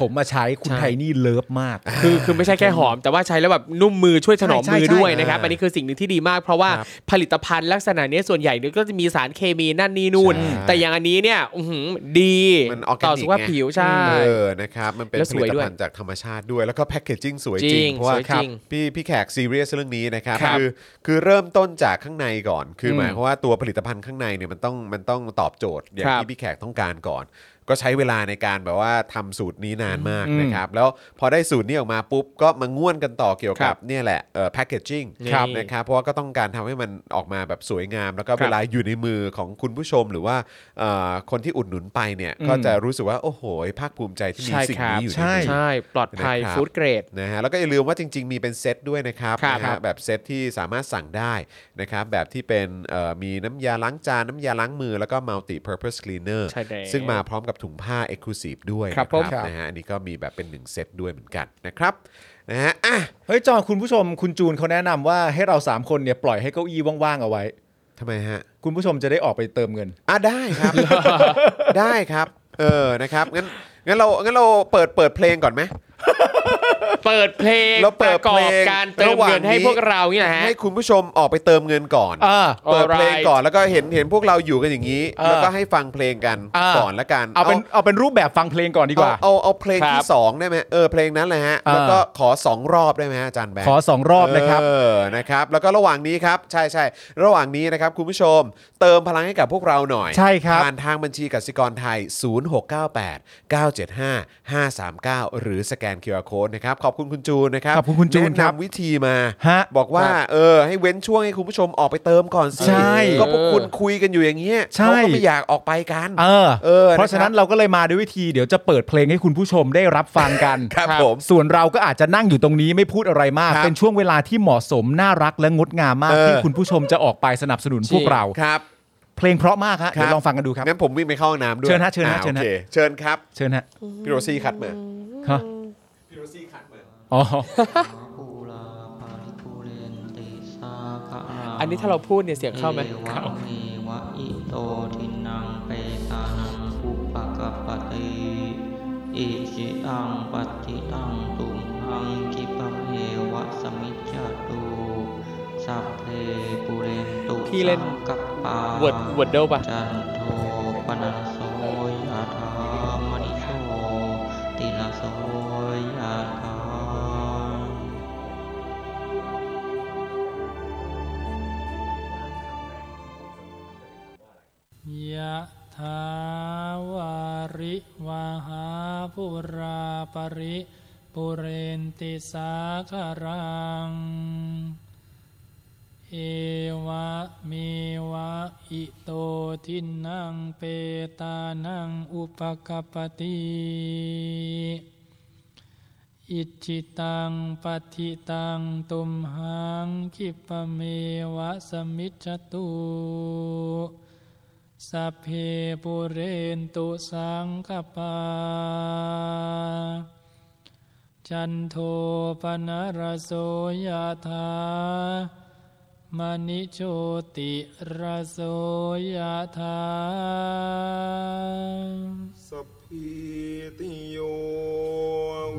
Speaker 3: ผมมาใช้คุณ
Speaker 4: ใช่
Speaker 3: ไทนี่เลิฟมาก
Speaker 4: คือคือไม่ใช่แค่หอม แต่ว่าใช้แล้วแบบนุ่มมือช่วยถนอม
Speaker 3: ใช่
Speaker 4: มื
Speaker 3: ใช่
Speaker 4: อด้วย
Speaker 3: ใช่
Speaker 4: นะครับ อันนี้คือสิ่งหนึ่งที่ดีมาก เพราะว่า
Speaker 2: ครับ
Speaker 4: ผลิตภัณฑ์ลักษณะเนี้ยส่วนใหญ่เนี่ยก็จะมีสารเคมีนั่นนี่นู่น
Speaker 2: ใช่
Speaker 4: แต่อย่างอันนี้เนี่ยอื้อหือดี
Speaker 2: มันออร์แกนิก
Speaker 4: ต่อสุขภาพ
Speaker 2: ไง
Speaker 4: ผิวใช่
Speaker 2: เออ นะครับ มันเป็น
Speaker 4: แล้ว
Speaker 2: ผ
Speaker 4: ส
Speaker 2: ลิ
Speaker 4: วย
Speaker 2: ต
Speaker 4: ด้วย
Speaker 2: ภัณฑ์จากธรรมชาติด้วย แล้วก็แพคเกจจิ้งสวยจ
Speaker 4: จริ
Speaker 2: ริง
Speaker 4: ง
Speaker 2: เพราะว่า
Speaker 4: สวย
Speaker 2: ค
Speaker 4: จริ
Speaker 2: รับ
Speaker 4: ง
Speaker 2: พี่พี่แขกซีเรียสเรื่องนี้นะครับ
Speaker 4: ครับ
Speaker 2: คือ คือเริ่มต้นจากข้างในก่อน คืออ
Speaker 4: ม
Speaker 2: หมายความว่าตัวผลิตภัณฑ์ข้างในเนี่ยมันต้อง มันต้องตอบโจทย์ อย่าง
Speaker 4: ครับ
Speaker 2: ที่พี่แขกต้องการก่อน ก็ใช้เวลาในการแบบว่าทำสูตรนี้นานมากนะครับ แล้วพอได้สูตรนี้ออกมาปุ๊บ ก็มาง่วนกันต่อเกี่ยว
Speaker 4: ครั
Speaker 2: กับบ เนี่ยแหละเอ่อแพคเกจจิ้ง
Speaker 4: ครับ
Speaker 2: นะครับ เพราะว่าก็ต้องการทำให้มันออกมาแบบสวยงาม แล้วก็เวลาอยู่ในมือของคุณผู้ชมหรือว่าเอ่อคนที่อุดหนุนไปเนี่ยก็จะรู้สึกว่าโอ้โหภาคภูมิใจ ที่มี
Speaker 4: ใช่
Speaker 2: สิ่ง
Speaker 4: ครับ
Speaker 2: นี้อยู่ใน
Speaker 3: ใช่
Speaker 2: มือ
Speaker 4: ใช่ ปลอดภัย
Speaker 2: นะครับ
Speaker 4: ฟู้ดเกรด
Speaker 2: นะฮะแล้วก็อย่าลืมว่าจริง ๆ มีเป็นเซตด้วยนะครับ
Speaker 4: ครับ
Speaker 2: นะฮะแบบเซตที่สามารถสั่งได้นะครับแบบที่เป็นเอ่อมีน้ำยาล้างจานน้ำยาล้างมือแล้วก็ multi purpose cleaner
Speaker 4: ใช่แล้ว
Speaker 2: ซึ่งมาพร้อมกับถุงผ้า exclusive ด้วย
Speaker 4: ครับผม
Speaker 2: นะนะฮะอันนี้ก็มีแบบเป็นหนึ่งเซตด้วยเหมือนกันนะครับนะฮะอ่ะ
Speaker 3: เฮ้ยจอคุณผู้ชมคุณจูนเขาแนะนำว่าให้เราสามคนเนี่ยปล่อยให้เก้าอี้ว่างๆเอาไว้
Speaker 2: ทำไมฮะ
Speaker 3: คุณผู้ชมจะได้ออกไปเติมเงิน
Speaker 2: อ่ะได้ครับ ได้ครับเออนะครับงั้นงั้นเรางั้นเราเปิดเปิดเพลงก่อนไหม
Speaker 4: เปิดเพลง
Speaker 2: แล้ว
Speaker 4: ป
Speaker 2: เปิด
Speaker 4: ระก
Speaker 2: เพ
Speaker 4: อ
Speaker 2: ล
Speaker 4: บ
Speaker 2: ง
Speaker 4: การเติม
Speaker 2: ระหว่าง
Speaker 4: เงินให้
Speaker 2: นี้
Speaker 4: พวกเรานี่แหละฮะ
Speaker 2: ให้คุณผู้ชมออกไปเติมเงินก่อน
Speaker 4: เออ
Speaker 2: เปิดเพลง
Speaker 4: alright
Speaker 2: ก่อนแล้วก็เห็นเห็นพวกเราอยู่กันอย่างนี้
Speaker 4: เออ
Speaker 2: แล้วก็ให้ฟังเพลงกัน
Speaker 4: เออ
Speaker 2: ก่อนละกัน
Speaker 3: เอาเป็นเอาเป็นรูปแบบฟังเพลงก่อนดีก
Speaker 2: เอา
Speaker 3: ว่า
Speaker 2: เอาเอาเพลง
Speaker 4: ครับ
Speaker 2: ที่สองได้ไหมเออเพลงนั้นแหละฮะ
Speaker 3: เออ
Speaker 2: แล้วก็ขอสองรอบได้ไหมฮะอาจารย์แบง
Speaker 3: ข
Speaker 2: ค์
Speaker 3: อสองรอบนะครับ
Speaker 2: เออ นะครับ แล้วก็ระหว่างนี้ครับ ใช่ใช่ระหว่างนี้นะครับ คุณผู้ชม เติมพลังให้กับพวกเราหน่อย
Speaker 3: ใช่ครับ
Speaker 2: ผ่านทางบัญชีกสิกรไทย 0698 975 539 หรือสแกน QR Code นะครับ ขอบคุณคุณจูนนะครับ
Speaker 3: ขอบคุณคุณจูนครับ
Speaker 2: แำวิธีมา
Speaker 3: ฮะ
Speaker 2: บอกว่า เออ ให้เว้นช่วงให้คุณผู้ชมออกไปเติมก่อนสิ
Speaker 3: ใช่
Speaker 2: ก็พวกคุณคุยกันอยู่อย่างเงี้ย
Speaker 3: ใช่
Speaker 2: เขาก็ไม่อยากออกไปกัน
Speaker 3: เออ
Speaker 2: เออ
Speaker 3: เพราะฉะนั้นเราก็เลยมาด้วยวิธีเดี๋ยวจะเปิดเพลงให้คุณผู้ชมได้รับฟังกัน
Speaker 2: ครับผม
Speaker 3: ส่วนเราก็อาจจะนั่งอยู่ตรงนี้ไม่พูดอะไรมาก
Speaker 2: ครับ
Speaker 3: เป็นช่วงเวลาที่เหมาะสมน่ารักและงดงามมาก
Speaker 2: เออ
Speaker 3: ที่คุณผู้ชมจะออกไปสนับสนุนพวกเรา
Speaker 2: ครับ
Speaker 3: เพลงเพราะมากฮะ
Speaker 2: ครับ
Speaker 3: เดี๋ยวลองฟังกันดูครับ
Speaker 2: งั้นผมวิ่งไปเข้าห้องน้ำด้วย
Speaker 3: เชิญฮะเชิญฮะ
Speaker 2: อ่า
Speaker 3: เชิญฮะ
Speaker 2: โอคเชิญครับ
Speaker 3: เชิญฮะ
Speaker 2: พี่โรซี่คัดมา
Speaker 3: ฮะอ๋อ
Speaker 6: ภูราภาริภูเรนติสาคะรา
Speaker 4: อันนี้ถ้าเราพูดเนี่ยเสียงเข้าไหม
Speaker 6: เอวะเมวะอิโตทินังเปตานังอุปกปปติอิจิตังปฏิตังตุมหังกิปะเมวะสมิจจตุสัพเพปุเรนตุ
Speaker 4: พี่เล่น
Speaker 6: สังกัปปา
Speaker 4: วอร์ดวอร์ดเดิลป่ะ
Speaker 6: จันโทปนัสโสยะธามณิโชติลโสยะธา
Speaker 7: ยะถาวาริวาหาปุราปริปุเรนติสาคารัง เอวะเมวะอิโตทินังเปตานังอุปกปปติ อิจิตังปฏิตังตุมหังคิปะเมวะสมิจจตุ สัพเพปุเรนตุสังกปา จันโทปนรโสยธามณิโชติรโสยธา
Speaker 8: สัพพิติโย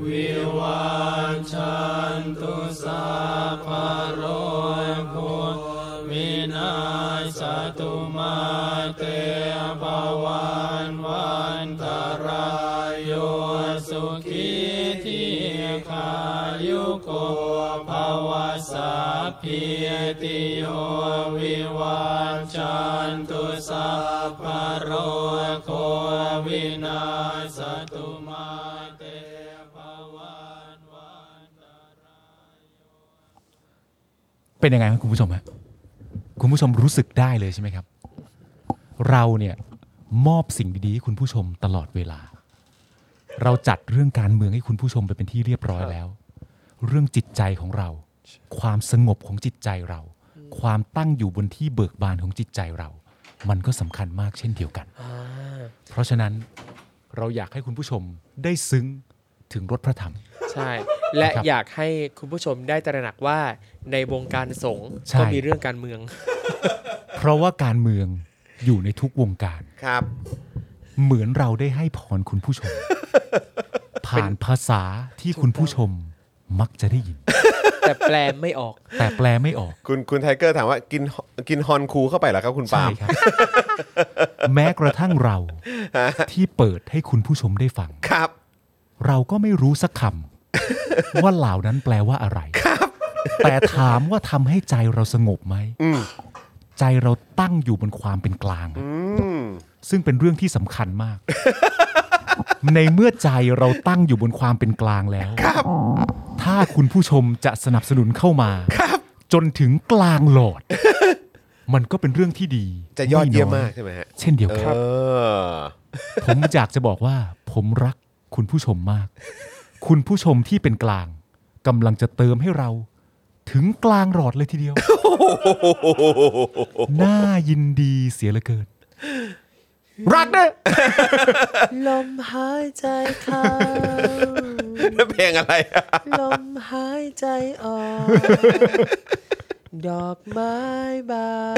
Speaker 7: วิวาชันตุสัพพะโรโควินาศตุมาเตภวันวันตรายโยสุขีทีขายุโกภวสัพพิติโยวิวาชันตุสัพพะโรโควินาศตุมาเตภวันวัน
Speaker 3: เป็นยังไงครับคุณผู้ชมฮะคุณผู้ชมรู้สึกได้เลยใช่ไหมครับ เราเนี่ยมอบสิ่งดีๆให้คุณผู้ชมตลอดเวลา เราจัดเรื่องการเมืองให้คุณผู้ชมไปเป็นที่เรียบร้อยแล้ว เรื่องจิตใจของเรา ความสงบของจิตใจเรา ความตั้งอยู่บนที่เบิกบานของจิตใจเรา มันก็สำคัญมากเช่นเดียวกัน เพราะฉะนั้นเราอยากให้คุณผู้ชมได้ซึ้งถึงรถพระธรรม
Speaker 4: ใช่ และ
Speaker 3: ครับ
Speaker 4: อยากให้คุณผู้ชมได้ตระหนักว่าในวงการสงฆ์
Speaker 3: ใช่
Speaker 4: ก็มีเรื่องการเมือง
Speaker 3: เพราะว่าการเมืองอยู่ในทุกวงการ
Speaker 2: ครับ
Speaker 3: เหมือนเราได้ให้พรคุณผู้ชม ผ่านภาษาที่คุณผู้ชมมักจะได้ยิน
Speaker 4: แต่แปลไม่ออก
Speaker 3: แต่แปลไม่ออก
Speaker 2: คุณคุณไทเกอร์ถามว่ากินกินฮอนคูเข้าไปเหรอครับคุณปา
Speaker 3: ใช่
Speaker 2: ล์ม
Speaker 3: ครับ แม้กระทั่งเราที่เปิดให้คุณผู้ชมได้ฟัง
Speaker 2: ครับ
Speaker 3: เราก็ไม่รู้สักคำ ว่าเหล่านั้นแปลว่าอะไร แต่ถามว่าทำให้ใจเราสงบไหมใจเราตั้งอยู่บนความเป็นกลางอะซึ่งเป็นเรื่องที่สำคัญมาก ในเมื่อใจเราตั้งอยู่บนความเป็นกลางแล้วถ้าคุณผู้ชมจะสนับสนุนเข้ามาจนถึงกลางหลอด มันก็เป็นเรื่องที่ดี
Speaker 2: จะยอดเยี่ยม
Speaker 3: ไน้
Speaker 2: มากใช่ไหมฮะ
Speaker 3: เช่นเดียว
Speaker 2: เอ
Speaker 3: กัน
Speaker 2: อ
Speaker 3: ผมอยากจะบอกว่า ผมรักคุณผู้ชมมาก คุณผู้ชมที่เป็นกลางกำลังจะเติมให้เรา ถึงกลางหลอดเลยที เดียว น่ายินดีเสียเหลือเกิน รักนะ
Speaker 9: ลมหายใจเข้า
Speaker 2: แล้วเพลงอะไรอะ
Speaker 9: ลมหายใจออก ดอกไม้บาน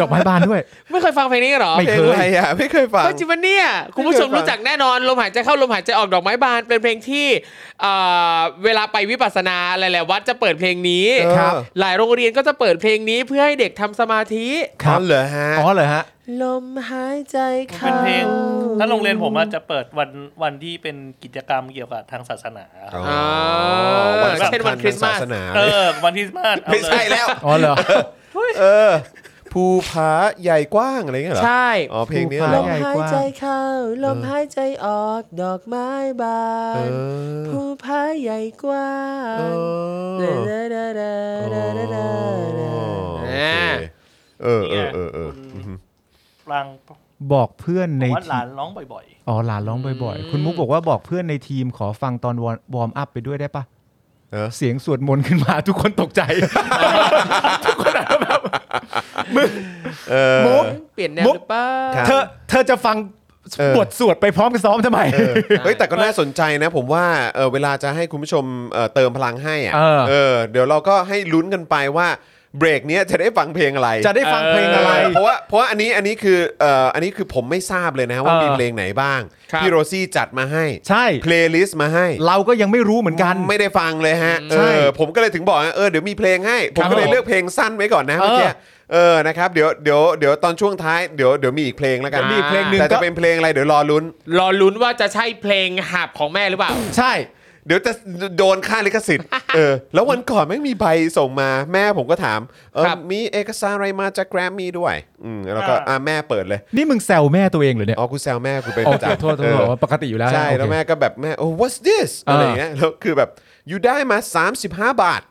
Speaker 3: ดอกไม้บานด้วย
Speaker 4: ไม่เคยฟังเพลงนี้เหรอ
Speaker 3: ไม่
Speaker 2: เพลงอะไรอ่ะไม่เคยฟัง
Speaker 4: เฮ้ยจิบันเนี่ยคุณผู้ชมรู้จักแน่นอนลมหายใจเข้าลมหายใจออกดอกไม้บานเป็นเพลงที่เอ่อเวลาไปวิปัสสนาหลายๆวัดจะเปิดเพลงนี้
Speaker 2: เออครับ
Speaker 4: หลายโรงเรียนก็จะเปิดเพลงนี้เพื่อให้เด็กทำสมาธิ
Speaker 2: อ๋อเหรอฮะ
Speaker 3: อ๋อเหรอฮะ
Speaker 9: ลมหายใจเข้า
Speaker 5: เป็นเพลง ถ้าโรงเรียนผมอาจจะเปิดวันวันที่เป็นกิจกรรมเกี่ยวกับทางศาสนา
Speaker 2: อ๋อ
Speaker 4: เออ
Speaker 2: วันสำคัญ
Speaker 4: เช่นวันคริสต์มาส
Speaker 2: ทางศาสนา
Speaker 5: เออ วันที่มาสเอา
Speaker 2: ไม่
Speaker 5: เล
Speaker 2: ใช่
Speaker 5: ย
Speaker 2: แล้ว
Speaker 3: อ๋อเหรอ
Speaker 2: เออ ภูผาใหญ่กว้างอะไรเงี้ยเหรอ
Speaker 4: ใช่
Speaker 2: อ๋อเพลงนี้
Speaker 3: ภู
Speaker 2: เหร
Speaker 3: ผ
Speaker 9: ล
Speaker 2: อ
Speaker 9: มหายใจเข้า ลมหายใจออก ดอกไม้บา
Speaker 2: เอน อ
Speaker 9: ภูผาใหญ่กว้า
Speaker 2: เอง อ
Speaker 9: ดาดาดาดาดาดาดา
Speaker 2: โอเคเออเออเออเอออือฮึ
Speaker 5: รัง
Speaker 3: บอกเพื่อนใน
Speaker 5: วัด
Speaker 3: ที
Speaker 5: หลาน
Speaker 3: ม
Speaker 5: ร้องบ่อย
Speaker 3: อ๋อหลานร้องบ่อยๆ คุณมุกบอกว่าบอกเพื่อนในทีมขอฟังตอนวอร์มอัพไปด้วยได้ปะ
Speaker 2: เออ
Speaker 3: เสียงสวดมนต์ขึ้นมาทุกคนตกใจ ทุกคนแบบ
Speaker 2: เออ
Speaker 3: มุก
Speaker 4: เปลี่ยนแนว
Speaker 3: มุก
Speaker 4: หรือเปล่า
Speaker 2: ครับ
Speaker 3: เธอเธอจะฟัง
Speaker 2: เออ
Speaker 3: บทสวดไปพร้อมกับซ้อมทำไม
Speaker 2: เออเฮ้ยแต่ก็น่าสนใจนะ ผมว่าเออเวลาจะให้คุณผู้ชมเอ่อเติมพลังให้อ่ะ
Speaker 3: เออ
Speaker 2: เออเดี๋ยวเราก็ให้ลุ้นกันไปว่าเบรกเนี้ยจะได้ฟังเพลงอะไร
Speaker 3: จะได้ฟังเพลงอะไร
Speaker 2: เออเพราะว่าเพราะว่าอันนี้อันนี้คือเอ่ออันนี้คือผมไม่ทราบเลยนะว่า
Speaker 3: เออ
Speaker 2: มีเพลงไหนบ้าง
Speaker 4: ครับ
Speaker 2: พี่โรซี่จัดมาให้
Speaker 3: ใช่
Speaker 2: เพลย์ลิสต์มาให้
Speaker 3: เราก็ยังไม่รู้เหมือนกัน
Speaker 2: ไม่ได้ฟังเลยฮะเอ
Speaker 3: ใช่
Speaker 2: อผมก็เลยถึงบอกว่าเออเดี๋ยวมีเพลงให้ ผมก็เลย
Speaker 3: ผม
Speaker 2: เลือกเพลงสั้นไว้ก่อนนะเมื่อกี้
Speaker 3: เออ
Speaker 2: เออนะครับเดี๋ยวเดี๋ยวเดี๋ยวตอนช่วงท้ายเดี๋ยวเดี๋ยวมีอีกเพลงแล้วกัน
Speaker 3: มีอีกเพลงหนึ่ง
Speaker 2: แต่
Speaker 3: ก็
Speaker 2: จะเป็นเพลงอะไรเดี๋ยวรอลุ้น
Speaker 4: รอลุ้นว่าจะใช่เพลงหับของแม่หรือเปล่า
Speaker 3: ใช่
Speaker 2: เดี๋ยวจะโดนค่าลิขสิท ธิ์ เออ แล้ววันก่อนแม่งมีใบส่งมาแม่ผมก็ถามเออ
Speaker 4: ครับ
Speaker 2: มีเอกสารอะไรมาจากแกรมมี่ด้วยอืมแล้วก็อ่ะแม่เปิดเลย
Speaker 3: นี่มึงแซวแม่ตัวเองเหรือเนี่ย
Speaker 2: อ๋อกูแซวแม่กูเป็น
Speaker 3: โอ
Speaker 2: ประ
Speaker 3: เค
Speaker 2: จำ
Speaker 3: โทษโท
Speaker 2: เอ
Speaker 3: ษ
Speaker 2: อ
Speaker 3: ปกติอยู่แล้วนะ
Speaker 2: ใช่แล้ว
Speaker 3: โอเค
Speaker 2: แม่ก็แบบแม่โอ้ what's this
Speaker 3: อ่า
Speaker 2: อะไรอย่างเงี้ยแล้วคือแบบอยู่ได้มา 35 บาท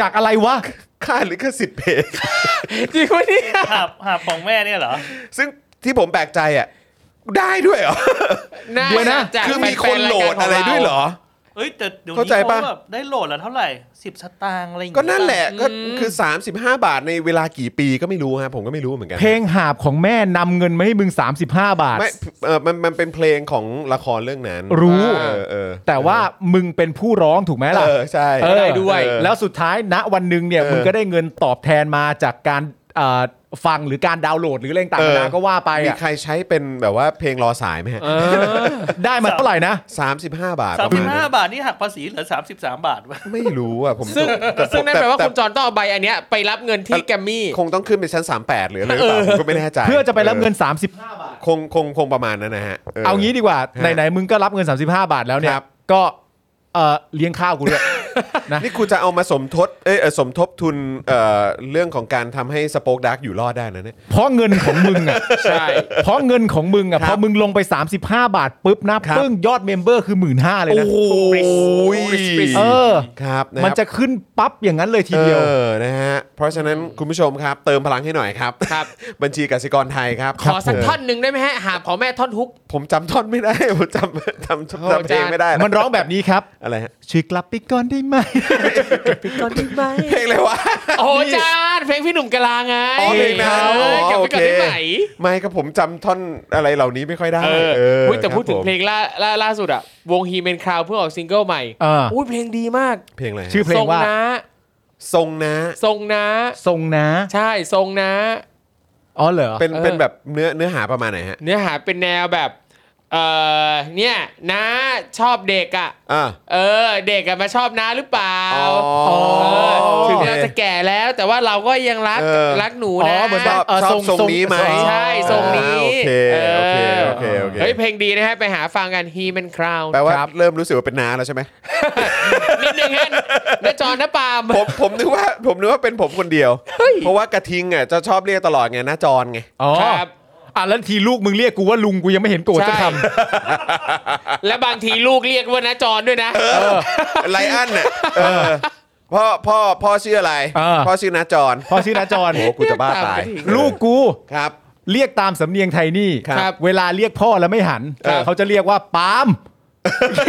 Speaker 3: จากอะไรวะ
Speaker 2: ค่าลิขสิทธิ์ เพลง
Speaker 4: จริงวะเนี่ย
Speaker 5: ๆหาบหาบของแม่เนี่ยเหรอ
Speaker 2: ซึ่งที่ผมแปลกใจอ่ะ ได้ด้วยเหรอ
Speaker 4: น่า
Speaker 3: เดี๋ยว นะ
Speaker 4: จ
Speaker 2: คือมีคนโหลดอะไรด้วยเหรอ
Speaker 5: เอ้ยแต่เดี๋ยว
Speaker 2: เข้า
Speaker 5: นี้
Speaker 2: ใจปะ
Speaker 5: เขาแบบได้โหลดแล้วเท่าไหร่สิบสตางค์อะไรอย่าง
Speaker 2: ก็
Speaker 5: เงี้ย
Speaker 2: นั่นแหละก็คือ 35 บาทในเวลากี่ปีก็ไม่รู้ฮะผมก็ไม่รู้เหมือนกัน
Speaker 3: เพลงหาบของแม่นำเงินมาให้มึง 35 บาท
Speaker 2: ไม่เออมันมันเป็นเพลงของละครเรื่องนั้น
Speaker 3: รู้
Speaker 2: เออเออ
Speaker 3: แต่ว่ามึงเป็นผู้ร้องถูกไหมล่ะ
Speaker 2: เออใช่
Speaker 3: เออ
Speaker 4: ได้ด้วย
Speaker 2: เออ
Speaker 3: แล้วสุดท้ายณวันหนึ่งเนี่ย
Speaker 2: เออ
Speaker 3: มึงก็ได้เงินตอบแทนมาจากการเอ่อฟังหรือการดาวน์โหลดหรืออะไรต่างๆนานาก็ว่าไป
Speaker 2: มี
Speaker 3: อะ
Speaker 2: ใครใช้เป็นแบบว่าเพลงรอสายไหมฮะ
Speaker 3: ได้มาเท่าไหร่นะ
Speaker 2: สามสิบห้าบาท
Speaker 5: สาม
Speaker 2: ประ
Speaker 5: สิบ
Speaker 2: มาณ
Speaker 5: ห้า
Speaker 2: นั้น
Speaker 5: บาทนี่หักภาษีเหลือสามสิบสามบาทวะ
Speaker 2: ไม่รู้อ่ะผม
Speaker 4: ซึ่ง
Speaker 2: แต่
Speaker 4: ซึ่งนั่น
Speaker 2: แต่
Speaker 4: แปลว่า
Speaker 2: แต่
Speaker 4: คุณจอนต้องเอาใบอันเนี้ยไปรับเงินที่แกรมมี่
Speaker 2: คงต้องขึ้นเป็นชั้น 38 หรืออะไรหรือเปล่าผมก็ไม่แน่ใจ
Speaker 3: เพื่อจะไปรับเงิน 30
Speaker 2: คงคงคงประมาณนั้นนะฮะ
Speaker 3: เอางี้ดีกว่า ไหนๆมึงก็รับเงิน 35 บาทแล้วเนี่
Speaker 2: ค
Speaker 3: ย
Speaker 2: รับ
Speaker 3: ก็เออเลี้ยงข้าวกูด้วย นะ
Speaker 2: นี่คุณจะเอามาสมทบเอยเอ่อสมทบทุนเอ่อเรื่องของการทำให้สป o อ e ดาร์กอยู่รอดได้นะเนี่ย
Speaker 3: เพราะเงินของมึงอ่ะ
Speaker 4: ใช่
Speaker 3: เพราะเงินของมึงอ่ะ
Speaker 2: ครับ
Speaker 3: พอมึงลงไป 35 บาทปุ๊บนะครับ ปึ้งยอดเมมเบอร์คือ 1 5ื่นเลยนะ
Speaker 2: ย
Speaker 3: เออ
Speaker 2: ครับครับ
Speaker 3: มันจะขึ้นปั๊บอย่างนั้นเลยทีเดียว
Speaker 2: ออนะฮะ เพราะฉะนั้นคุณผู้ชมครับ เติมพลังให้หน่อยครับ
Speaker 4: ครับ
Speaker 2: บัญชีกสิกรไทยครับ
Speaker 4: ขอสักท่อน
Speaker 2: เ
Speaker 4: หนึ่งได้ไหมฮะหาบของแม่ท่อนฮุก
Speaker 2: ผมจ ำท่อนไม่ได้ ผมจำจำจำจำเพลงไม่ได้
Speaker 3: มันร้องแบบนี้ครับ
Speaker 2: อะไรฮะ
Speaker 3: ช่วยกลับไปก่อนได้ไหม
Speaker 9: ปิดก่อนได้ไหม
Speaker 2: เพลงอะไรวะ
Speaker 4: โอ้จานเพลงพี่หนุ่มกะลาไง
Speaker 2: อ๋อเพลงนั้นอ๋อ
Speaker 4: เก็บ
Speaker 2: โอ
Speaker 4: ไว้
Speaker 2: เค
Speaker 4: ก่อนได้ไหม
Speaker 2: ไม่ครับผมจำท่อนอะไรเหล่านี้ไม่ค่อยได้
Speaker 4: เออ
Speaker 2: เออ
Speaker 4: เฮ้ยแต่พูดถึง
Speaker 2: ครับผม
Speaker 4: เพลงล่าล่าล่าสุดอะวงฮีเมนคราวเพิ่งออกซิงเกิลใหม่
Speaker 3: เอออุ๊
Speaker 4: อุ้ยเพลงดีมาก
Speaker 2: เพลงอะไรฮะ
Speaker 3: ชื่อเพลงว่า
Speaker 4: ทนะ
Speaker 2: ทรงนะ
Speaker 4: ทรงนะ
Speaker 3: ทรงนะ
Speaker 4: ใช่ทรงนะ
Speaker 3: อ๋อเหรอ
Speaker 2: เป็น
Speaker 4: เออ
Speaker 2: เป็นแบบเนื้อเนื้อหาประมาณไหนฮะ
Speaker 4: เนื้อหาเป็นแนวแบบ เออเนี่ยนะชอบเด็กอ่ะ
Speaker 2: อ่า
Speaker 4: เออ เด็กอะมาชอบน้าหรือเปล่า
Speaker 2: อ๋อ
Speaker 4: เออถึงเราจะแก่แล้ว แต่ว่าเราก็ยังรัก
Speaker 2: เออ
Speaker 4: รักหนู
Speaker 3: อ๋อ
Speaker 4: นะ
Speaker 3: เหมือน
Speaker 2: ช
Speaker 3: ว่า
Speaker 2: อบ
Speaker 3: เออ
Speaker 2: ชอบทรงนี้ไหม
Speaker 4: ใช่ทรงนี้
Speaker 2: อ่าโอเคโอเคโอเคโอเค
Speaker 4: เฮ้ยเพลงดีนะฮะ ไปหาฟังกัน He Man Crown
Speaker 2: แปลว่าเริ่มรู้สึกว่าเป็นน้าแล้วใช่ไหม
Speaker 4: นิดนึงฮะนะจอนนะปาล์ม
Speaker 2: ผมผมนึกว่าผมนึกว่าเป็นผมคนเดียว เพราะว่ากระทิงอ่ะจะชอบเรียกตลอดไงหน้าจอนไง
Speaker 3: อ๋อ
Speaker 4: ครับ
Speaker 3: อ่ะแล้วทีลูกมึงเรียกกูว่าลุงกูยังไม่เห็นโกรธจะ
Speaker 4: ใช่
Speaker 3: ท
Speaker 4: และบางทีลูกเรียกว่านะจอนด้วยนะ
Speaker 2: ไลอ้อนน่ะเออพ่อพ่อพ่อชื่ออะไร
Speaker 3: เออ
Speaker 2: พ่อชื่อน้าจอน
Speaker 3: ำพอชื่อนาจร
Speaker 2: โอ้กูจะบ้าตาย
Speaker 3: ลูกกู
Speaker 2: ครับ
Speaker 3: เรียกตามสำเนียงไทยนี่
Speaker 4: ครับ
Speaker 3: เวลาเรียกพ่อแล้วไม่หัน
Speaker 2: เออ
Speaker 3: เขาจะเรียกว่าปาล์ม
Speaker 2: จ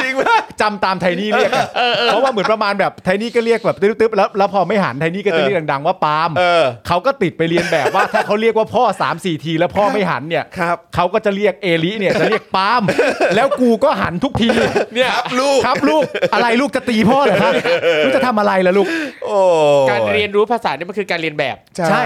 Speaker 2: จริงปะ
Speaker 3: จำตามไทนี่เรียกอะเพราะว่าเหมือนประมาณแบบไทนี่ก็เรียกแบบตึ๊บๆแล้วแล้วพอไม่หันไทนี่ก็จะเรียกดังๆว่าปาล์ม
Speaker 2: เออ
Speaker 3: เขาก็ติดไปเรียนแบบว่าถ้าเขาเรียกว่าพ่อ3ามสี่ทีแล้วพ่อไม่หันเนี่ย
Speaker 2: ครับ
Speaker 3: เขาก็จะเรียกเอลิเนี่ยจะเรียกปาล์ม แล้วกูก็หันทุกที
Speaker 4: เนี่ย
Speaker 2: ครับลูก
Speaker 3: ครับลูกอะไรลูกจะตีพ่อเหร อครับลูกจะทำอะไรล่ะลูก
Speaker 2: โอ้
Speaker 4: การเรียนรู้ภาษาเนี่ยมันคือการเรียนแบบ
Speaker 3: ใช่
Speaker 2: ใช่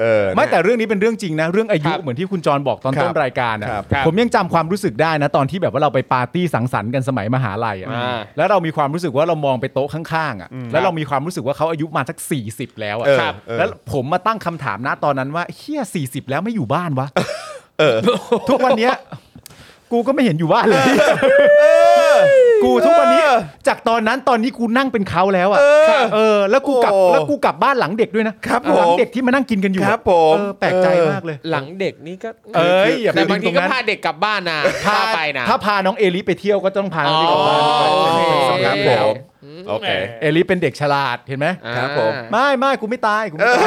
Speaker 2: เออ
Speaker 3: ไม่แต่เรื่องนี้เป็นเรื่องจริงนะ เรื่องอายุ
Speaker 4: ครับ
Speaker 3: เหมือนที่คุณจรบอกตอน
Speaker 2: ครับ
Speaker 3: ต้นรายการอะ
Speaker 2: ครับ
Speaker 4: ครับ
Speaker 3: ผมยังจำความรู้สึกได้นะ ตอนที่แบบว่าเราไปปาร์ตี้สังสรรค์กันสมัยมหาลัยอะ
Speaker 4: อ่า
Speaker 3: แล้วเรามีความรู้สึกว่าเรามองไปโต๊ะข้างๆอะแล้วเรามีความรู้สึกว่าเขาอายุมาสัก 40 แล้วอะ
Speaker 2: เออ
Speaker 4: ครับ
Speaker 2: เออ
Speaker 3: แล้วผมมาตั้งคำถามนะตอนนั้นว่าเฮีย40 แล้วไม่อยู่บ้านวะทุกวันเนี้ยกูก็ไม่เห็นอยู่บ้านเลย กูทุกวันนี้
Speaker 2: เออ
Speaker 3: จากตอนนั้นตอนนี้กูนั่งเป็นเขาแล้วอะ
Speaker 2: เออ
Speaker 3: เออ แล้วกูกลับ
Speaker 2: โอ้
Speaker 3: แล้วกูกลับบ้านหลังเด็กด้วยนะครับ หลั
Speaker 2: ผ
Speaker 3: ง
Speaker 2: ม
Speaker 3: เด็กที่มานั่งกินกันอยู่
Speaker 2: ครับผม
Speaker 3: เออแปลกใจ
Speaker 2: เออ
Speaker 3: มากเลย
Speaker 4: หลังเด็กนี่ก็
Speaker 3: เอ้ยอย่าไป
Speaker 4: แต่
Speaker 3: ดึ
Speaker 4: บาง
Speaker 3: ง
Speaker 4: ที
Speaker 3: ตรง
Speaker 4: ก็
Speaker 3: นั้น
Speaker 4: พาเด็กกลับบ้านนะพาไปนะ
Speaker 3: ถ้าพาน้องเอลิไปเที่ยวก็ต้องพาน้องเอลิกลับบ้านไป
Speaker 4: อ๋อ
Speaker 3: เป็นทั้งสอง
Speaker 2: ค
Speaker 3: ค
Speaker 2: รั
Speaker 3: รั้
Speaker 2: บ
Speaker 3: ง
Speaker 2: ผ
Speaker 3: แล้ว
Speaker 2: มโอเค
Speaker 3: เอลิเป็นเด็กฉลาดเห็นไหม
Speaker 2: ครับผม
Speaker 3: ไม่ไม่กูไม่ตายกูไม่
Speaker 2: เอ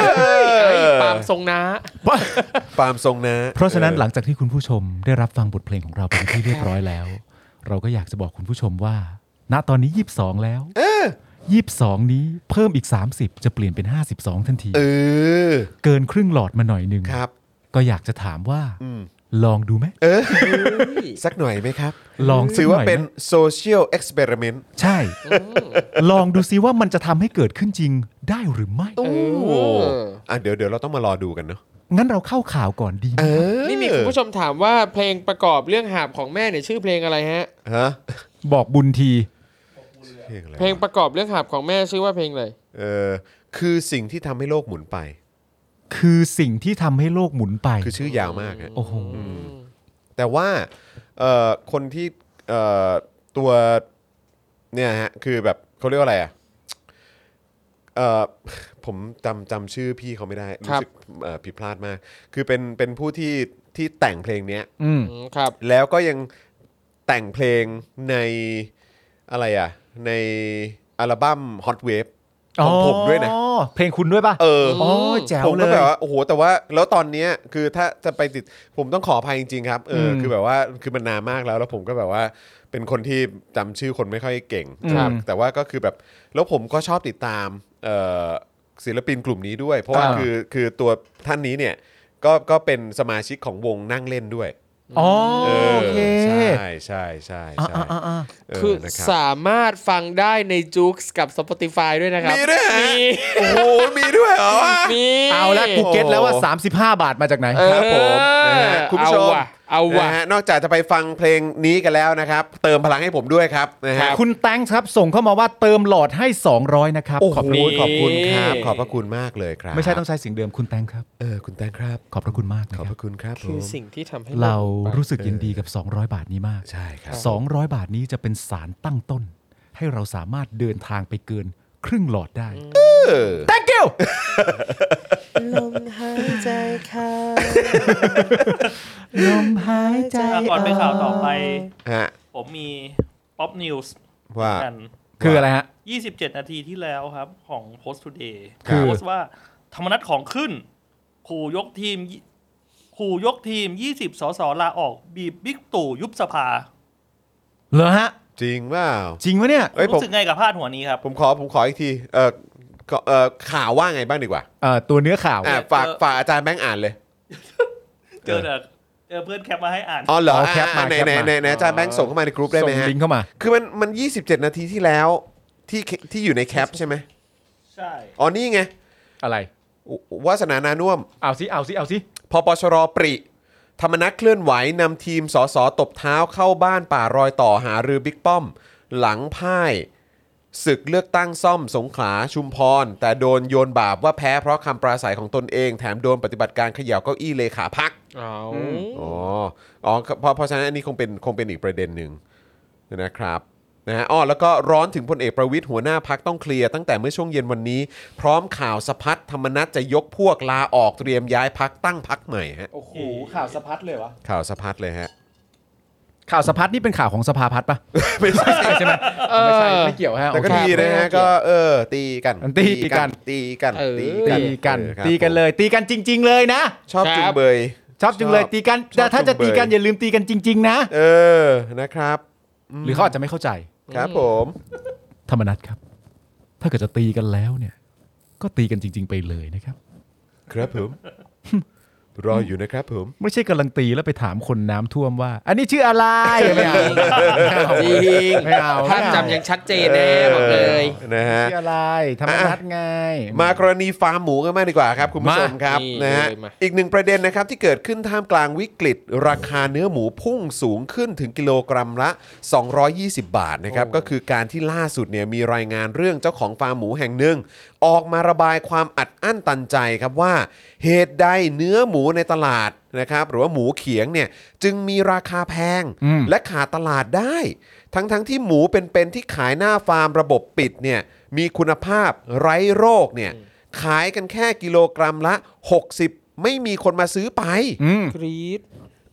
Speaker 2: อ
Speaker 3: ตาย
Speaker 4: เอ้ยปาล์มทรงน้า
Speaker 2: ปาล์มทรงนะ
Speaker 3: เพราะฉะนั้นหลังจากที่คุณผู้ชมได้รับฟังบทเพลงของเราเป็นที่เรียบร้อยแล้ว เราก็อยากจะบอกคุณผู้ชมว่า ณตอนนี้ 22 แล้ว22 นี้เพิ่มอีก 30 จะเปลี่ยนเป็น 52 ทันที
Speaker 2: เออ
Speaker 3: เกินครึ่งหลอดมาหน่อยหนึง
Speaker 2: ครับ
Speaker 3: ก็อยากจะถามว่าลองดูไหม
Speaker 2: สักหน่อยไหมครับ
Speaker 3: ลองสัก
Speaker 2: ถือว่า
Speaker 3: หยไหม
Speaker 2: เป็นโซเชียลเอ็กซ์เพร์เมนต์
Speaker 3: ใช่ ลองดูซิว่ามันจะทำให้เกิดขึ้นจริงได้หรือไม่
Speaker 2: อ่ะเดี๋ยวเดี๋ยวเราต้องมารอดูกันเนาะ
Speaker 3: งั้นเราเข้าข่าวก่อนดีไหม
Speaker 4: นี่มีคุณผู้ชมถามว่าเพลงประกอบเรื่องหาบของแม่เนี่ยชื่อเพลงอะไรฮะ
Speaker 2: ฮะ
Speaker 3: บอกบุญที
Speaker 2: เพลงอะไร
Speaker 4: เพลงประกอบเรื่องหาบของแม่ชื่อว่าเพลงอะไร
Speaker 2: เออคือสิ่งที่ทำให้โลกหมุนไป
Speaker 3: คือสิ่งที่ทำให้โลกหมุนไป
Speaker 2: คือชื่อยาวมากฮะ
Speaker 3: โอ้โห
Speaker 2: แต่ว่าเอ่อคนที่เอ่อตัวเนี่ยฮะคือแบบเขาเรียกว่าอะไรอ่ะเอ่อผมจำจำชื่อพี่เขาไม่ได้รู้สึกเอ่อผิดพลาดมาก คือเป็นเป็นผู้ที่ที่แต่งเพลงเนี้ย
Speaker 3: อืม
Speaker 4: อืมครับ
Speaker 2: แล้วก็ยังแต่งเพลงในอะไรอ่ะ ในอัลบั้ม Hot Wave ของผมด้วยนะ
Speaker 3: อ๋อ เพลงคุณด้วยป่ะ
Speaker 2: เออ
Speaker 3: อแจ๋ว
Speaker 2: ผม
Speaker 3: เล
Speaker 2: ก็
Speaker 3: ย
Speaker 2: แบบว่าโอ้โหแต่ว่าแล้วตอนเนี้ยคือถ้าจะไปติดผมต้องขออภัยจริงๆครับเอออ
Speaker 3: ม
Speaker 2: คือแบบว่าคือมันนานมากแล้วแล้วผมก็แบบว่าเป็นคนที่จำชื่อคนไม่ค่อยเก่ง
Speaker 3: ครับ
Speaker 2: แต่ว่าก็คือแบบแล้วผมก็ชอบติดตามเอ่อศิลปินกลุ่มนี้ด้วย เพราะว่า
Speaker 3: อ่า
Speaker 2: คือคือตัวท่านนี้เนี่ยก็ก็เป็นสมาชิกของวงนั่งเล่นด้วย
Speaker 3: อ๋อ
Speaker 2: เออ
Speaker 3: โอเค
Speaker 2: ใช่ใช่ใช่
Speaker 3: อ่ะ
Speaker 2: ใช่
Speaker 3: อ่ะอ่ะอ่ะ
Speaker 2: เ
Speaker 4: คือ
Speaker 2: นะครับ
Speaker 4: สามารถฟังได้ในจู๊กส์กับ Spotify ด้วยนะครับ
Speaker 2: มีด้วยเหรอ
Speaker 4: มี
Speaker 2: โอ้โห มีด้วยเหรอวะ
Speaker 4: มี
Speaker 3: เอาละกูเก็ตแล้วว่า 35 บาทมาจากไหน
Speaker 4: เออ
Speaker 2: ครับผมนะฮะคุณผู้ชม
Speaker 4: เอาว่ะเอาว่ะ
Speaker 2: นะฮะนอกจากจะไปฟังเพลงนี้กันแล้วนะครับ เติมพลังให้ผมด้วยครับนะฮะ
Speaker 3: คุณแตงครับส่งเข้ามาว่าเติมหลอดให้ 200 นะครับ
Speaker 2: โอ้โห
Speaker 3: ขอบคุณ
Speaker 2: ขอบคุณครับ
Speaker 4: นี่
Speaker 2: ขอบพระคุณมากเลยครับ
Speaker 3: ไม่ใช่ต้องใช้เสียงเดิมคุณแตงครับ
Speaker 2: เออคุณแตงครับ
Speaker 3: ขอบพระคุณมากนะ
Speaker 2: ขอบ
Speaker 3: ค
Speaker 2: พ
Speaker 3: รับ
Speaker 2: ระคุณครับผ
Speaker 4: คือ
Speaker 2: ม
Speaker 4: สิ่งที่ทำให้
Speaker 3: เรารู้สึกยินดีกับ 200 บาทนี้มาก
Speaker 2: ใช่ครับ
Speaker 3: 200 บาทนี้จะเป็นสารตั้งต้น ให้เราสามารถเดินทางไปเกินครึ่งหลอดได้ Thank you
Speaker 9: ลมหายใจเข้า
Speaker 3: ลมหายใจ
Speaker 5: อ่ะก่อนไปข่าวต่อไป
Speaker 2: ฮะ
Speaker 5: ผมมีป๊อปนิวส์
Speaker 2: ว่า
Speaker 5: กัน
Speaker 3: คืออะไรฮะ
Speaker 5: 27 นาทีที่แล้วครับของ Post Today
Speaker 2: ครับ
Speaker 5: โพสต์ว่าธรรมนัตของขึ้นขู่ยกทีมขู่ยกทีม 20 สสลาออก บีบบิ๊กตู่ยุบสภา
Speaker 3: เหรอฮะ
Speaker 2: จริงเปล่า
Speaker 3: จริงวะเนี่ย
Speaker 2: เอ้ยผม
Speaker 5: รู้สึกไงกับพาดหัวนี้ครับ
Speaker 2: ผมขอผมขออีกทีเออก็เออข่าวว่าไงบ้างดีกว่า
Speaker 3: เอ่อตัวเนื้อข่าว
Speaker 2: อ่ะ
Speaker 5: เออ
Speaker 2: ฝาก
Speaker 5: เออ
Speaker 2: ฝากอาจารย์แบงค์อ่านเลย
Speaker 5: เจอเด็กเจอเพื่อนแคปมาให้อ่าน
Speaker 2: อ๋อเหรอ
Speaker 3: เอาแคปมา
Speaker 2: อ่ะไหน
Speaker 3: แคป
Speaker 2: ไหน
Speaker 3: มา
Speaker 2: ไหนไหนอาจารย์แบงค์ส่งเข้ามาในกรุ๊ปได้
Speaker 3: ส่
Speaker 2: ไหม
Speaker 3: ง
Speaker 2: ฮะ
Speaker 3: ลิงก์เข้ามา
Speaker 2: คือมันมัน 27 นาทีที่แล้วที่ที่อยู่ในแคปใช่ไหม
Speaker 5: ใช่
Speaker 2: อ๋อนี่ไง
Speaker 3: อะไร
Speaker 2: วาสนานานุ่วม
Speaker 3: เอาสิเอาสิเอาสิ
Speaker 2: พปชรปริ ธรรมนักเคลื่อนไหวนำทีมสสตบเท้าเข้าบ้านป่ารอยต่อหารือบิ๊กป้อม หลังพ่ายศึกเลือกตั้งซ่อมสงขลาชุมพร แต่โดนโยนบาปว่าแพ้เพราะคำปราศัยของตนเอง แถมโดนปฏิบัติการเขย่าเก้าอี้เลขาพัก
Speaker 4: เอา
Speaker 2: อ๋ออ๋อเพราะเพราะฉะนั้นอันนี้คงเป็นคงเป็นอีกประเด็นหนึ่งนะครับนะฮะอ๋อแล้วก็ร้อนถึงพลเอกประวิทย์หัวหน้าพักต้องเคลียร์ตั้งแต่เมื่อช่วงเย็นวันนี้ พร้อมข่าวสะพัดธรรมนัตจะยกพวกลาออกเตรียมย้ายพักตั้งพักใหม่ฮะ
Speaker 3: โอ้โหข่าวสะพัดเลยวะ
Speaker 2: ข่าวสะพัดเลยฮะ
Speaker 3: ข่าวสะพัดนี่เป็นข่าวของสภาพัฒน์ปะ
Speaker 2: ไม่ใช่
Speaker 3: ใช่ใช่ไหม
Speaker 4: เอ
Speaker 3: ไม่
Speaker 4: อ
Speaker 3: ใช่ไม่เกี่ยวฮะ
Speaker 2: แต่ก็
Speaker 3: โอ
Speaker 2: ดี
Speaker 3: เค
Speaker 2: นะฮะก็เออ ตีกัน
Speaker 3: มันตีกัน
Speaker 2: ตีกัน
Speaker 4: เออ
Speaker 3: ตีกัน
Speaker 2: เออครับ
Speaker 3: ตีกันเลย ตีกันจริง ๆ เลยนะ
Speaker 2: ชอบจุงเบย
Speaker 3: ชอบจริงเลยตีกัน
Speaker 2: ชอบ
Speaker 3: แต่ถ้าจะ
Speaker 2: จุงเบย
Speaker 3: ตีกันอย่าลืมตีกันจริง ๆ นะ
Speaker 2: เออนะครับ
Speaker 3: หรือเขาอาจจะไม่เข้าใจ
Speaker 2: ครับผม
Speaker 3: ธรรมนัตครับ ถ้าเกิดจะตีกันแล้วเนี่ย ก็ตีกันจริง ๆ ไปเลยนะครับ
Speaker 2: ครับผม รออยู่นะครับผม
Speaker 3: ไม่ใช่กำลังตีแล้วไปถามคนน้ำท่วมว่า อันนี้ชื่อ อะไรไม่เอาไม่เอา
Speaker 4: จริง
Speaker 3: ไม่เอา
Speaker 4: ภาพจำยังชัดเจนแน่บอกเลย
Speaker 2: นะฮะ
Speaker 3: ชื่ออะไรธรรมนัตไง
Speaker 2: มากรณีฟาร์มหมูกันมากดีกว่าครับ คุณผู้ชมครับ
Speaker 4: นี่
Speaker 2: นะฮะ
Speaker 4: เลยมา
Speaker 2: อีกหนึ่งประเด็นนะครับที่เกิดขึ้นท่ามกลางวิกฤต ราคาเนื้อหมูพุ่งสูงขึ้นถึงกิโลกรัมละ 220 บาทนะครับก็คือการที่ล่าสุดเนี่ยมีรายงานเรื่องเจ้าของฟาร์มหมูแห่งหนึ่ง ออกมาระบายความอัดอั้นตันใจครับว่า เหตุใดเนื้อหมูในตลาดนะครับหรือว่าหมูเขียงเนี่ยจึงมีราคาแพง
Speaker 3: อืม
Speaker 2: และขาดตลาดได้ ทั้งๆที่หมูเป็นๆที่ขายหน้าฟาร์มระบบปิดเนี่ยมีคุณภาพไร้โรคเนี่ยขายกันแค่กิโลกรัมละ 60 ไม่มีคนมาซื้อไป
Speaker 3: อืม
Speaker 4: กรี๊ด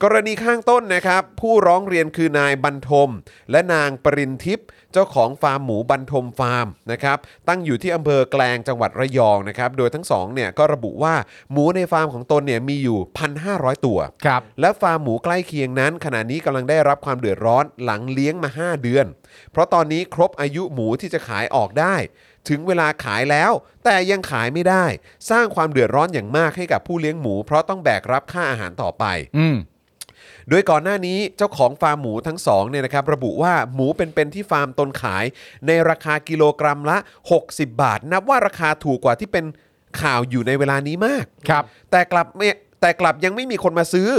Speaker 2: กรณีข้างต้นนะครับ ผู้ร้องเรียนคือนายบรรทม และนางปรินทิพย์เจ้าของฟาร์มหมูบรรทมฟาร์มนะครับตั้งอยู่ที่อำเภอแกลงจังหวัดระยองนะครับโดยทั้งสองเนี่ยก็ระบุว่าหมูในฟาร์มของตนเนี่ยมีอยู่ 1,500 ตัว
Speaker 3: ครับ
Speaker 2: และฟาร์มหมูใกล้เคียงนั้น ขณะนี้กำลังได้รับความเดือดร้อนหลังเลี้ยงมา 5 เดือน เพราะตอนนี้ครบอายุหมูที่จะขายออกได้ ถึงเวลาขายแล้ว แต่ยังขายไม่ได้ สร้างความเดือดร้อนอย่างมากให้กับผู้เลี้ยงหมู เพราะต้องแบกรับค่าอาหารต่อไป
Speaker 3: อืม
Speaker 2: โดยก่อนหน้านี้เจ้าของฟาร์มหมูทั้งสองเนี่ยนะครับระบุว่าหมูเป็นๆที่ฟาร์มตนขาย ในราคากิโลกรัมละ 60 บาท นับว่าราคาถูกกว่าที่เป็นข่าวอยู่ในเวลานี้มาก
Speaker 3: ครับ
Speaker 2: แต่กลับไม่แต่กลับยังไม่มีคนมาซื้อ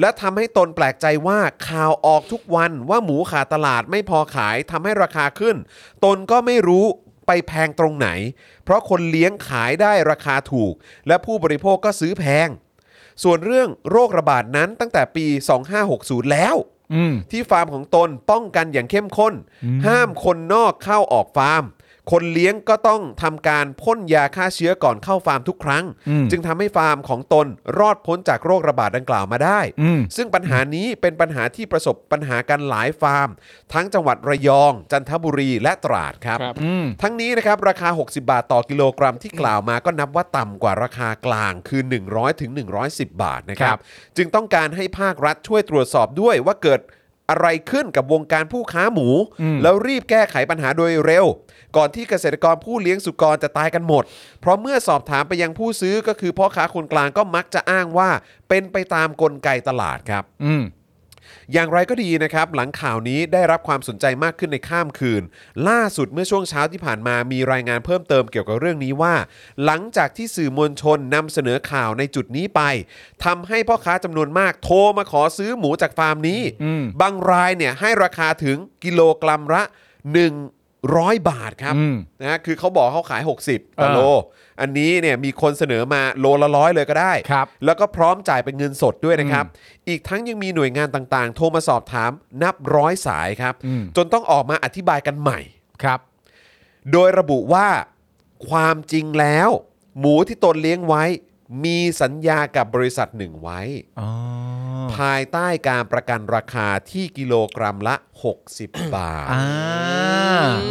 Speaker 2: และทำให้ตนแปลกใจว่าข่าวออกทุกวันว่าหมูขาดตลาดไม่พอขายทำให้ราคาขึ้น ตนก็ไม่รู้ไปแพงตรงไหน เพราะคนเลี้ยงขายได้ราคาถูก และผู้บริโภคก็ซื้อแพง ส่วนเรื่องโรคระบาดนั้นตั้งแต่ปี 2560 แล้ว
Speaker 3: อืม
Speaker 2: ที่ฟาร์มของตนป้องกันอย่างเข้มข้น ห้ามคนนอกเข้าออกฟาร์ม คนเลี้ยงก็ต้องทำการพ่นยาฆ่าเชื้อก่อนเข้าฟาร์มทุกครั้ง
Speaker 3: อืม
Speaker 2: จึงทำให้ฟาร์มของตนรอดพ้นจากโรคระบาดดังกล่าวมาได้
Speaker 3: อืม
Speaker 2: ซึ่งปัญหานี้เป็นปัญหาที่ประสบปัญหากันหลายฟาร์ม ทั้งจังหวัดระยอง จันทบุรีและตราดครับ
Speaker 4: ครับ
Speaker 3: อืม
Speaker 2: ทั้งนี้นะครับราคา 60 บาทต่อกิโลกรัมที่กล่าวมาก็นับว่าต่ำกว่าราคากลางคือ 100ถึง110 บาทนะครั
Speaker 3: ครับ บ
Speaker 2: จึงต้องการให้ภาครัฐช่วยตรวจสอบด้วยว่าเกิดอะไรขึ้นกับวงการผู้ค้าหมู แล้วรีบแก้ไขปัญหาโดยเร็ว ก่อนที่เกษตรกรผู้เลี้ยงสุกรจะตายกันหมด เพราะเมื่อสอบถามไปยังผู้ซื้อก็คือพ่อค้าคนกลางก็มักจะอ้างว่า เป็นไปตามกลไกตลาดครับ
Speaker 3: อืม
Speaker 2: อย่างไรก็ดีนะครับ หลังข่าวนี้ได้รับความสนใจมากขึ้นในข้ามคืน ล่าสุดเมื่อช่วงเช้าที่ผ่านมามีรายงานเพิ่มเติมเกี่ยวกับเรื่องนี้ว่า หลังจากที่สื่อมวลชนนำเสนอข่าวในจุดนี้ไปทำให้พ่อค้าจำนวนมากโทรมาขอซื้อหมูจากฟาร์มนี้
Speaker 3: อืม
Speaker 2: บางรายเนี่ยให้ราคาถึงกิโลกรัมละ 100 บาทครับ
Speaker 3: อืม
Speaker 2: นะฮะคือเขาบอกเขาขาย 60ต่อ
Speaker 3: เออ
Speaker 2: โล อันนี้เนี่ยมีคนเสนอมาโลละร้อยเลยก็ได้
Speaker 3: ครับ
Speaker 2: แล้วก็พร้อมจ่ายเป็นเงินสดด้วยนะครับ อีกทั้งยังมีหน่วยงานต่างๆ โทรมาสอบถามนับร้อยสายครับ
Speaker 3: อืม
Speaker 2: จนต้องออกมาอธิบายกันใหม่
Speaker 3: ครับ
Speaker 2: โดยระบุว่าความจริงแล้ว หมูที่ตนเลี้ยงไว้ มีสัญญากับบริษัทหนึ่งไว้
Speaker 3: อ๋อ
Speaker 2: ภายใต้การประกันราคาที่กิโลกรัมละ 60 บาท
Speaker 3: อ่า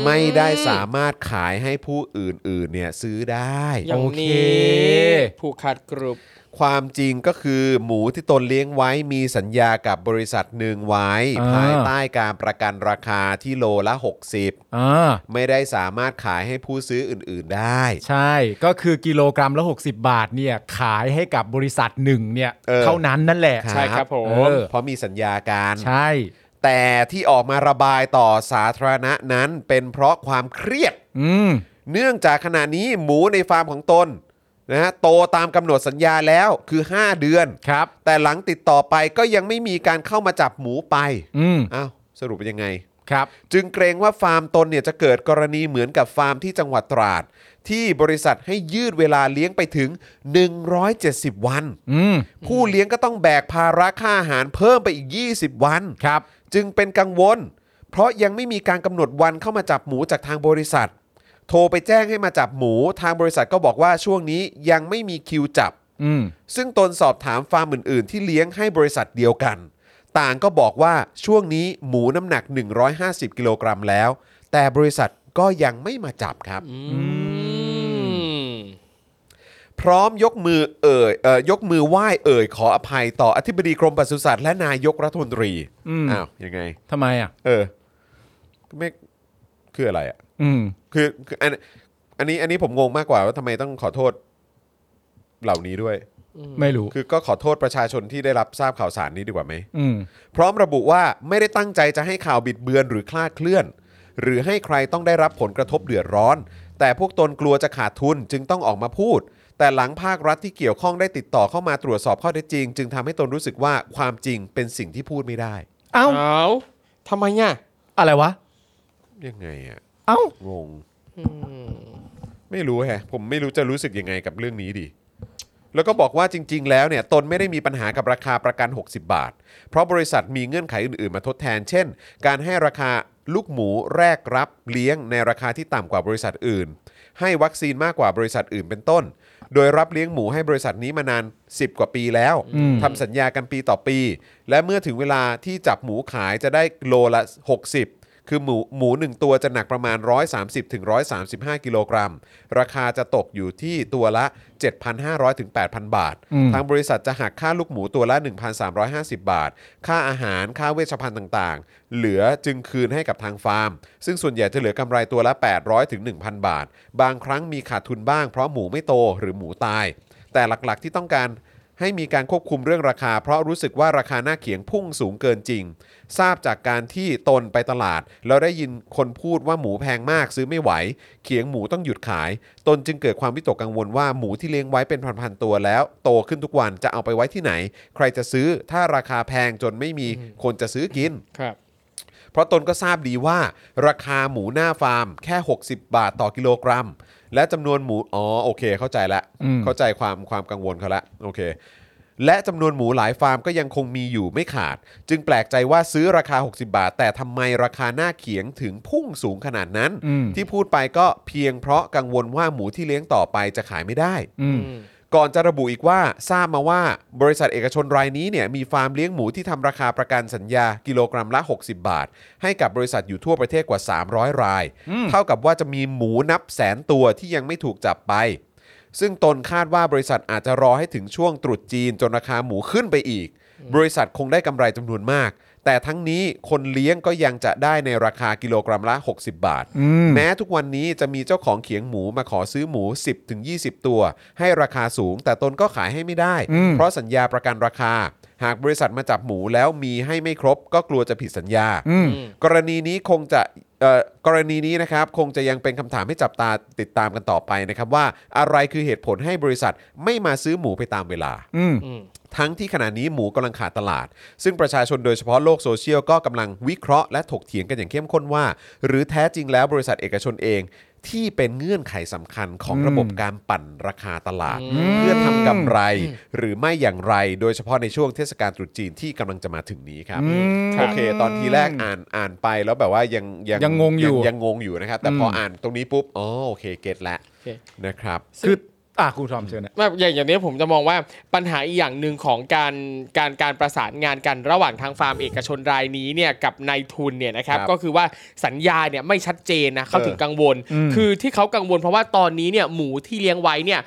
Speaker 2: ไม่ได้สามารถขายให้ผู้อื่นๆเนี่ยซื้อได้
Speaker 4: อย่างนี้
Speaker 3: โอเค
Speaker 4: ผูกขาดกรุป
Speaker 2: ความจริงก็คือหมูที่ตนเลี้ยงไว้มีสัญญากับบริษัทหนึ่งไว้
Speaker 3: อ่า
Speaker 2: ภายใต้การประกันราคาที่โลละ 60
Speaker 3: อ่า
Speaker 2: ไม่ได้สามารถขายให้ผู้ซื้ออื่นๆได้
Speaker 3: ใช่ ก็คือกิโลกรัมละ 60 บาทเนี่ย ขายให้กับบริษัทหนึ่งเนี่ย
Speaker 2: เออ
Speaker 3: นั้นนั่นแหละ
Speaker 4: ใช่ครับผม
Speaker 3: เออ
Speaker 2: เพราะมีสัญญาการ
Speaker 3: ใช่
Speaker 2: แต่ที่ออกมาระบายต่อสาธารณะนั้นเป็นเพราะความเครียด
Speaker 3: อืม
Speaker 2: เนื่องจากขณะนี้หมูในฟาร์มของตนนะฮะโตตามกำหนดสัญญาแล้วคือ 5 เดือน
Speaker 3: ครับ
Speaker 2: แต่หลังติดต่อไปก็ยังไม่มีการเข้ามาจับหมูไป
Speaker 3: อืม
Speaker 2: อ้าวสรุปเป็นยังไง
Speaker 3: ครับ
Speaker 2: จึงเกรงว่าฟาร์มตนเนี่ยจะเกิดกรณีเหมือนกับฟาร์มที่จังหวัดตราด ที่บริษัทให้ยืดเวลาเลี้ยงไปถึง 170 วัน
Speaker 3: อืม
Speaker 2: ผู้เลี้ยงก็ต้องแบกภาระค่าอาหารเพิ่มไปอีก 20 วัน
Speaker 3: ครับ
Speaker 2: จึงเป็นกังวล เพราะยังไม่มีการกำหนดวันเข้ามาจับหมูจากทางบริษัท โทรไปแจ้งให้มาจับหมู ทางบริษัทก็บอกว่าช่วงนี้ยังไม่มีคิวจับ
Speaker 3: อืม
Speaker 2: ซึ่งตนสอบถามฟาร์มอื่นๆ ที่เลี้ยงให้บริษัทเดียวกัน ต่างก็บอกว่าช่วงนี้หมูน้ำหนัก 150 กิโลกรัมแล้ว แต่บริษัทก็ยังไม่มาจับครับ พร้อมยกมือเอ่ยเอ่อยกมือไหว้เอ่ย ขออภัยต่ออธิบดีกรมปศุสัตว์และนายกรัฐมนตรี
Speaker 3: อืม
Speaker 2: วยังไง
Speaker 3: ทำไมอ่ะ
Speaker 2: เออไม่ คืออะไรอ่ะ
Speaker 3: อืม
Speaker 2: คือคืออันอันนี้อันนี้ผมงงมากกว่าว่าทำไมต้องขอโทษเหล่านี้ด้วย
Speaker 3: ไม่รู้
Speaker 2: คือก็ขอโทษประชาชนที่ได้รับทราบข่าวสารนี้ดีกว่าไหม
Speaker 3: อืม
Speaker 2: พร้อมระบุว่าไม่ได้ตั้งใจจะให้ข่าวบิดเบือนหรือคลาดเคลื่อน หรือให้ใครต้องได้รับผลกระทบเดือดร้อน แต่พวกตนกลัวจะขาดทุนจึงต้องออกมาพูด แต่หลังภาครัฐที่เกี่ยวข้องได้ติดต่อเข้ามาตรวจสอบข้อเท็จจริง จึงทำให้ตนรู้สึกว่าความจริงเป็นสิ่งที่พูดไม่ได้
Speaker 3: เอ้า
Speaker 4: เอาทำไมอ่ะ
Speaker 3: อะไรวะ
Speaker 2: ยังไงอะ
Speaker 3: เอ้า
Speaker 2: งงไม่รู้แฮะ ผมไม่รู้จะรู้สึกยังไงกับเรื่องนี้ดี แล้วก็บอกว่าจริง ๆ แล้วเนี่ยตนไม่ได้มีปัญหากับราคาประกัน 60 บาท เพราะบริษัทมีเงื่อนไขอื่น ๆ มาทดแทน เช่น การให้ราคาลูกหมูแรกรับเลี้ยงในราคาที่ต่ำกว่าบริษัทอื่น ให้วัคซีนมากกว่าบริษัทอื่นเป็นต้น โดยรับเลี้ยงหมูให้บริษัทนี้มานาน 10 กว่าปีแล้วทำสัญญากันปีต่อปี และเมื่อถึงเวลาที่จับหมูขายจะได้โลละ 60 คือหมูหมูหนึ่งตัวจะหนักประมาณ 130-135ถึง135 กิโลกรัม ราคาจะตกอยู่ที่ตัวละ 7,500ถึง8,000 บาท
Speaker 3: อืม
Speaker 2: ทางบริษัทจะหักค่าลูกหมูตัวละ 1,350 บาท ค่าอาหาร ค่าเวชภัณฑ์ต่างๆ เหลือจึงคืนให้กับทางฟาร์ม ซึ่งส่วนใหญ่จะเหลือกำไรตัวละ 800ถึง1,000 บาท บางครั้งมีขาดทุนบ้างเพราะหมูไม่โตหรือหมูตาย แต่หลักๆที่ต้องการให้มีการควบคุมเรื่องราคา เพราะรู้สึกว่าราคาหน้าเขียงพุ่งสูงเกินจริง ทราบจากการที่ตนไปตลาด แล้วได้ยินคนพูดว่าหมูแพงมากซื้อไม่ไหว เขียงหมูต้องหยุดขาย ตนจึงเกิดความวิตกกังวลว่าหมูที่เลี้ยงไว้เป็นพันๆตัวแล้ว โตขึ้นทุกวันจะเอาไปไว้ที่ไหน ใครจะซื้อถ้าราคาแพงจนไม่มีคนจะซื้อกิน
Speaker 4: ครับ
Speaker 2: เพราะตนก็ทราบดีว่าราคาหมูหน้าฟาร์มแค่ 60 บาทต่อกิโลกรัม และจำนวนหมูอ๋อโอเค เข้าใจละ
Speaker 3: อืม
Speaker 2: เข้าใจความความกังวลเขาละโอเค และจำนวนหมูหลายฟาร์มก็ยังคงมีอยู่ไม่ขาด จึงแปลกใจว่าซื้อราคา 60 บาท แต่ทำไมราคาหน้าเขียงถึงพุ่งสูงขนาดนั้น
Speaker 3: อืม
Speaker 2: ที่พูดไปก็เพียงเพราะกังวลว่าหมูที่เลี้ยงต่อไปจะขายไม่ได้
Speaker 3: อืม
Speaker 2: ก่อนจะระบุอีกว่าทราบมาว่าบริษัทเอกชนรายนี้เนี่ยมีฟาร์มเลี้ยงหมูที่ทำราคาประกันสัญญากิโลกรัมละ 60 บาท ให้กับบริษัทอยู่ทั่วประเทศกว่า 300 ราย เท่ากับว่าจะมีหมูนับแสนตัวที่ยังไม่ถูกจับไป ซึ่งตนคาดว่าบริษัทอาจจะรอให้ถึงช่วงตรุษจีนจนราคาหมูขึ้นไปอีก บริษัทคงได้กำไรจำนวนมาก แต่ทั้งนี้คนเลี้ยงก็ยังจะได้ในราคากิโลกรัมละ 60 บาท
Speaker 3: อืม
Speaker 2: แม้ทุกวันนี้จะมีเจ้าของเขียงหมูมาขอซื้อหมู 10-20ถึง20 ตัว ให้ราคาสูง แต่ตนก็ขายให้ไม่ได้
Speaker 3: อืม
Speaker 2: เพราะสัญญาประกันราคา หากบริษัทมาจับหมูแล้วมีให้ไม่ครบ ก็กลัวจะผิดสัญญา
Speaker 3: อืม
Speaker 2: กรณีนี้คงจะเอ่อกรณีนี้นะครับ คงจะยังเป็นคำถามให้จับตาติดตามกันต่อไปนะครับว่าอะไรคือเหตุผลให้บริษัทไม่มาซื้อหมูไปตามเวลา
Speaker 3: อืม
Speaker 2: ทั้งที่ขณะนี้หมูกำลังขาดตลาด ซึ่งประชาชนโดยเฉพาะโลกโซเชียลก็กำลังวิเคราะห์และถกเถียงกันอย่างเข้มข้นว่า หรือแท้จริงแล้วบริษัทเอกชนเอง ที่เป็นเงื่อนไขสำคัญของระบบการปั่นราคาตลาด เพื่อทำกำไร หรือไม่อย่างไร โดยเฉพาะในช่วงเทศกาลตรุษจีนที่กำลังจะมาถึงนี้ครับโอเค ตอนทีแรกอ่านอ่านไปแล้วแบบว่ายัง
Speaker 3: ยังงงอยู่
Speaker 2: ยังงงอยู่นะครับ แต่พอ
Speaker 3: ม
Speaker 2: อ่านตรงนี้ปุ๊บอ๋อโอเคเก็ตละ
Speaker 4: โอเค
Speaker 2: นะครับ
Speaker 3: คืออ่ะครูทอมเชิญนะ
Speaker 4: แบบอย่างอย่างนี้ผมจะมองว่าปัญหาอีกอย่างหนึ่งของการการการประสานงานกันระหว่างทางฟาร์มเอกชนรายนี้เนี่ยกับนายทุนเนี่ยนะครับ
Speaker 2: ครับ
Speaker 4: ก็คือว่าสัญญาเนี่ยไม่ชัดเจนนะเขา
Speaker 2: เออ
Speaker 4: ถึงกังวล
Speaker 3: อืม
Speaker 4: คือที่เขากังวลเพราะว่าตอนนี้เนี่ยหมูที่เลี้ยงไว้เนี่ย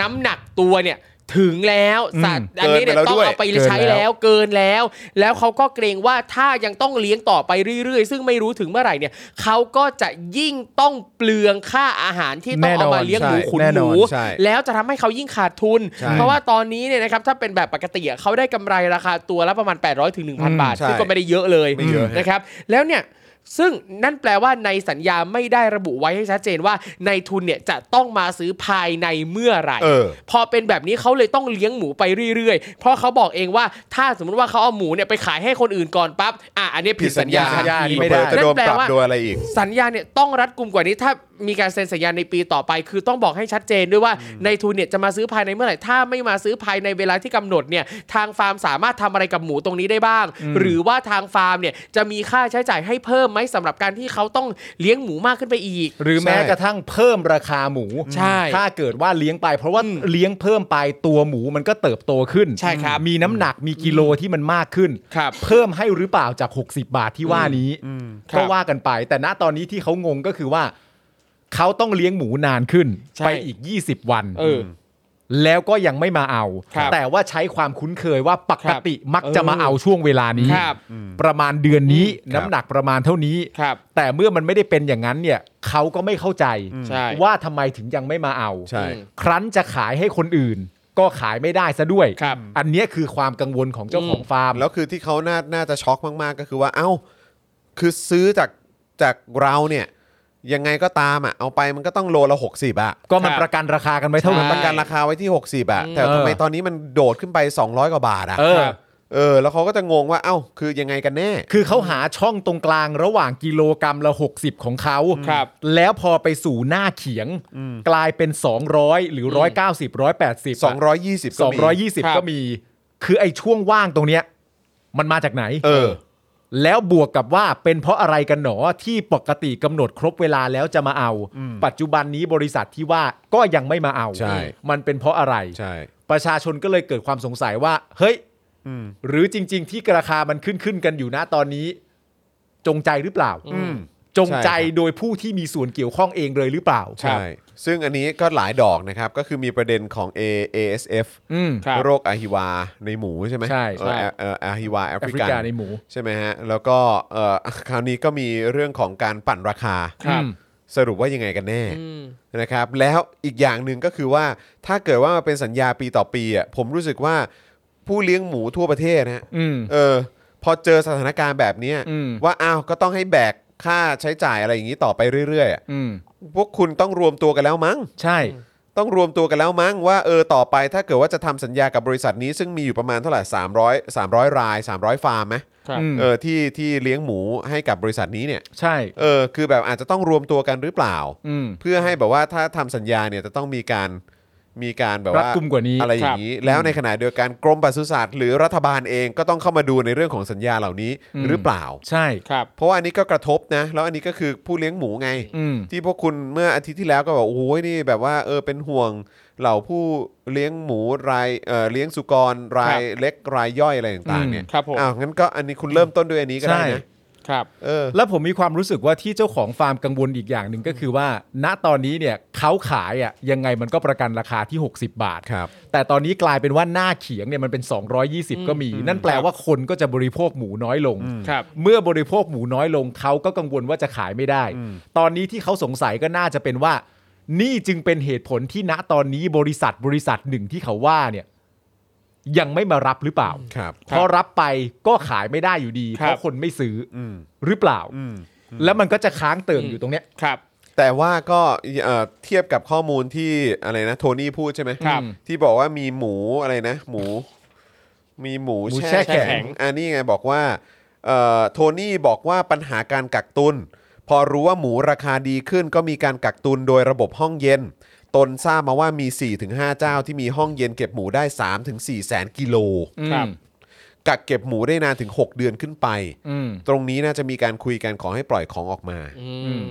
Speaker 4: น้ำหนักตัวเนี่ยถึงแล้วสัตว์อันนี้เนี่ยต้องเอาไปใช้แล้วเกินแล้ว แล้วเขาก็เกรงว่าถ้ายังต้องเลี้ยงต่อไปเรื่อยๆ ซึ่งไม่รู้ถึงเมื่อไหร่เนี่ยเขาก็จะยิ่งต้องเปลืองค่าอาหารที่ต้องเอามาเลี้ยงหมูขุนหมู
Speaker 2: ใช่
Speaker 4: แล้วจะทำให้เขายิ่งขาดทุน
Speaker 2: ใช่
Speaker 4: เพราะว่าตอนนี้เนี่ยนะครับถ้าเป็นแบบปกติอะเขาได้กำไรราคาตัวละประมาณ 800ถึง
Speaker 3: อืม
Speaker 4: 1,000 บาท
Speaker 2: ใช่
Speaker 4: ซึ่งก็ไม่ได้เยอะเลย
Speaker 2: ไม่เยอะฮะ
Speaker 4: นะครับแล้วเนี่ยซึ่งนั่นแปลว่าในสัญญาไม่ได้ระบุไว้ให้ชัดเจนว่าในทุนเนี่ยจะต้องมาซื้อภายในเมื่อไหร่
Speaker 2: เออ
Speaker 4: พอเป็นแบบนี้เขาเลยต้องเลี้ยงหมูไปเรื่อยๆ เพราะเขาบอกเองว่าถ้าสมมติว่าเขาเอาหมูเนี่ยไปขายให้คนอื่นก่อนปั๊บอ่ะอันนี้ผิ
Speaker 2: ผิ
Speaker 4: ด
Speaker 2: ด
Speaker 4: สั
Speaker 2: สั
Speaker 4: ญ
Speaker 2: ญ
Speaker 4: ญา
Speaker 2: ญา
Speaker 4: ทัน
Speaker 3: ญ
Speaker 4: ที
Speaker 2: ไม่ได้จะโดนปรับโดนอะไรอีก
Speaker 4: สัญญาเนี่ยต้องรัดกุมกว่านี้ถ้ามีการเซ็นสัญญาในปีต่อไป คือต้องบอกให้ชัดเจนด้วยว่าในทุนเนี่ยจะมาซื้อภายในเมื่อไหร่ ถ้าไม่มาซื้อภายในเวลาที่กำหนดเนี่ยทางฟาร์มสามารถทำอะไรกับหมูตรงนี้ได้บ้าง หรือว่าทางฟาร์มเนี่ยจะมีค่าใช้จ่ายให้เพิ่มไหมสำหรับการที่เขาต้องเลี้ยงหมูมากขึ้นไปอีก
Speaker 3: หรือแม้กระทั่งเพิ่มราคาหมู
Speaker 4: ใช่
Speaker 3: ถ้าเกิดว่าเลี้ยงไปเพราะว่าเลี้ยงเพิ่มไปตัวหมูมันก็เติบโตขึ้น
Speaker 4: ใช่ครับ
Speaker 3: มีน้ำหนักมีกิโลที่มันมากขึ้น
Speaker 4: ครับ
Speaker 3: เพิ่มให้หรือเปล่าจาก 60 บาทที่ว่านี้
Speaker 4: ครับ
Speaker 3: ก็ว่ากันไป แต่ณตอนนี้ที่เขางงก็คือว่า เขาต้องเลี้ยงหมูนานขึ้น ไปอีก 20 วัน
Speaker 4: เออ
Speaker 3: แล้วก็ยังไม่มาเอา
Speaker 4: ครับ
Speaker 3: แต่ว่าใช้ความคุ้นเคยว่าปกติมักจะมา
Speaker 4: เออ
Speaker 3: เอาช่วงเวลานี้
Speaker 4: ครับ
Speaker 3: ประมาณเดือนนี้
Speaker 2: อืมครับ
Speaker 3: น้ำหนักประมาณเท่านี้
Speaker 4: ครับ
Speaker 3: แต่เมื่อมันไม่ได้เป็นอย่างนั้นเนี่ยเขาก็ไม่เข้าใจ
Speaker 4: ใช่
Speaker 3: ว่าทำไมถึงยังไม่มาเอา
Speaker 2: ใช่
Speaker 4: อืม
Speaker 3: ครั้นจะขายให้คนอื่น ก็ขายไม่ได้ซะด้วย
Speaker 4: ครับ
Speaker 3: อันเนี้ยคือความกังวลของเจ้าของฟาร์ม
Speaker 2: แล้วคือที่เขาน่าน่าจะช็อกมาก ๆ ก็คือว่า เอ้า คือซื้อจากจากเราเนี่ย ยังไงก็ตามอ่ะ เอาไปมันก็ต้องโลละ 60อ่ะ
Speaker 3: ก็มัน
Speaker 4: ครับ
Speaker 3: ประกันราคากันไว้เท่า
Speaker 2: มั
Speaker 3: นั้น น
Speaker 2: ประกันราคาไว้ที่ 60อ่ะ
Speaker 4: อืม
Speaker 2: แต่ทำไมตอนนี้มันโดดขึ้นไป 200 กว่าบาทอ่ะ
Speaker 3: เออ
Speaker 2: ครับเออ แล้วเขาก็จะงงว่า เอ้า คือยังไงกันแน่
Speaker 3: คือเขาหาช่องตรงกลางระหว่างกิโลกรรัมละ 60 ของเขา
Speaker 4: ครับ
Speaker 3: แล้วพอไปสู่หน้าเขียง กลายเป็น 200 หรือ 190 180
Speaker 2: 220
Speaker 4: ครับ
Speaker 2: ก็มี
Speaker 3: 220 ก็มี คือไอ้ช่วงว่างตรงเนี้ย มันมาจากไหน
Speaker 2: เออ
Speaker 3: แล้วบวกกับว่าเป็นเพราะอะไรกันหนอที่ปกติกำหนดครบเวลาแล้วจะมาเอา ปัจจุบันนี้บริษัทที่ว่าก็ยังไม่มาเอา
Speaker 2: ใช่
Speaker 3: มันเป็นเพราะอะไร
Speaker 2: ใช่
Speaker 3: ประชาชนก็เลยเกิดความสงสัยว่า เฮ้ย
Speaker 2: อืม
Speaker 3: หรือจริง ๆ ที่ราคามันขึ้นขึ้นกันอยู่นะตอนนี้ จงใจหรือเปล่า
Speaker 2: อืม
Speaker 3: จงใจ
Speaker 2: ใช่ครับ
Speaker 3: โดยผู้ที่มีส่วนเกี่ยวข้องเองเลยหรือเปล่า
Speaker 2: ใช่ ซึ่งอันนี้ก็หลายดอกนะครับ ก็คือมีประเด็นของ A ASF
Speaker 3: อืม
Speaker 4: ครับ
Speaker 2: โรคอะฮิวาในหมูใช่ไหม
Speaker 3: ใช่
Speaker 2: เอ
Speaker 3: ใช่
Speaker 2: อเอ่ออะฮิวาแอ
Speaker 3: แอ
Speaker 2: ฟริ
Speaker 3: ฟริ
Speaker 2: กัน
Speaker 3: กาในหมู
Speaker 2: ใช่ไหมฮะ แล้วก็เอ่อคราวนี้ก็มีเรื่องของการปั่นราคา
Speaker 4: ครับ
Speaker 3: อืม
Speaker 2: สรุปว่ายังไงกันแน่
Speaker 4: อืม
Speaker 2: นะครับ แล้วอีกอย่างหนึ่งก็คือว่าถ้าเกิดว่ามาเป็นสัญญาปีต่อปีอ่ะผมรู้สึกว่าผู้เลี้ยงหมูทั่วประเทศนะฮะ
Speaker 3: อืม
Speaker 2: เออ พอเจอสถานการณ์แบบเนี้ย
Speaker 3: อืม
Speaker 2: ว่าอ้าวก็ต้องให้แบกค่าใช้จ่ายอะไรอย่างนี้ต่อไปเรื่อยๆอ่ะ
Speaker 3: อืม
Speaker 2: พวกคุณต้องรวมตัวกันแล้วมั้ง
Speaker 3: ใช่
Speaker 2: ต้องรวมตัวกันแล้วมั้งว่าเออต่อไปถ้าเกิดว่าจะทำสัญญากับบริษัทนี้ซึ่งมีอยู่ประมาณเท่าไหร่300 300 ราย 300 ฟาร์มไหม
Speaker 4: ครับ
Speaker 3: อืม
Speaker 2: เออที่ที่เลี้ยงหมูให้กับบริษัทนี้เนี่ย
Speaker 3: ใช่
Speaker 2: เออคือแบบอาจจะต้องรวมตัวกันหรือเปล่า
Speaker 3: อืม
Speaker 2: เพื่อให้แบบว่าถ้าทำสัญญาเนี่ยจะต้องมีการมีการแบบว่า
Speaker 3: รัดกุมกว่านี้
Speaker 2: อะไรอย่างนี้ แล้วในขณะเดียวกันกรมปศุสัตว์หรือรัฐบาลเองก็ต้องเข้ามาดูในเรื่องของสัญญาเหล่านี้หรือเปล่า
Speaker 3: ใช่
Speaker 4: ครับ
Speaker 2: เพราะว่าอันนี้ก็กระทบนะแล้วอันนี้ก็คือผู้เลี้ยงหมูไง
Speaker 3: อืม
Speaker 2: ที่พวกคุณเมื่ออาทิตย์ที่แล้วก็บอกโอ้ยนี่แบบว่าเออเป็นห่วงเหล่าผู้เลี้ยงหมูรายเออเลี้ยงสุกรรายเล็กรายย่อยอะไรต่างๆเนี่ย
Speaker 4: ครับผม
Speaker 2: อ้าวงั้นก็อันนี้คุณเริ่มต้นด้วยอันนี้ก็ได้
Speaker 3: ใช่
Speaker 2: นะครับ เออ
Speaker 3: แล้วผมมีความรู้สึกว่าที่เจ้าของฟาร์มกังวลอีกอย่างหนึ่งก็คือว่า ณตอนนี้เนี่ยเขาขายอ่ะยังไงมันก็ประกันราคาที่ 60 บาท
Speaker 2: ครับ
Speaker 3: แต่ตอนนี้กลายเป็นว่าหน้าเขียงเนี่ยมันเป็น 220 ก็มี นั่นแปลว่าคนก็จะบริโภคหมูน้อยลง
Speaker 4: ครับ
Speaker 3: เมื่อบริโภคหมูน้อยลงเขาก็กังวลว่าจะขายไม่ได้ ตอนนี้ที่เขาสงสัยก็น่าจะเป็นว่า นี่จึงเป็นเหตุผลที่ณตอนนี้บริษัทบริษัทหนึ่งที่เขาว่าเนี่ยยังไม่มารับหรือเปล่า
Speaker 2: ครับ
Speaker 3: พอรับไปก็ขายไม่ได้อยู่ดี
Speaker 4: ค
Speaker 3: เพ
Speaker 4: รับ
Speaker 3: ราะคนไม่ซื้ออ
Speaker 2: ม
Speaker 3: หรือเปล่า
Speaker 2: อืม
Speaker 3: แล้วมันก็จะค้างเติ่งอยู่ตรงเนี้ย
Speaker 4: ครับ
Speaker 2: แต่ว่าก็เอ่อเทียบกับข้อมูลที่อะไรนะโทนี่พูดใช่ไหม
Speaker 4: ครับ
Speaker 2: ที่บอกว่ามีหมูอะไรนะ หมู มีหมู
Speaker 3: หมู
Speaker 2: แช่
Speaker 3: แช่แข็ง
Speaker 2: แข็งอันนี้ไงบอกว่าเอ่อโทนี่บอกว่าปัญหาการกักตุน พอรู้ว่าหมูราคาดีขึ้น ก็มีการกักตุนโดยระบบห้องเย็น ตนทราบมาว่ามี 4-5 เจ้าที่มีห้องเย็นเก็บหมูได้ 3-4แสนกิโล
Speaker 4: ครับ
Speaker 2: กักเก็บหมูได้นานถึง 6 เดือนขึ้นไป
Speaker 3: อืม
Speaker 2: ตรงนี้น่าจะมีการคุยกันขอให้ปล่อยของออกมา
Speaker 4: อืม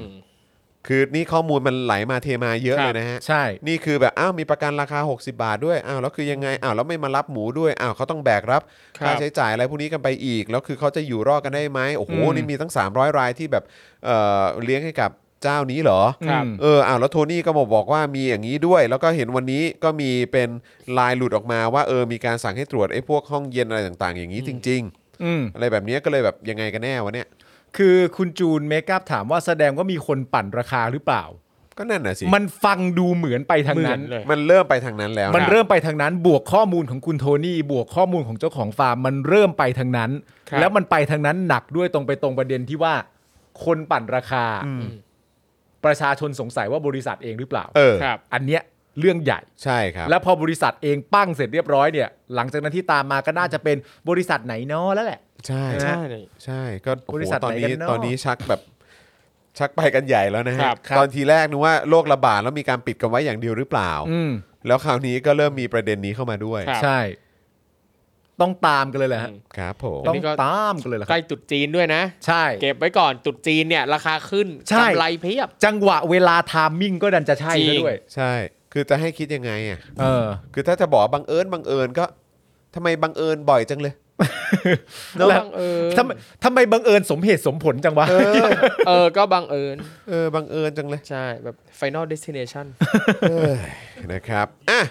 Speaker 2: คือนี่ข้อมูลมันไหลมาเทมาเยอะเลยนะฮะ
Speaker 3: ใช่
Speaker 2: นี่คือแบบอ้าวมีประกันราคา 60 บาทด้วยอ้าวแล้วคือยังไงอ้าวแล้วไม่มารับหมูด้วยอ้าวเขาต้องแบกรับ
Speaker 4: ครับ
Speaker 2: ค่าใช้จ่ายอะไรพวกนี้กันไปอีก แล้วคือเขาจะอยู่รอดกันได้ไหมโอ้โห
Speaker 3: อืม
Speaker 2: นี่มีตั้ง 300 รายที่แบบเอ่อเลี้ยงให้กับเจ้านี้เหรอ
Speaker 4: ครั
Speaker 3: อื
Speaker 4: บ
Speaker 3: ม
Speaker 2: เอออ้าวแล้วโทนี่ก็มาบอกว่ามีอย่างนี้ด้วย แล้วก็เห็นวันนี้ก็มีเป็นลายหลุดออกมาว่าเออมีการสั่งให้ตรวจไอ้พวกห้องเย็นอะไรต่าง ๆ อย่างนี้จริง
Speaker 3: อืม
Speaker 2: ๆ อะไรแบบนี้ก็เลยแบบยังไงกันแน่วะเนี่ย
Speaker 3: คือคุณจูนเมคอัพถามว่าแสดงว่ามีคนปั่นราคาหรือเปล่า
Speaker 2: ก็นั่นน่ะสิ
Speaker 3: มันฟังดูเหมือนไปทาง
Speaker 4: เหมือ
Speaker 3: นั้น น
Speaker 4: เลย
Speaker 2: มันเริ่มไปทางนั้นแล้ว
Speaker 3: มัน
Speaker 2: นะ
Speaker 3: เริ่มไปทางนั้น บวกข้อมูลของคุณโทนี่ บวกข้อมูลของเจ้าของฟาร์ม มันเริ่มไปทางนั้น
Speaker 4: ครับ
Speaker 3: แล้วมันไปทางนั้นหนักด้วยตรงไปตรงประเด็นที่ว่า คนปั่นราคา ประชาชนสงสัยว่าบริษัทเองหรือเปล่า
Speaker 2: เออ
Speaker 4: ครับ
Speaker 3: อันเนี้ยเรื่องใหญ่
Speaker 2: ใช่ครับ
Speaker 3: แล้วพอบริษัทเองปั้งเสร็จเรียบร้อยเนี่ย หลังจากนั้นที่ตามมาก็น่าจะเป็นบริษัทไหนเนาะแล้วแหละ
Speaker 2: ใช่
Speaker 4: ใช่
Speaker 2: ใช่ก็โอ้โห
Speaker 3: บริษัท
Speaker 2: ตอน
Speaker 3: ไหนกั
Speaker 2: นี้
Speaker 3: นเนอะ
Speaker 2: ตอนนี้ชักแบบชักไปกันใหญ่แล้วนะฮะ
Speaker 4: ครับ
Speaker 2: ตอนทีแรกนึกว่าโรคระบาดแล้วมีการปิดกันไว้อย่างเดียวหรือเปล่า
Speaker 3: อืม
Speaker 2: แล้วคราวนี้ก็เริ่มมีประเด็นนี้เข้ามาด้วย
Speaker 4: ครับ
Speaker 3: ใช่ ต้องตามกันเลยแหละฮะ
Speaker 4: อืม
Speaker 2: ครับผม
Speaker 3: ต้
Speaker 4: น
Speaker 3: อ
Speaker 4: นี้
Speaker 3: ง
Speaker 4: ก็
Speaker 3: ตามกันเลยแหละค
Speaker 4: ใก
Speaker 3: รับ
Speaker 4: ล้ตรุดจีนด้วยนะ
Speaker 3: ใช่
Speaker 4: เก็บไว้ก่อนตรุดจีนเนี่ย ราคาขึ้น
Speaker 3: ใช่
Speaker 4: กำไรเพียบ
Speaker 3: จังหวะเวลาไทามมิ่งก็ดันจะใช่ซะด้วย
Speaker 2: ใช่ คือจะให้คิดยังไงอ่ะ
Speaker 3: เออ
Speaker 2: คือถ้าจะบอกว่าบังเอิญบังเอิญก็ทำไมบังเอิญบ่อยจังเลย
Speaker 4: แล้ว
Speaker 3: แล้ว
Speaker 4: บังเอิญ
Speaker 3: ทำไมทำไมบังเอิญสมเหตุสมผลจังวะ
Speaker 2: เออ
Speaker 4: เออ ก็บังเอิญ
Speaker 2: เออบังเอิญจังเลย
Speaker 4: ใช่ แบบ Final Destination
Speaker 2: เออนะครับอ่ะ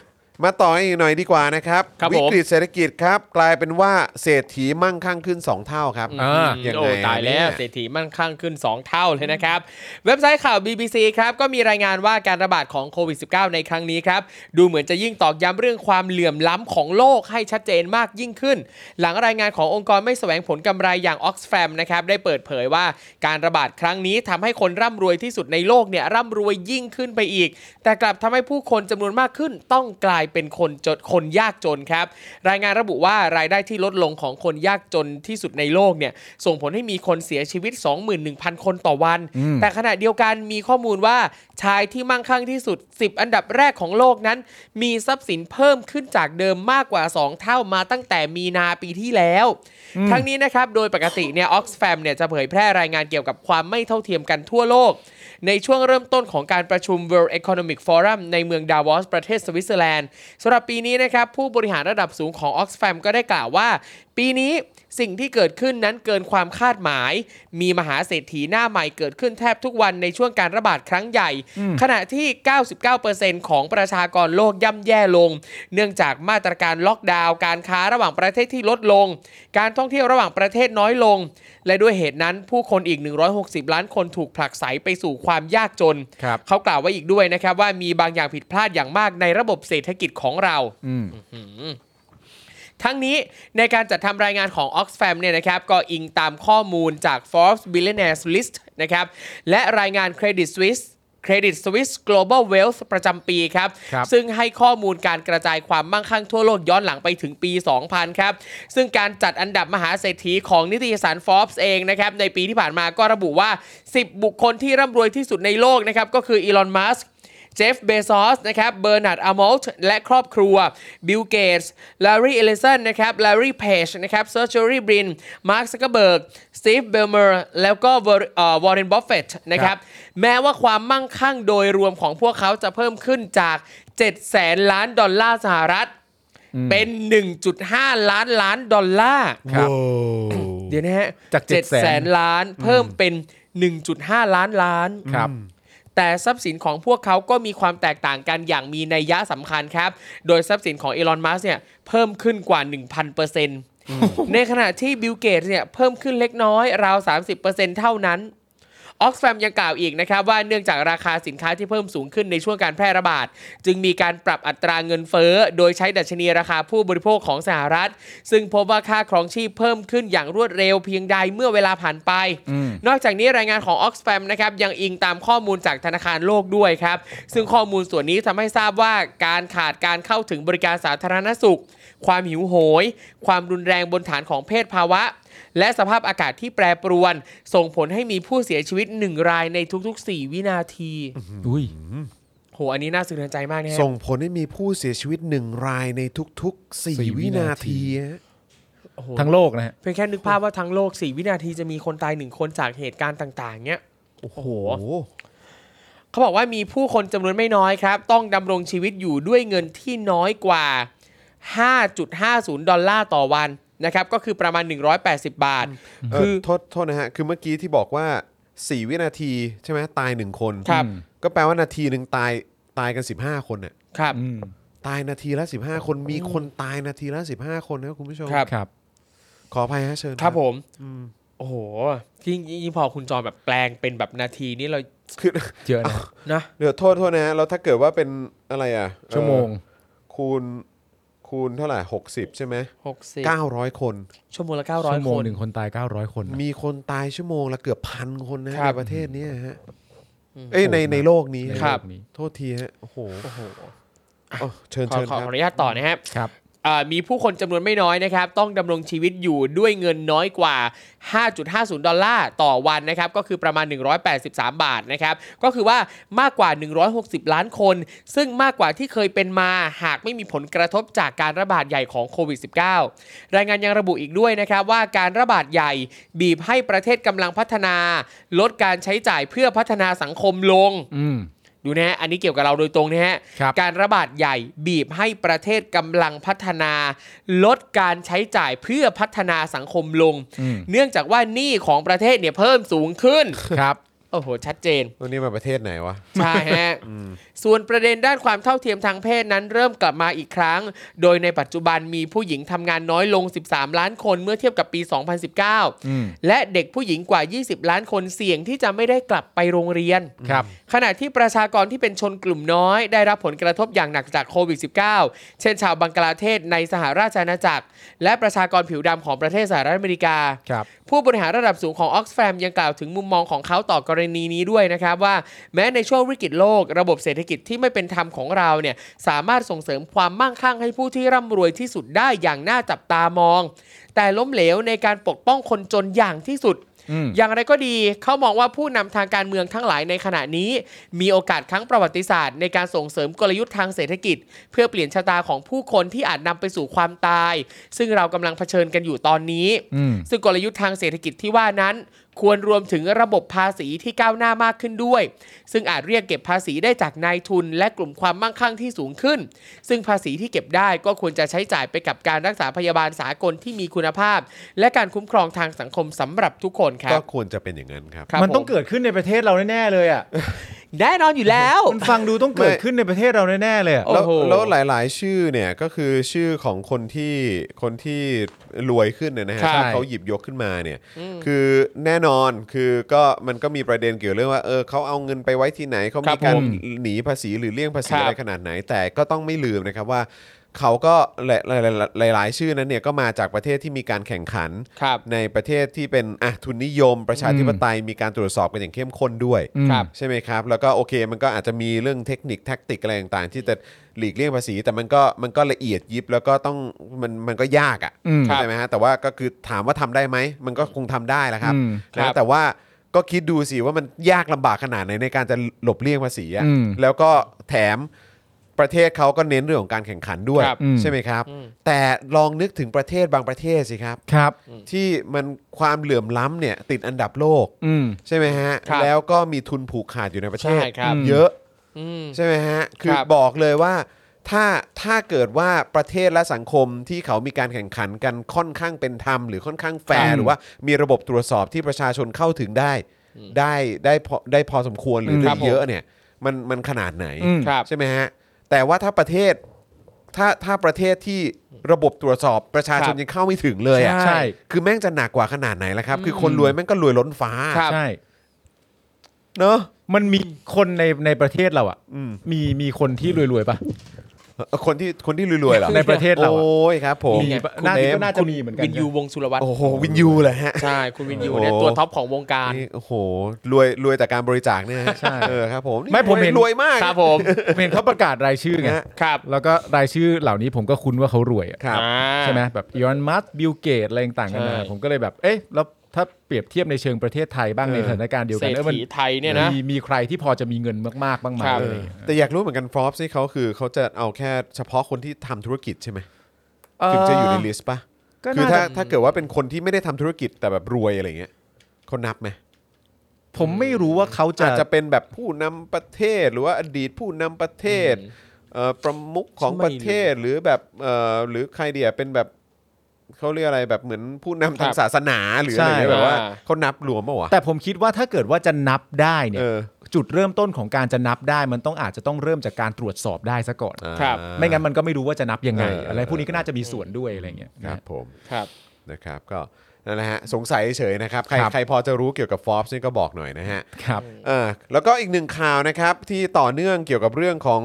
Speaker 2: มาต่ออีกหน่อยดีกว่านะครับ
Speaker 4: ครับผม
Speaker 2: วิกฤตเศรษฐกิจครับ กลายเป็นว่าเศรษฐีมั่งคั่งขึ้น 2 เท่าครับ
Speaker 3: อ่า
Speaker 2: ย่าง
Speaker 4: โอ้
Speaker 2: ไร
Speaker 4: ตายแล้วเศรษฐีมั่งคั่งขึ้น 2 เท่าเลยนะครับ เว็บไซต์ข่าว BBC ครับก็มีรายงานว่าการระบาดของโควิด -19 ในครั้งนี้ครับ ดูเหมือนจะยิ่งตอกย้ำเรื่องความเหลื่อมล้ำของโลกให้ชัดเจนมากยิ่งขึ้น หลังรายงานขององค์กรไม่แสวงผลกำไรอย่าง Oxfam นะครับได้เปิดเผยว่าการระบาดครั้งนี้ทำให้คนร่ำรวยที่สุดในโลกเนี่ยร่ำรวยยิ่งขึ้นไปอีก แต่กลับทำให้ผู้คนจำนวนมากขึ้น ต้องกลายเป็นคนจนคนยากจนครับ รายงานระบุว่ารายได้ที่ลดลงของคนยากจนที่สุดในโลกเนี่ยส่งผลให้มีคนเสียชีวิต 21,000 คนต่อวัน แต่ขณะเดียวกันมีข้อมูลว่าชายที่มั่งคั่งที่สุด 10 อันดับแรกของโลกนั้น มีทรัพย์สินเพิ่มขึ้นจากเดิมมากกว่า 2 เท่ามาตั้งแต่มีนาปีที่แล้ว ทั้งนี้นะครับโดยปกติเนี่ยออกซแฟมเนี่ยจะเผยแพร่รายงานเกี่ยวกับความไม่เท่าเทียมกันทั่วโลก ในช่วงเริ่มต้นของการประชุม World Economic Forum ในเมืองดาวอสประเทศสวิตเซอร์แลนด์สำหรับปีนี้นะครับ ผู้บริหารระดับสูงของ Oxfam ก็ได้กล่าวว่า ปีนี้สิ่งที่เกิดขึ้นนั้นเกินความคาดหมาย มีมหาเศรษฐีหน้าใหม่เกิดขึ้นแทบทุกวันในช่วงการระบาดครั้งใหญ่ ขณะที่ 99%ของประชากรโลกย่ำแย่ลง เนื่องจากมาตรการล็อกดาวน์การค้าระหว่างประเทศที่ลดลง การท่องเที่ยวระหว่างประเทศน้อยลง และด้วยเหตุนั้นผู้คนอีก 160 ล้านคนถูกผลักไสไปสู่ความยากจน
Speaker 3: ครับ
Speaker 4: เขากล่าวไว้อีกด้วยนะครับว่ามีบางอย่างผิดพลาดอย่างมากในระบบเศรษฐกิจของเรา
Speaker 3: อืม
Speaker 4: ทั้งนี้ในการจัดทำรายงานของ Oxfam เนี่ยนะครับก็อิงตามข้อมูลจาก Forbes Billionaires List นะครับและรายงาน Credit Suisse Credit Suisse Global Wealth ประจำปีครับ
Speaker 3: ครับ
Speaker 4: ซึ่งให้ข้อมูลการกระจายความมั่งคั่งทั่วโลกย้อนหลังไปถึงปี 2000 ครับ ซึ่งการจัดอันดับมหาเศรษฐีของนิตยสาร Forbes เองนะครับในปีที่ผ่านมาก็ระบุว่า 10 บุคคลที่ร่ำรวยที่สุดในโลกนะครับก็คืออีลอนมัส เจฟเบซอสนะครับ เบอร์นาร์ดอามอลต์และครอบครัว บิลเกตส์ลารีเอลิสันนะครับ ลารีเพจนะครับเซอร์เจอรี่บริน มาร์คซักเกอร์เบิร์ก สตีฟเบลเมอร์ แล้วก็วอร์เรนบัฟเฟตนะครับ แม้ว่าความมั่งคั่งโดยรวมของพวกเขาจะเพิ่มขึ้นจาก 7 แสนล้านดอลลาร์สหรัฐ เป็น 1.5 ล้านล้านดอลลาร์
Speaker 3: ครับ
Speaker 4: เดี๋ยวนะฮะ
Speaker 3: จาก700,000
Speaker 4: 7แสนล้าน เพิ่มเป็น 1.5 ล้านล้าน
Speaker 3: ครับ
Speaker 4: แต่ทรัพย์สินของพวกเขาก็มีความแตกต่างกันอย่างมีนัยยะสำคัญครับ โดยทรัพย์สินของเอลอนมัสเนี่ยเพิ่มขึ้นกว่า 1,000%ในขณะที่บิลเกตเนี่ยเพิ่มขึ้นเล็กน้อยราว 30%เท่านั้น ออกซฟมยังกล่าวอีกนะครับว่าเนื่องจากราคาสินค้าที่เพิ่มสูงขึ้นในช่วงการแพร่ระบาด จึงมีการปรับอัตราเงินเฟ้อ โดยใช้ดัชนีราคาผู้บริโภคของสหรัฐ ซึ่งพบว่าค่าครองชีพเพิ่มขึ้นอย่างรวดเร็วเพียงใดเมื่อเวลาผ่านไป นอกจากนี้รายงานของ Oxfam นะครับยังอิงตามข้อมูลจากธนาคารโลกด้วยครับ ซึ่งข้อมูลส่วนนี้ทำให้ทราบว่าการขาดการเข้าถึงบริการสาธารณสุข ความหิวโหย ความรุนแรงบนฐานของเพศภาวะ และสภาพอากาศที่แปรปรวน ส่งผลให้มีผู้เสียชีวิต 1 รายในทุก ๆ 4 วินาที
Speaker 3: อุ้ย
Speaker 4: โห อันนี้น่าสะเทือนใจมากนะฮะ
Speaker 2: ส่งผลให้มีผู้เสียชีวิตหนึ่งรายในทุกๆ
Speaker 3: สี่
Speaker 2: 4
Speaker 3: วิ
Speaker 2: วินา
Speaker 3: นาที
Speaker 2: ทีฮะ
Speaker 4: โอ้โห
Speaker 3: ทั้งโลกนะฮะ
Speaker 4: เพียงแค่นึกภาพว่าทั้งโลก 4 วินาทีจะมีคนตาย 1 คนจากเหตุการณ์ต่าง ๆ เนี้ย โอ้โห เขาบอกว่ามีผู้คนจำนวนไม่น้อยครับ ต้องดำรงชีวิตอยู่ด้วยเงินที่น้อยกว่า 5.50 ดอลลาร์ต่อวันนะครับ ก็คือประมาณ 180 บาท
Speaker 2: เอ
Speaker 4: คือ
Speaker 2: อโทษโทษนะฮะ คือเมื่อกี้ที่บอกว่า 4 วินาทีใช่ไหมตาย 1 คน
Speaker 4: ครับ
Speaker 2: ก็แปลว่านาทีหนึ่งตายตายกัน 15 คนน่ะ
Speaker 4: ครับ
Speaker 3: อืม
Speaker 2: ตายนาทีละ 15 คนมีคนตายนาทีละ 15 คนนะครับคุณผู้ชม
Speaker 4: ครับ
Speaker 3: ครับ
Speaker 2: ขออภัยฮะเชิญ
Speaker 4: ครับผม โอ้โหที่ยิ่งพอคุณจอแบบแปลงเป็นแบบนาทีนี่เรา
Speaker 2: คือ
Speaker 3: เยอะนะ
Speaker 4: นะ
Speaker 2: เดี๋ยวโทษโทษนะฮะแล้วถ้าเกิดว่าเป็นอะไรอ่ะเอ่อ
Speaker 3: ชั่วโมง
Speaker 2: คูณคูณเท่าไหร่ 60 ใช่ไหม
Speaker 4: 60
Speaker 2: 900 คน
Speaker 4: ชั่วโมงละ
Speaker 3: ชั่ว
Speaker 4: 900
Speaker 3: โม
Speaker 4: ค
Speaker 3: ง
Speaker 4: น
Speaker 3: หนึ่งคนตาย 900 คนนะ
Speaker 2: มีคนตายชั่วโมงละเกือบพันคนนะฮะ
Speaker 4: ครับ
Speaker 2: ในประเทศเนี้ยฮะเอ้ยในในโลกนี้ฮะ
Speaker 4: ครับ
Speaker 3: ในโลกนี้
Speaker 2: โทษทีฮะโอ้โหอ๋อเชิญ
Speaker 4: ขอ
Speaker 2: เชิญ
Speaker 4: ข
Speaker 2: ค
Speaker 4: อ
Speaker 2: รับ
Speaker 4: ขออนุญาตต่อนะครับ
Speaker 3: ครับ
Speaker 4: เอ่อมีผู้คนจำนวนไม่น้อยนะครับ ต้องดำรงชีวิตอยู่ด้วยเงินน้อยกว่า 5.50 ดอลลาร์ต่อวันนะครับ ก็คือประมาณ 183 บาทนะครับ ก็คือว่ามากกว่า 160 ล้านคน ซึ่งมากกว่าที่เคยเป็นมาหากไม่มีผลกระทบจากการระบาดใหญ่ของโควิด -19 รายงานยังระบุอีกด้วยนะครับ ว่าการระบาดใหญ่บีบให้ประเทศกำลังพัฒนา ลดการใช้จ่ายเพื่อพัฒนาสังคมลง
Speaker 3: อืม
Speaker 4: ดูนะฮะ อันนี้เกี่ยวกับเราโดยตรงนะฮะ
Speaker 3: ครับ
Speaker 4: การระบาดใหญ่บีบให้ประเทศกำลังพัฒนา ลดการใช้จ่ายเพื่อพัฒนาสังคมลง
Speaker 3: อืม
Speaker 4: เนื่องจากว่าหนี้ของประเทศเนี่ยเพิ่มสูงขึ้น
Speaker 3: ครับ
Speaker 4: โอ้โห ชัดเจน
Speaker 2: วันนี้มาประเทศไหนวะ
Speaker 4: ใช่ ฮะ ส่วนประเด็นด้านความเท่าเทียมทางเพศนั้นเริ่มกลับมาอีกครั้ง โดยในปัจจุบันมีผู้หญิงทำงานน้อยลง 13 ล้านคนเมื่อเทียบกับปี
Speaker 3: อื
Speaker 6: 嗯
Speaker 3: ม
Speaker 4: 2019 และเด็กผู้หญิงกว่า 20 ล้านคนเสี่ยงที่จะไม่ได้กลับไปโรงเรียน
Speaker 3: ครับ
Speaker 4: ขณะที่ประชากรที่เป็นชนกลุ่มน้อย ได้รับผลกระทบอย่างหนักจากโควิด -19 เช่นชาวบังกลาเทศในสหราชอาณาจักร และประชากรผิวดำของประเทศสหรัฐอเมริกา
Speaker 3: ครับ
Speaker 4: ผู้บริหารระดับสูงของ Oxfam ยังกล่าวถึงมุมมองของเขาต่อกรณีนี้ด้วยนะครับว่าแม้ในช่วงวิกฤตโลก ระบบเศรษฐกิจที่ไม่เป็นธรรมของเราเนี่ยสามารถส่งเสริมความมั่งคั่งให้ผู้ที่ร่ำรวยที่สุดได้อย่างน่าจับตามอง แต่ล้มเหลวในการปกป้องคนจนอย่างที่สุด
Speaker 3: อืม
Speaker 4: อย่างไรก็ดีเขามองว่าผู้นำทางการเมืองทั้งหลายในขณะนี้ มีโอกาสครั้งประวัติศาสตร์ในการส่งเสริมกลยุทธ์ทางเศรษฐกิจ เพื่อเปลี่ยนชะตาของผู้คนที่อาจนำไปสู่ความตาย ซึ่งเรากำลังเผชิญกันอยู่ตอนนี้
Speaker 3: อืม
Speaker 4: ซึ่งกลยุทธ์ทางเศรษฐกิจที่ว่านั้น ควรรวมถึงระบบภาษีที่ก้าวหน้ามากขึ้นด้วย ซึ่งอาจเรียกเก็บภาษีได้จากนายทุน และกลุ่มความมั่งคั่งที่สูงขึ้น ซึ่งภาษีที่เก็บได้ก็ควรจะใช้จ่ายไปกับการรักษาพยาบาลสากลที่มีคุณภาพ และการคุ้มครองทางสังคมสำหรับทุกคนครั
Speaker 2: ก็
Speaker 4: บ
Speaker 2: ควรจะเป็นอย่างนั้นครับ
Speaker 4: ครับ
Speaker 3: มันต้อง
Speaker 4: ผ
Speaker 3: เกิดขึ้นในประเทศเราแน่ๆเลยอ่ะ
Speaker 4: แน่นอนอยู่แล้ว
Speaker 3: มันฟังดูต้องเกิดขึ้นในประเทศเราแน่ๆเลยอะ
Speaker 4: โอ้
Speaker 2: แล้ว
Speaker 4: โห
Speaker 2: แล้วหลาย ๆ ชื่อเนี่ยก็คือชื่อของคนที่คนที่รวยขึ้นเนี่ยนะฮะ
Speaker 3: ใช่
Speaker 2: ที่เขาหยิบยกขึ้นมาเนี่ยคือแน่นอนคือก็มันก็มีประเด็นเกี่ยวเรื่องว่าเออเขาเอาเงินไปไว้ที่ไหนเขา
Speaker 4: ครั
Speaker 2: มี
Speaker 4: บ
Speaker 2: การ
Speaker 4: ผม
Speaker 2: หนีภาษีหรือเลี่ยงภาษี
Speaker 4: ครับ
Speaker 2: อะไรขนาดไหน แต่ก็ต้องไม่ลืมนะครับว่าเขาก็หลายๆหลาย ๆ ชื่อนั้นเนี่ยก็มาจากประเทศที่มีการแข่งขัน
Speaker 4: ครับ
Speaker 2: ในประเทศที่เป็นอ่ะทุนนิยม ประชาธิปไตยมีการตรวจสอบกันอย่างเข้มข้นด้วย
Speaker 3: อืม
Speaker 4: ครับ
Speaker 2: ใช่ไหมครับ แล้วก็โอเคมันก็อาจจะมีเรื่องเทคนิคแท็กติกอะไรต่างๆ ที่จะหลีกเลี่ยงภาษี แต่มันก็มันก็ละเอียดยิบแล้วก็ต้องมันมันก็ยากอะ
Speaker 3: อืม
Speaker 2: ใช่ไหมฮะแต่ว่าก็คือถามว่าทำได้ไหม มันก็คงทำได้แหละครับ
Speaker 3: อืม
Speaker 2: นะแต่ว่าก็คิดดูสิว่ามันยากลำบากขนาดไหนในการจะหลบเลี่ยงภาษีอะ
Speaker 3: อืม
Speaker 2: แล้วก็แถมประเทศเขาก็เน้นเรื่องของการแข่งขันด้วย
Speaker 4: ครับ
Speaker 3: อืม
Speaker 2: ใช่ไหมครับ แต่ลองนึกถึงประเทศบางประเทศสิครับ
Speaker 3: ครับ
Speaker 2: ที่มันความเหลื่อมล้ำเนี่ยติดอันดับโลก
Speaker 3: อืม
Speaker 2: ใช่ไหมฮะ
Speaker 4: ครับ
Speaker 2: แล้วก็มีทุนผูกขาดอยู่ในประเทศ
Speaker 4: ใช่ครับ
Speaker 2: เยอะ
Speaker 4: อืม
Speaker 2: ใช่ไหมฮะ คือ
Speaker 4: ครับ
Speaker 2: บอกเลยว่าถ้าถ้าเกิดว่าประเทศและสังคมที่เขามีการแข่งขันกันค่อนข้างเป็นธรรม หรือค่อนข้างแฟ
Speaker 3: ครั
Speaker 2: ร์
Speaker 3: บ
Speaker 2: หรือว่ามีระบบตรวจสอบที่ประชาชนเข้าถึงได้ ได้ได้พอได้พอสมควรหรือ
Speaker 4: ครั
Speaker 2: ได้
Speaker 4: บ
Speaker 2: เยอะเนี่ยมันมันขนาดไหน
Speaker 3: อืม
Speaker 4: ครับ
Speaker 2: ใช่ไหมฮะ แต่ว่าถ้าประเทศถ้าถ้าประเทศที่ระบบตรวจสอบประชาช
Speaker 4: ค
Speaker 2: น
Speaker 4: รับ
Speaker 2: ยังเข้าไม่ถึงเลยอะ
Speaker 3: ใช่
Speaker 2: คือแม่งจะหนักกว่าขนาดไหนละครับ คือคนรวยแม่งก็รวยล้นฟ้า
Speaker 4: ครับ
Speaker 3: ใช่
Speaker 2: เนอะ
Speaker 3: มันมีคนในในประเทศเราอ่ะ
Speaker 2: อืม
Speaker 3: มีมีคนที่รวยๆป่ะ
Speaker 2: เอ่อคนที่คนที่รวยๆเหรอ
Speaker 3: ในประเทศเราอะ
Speaker 2: โอ้ยครับผม
Speaker 3: มีปะน่า
Speaker 2: คุณเอ
Speaker 3: ก็
Speaker 2: ม
Speaker 3: น่าจะมีเหมือนกัน
Speaker 4: วินยูวงศ์สุรวัตร
Speaker 2: โอ้โหวินยูเลยฮะ
Speaker 4: ใช่คุณวินยูเนี่ย
Speaker 2: โอ้โห
Speaker 4: ตัวท็อปของวงการ
Speaker 2: นี่โอ้โหรวยรวยจากการบริจาคเนี่ยฮะ
Speaker 3: ใช่
Speaker 2: เออครับผม
Speaker 3: ไม่ผมเห็น
Speaker 2: รวยมาก
Speaker 4: ครับผม
Speaker 3: เห็นเขาประกาศรายชื่อไง
Speaker 2: ฮะ
Speaker 4: ครับ
Speaker 3: แล้วก็รายชื่อเหล่านี้ผมก็คุ้นว่าเขารวยอะ
Speaker 2: ครับ
Speaker 4: อ่า
Speaker 3: ใช่ไหมแบบอี o อนมัสบิลเกตอะไรต่างๆกันา
Speaker 4: ใช่
Speaker 3: นะผมก็เลยแบบ เอ๊ะ แล้วถ้าเปรียบเทียบในเชิงประเทศไทยบ้าง
Speaker 2: เออ
Speaker 3: ในสถานการณ์เดียว
Speaker 4: เศ
Speaker 3: กั
Speaker 4: ร
Speaker 3: น
Speaker 4: ษ
Speaker 3: เออมัน
Speaker 4: ฐีไทยเนี่ยนะ
Speaker 3: มีมีใครที่พอจะมีเงินมากๆบ้างไหม
Speaker 4: ครับ
Speaker 3: อะ
Speaker 2: เอ
Speaker 3: ไรอ
Speaker 2: อย่าง
Speaker 3: เงี้ย
Speaker 2: แต่อยากรู้เหมือนกันฟรอปส์นี่เขาคือเขาจะเอาแค่เฉพาะคนที่ทำธุรกิจใช่ไหมถึงจะอยู่ในลิสต์ปะ
Speaker 3: ก็
Speaker 2: คือ
Speaker 3: น่า
Speaker 2: ถ้า
Speaker 3: จะ
Speaker 2: ถ้าเกิดว่าเป็นคนที่ไม่ได้ทำธุรกิจแต่แบบรวยอะไรเงี้ยเขานับไหม
Speaker 3: ผมไม่รู้ว่าเขาจะ
Speaker 2: อาจจะเป็นแบบผู้นำประเทศหรือว่าอดีตผู้นำประเทศเอ่อประมุขของประเทศหรือแบบเอ่อหรือใครเดียเป็นแบบเขาเรียกอะไรแบบเหมือนผู้นำทางศาสนาหรืออะไรเงี้ย
Speaker 3: ใช่
Speaker 2: แบบว่า
Speaker 4: อ่า
Speaker 2: เขานับรวมปะวะ
Speaker 3: แต่ผมคิดว่าถ้าเกิดว่าจะนับได้เนี่ย
Speaker 2: เออ
Speaker 3: จุดเริ่มต้นของการจะนับได้ มันต้องอาจจะต้องเริ่มจากการตรวจสอบได้ซะก่อน
Speaker 2: อ่า
Speaker 4: ครับ
Speaker 3: ไม่งั้นมันก็ไม่รู้ว่าจะนับยังไง
Speaker 2: เอออ
Speaker 3: อะไรพวกนี้ก็น่าจะมีส่วนด้วยอะไรเงี้ย
Speaker 2: ค
Speaker 3: นะ
Speaker 2: รั
Speaker 3: ฮะ
Speaker 2: บผม
Speaker 4: ครับ
Speaker 2: นะครับก็นั่นแหละฮะสงสัยเฉยๆนะครับใคร
Speaker 3: ครับ
Speaker 2: ใครพอจะรู้เกี่ยวกับฟอสนี่ก็บอกหน่อยนะฮะ
Speaker 3: ครับ
Speaker 2: เออแล้วก็อีกหนึ่งข่าวนะครับ ที่ต่อเนื่องเกี่ยวกับเรื่องของ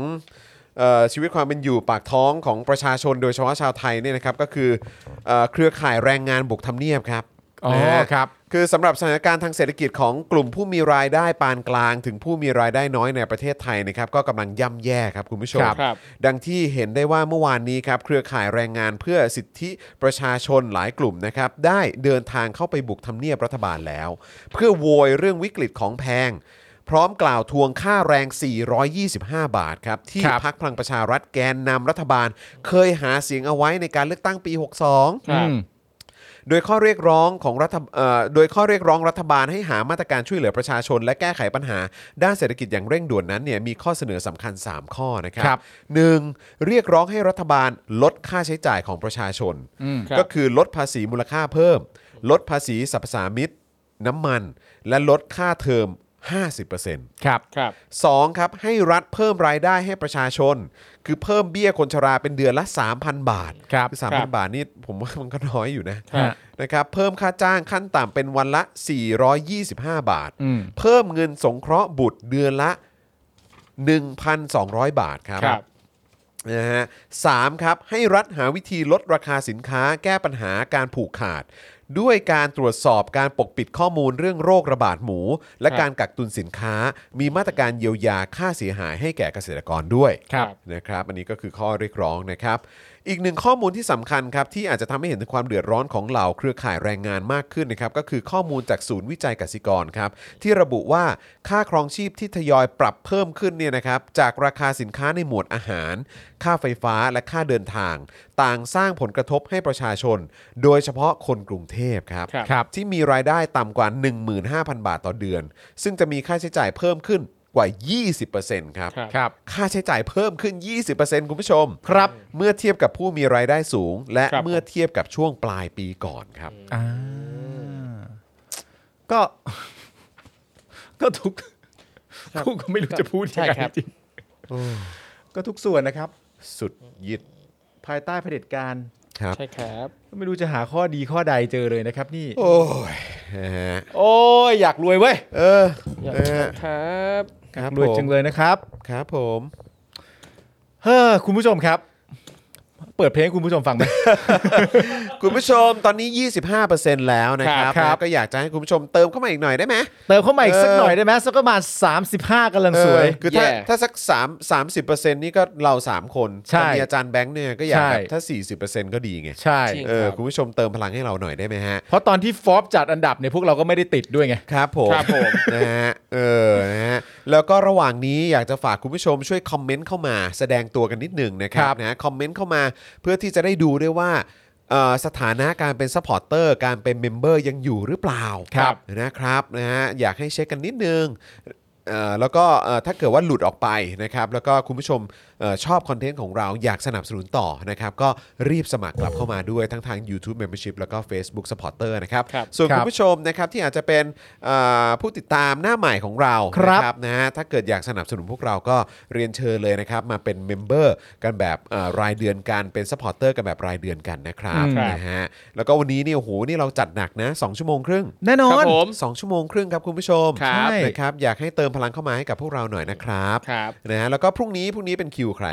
Speaker 2: เออชีวิตความเป็นอยู่ปากท้องของประชาชนโดยเฉพาะชาวไทยเนี่ยนะครับก็คือเออเครือข่ายแรงงานบุกทำเนียบครับ
Speaker 3: อ๋อ
Speaker 2: นะฮะ
Speaker 3: ครับ
Speaker 2: คือสำหรับสถานการณ์ทางเศรษฐกิจของกลุ่มผู้มีรายได้ปานกลาง ถึงผู้มีรายได้น้อยในประเทศไทยนะครับก็กำลังย่ำแย่ครับคุณผู้ชม
Speaker 4: ครับ
Speaker 2: ดังที่เห็นได้ว่าเมื่อวานนี้ครับ เครือข่ายแรงงานเพื่อสิทธิประชาชนหลายกลุ่มนะครับ ได้เดินทางเข้าไปบุกทำเนียบรัฐบาลแล้ว เพื่อโวยเรื่องวิกฤตของแพง พร้อมกล่าวทวงค่าแรง 425 บาทครับ ที่
Speaker 3: ครับ
Speaker 2: พักพลังประชารัฐแกนนำรัฐบาล เคยหาเสียงเอาไว้ในการเลือกตั้งปี 62
Speaker 4: ครับ
Speaker 3: อืม
Speaker 2: โดยข้อเรียกร้องของรัฐเอ่อโดยข้อเรียกร้องรัฐบาลให้หามาตรการช่วยเหลือประชาชน และแก้ไขปัญหา ด้านเศรษฐกิจอย่างเร่งด่วนนั้นเนี่ยมีข้อเสนอสำคัญ 3 ข้อนะครั
Speaker 3: ครับ บ
Speaker 2: หนึ่งเรียกร้องให้รัฐบาลลดค่าใช้จ่ายของประชาชน
Speaker 3: อืม
Speaker 4: ครับ
Speaker 2: ก็คือลดภาษีมูลค่าเพิ่ม ลดภาษีสรรพสามิตน้ำมัน และลดค่าเทอม 50%
Speaker 3: ครับ
Speaker 4: ครับ
Speaker 2: 2ครับให้รัฐเพิ่มรายได้ให้ประชาชน คือเพิ่มเบี้ยคนชราเป็นเดือนละ 3,000 บาท
Speaker 3: ครับ
Speaker 2: อ
Speaker 4: ครับบ
Speaker 2: 3,000าทนี่ผมว่ามันก็น้อยอยู่นะครับ นะครับเพิ่มค่าจ้างขั้นต่ำเป็นวันละ 425 บาท
Speaker 3: อืม
Speaker 2: เพิ่มเงินสงเคราะห์บุตรเดือนละ 1,200 บาทครับ
Speaker 4: ครับ
Speaker 2: นะฮะสามครับให้รัฐหาวิธีลดราคาสินค้าแก้ปัญหาการผูกขาด ด้วยการตรวจสอบการปกปิดข้อมูลเรื่องโรคระบาดหมู และ
Speaker 4: ครับ
Speaker 2: การกักตุนสินค้า มีมาตรการเยียวยาค่าเสียหายให้แก่เกษตรกรด้วย
Speaker 4: ครับ
Speaker 2: นะครับอันนี้ก็คือข้อเรียกร้องนะครับ อีกหนึ่งข้อมูลที่สำคัญครับ ที่อาจจะทำให้เห็นถึงความเดือดร้อนของเหล่าเครือข่ายแรงงานมากขึ้นนะครับ ก็คือข้อมูลจากศูนย์วิจัยกสิกรครับ ที่ระบุว่าค่าครองชีพที่ทยอยปรับเพิ่มขึ้นเนี่ยนะครับ จากราคาสินค้าในหมวดอาหาร ค่าไฟฟ้าและค่าเดินทาง ต่างสร้างผลกระทบให้ประชาชน โดยเฉพาะคนกรุงเทพครับ
Speaker 4: ครับ
Speaker 2: ที่มีรายได้ต่ำกว่า 15,000 บาทต่อเดือน ซึ่งจะมีค่าใช้จ่ายเพิ่มขึ้นกว่า 20%ครับ
Speaker 4: ครับ
Speaker 3: ครับ
Speaker 2: ค่าใช้จ่ายเพิ่มขึ้น 20%คุณผู้ชม
Speaker 3: ครับ
Speaker 2: เมื่อเทียบกับผู้มีรายได้สูง และ
Speaker 4: ครับ
Speaker 2: เมื่อเทียบกับช่วงปลายปีก่อนครับ
Speaker 3: อ่าก็ ก็ทุก กูก็ไม่รู้จะพูดยัง
Speaker 4: ใช่
Speaker 3: ไง
Speaker 4: ครับ
Speaker 3: จริงก็ทุกส่วนนะครับ
Speaker 2: สุดยิด
Speaker 3: ภายใต้เผด็จการ
Speaker 2: ครับ
Speaker 4: ใช่ครับ
Speaker 3: ก็ไม่รู้จะหาข้อดีข้อใดเจอเลยนะครับ นี่
Speaker 2: โอ้ยนะฮะ
Speaker 3: โอ้ยอยากรวยเว้ย
Speaker 2: เออ
Speaker 4: อยาก
Speaker 2: นะฮะ
Speaker 4: ครับ
Speaker 2: ครับ
Speaker 3: รวย
Speaker 2: ผม
Speaker 3: จังเลยนะครับ
Speaker 2: ครับผม
Speaker 3: เฮ้อคุณผู้ชมครับ เปิดเพลงให้คุณผู้ชมฟังไหม
Speaker 2: คุณผู้ชมตอนนี้ 25%แล้วนะครับ
Speaker 3: ครับ
Speaker 2: นะก็อยากจะให้คุณผู้ชมเติมเข้ามาอีกหน่อยได้ไหม
Speaker 3: เติมเข้ามาอีกสัก
Speaker 2: เออ
Speaker 3: หน่อยได้ไหมสักประมาณ35กำลังสวย
Speaker 2: เออคือถ้า
Speaker 4: แย่
Speaker 2: ถ้าสัก3 30%นี่ก็เรา 3 คน
Speaker 3: ใช่
Speaker 2: แต่มีอาจารย์แบงค์เนี่ยก็อยากแบบ
Speaker 3: ใช่
Speaker 2: ถ้า 40%ก็ดีไง
Speaker 3: ใช่
Speaker 4: จริง
Speaker 2: เออคุณผู้ชมเติมพลังให้เราหน่อยได้ไหมฮะ
Speaker 3: เพราะตอนที่ฟอร์บจัดอันดับเนี่ยพวกเราก็ไม่ได้ติดด้วยไง
Speaker 2: ครับผม
Speaker 4: ครับผม
Speaker 2: นะฮะเออนะฮะแล้วก็ระหว่างนี้อยากจะฝากคุณผู้ชมช่วยคอมเมนต์เข้ามาแสดงตัวกันนิดหนึ่งนะครั
Speaker 3: ครับ บ
Speaker 2: นะฮะคอมเมนต์เข้ามาเพื่อที่จะได้ดูด้วยว่าเอ่อสถานะการเป็นซัพพอร์เตอร์การเป็นเมมเบอร์ยังอยู่หรือเปล่า
Speaker 3: ครับ
Speaker 2: นะครับนะฮะอยากให้เช็คกันนิดนึงเอ่อแล้วก็เอ่อถ้าเกิดว่าหลุดออกไปนะครับแล้วก็คุณผู้ชมเออชอบคอนเทนต์ของเราอยากสนับสนุนต่อนะครับก็รีบสมัครกลับเข้ามาด้วยทั้งทาง YouTube Membership แล้วก็ Facebook Supporter นะครับ
Speaker 4: ครับ
Speaker 2: ส่วน
Speaker 3: ครั
Speaker 2: คุณ
Speaker 3: บ
Speaker 2: ผู้ ผู้ชมนะครับที่อาจจะเป็นเอ่อผู้ติดตามหน้าใหม่ของเรา
Speaker 3: ครับ
Speaker 2: นะนะฮะถ้าเกิดอยากสนับสนุนพวกเราก็เรียนเชิญเลยนะครับ มาเป็นเมมเบอร์กันแบบเอ่อรายเดือนกันเป็นซัพพอร์เตอร์กันแบบรายเดือนกันนะครับ
Speaker 3: อืม
Speaker 2: นะฮะแล้วก็วันนี้เนี่ยโอ้โหนี่เราจัดหนักนะ2ชั่วโมงครึ่ง
Speaker 3: แน่นอ
Speaker 4: ครั
Speaker 3: น
Speaker 4: บผม
Speaker 2: สองชั่วโมงครึ่งครับคุณผู้ชม
Speaker 4: ครับ
Speaker 2: นะครับอยากให้เติมพลังเข้ามาให้กับพวกเราหน่อยนะครับ
Speaker 4: ครับ
Speaker 2: นะฮะแล้วก็พรุ่งนี้พรุ่งนี้เป็นคิวใคร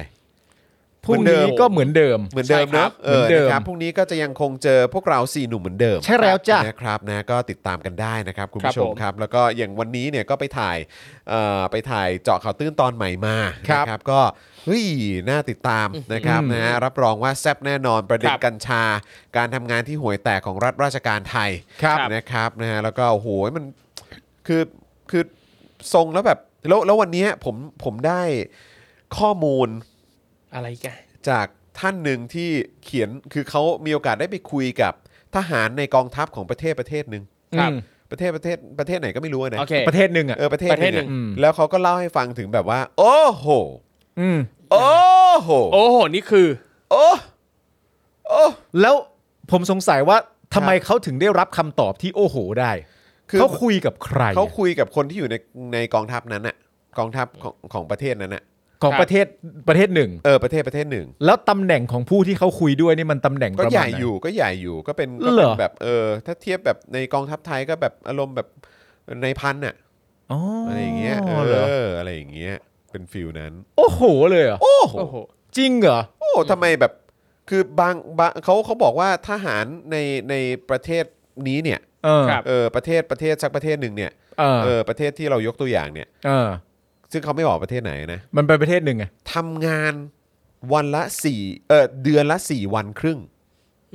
Speaker 3: พรุ่งนี้ก็เหมือนเดิม
Speaker 2: เหมือนเดิม
Speaker 4: ใช่ครั
Speaker 2: นะ
Speaker 4: บ
Speaker 2: เออ
Speaker 3: เหมือนเดิม
Speaker 2: นะครับพรุ่งนี้ก็จะยังคงเจอพวกเราสี่หนุ่มเหมือนเดิม
Speaker 3: ใช่แล้วจ้ะ
Speaker 2: นะครับนะก็ติดตามกันได้นะครับคุณ
Speaker 4: ครับ
Speaker 2: ผู้ชม
Speaker 4: ผม
Speaker 2: ครับ แล้วก็อย่างวันนี้เนี่ยก็ไปถ่ายเอ่อไปถ่ายเจาะข่าวตื้นตอนใหม่มา
Speaker 3: ครับ
Speaker 2: นะครับก็เฮ้ยน่าติดตามนะครับนะฮะรับรองว่าแซ่บแน่นอนประเด็น
Speaker 4: ครับ
Speaker 2: กัญชา การทำงานที่ห่วยแตกของรัฐราชการไทย
Speaker 3: ครับ
Speaker 2: นะครับนะฮะแล้วก็โอ้โหมันคือคือทรงแล้วแบบแล้วแล้ววันเนี้ยผมผมได้ข้อมูล
Speaker 4: อะไรกัน
Speaker 2: จากท่านหนึ่งที่เขียนคือเขามีโอกาสได้ไปคุยกับทหารในกองทัพของประเทศประเทศหนึ่ง
Speaker 4: ครับ
Speaker 3: อืม
Speaker 2: ประเทศประเทศประเทศไหนก็ไม่รู้อะนะ
Speaker 4: โอเค
Speaker 3: ประเทศหนึ่งอ่ะ
Speaker 2: เออประเทศ
Speaker 4: ประเทศหนึ่ง
Speaker 2: อะ
Speaker 3: อืม
Speaker 2: แล้วเขาก็เล่าให้ฟังถึงแบบว่า โอ้โห
Speaker 3: อืม
Speaker 2: โอ้โห
Speaker 4: โอ้โห นี่คือ
Speaker 2: โอ้โอ้
Speaker 3: แล้วผมสงสัยว่าทำไมเขาถึงได้รับคำตอบที่โอ้โหได้
Speaker 2: คือ
Speaker 3: เขาคุยกับใคร
Speaker 2: เขาคุยกับคนที่อยู่ในในกองทัพนั้นน่ะกองทัพของของประเทศนั้นน่ะ
Speaker 3: ของประเทศประเทศหนึ่ง
Speaker 2: เออประเทศประเทศหนึ่ง
Speaker 3: แล้วตำแหน่งของผู้ที่เขาคุยด้วยนี่มันตำแหน่งป
Speaker 2: ก็
Speaker 3: ระมาณ
Speaker 2: ใหญ่
Speaker 3: ไน
Speaker 2: อยู่ก็ใหญ่อยู่ก็เป็นก็
Speaker 3: เหร
Speaker 2: เป็น
Speaker 3: อ
Speaker 2: แบบเออถ้าเทียบแบบในกองทัพไทยก็แบบอารมณ์แบบในพันน่ะ
Speaker 3: อ๋ออ
Speaker 2: อะไรอย่างเงี้ย เอ
Speaker 3: เหรอ
Speaker 2: อ อะไรอย่างเงี้ย เป็นฟิลนั้น
Speaker 3: โอ้โหเลยเหรอ
Speaker 2: โอ้โห
Speaker 4: โอ้โห
Speaker 3: จริงเหรอ
Speaker 2: โอ้โหทำไมแบบ คือบางบางเขาเขาบอกว่าทหารในในประเทศนี้เนี่ย
Speaker 3: เออ
Speaker 4: ครับ
Speaker 2: เออ ประเทศประเทศสักประเทศหนึ่งเนี่ย
Speaker 3: เออ
Speaker 2: เออ ประเทศที่เรายกตัวอย่างเนี่ย
Speaker 3: เออ
Speaker 2: ซึ่งเขาไม่บอกประเทศไหนนะ
Speaker 3: มันเป็นประเทศหนึ่งไง
Speaker 2: ทำงานวันละสี่เออเดือนละสี่วันครึ่ง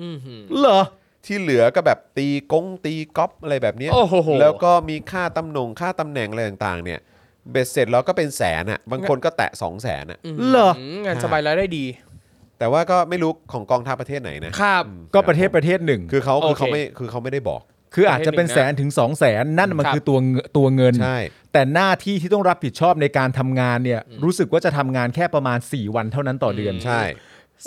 Speaker 4: อือหือ
Speaker 3: เหรอ
Speaker 2: ที่เหลือก็แบบตีกงตีก๊อปอะไรแบบเนี้ย
Speaker 4: โอ้โห
Speaker 2: แล้วก็มีค่าตำแหน่งค่าตำแหน่งอะไรต่างๆ เนี่ย เบ็ดเสร็จแล้วก็เป็นแสนอ่ะ บางคนก็แตะสองแสนอ่ะ
Speaker 3: เหรอ
Speaker 4: งานสบายแล้วได้ดี
Speaker 2: แต่ว่าก็ไม่รู้ของกองทัพประเทศไหนนะครับ อืม
Speaker 3: ก็ประเทศประเทศหนึ่ง
Speaker 2: คือเขาคือเขา
Speaker 4: โอเค
Speaker 2: ไม่คือเขาไม่ได้บอก
Speaker 3: คืออาจจะเป็นแสนถึง2องแสนนั่นมันคือตัวเงินตัวเงิน
Speaker 2: ใช่
Speaker 3: แต่หน้าที่ที่ต้องรับผิดชอบในการทำงานเนี่ย รู้สึกว่าจะทำงานแค่ประมาณ 4 วันเท่านั้นต่อเดือน
Speaker 2: ใช่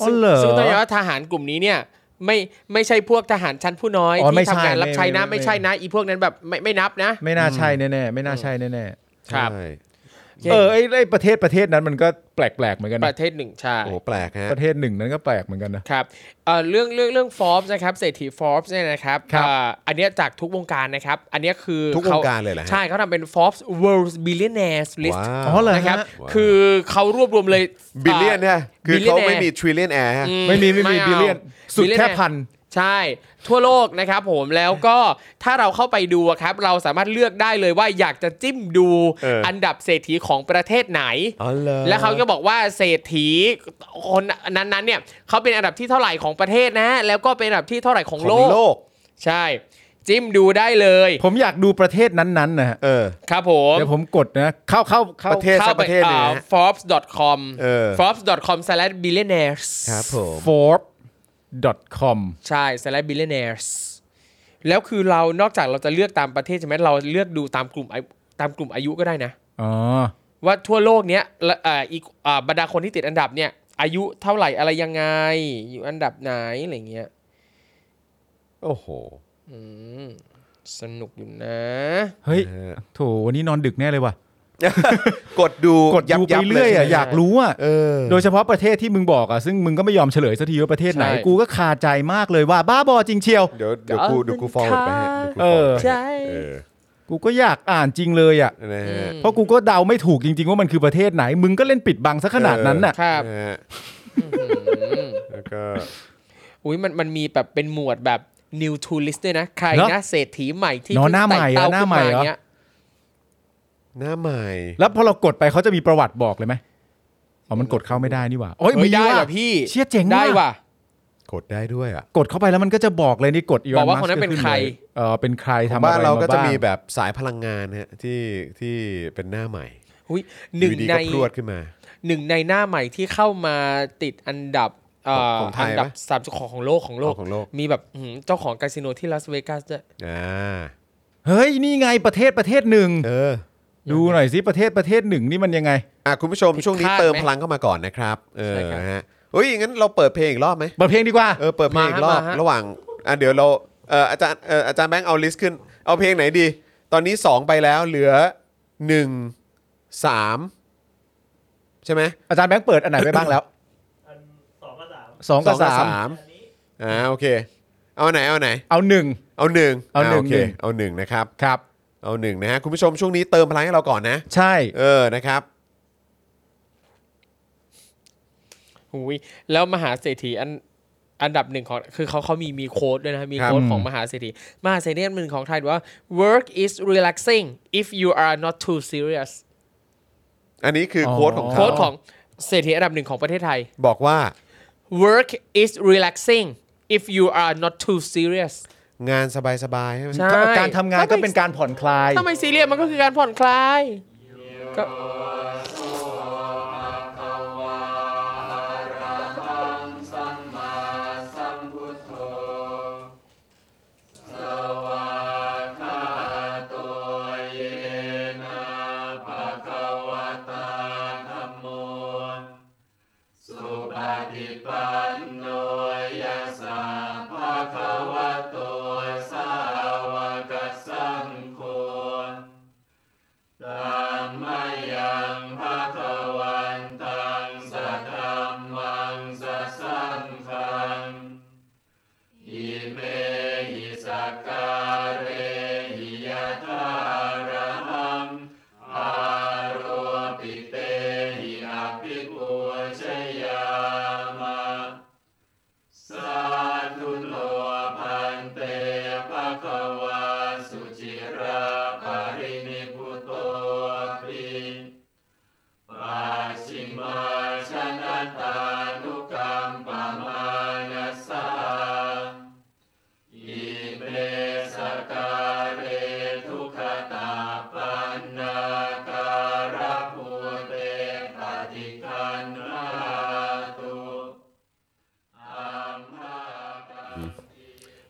Speaker 3: อ๋อเหรอ
Speaker 4: ซึ่งต้องยอมรับว่าทหารกลุ่มนี้เนี่ย ไม่ไม่ใช่พวกทหารชั้นผู้น้อย
Speaker 3: อ๋อไม่
Speaker 4: ที่
Speaker 3: ใช่
Speaker 4: ทำงานรับใช้นะ
Speaker 3: ไม่
Speaker 4: ไม่
Speaker 3: ไม่
Speaker 4: ใช่นะอีพวกนั้นแบบไม่ไม่นับนะ
Speaker 3: ไม่น่าใช่แน่ๆไม่น่าใช่แน่
Speaker 4: ครับ
Speaker 10: ใช่
Speaker 3: ๆเออไอ้ไอ้ประเทศประเทศนั้นมันก็แปลกๆเหมือนกัน
Speaker 4: ป
Speaker 3: นะ
Speaker 4: ระเทศหนึ่งใช่
Speaker 10: โอ้โหแปลกฮะ
Speaker 3: ประเทศหนึ่งนั้นก็แปลกเหมือนกันนะ
Speaker 4: ครับเอ่อเรื่องเรื่องเรื่องฟอร์บนะครับเศรษฐีฟอร์บเนี่ยนะครับ
Speaker 3: ครับ
Speaker 4: เอ่ออันเนี้ยจากทุกวงการนะครับ อันเนี้ยคือ
Speaker 10: ทุกวงการเลยเหรอฮะ
Speaker 4: ใช่เขาทำเป็น Forbes World Billionaires List
Speaker 10: ว้าว
Speaker 3: อ๋อเหรอ
Speaker 4: นะครับ
Speaker 10: ว้าว
Speaker 4: คือเขารวบรวมเลย
Speaker 10: บิลเลียนเนี่ยคือเขาไม่มีทริลเลียนแอร์ฮะ
Speaker 3: ไม่มีไม่มี
Speaker 4: อา
Speaker 3: บิลเลียนสุดแค่
Speaker 4: billionaire
Speaker 3: พัน
Speaker 4: ใช่ ทั่วโลกนะครับผมแล้วก็ถ้าเราเข้าไปดูอะครับ เราสามารถเลือกได้เลยว่าอยากจะจิ้มดู
Speaker 10: เอออั
Speaker 4: นดับเศรษฐีของประเทศไหน
Speaker 10: อ๋อเหรอ
Speaker 4: แล้วเขาก็บอกว่าเศรษฐีคนนั้นๆเนี่ยเขาเป็นอันดับที่เท่าไหร่ของประเทศนะ แล้วก็เป็นอันดับที่เท่าไหร่ของ
Speaker 10: ข
Speaker 4: โล
Speaker 10: อง
Speaker 4: ก
Speaker 10: โลก
Speaker 4: ใช่ จิ้มดูได้เลย
Speaker 3: ผมอยากดูประเทศนั้นๆนะฮะ
Speaker 10: เออ
Speaker 4: ครับผม
Speaker 3: เดี๋ยวผมกดนะเข้าเข้าเข้า
Speaker 10: ประเทศสักประเทศหนึ่ง
Speaker 4: อ่า
Speaker 10: นะ
Speaker 4: forbes.com
Speaker 10: เออ
Speaker 4: forbes.com slash billionaires
Speaker 10: ครับผม
Speaker 3: ฟอร์บ .com
Speaker 4: ใช่ slash billionaires แล้วคือเรานอกจากเราจะเลือกตามประเทศใช่ไหมเราเลือกดูตามกลุ่มอายุตามกลุ่มอายุก็ได้นะ
Speaker 3: อ๋อ
Speaker 4: ว่าทั่วโลกเนี้ยละเอ่ออีกอ่าบรรดาคนที่ติดอันดับเนี่ย อายุเท่าไหร่อะไรยังไง อยู่อันดับไหนอะไรเงี้ย
Speaker 10: โอ้โห
Speaker 4: อืมสนุกอยู่นะ
Speaker 3: เฮ้ย
Speaker 10: นะฮะ
Speaker 3: โถวันนี้นอนดึกแน่เลยว่ะ
Speaker 10: กดดู
Speaker 3: กดดูไป
Speaker 10: บๆ
Speaker 3: เรื่อย
Speaker 10: ใช่
Speaker 3: อะ
Speaker 10: หม
Speaker 3: อยากรู้อะ
Speaker 10: เออ
Speaker 3: โดยเฉพาะประเทศที่มึงบอกอะซึ่งมึงก็ไม่ยอมเฉลยสักทีว่าประเทศไหน
Speaker 4: ใช่
Speaker 3: กูก็คาใจมากเลยว่าบ้าบอจริงเชียว
Speaker 10: เดี๋ยวเดี๋ยวกูเดี๋ยวกูฟอร์ดไปฮะดี๋ยวกู
Speaker 3: เอ
Speaker 10: forward
Speaker 3: อ
Speaker 10: ไป
Speaker 4: ใช่
Speaker 10: เออ
Speaker 3: กูก็อยากอ่านจริงเลยอะ
Speaker 10: นะฮะ
Speaker 3: เพราะกูก็เดาไม่ถูกจริง ๆ ว่ามันคือประเทศไหน มึงก็เล่นปิดบังซะขนาดนั้นน่ะ
Speaker 4: ครับ
Speaker 10: นะฮะแล้วก็
Speaker 4: อุ้ยมันมันมีแบบเป็นหมวดแบบ new tourist ด้วยนะ ใคร
Speaker 3: เหรอ
Speaker 4: นะเศรษฐีใหม่ที่
Speaker 3: เนอะ
Speaker 4: เพิ่ง
Speaker 3: หน้าใหม่
Speaker 4: ไต่เต้า
Speaker 3: เหรอหน้าใหม่
Speaker 4: ขึ้
Speaker 3: เหรอ
Speaker 4: เงี้ย
Speaker 10: หน้าใหม่
Speaker 3: แล้วพอเรากดไปเขาจะมีประวัติบอกเลยไหมอ๋อมันกดเข้าไม่ได้นี่หว่าโอ้ย
Speaker 4: เฮ้
Speaker 3: มี
Speaker 4: ยได้
Speaker 3: ว่ะ
Speaker 4: ว่ะพี่
Speaker 3: เชี่ยเจ๋งว่ะ
Speaker 4: ได้ว่ะ
Speaker 10: กดได้ด้วยอ่ะ
Speaker 3: กดเข้าไปแล้วมันก็จะบอกเลยนี่กด Elon
Speaker 4: บอกว่า
Speaker 3: Musk
Speaker 4: คนนั้นเป็น
Speaker 3: ขึ้
Speaker 4: ใคร
Speaker 3: ลยเออเป็นใคร
Speaker 10: ข
Speaker 3: ทำ
Speaker 10: อง
Speaker 3: อะไร
Speaker 10: บ้านเราก็จะมี
Speaker 3: บ้ง
Speaker 10: แบบสายพลังงานฮะที่ที่เป็นหน้าใหม่
Speaker 4: อุ้ยหนึ่ง
Speaker 10: อยู่ดี
Speaker 4: ใน
Speaker 10: ก็พรวดขึ้นมา
Speaker 4: หนึ่งในหน้าใหม่ที่เข้ามาติดอันดับเอ่
Speaker 10: ของไทย
Speaker 4: อัดับ
Speaker 10: ปะ
Speaker 4: สามของของโลกของโลก
Speaker 10: ของโลก
Speaker 4: มีแบบอื้อหือเจ้าของคาสิโนที่ลาสเวกัสด้วย
Speaker 10: อ่า
Speaker 3: เฮ้ยนี่ไงประเทศประเทศหนึ่ง
Speaker 10: เออ
Speaker 3: ดูหน่อยสิประเทศประเทศหนึ่งนี่มันยังไง
Speaker 10: อ่ะคุณผู้ชมช่วงนี้เติมพลังเข้ามาก่อนนะครับ เออฮะเฮ้ยงั้นเราเปิดเพลงอีกรอบไหม
Speaker 3: เปิดเพลงดีกว่า
Speaker 10: เออเปิดเพลงอีกรอบ ระหว่างอ่ะเดี๋ยวเราเอออาจารย์เอออาจารย์แบงค์เอาลิสต์ขึ้น เอาเพลงไหนดี ตอนนี้ 2 ไปแล้วเหลือ 1 3 ใช่ไหม
Speaker 3: อาจารย์แบงค์เปิดอันไหนไปบ้างแล้ว
Speaker 11: สองกับสาม
Speaker 3: สองกับ
Speaker 10: สอง
Speaker 3: สาม
Speaker 10: อ่าโอเค เอาไหนเอาไหน
Speaker 3: เอาหนึ่ง
Speaker 10: เอาหนึ่ง
Speaker 3: เอาหนึ่ง
Speaker 10: โค
Speaker 3: หนึ่ง
Speaker 10: เอาหนึ่งนะครับ
Speaker 3: ครับ
Speaker 10: เอาหนึ่งนะฮะคุณผู้ชมช่วงนี้เติมพลังให้เราก่อนนะ
Speaker 3: ใช่
Speaker 10: เออนะครับ
Speaker 4: อุ้ยแล้วมหาเศรษฐีอันอันดับหนึ่งของคือเขาเขามีมีโค้ดด้วยนะมี
Speaker 10: ครับ
Speaker 4: โค้ดของมหาเศรษฐีมหาเศรษฐีอันหนึ่งของไทยบอกว่า work is relaxing if you are not too serious
Speaker 10: อันนี้คือโค้ดของเขา
Speaker 4: โค้ดของเศรษฐีอันดับหนึ่งของประเทศไทย
Speaker 10: บอกว่า
Speaker 4: work is relaxing if you are not too serious
Speaker 10: งานสบายๆใช่ไหม
Speaker 4: ใช่
Speaker 3: การทำงานก็เป็นการผ่อนคลาย
Speaker 4: ถ้าไม่ซีเรียสมันก็คือการผ่อนคลายก็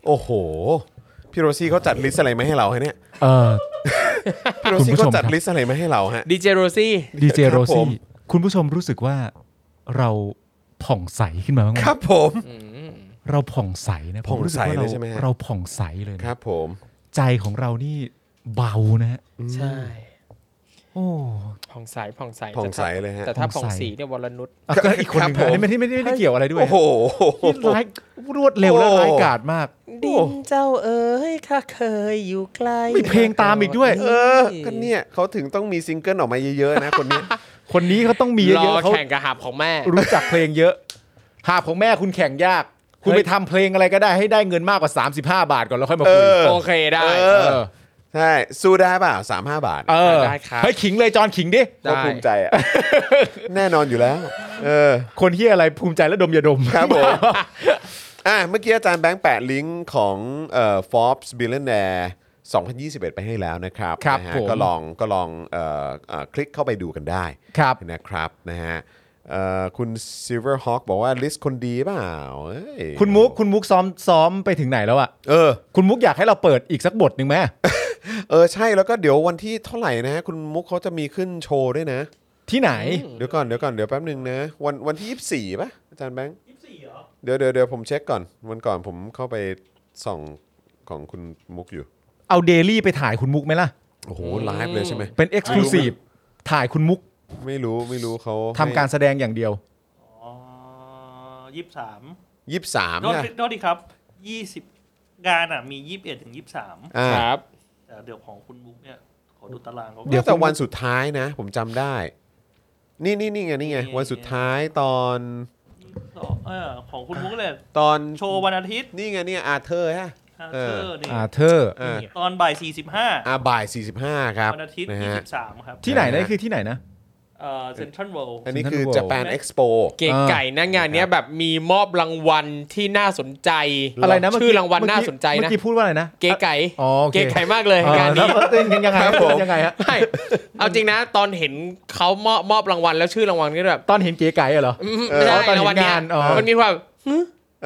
Speaker 10: โอ้โห พี่โรซี่เขาจัดลิสต์อะไรมาให้เราฮะ เนี่ย
Speaker 3: เออ
Speaker 10: พี่โรซี่
Speaker 3: คุณผู้ช
Speaker 10: เขา
Speaker 3: ม
Speaker 10: จัด
Speaker 3: ครับ
Speaker 10: ลิสต์อะไรมาให้เราฮะ
Speaker 4: ดีเจโรซี่
Speaker 3: ดีเจ
Speaker 10: ครับ
Speaker 3: โร
Speaker 10: ผ
Speaker 3: ซี่
Speaker 10: ม
Speaker 3: คุณผู้ชมรู้สึกว่าเราผ่องใสขึ้นมาบ้างไหม
Speaker 10: ครับผม
Speaker 3: เราผ่องใสนะผม
Speaker 2: ผ่อง
Speaker 3: รู้สึก
Speaker 2: ใส
Speaker 3: ว่า
Speaker 2: เลย
Speaker 3: รา
Speaker 2: ใช่ไหมฮะ
Speaker 3: เราผ่องใสเลยนะครับ
Speaker 2: ผม
Speaker 3: ใจของเรานี่เบานะฮะ
Speaker 4: ใช่
Speaker 3: โอ้
Speaker 4: ผ่องใสผ่องใส
Speaker 2: ผ่องใสเลยฮะ
Speaker 4: แต่ถ้า
Speaker 3: ผ่
Speaker 4: ผ่
Speaker 3: อ
Speaker 4: อง ง
Speaker 3: ใส
Speaker 4: สีเนี่ยวรนุช
Speaker 3: อ่ะก็อีกคนหนึง
Speaker 2: ครับผม
Speaker 3: นะไม่ได้ไม่ได้ไม่ได้เกี่ยวอะไรด้วย
Speaker 2: โอ้โห
Speaker 3: ที่ร้ายรวดเร็วและร้ายกาจมาก
Speaker 9: ดินเจ้าเอ๋ยข้าเคยอยู่ไกล
Speaker 3: มีเพลงตามอีกด้วย
Speaker 2: เออก็เนี่ยเขาถึงต้องมีซิงเกิลออกมาเยอะๆนะคน เนี้ย
Speaker 3: คนนี้เขาต้องมี
Speaker 4: ร
Speaker 3: เย
Speaker 4: อ
Speaker 3: อะๆเขา
Speaker 4: แข่งกับหับของแม่
Speaker 3: รู้จักเพลงเยอะหาบของแม่คุณแข่งยาก คุณ
Speaker 4: เฮ้
Speaker 3: ไป
Speaker 4: ย
Speaker 3: ทำเพลงอะไรก็ได้ให้ได้เงินมากกว่า 35 บาทก่อนแล้วค่อยมาคุย
Speaker 2: เออ
Speaker 4: โอเคได้
Speaker 2: เอ
Speaker 3: เอ
Speaker 2: อ
Speaker 3: อ
Speaker 2: ใช่สู้ได้เปล่าสามห้าบาท
Speaker 3: เออ
Speaker 4: ได้ครับ
Speaker 3: เฮ้ยขิงเลยจอนขิงดิ
Speaker 2: ก็ภูมิใจอ่ะ แน่นอนอยู่แล้ว เออ
Speaker 3: คนที่อะไรภูมิใจและดมยาดม
Speaker 2: ครับผม อ่ะเมื่อกี้อาจารย์แบงค์แปะลิงก์ของเอ่อ Forbes Billionaire 2021 ไปให้แล้วนะครับ
Speaker 3: ครับ
Speaker 2: นะฮะ
Speaker 3: ผม
Speaker 2: ก็ลองก็ลองเอ่อเอ่อคลิกเข้าไปดูกันได้
Speaker 3: ครับ
Speaker 2: นะครับนะฮะเอ่อคุณ Silver Hawk บอกว่า ลิสต์คนดีเปล่าเอ้ย
Speaker 3: คุณมุกคุณมุกซ้อมซ้อมไปถึงไหนแล้วอะ
Speaker 2: เออ
Speaker 3: คุณมุกอยากให้เราเปิดอีกสักบทหนึ่งไหม
Speaker 2: เออ ใช่แล้วก็เดี๋ยววันที่เท่าไหร่นะ คุณมุกเขาจะมีขึ้นโชว์ด้วยนะ
Speaker 3: ที่ไหน
Speaker 2: เดี๋ยวก่อนเดี๋ยวก่อนเดี๋ยวแป๊บหนึ่งนะ วันวันที่ 24ป่ะอาจารย์แบงค์
Speaker 5: ยี่สิบสี่เหรอ
Speaker 2: เดี๋ยวเดี๋ยวเดี๋ยวผมเช็คก่อน วันก่อนผมเข้าไปส่องของคุณมุกอยู่
Speaker 3: เอาเดลี่ไปถ่ายคุณมุกไหมล่ะ
Speaker 2: โอ้โหไลฟ์เลยใช่ไหม
Speaker 3: เป็นเอ็กซ์คลูซีฟถ่ายคุณมุก
Speaker 2: ไม่รู้ไม่รู้เขา
Speaker 3: ทำการแสดงอย่างเดียว
Speaker 5: อ๋อยี่สิบสาม
Speaker 2: ยี่สิบสาม
Speaker 5: โทษ
Speaker 2: นะ
Speaker 5: โทษดีครับยี่สิบงานอ่ะมียี่สิบเอ็ดถึงยี่สิบสาม
Speaker 2: อ่า
Speaker 4: ครับ
Speaker 5: แต่เดี๋ยวของคุณบุ๊กเนี่ย ขอดูตารางเขา
Speaker 2: เดี๋ยว
Speaker 5: ก่
Speaker 2: แต่
Speaker 5: อน
Speaker 2: วันสุดท้ายนะ ผมจำได้ นี่นี่นี่ไงนี่ไง
Speaker 5: นี่
Speaker 2: วันสุดท้ายตอน
Speaker 5: เออของคุณบุ๊กเลย
Speaker 2: ตอน
Speaker 5: โชว์วันอาทิตย์
Speaker 2: นี่ไงเนี่ยอาเธอร์ฮะ
Speaker 5: อา
Speaker 2: เอ
Speaker 5: เธ
Speaker 2: อ
Speaker 5: อร์นี่
Speaker 3: อาเธอร์
Speaker 2: อ่า
Speaker 5: ตอนบ่ายสี่สิบห้า
Speaker 2: อ่าบ่าย 45 ครับ
Speaker 5: วันอาทิตย์
Speaker 2: นะ
Speaker 5: ยี่
Speaker 2: ฮะ
Speaker 5: สิบสามครับ
Speaker 3: ที่ไหน
Speaker 2: นะ
Speaker 3: นะ
Speaker 2: ฮะ
Speaker 3: คือที่ไหนนะ
Speaker 5: เอ่อเซ็นทรัลเวิลด์
Speaker 2: อันนี้คือ
Speaker 3: Central World
Speaker 2: Japan Expo
Speaker 4: เก๋ไก่นะงานเนี้ยแบบมีมอบรางวัลที่น่าสนใจ
Speaker 3: อะไรนะเมื่
Speaker 4: ชื่อรางวัลน่า
Speaker 3: เมื่อกี้
Speaker 4: สนใจ
Speaker 3: เมื่
Speaker 4: นะ
Speaker 3: อกี้พูดว่าอะไรนะ
Speaker 4: เก๋ไก่
Speaker 3: อ๋อโอเค
Speaker 4: เก๋ไก่มากเลย
Speaker 3: เออง
Speaker 4: านนี้
Speaker 3: แล้วเป็นยังไงฮะเป็นยังไงฮะ
Speaker 4: ใช่เอาจริงนะตอนเห็นเขามอบมอบรางวัลแล้วชื่อรางวัลก็แบบ
Speaker 3: ตอนเห็นเก๋ไก่เหรอ
Speaker 4: อืมไม่
Speaker 3: เออตอ
Speaker 4: ใช่
Speaker 3: นเห็น
Speaker 4: รางวัลเนี้ย
Speaker 3: งานอ๋อ
Speaker 4: มันมีความฮึ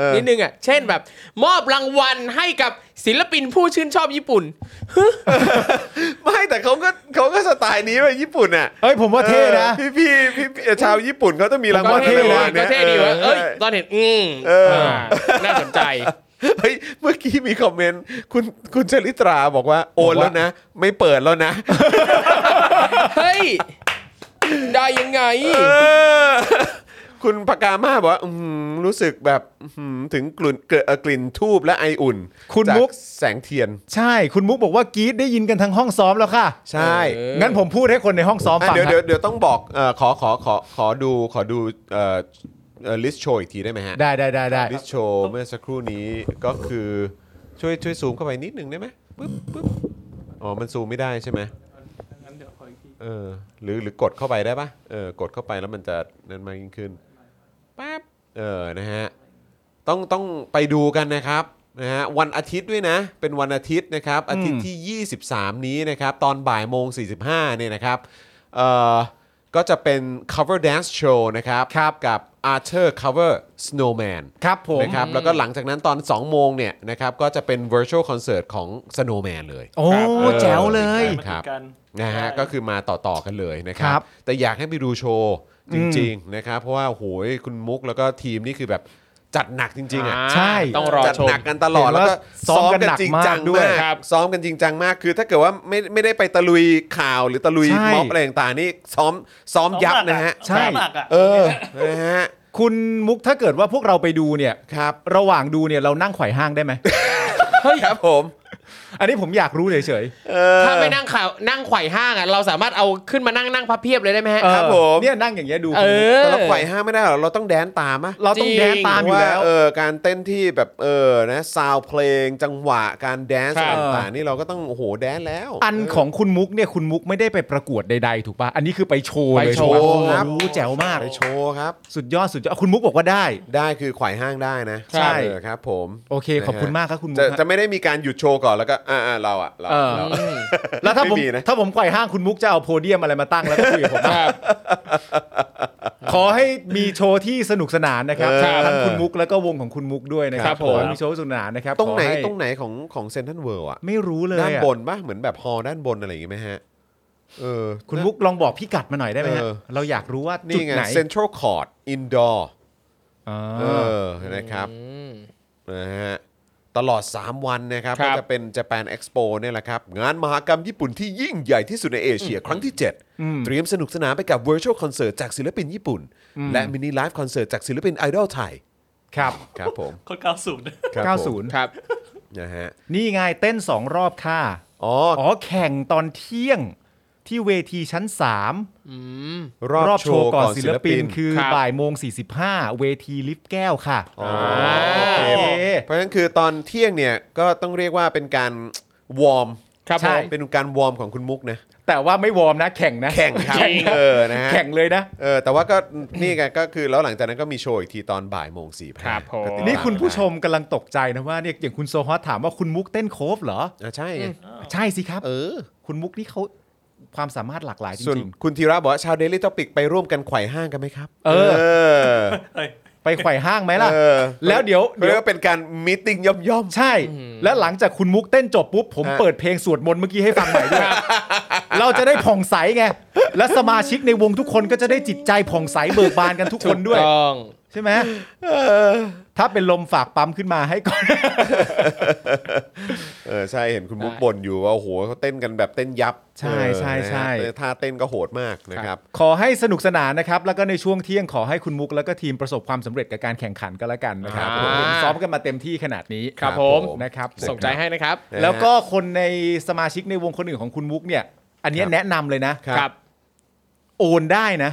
Speaker 2: เออ
Speaker 4: นิดนึงอ่ะเช่นแบบ มอบรางวัลให้กับศิลปินผู้ชื่นชอบญี่ปุ่น
Speaker 2: ไม่แต่เขาก็เขาก็สไตล์นี้ไปญี่ปุ่นอ่ะ
Speaker 3: เอ้ยผมว่าเท่นะ
Speaker 2: พี่พี่พี่พี่ชาวญี่ปุ่นเขาต้องมีรางวัล
Speaker 4: ก็เท่
Speaker 2: อะไร
Speaker 4: ดี
Speaker 2: วะ
Speaker 4: ก็เท่ดีวะ
Speaker 2: เนี่ยเออ
Speaker 4: เอ้ยต
Speaker 2: เออ
Speaker 4: อนเห็นอืม
Speaker 2: เอออ่
Speaker 4: าน่าสนใจ
Speaker 2: เฮ้ยเมื่อกี้มีคอมเมนต์คุณคุณชลิตราบอกว่าโอนแล้วนะ ไม่เปิดแล้วนะ
Speaker 4: เฮ้ย ได้ยังไง
Speaker 2: เออ คุณปากามาบอกว่าอื้อหือรู้สึกแบบอื้อหือถึงกลิ่นเกิดเอ่อกลิ่นทูบและไออุ่น
Speaker 3: คุณ
Speaker 2: จาก
Speaker 3: มุก
Speaker 2: แสงเทียน
Speaker 3: ใช่คุณมุกบอกว่ากรีดได้ยินกันทั้งห้องซ้อมแล้วค่ะ
Speaker 2: ใช่
Speaker 4: เออ
Speaker 3: งั้นผมพูดให้คนในห้องซ้อมฟั
Speaker 2: อ่ะ
Speaker 3: ง
Speaker 2: เดี๋ยว
Speaker 3: ฮะ
Speaker 2: เดี๋ยวเดี๋ยวต้องบอกเอ่อขอขอขอขอดูขอดูเอ่อลิสโชอีกทีได้ไหมฮะ
Speaker 3: ได้ได้ได้ได้
Speaker 2: ดิสโชว์เมื่อสักครู่นี้ก็คือช่วยช่วยซูมเข้าไปนิดหนึ่งได้ไหมปึ๊บปึ๊บอ๋อ มันซูมไม่ได้ใช่ไหม
Speaker 5: งั้นเดี๋ยวขออีกที
Speaker 2: เออหรือหรือกดเข้าไปได้ปะเออกดเข้าไปแล้วมันจะนั่นมากยิ่งขึ้นปั๊บเออนะฮะต้องต้องไปดูกันนะครับนะฮะวันอาทิตย์ด้วยนะ เป็นวันอาทิตย์นะครับ อาทิตย์ที่ 23 นี้นะครับ ตอนบ่ายโมง 45เนี่ยนะครับเอ่อก็จะเป็น cover dance show นะครับครับกับ Arthur cover Snowman
Speaker 3: ครับผม
Speaker 2: นะครับแล้วก็หลังจากนั้นตอน 2 โมงเนี่ยนะครับก็จะเป็น virtual concert ของ Snowman เลย
Speaker 3: โอ้แจ๋วเลย
Speaker 2: เออ
Speaker 5: มาติดกัน
Speaker 2: นะฮะ
Speaker 5: ใช่
Speaker 2: ก็คือมาต่อ ๆ กันเลยนะครั
Speaker 3: ครับ บ
Speaker 2: แต่อยากให้ไปดูโชว์จริง ๆ นะครับ เพราะว่าโอ้โหยคุณมุกแล้วก็ทีมนี่คือแบบจัดหนักจริง ๆ อ่ะ
Speaker 3: ใช่
Speaker 4: ต้องรอ
Speaker 2: จัด
Speaker 4: ชม
Speaker 2: หนักกันตลอด
Speaker 3: เห็นว่า
Speaker 2: แล้วก็
Speaker 3: ซ้อมกันหนัก
Speaker 2: จริง
Speaker 3: มาก
Speaker 2: จัง
Speaker 3: ด้วย
Speaker 2: มาก
Speaker 4: ครับ
Speaker 2: ซ้อมกันจริงจังมากคือถ้าเกิดว่าไม่ไม่ได้ไปตะลุยข่าวหรือตะลุย
Speaker 3: ใช่
Speaker 2: ม็อบอะไรต่างๆนี่ซ้อมซ้อมยับนะฮะ
Speaker 3: ใช่
Speaker 5: ซ้อมหนักอะ
Speaker 2: เออนะฮะ
Speaker 3: คุณมุกถ้าเกิดว่าพวกเราไปดูเนี่ย
Speaker 2: ครับ
Speaker 3: ระหว่างดูเนี่ยเรานั่งไขว่ห้างได้ไหม
Speaker 2: ครับผม
Speaker 3: อันนี้ผมอยากรู้เฉย
Speaker 2: เออ
Speaker 4: ถ้าไม่นั่งข่าวนั่งไขว่ห้างอ่ะเราสามารถเอาขึ้นมานั่งนั่งพับเพียบเลยได้ไหมฮะ
Speaker 3: ๆเออ
Speaker 2: ครับผม
Speaker 3: เนี่ยนั่งอย่างเงี้ยดู
Speaker 4: เออ
Speaker 2: แต่เราปล่อยห้ามไม่ได้หรอกเราต้องแดนตามอะ
Speaker 3: เราต้องแดนตามอยู่แล้ว
Speaker 2: เออการเต้นที่แบบเออนะซาวเพลงจังหวะการแดนซ์
Speaker 4: ครับ
Speaker 2: ต่างๆนี่เราก็ต้องโอ้โหแดนแล้ว
Speaker 3: อันของคุณมุกเนี่ยคุณมุกไม่ได้ไปประกวดใดๆถูกป่ะ อันนี้คือไปโชว์เลย
Speaker 4: ไปโชว์
Speaker 3: ถูกปะโอ้โหแจ๋วมาก
Speaker 2: ไปโชว์ครับ
Speaker 3: สุดยอดสุดยอดคุณมุกบอกว่าได้
Speaker 2: ได้คือไขว่ห้างได้นะ
Speaker 3: ใช่
Speaker 2: เออครับ ผม
Speaker 3: โอเค ขอบคุณมากครับคุณมุก
Speaker 2: จะจะ
Speaker 3: ฮะ
Speaker 2: ไม่ได้มีการหยุดโชว์ก่อนแล้วก็อ่าๆเราอะเรา
Speaker 3: เออ
Speaker 2: เรา
Speaker 3: แล้วถ้าผม
Speaker 2: ไม่มีนะ
Speaker 3: ถ้าผมไขว่ห้างคุณมุกจะเอาโพเดียมอะไรมาตั้งแล้วก็คุยกับ ผมนะขอให้มีโชว์ที่สนุกสนานนะครับ
Speaker 2: ครับ
Speaker 3: ทั้งคุณมุกแล้วก็วงของคุณมุกด้วยนะค
Speaker 2: ครั
Speaker 3: รับบ ข
Speaker 2: ผม
Speaker 3: อให้มีโชว์สนุกสนานนะครับ
Speaker 2: ตรงไหน
Speaker 3: ขอให้
Speaker 2: ตรงไหนของของเซนทันเวิร์อะ
Speaker 3: ไม่รู้เลย
Speaker 2: ด้าน
Speaker 3: อะ
Speaker 2: บนปะเหมือนแบบฮอลด้านบนอะไรอย่างงี้ไหมฮะเออ
Speaker 3: คุณมุกลองบอกพี่กัดมาหน่อยได้ไหมฮะ
Speaker 2: เออ
Speaker 3: เราอยากรู้ว่าจุด
Speaker 2: นี่ไง
Speaker 3: ไหน
Speaker 2: เซ็นทรัลคอร์ดอินดอร์
Speaker 3: อ่า
Speaker 2: เออนะครับ
Speaker 4: อืม
Speaker 2: นะฮะตลอด 3 วันนะครับ
Speaker 4: ครั
Speaker 2: ก็
Speaker 4: บ
Speaker 2: จะเป็น Japan Expo เนี่ยแหละครับ งานมหกรรมญี่ปุ่นที่ยิ่งใหญ่ที่สุดในเอเชียครั้งที่ 7 เตรียมสนุกสนานไปกับ Virtual Concert จากศิลปินญี่ปุ่น และมินิไลฟ์คอนเสิร์ตจากศิลปินไอดอลไทย
Speaker 3: ครับ
Speaker 2: ครับผม
Speaker 5: คนเก้าสูง
Speaker 2: ครับผม
Speaker 3: 90
Speaker 4: ครับ
Speaker 2: นะฮะ
Speaker 3: นี่ไงเต้น 2 รอบค่ะ
Speaker 2: อ๋อ
Speaker 3: อ๋อแข่งตอนเที่ยงที่เวทีชั้น 3
Speaker 2: รอบ
Speaker 3: รอบโช
Speaker 2: โชว์
Speaker 3: ว์ก่
Speaker 2: ก่
Speaker 3: อ
Speaker 2: อนน
Speaker 3: ศิ
Speaker 2: ศิ
Speaker 3: ล
Speaker 2: ล
Speaker 3: ปิ
Speaker 2: ปิ
Speaker 3: น
Speaker 2: น
Speaker 3: คือ
Speaker 4: ครับ
Speaker 3: บ่ายโมง 45 เวทีลิฟต์แก้วค่ะ
Speaker 2: อ๋อ
Speaker 3: โอเค
Speaker 2: เพราะฉะนั้นคือตอนเที่ยงเนี่ยก็ต้องเรียกว่าเป็นการวอร์ม
Speaker 4: ครับผม
Speaker 2: เป็นการวอร์มของคุณมุกนะ
Speaker 3: แต่ว่าไม่วอร์มนะ แข่งนะ
Speaker 2: แข่งครับ
Speaker 4: จริง
Speaker 2: เออนะฮะ
Speaker 3: แข่งเลยนะ
Speaker 2: เออแต่ว่าก็นี่ไงก็คือแล้วหลังจากนั้นก็มีโชว์อีกทีตอนบ่ายโมงสี่
Speaker 4: ครับผม
Speaker 2: ก็ติดตาม
Speaker 3: นี่คุณผู้ช
Speaker 2: กั
Speaker 3: มกำลังตกใจนะว่าเนี่ยอย่างคุณโซฮอตถามว่าคุณมุกเต้นโคฟเหรอ
Speaker 2: นได้อ่ะใช่ไง
Speaker 3: ใช่สิครับ
Speaker 2: เออ
Speaker 3: คุณมุกนี่เขาความสามารถหลากหลายจ
Speaker 2: ส่วน
Speaker 3: ริง
Speaker 2: คุณธีระบอกว่าชาวเดลิทอปิกไปร่วมกันไขว่ห้างกันไหมครับ
Speaker 3: เออ
Speaker 2: อ
Speaker 5: เฮ้ย
Speaker 3: ๆ ไปไขว่ห้างไหมล่ะ
Speaker 2: เออ
Speaker 3: แล้วเดี๋ยว
Speaker 2: เรีย
Speaker 3: เดี๋
Speaker 2: ก
Speaker 3: ยว
Speaker 2: ว่าเป็นการมีตติ้งย่อมย่อม
Speaker 3: ใช่ และหลังจากคุณมุกเต้นจบปุ๊บ ผม
Speaker 2: ฮะ
Speaker 3: เปิดเพลงสวดมนต์เมื่อกี้ให้ฟังใหม่ด้วย เราจะได้ผ่องใสไง และสมาชิกในวงทุกคนก็จะได้จิตใจผ่องใสเบิกบานกันทุกคนด้วย
Speaker 4: ต้อง
Speaker 3: ใช่ไหมถ้าเป็นลมฝากปั๊มขึ้นมาให้ก่อน
Speaker 2: ๆเออใช่เห็นคุณมุกบ่นอยู่ว่าโอ้โหเขาเต้นกันแบบเต้นยับ
Speaker 3: ใช่ใช่
Speaker 2: เออนะฮะ
Speaker 3: ใช่
Speaker 2: ท่าเต้นก็โหดมากนะครับ
Speaker 3: ขอให้สนุกสนานนะครับ แล้วก็ในช่วงเที่ยงขอให้คุณมุกแล้วก็ทีมประสบความสำเร็จกับการแข่งขันก็แล้วกันนะครับผมเห็นซ้อมกันมาเต็มที่ขนาดนี้
Speaker 4: ครับผม
Speaker 3: นะครับ
Speaker 4: ส่งใจให้นะครับ
Speaker 2: นะฮะ
Speaker 3: แล้วก็คนในสมาชิกในวงคนอื่นของคุณมุกเนี่ย อันเนี้ย
Speaker 2: ครับ
Speaker 3: แนะนำเลยนะ
Speaker 2: ครับ
Speaker 3: โอนได้นะ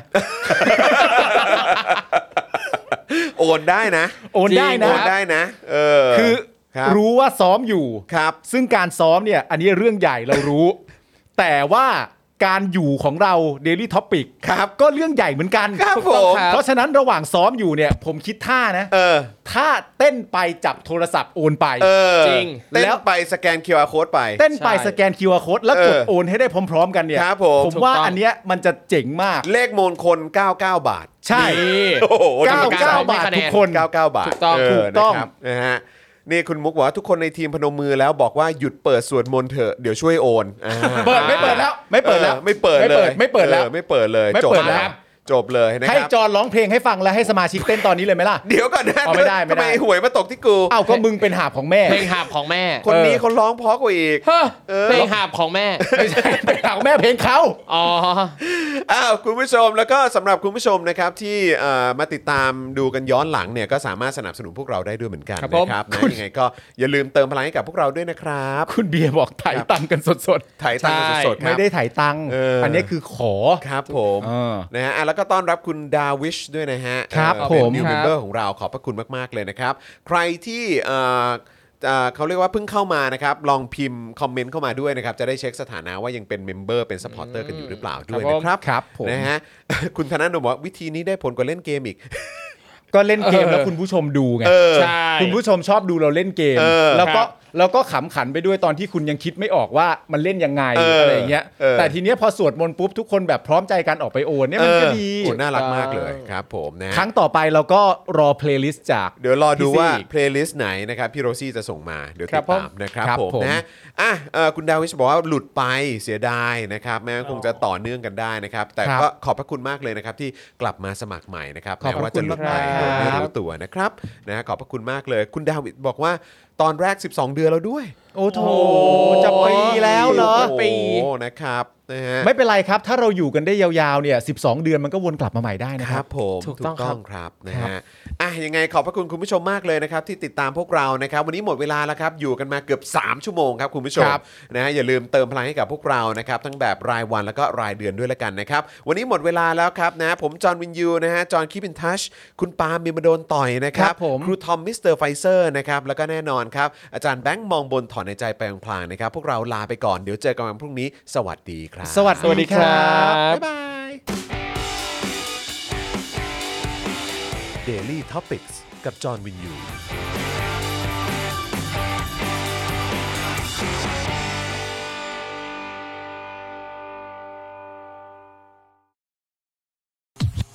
Speaker 2: โอนได้นะ
Speaker 3: โอนได้
Speaker 4: จริง
Speaker 3: นะ
Speaker 2: โอนได้นะ เออ
Speaker 3: คือ
Speaker 2: ครับ
Speaker 3: รู้ว่าซ้อมอยู่
Speaker 2: ครับ
Speaker 3: ซึ่งการซ้อมเนี่ย อันนี้เรื่องใหญ่เรารู้ แต่ว่าการอยู่ของเรา Daily Topic ครับก็เรื่องใหญ่เหมือนกัน
Speaker 2: ครับผม
Speaker 3: เพราะฉะนั้นระหว่างซ้อมอยู่เนี่ย ผมคิดท่านะ
Speaker 2: เออ
Speaker 3: ถ้าเต้นไปจับโทรศัพท์โอนไป
Speaker 2: เออ
Speaker 4: จริง
Speaker 2: เต้น
Speaker 3: แล้ว
Speaker 2: ไปสแกน QR code ไป
Speaker 3: เต้นไป
Speaker 4: ใช่
Speaker 3: สแกน QR code แล้วกด
Speaker 2: เออ
Speaker 3: โอนให้ได้พร้อม ๆ กันเนี่ย
Speaker 2: ครับผม
Speaker 3: ผมว่าอันเนี้ยมันจะเจ๋งมาก
Speaker 2: เลขมงคล 99 บาท
Speaker 3: ใช่
Speaker 4: นี่
Speaker 2: โอ้โห
Speaker 3: เก้าเก้าบาททุกคน
Speaker 2: 99 บาท
Speaker 4: ถูกต้อง
Speaker 2: เ
Speaker 3: ถูกต้อง
Speaker 2: นะครับนะฮะนี่คุณมุกบอกว่าทุกคนในทีมพนมมือแล้วบอกว่าหยุดเปิดสวดมนต์เถอะ เดี๋ยวช่วยโอนอ่า
Speaker 3: เปิดไม่เปิดแล้ว ไม่เปิดแล้ว
Speaker 2: ออไม่เปิดเลย
Speaker 3: ไม่เปิดแล้ว
Speaker 2: ออไม่เปิดเลย
Speaker 3: ไม่
Speaker 2: จบ
Speaker 3: เปิด
Speaker 2: แล้ว
Speaker 3: ครับ
Speaker 2: จบเลยนะ
Speaker 3: ให้
Speaker 2: ครับ
Speaker 3: จอร้องเพลงให้ฟังแล้วให้สมาชิกเต้นตอนนี้เลยไหมล่ะ
Speaker 2: เดี๋ยวก่อนนะ
Speaker 3: อ๋อไม่ได้ไม่ได้
Speaker 2: ทำไมหวยมาตกที่กู
Speaker 3: เอ้าก็มึงเป็นหาบของแม่
Speaker 4: เพลงหาบของแม่
Speaker 2: คนนี้เขาร้องเพราะกว่าอีก
Speaker 4: เฮ้อ
Speaker 2: เออ
Speaker 4: เพลงหาบของแม่
Speaker 3: ไม่ใช่เป็นหาบของแม่เพลงเขา
Speaker 4: อ๋อ
Speaker 2: อ้าวคุณผู้ชมแล้วก็สำหรับคุณผู้ชมนะครับที่เอ่อมาติดตามดูกันย้อนหลังเนี่ยก็สามารถสนับสนุนพวกเราได้ด้วยเหมือนกัน
Speaker 4: ครับผม
Speaker 2: นะครับนะยังไงก็อย่าลืมเติมพลังให้กับพวกเราด้วยนะครับ
Speaker 3: คุณเบียร์บอกถ่ายตังค์กันสด
Speaker 2: ถ่ายตังค์กันสดๆ
Speaker 3: ๆ
Speaker 2: ค
Speaker 3: ไม่
Speaker 2: รับ
Speaker 3: ได้ถ่ายตังค์
Speaker 2: เอออั
Speaker 3: อันนี้คือขอ
Speaker 2: ครับผม
Speaker 3: เออ
Speaker 2: นะฮะอ่ะแล้วก็ต้อนรับคุณดาวิชด้วยนะฮะ
Speaker 3: ครับ
Speaker 2: เอ่อเป็น
Speaker 3: ผม
Speaker 2: new
Speaker 4: ครับ
Speaker 2: member ของเราขอบพระคุณมาก ๆ เลยนะครับ ใครที่เอ่อเอ่อเขาเรียกว่าเพิ่งเข้ามานะครับ ลองพิมพ์คอมเมนต์เข้ามาด้วยนะครับ จะได้เช็คสถานะว่ายังเป็นเมมเบอร์เป็นสปอร์เตอร์กันอยู่หรือเปล่าด้วยนะครับ
Speaker 3: ครับผม
Speaker 2: นะฮ ะ คุณธนาโนมบอกว่าวิธีนี้ได้ผลกว่าเล่นเกมอีก
Speaker 3: ก็เล่นเกม
Speaker 4: เออ
Speaker 3: แล้วคุณผู้ชมดูไง
Speaker 2: เออ
Speaker 4: ใช่
Speaker 3: คุณผู้ชมชอบดูเราเล่นเกม
Speaker 2: เออ
Speaker 3: แล้วก็
Speaker 4: ครับ
Speaker 3: แล้วก็ขำขันไปด้วยตอนที่คุณยังคิดไม่ออกว่ามันเล่นยังไง
Speaker 2: เอออ
Speaker 3: อะไรอย่างเงี้ย
Speaker 2: เออ
Speaker 3: แต่ทีเนี้ยพอสวดมนต์ปุ๊บทุกคนแบบพร้อมใจกันออกไปโอนเนี่ยมันก็ดี
Speaker 2: โอ้น่ารักมากเลยครับผมนะฮะ
Speaker 3: ครั้งต่อไปเราก็รอเพลย์ลิสต์จาก
Speaker 2: เดี๋ยวรอดูว่า
Speaker 3: พี่ซี่
Speaker 2: เพลย์ลิสต์ไหนนะครับพี่โรซี่จะส่งมาเดี๋ยวติดตามนะครับ
Speaker 3: ครับ
Speaker 2: ผม
Speaker 3: ผม
Speaker 2: นะ อ่ะเอ่อคุณดาวิชบอกว่าหลุดไปเสียดายนะครับแม้ว่าคงจะต่อเนื่องกันได้นะครับ แต่
Speaker 3: ครับ
Speaker 2: ก็ขอบพระคุณมากเลยนะครับ ที่กลับมาสมัครใหม่นะครับ
Speaker 3: ขอบ
Speaker 2: แม้
Speaker 3: พระ
Speaker 2: ว่าจะหลุดไป
Speaker 3: คุณ
Speaker 2: โดย
Speaker 3: มาก
Speaker 2: ไม่
Speaker 3: ครับ
Speaker 2: รู้ตัวนะครับนะขอบพระคุณมากเลย คุณดาวิชบอกว่าตอนแรก 12 เดือนแล้วด้วย
Speaker 3: โอ้โถจะปีแล้วเหรอ
Speaker 2: โอ้โหนะครับนะฮะ
Speaker 3: ไม่เป็นไรครับ ถ้าเราอยู่กันได้ยาวๆเนี่ย 12 เดือนมันก็วนกลับมาใหม่ได้นะ
Speaker 2: ค
Speaker 3: ครั
Speaker 2: รับ บผม
Speaker 4: ถูกต้องครับ
Speaker 2: ครับนะฮะอ่ะยังไงขอบพระคุณคุณผู้ชมมากเลยนะครับที่ติดตามพวกเรานะครับ วันนี้หมดเวลาแล้วครับอยู่กันมาเกือบ 3 ชั่วโมงครับคุณผู้ชม
Speaker 3: ครับ
Speaker 2: นะฮะอย่าลืมเติมพลังให้กับพวกเรานะครับทั้งแบบรายวันแล้วก็รายเดือนด้วยละกันนะครับ วันนี้หมดเวลาแล้วครับนะผมจอห์นวินยูนะฮะจอห์นคีบินทัชคุณปาล์มบิมโดนต่อยนะครับ
Speaker 3: ครับผม
Speaker 2: ครูทอมมิสเตอร์ไฟเซอร์นะครับแล้วก็แน่นอนครับ อาจารย์แบงค์มองบนถอนในใจไปพลางๆนะครับ พวกเราลาไปก่อนเดี๋ยวเจอกันวันพรุ่งนี้ สวัสดีครับ
Speaker 3: สวัสดีครับ
Speaker 2: บ๊ายบาย Daily Topics กับจอห์นวินยู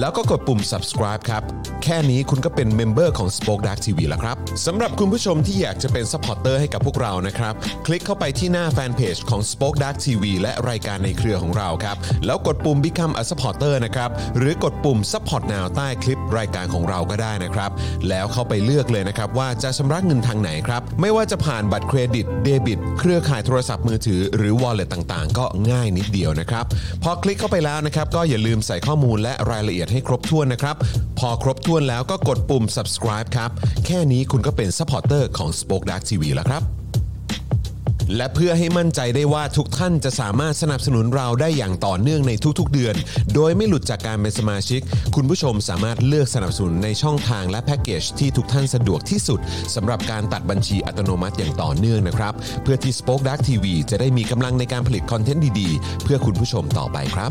Speaker 2: แล้วก็กดปุ่ม subscribe ครับ แค่นี้คุณก็เป็นเมมเบอร์ของ Spoke Dark TV แล้วครับสำหรับคุณผู้ชมที่อยากจะเป็น s u p p อร์เตอร์ให้กับพวกเรานะครับ คลิกเข้าไปที่หน้าแฟนเพจของ Spoke Dark TV และรายการในเครือของเราครับ แล้วกดปุ่ม Become a supporter นะครับ หรือกดปุ่ม support now ใต้คลิปรายการของเราก็ได้นะครับ แล้วเข้าไปเลือกเลยนะครับ ว่าจะชำระเงินทางไหนครับ ไม่ว่าจะผ่านบัตรเครดิตเดบิต เครือข่ายโทรศัพท์มือถือหรือ wallet ต่างๆ ก็ง่ายนิดเดียวนะครับ พอคลิกเข้าไปแล้วนะครับ ก็อย่าลืมใส่ข้อมูลและรายละเอียดให้ครบถ้วนนะครับ พอครบถ้วนแล้วก็กดปุ่ม subscribe ครับ แค่นี้คุณก็เป็น supporter ของ Spoke Dark TV แล้วครับ และเพื่อให้มั่นใจได้ว่าทุกท่านจะสามารถสนับสนุนเราได้อย่างต่อเนื่องในทุกๆเดือน โดยไม่หลุดจากการเป็นสมาชิก คุณผู้ชมสามารถเลือกสนับสนุนในช่องทางและแพ็กเกจที่ทุกท่านสะดวกที่สุดสำหรับการตัดบัญชีอัตโนมัติอย่างต่อเนื่องนะครับ เพื่อที่ Spoke Dark TV จะได้มีกำลังในการผลิตคอนเทนต์ดีๆ เพื่อคุณผู้ชมต่อไปครับ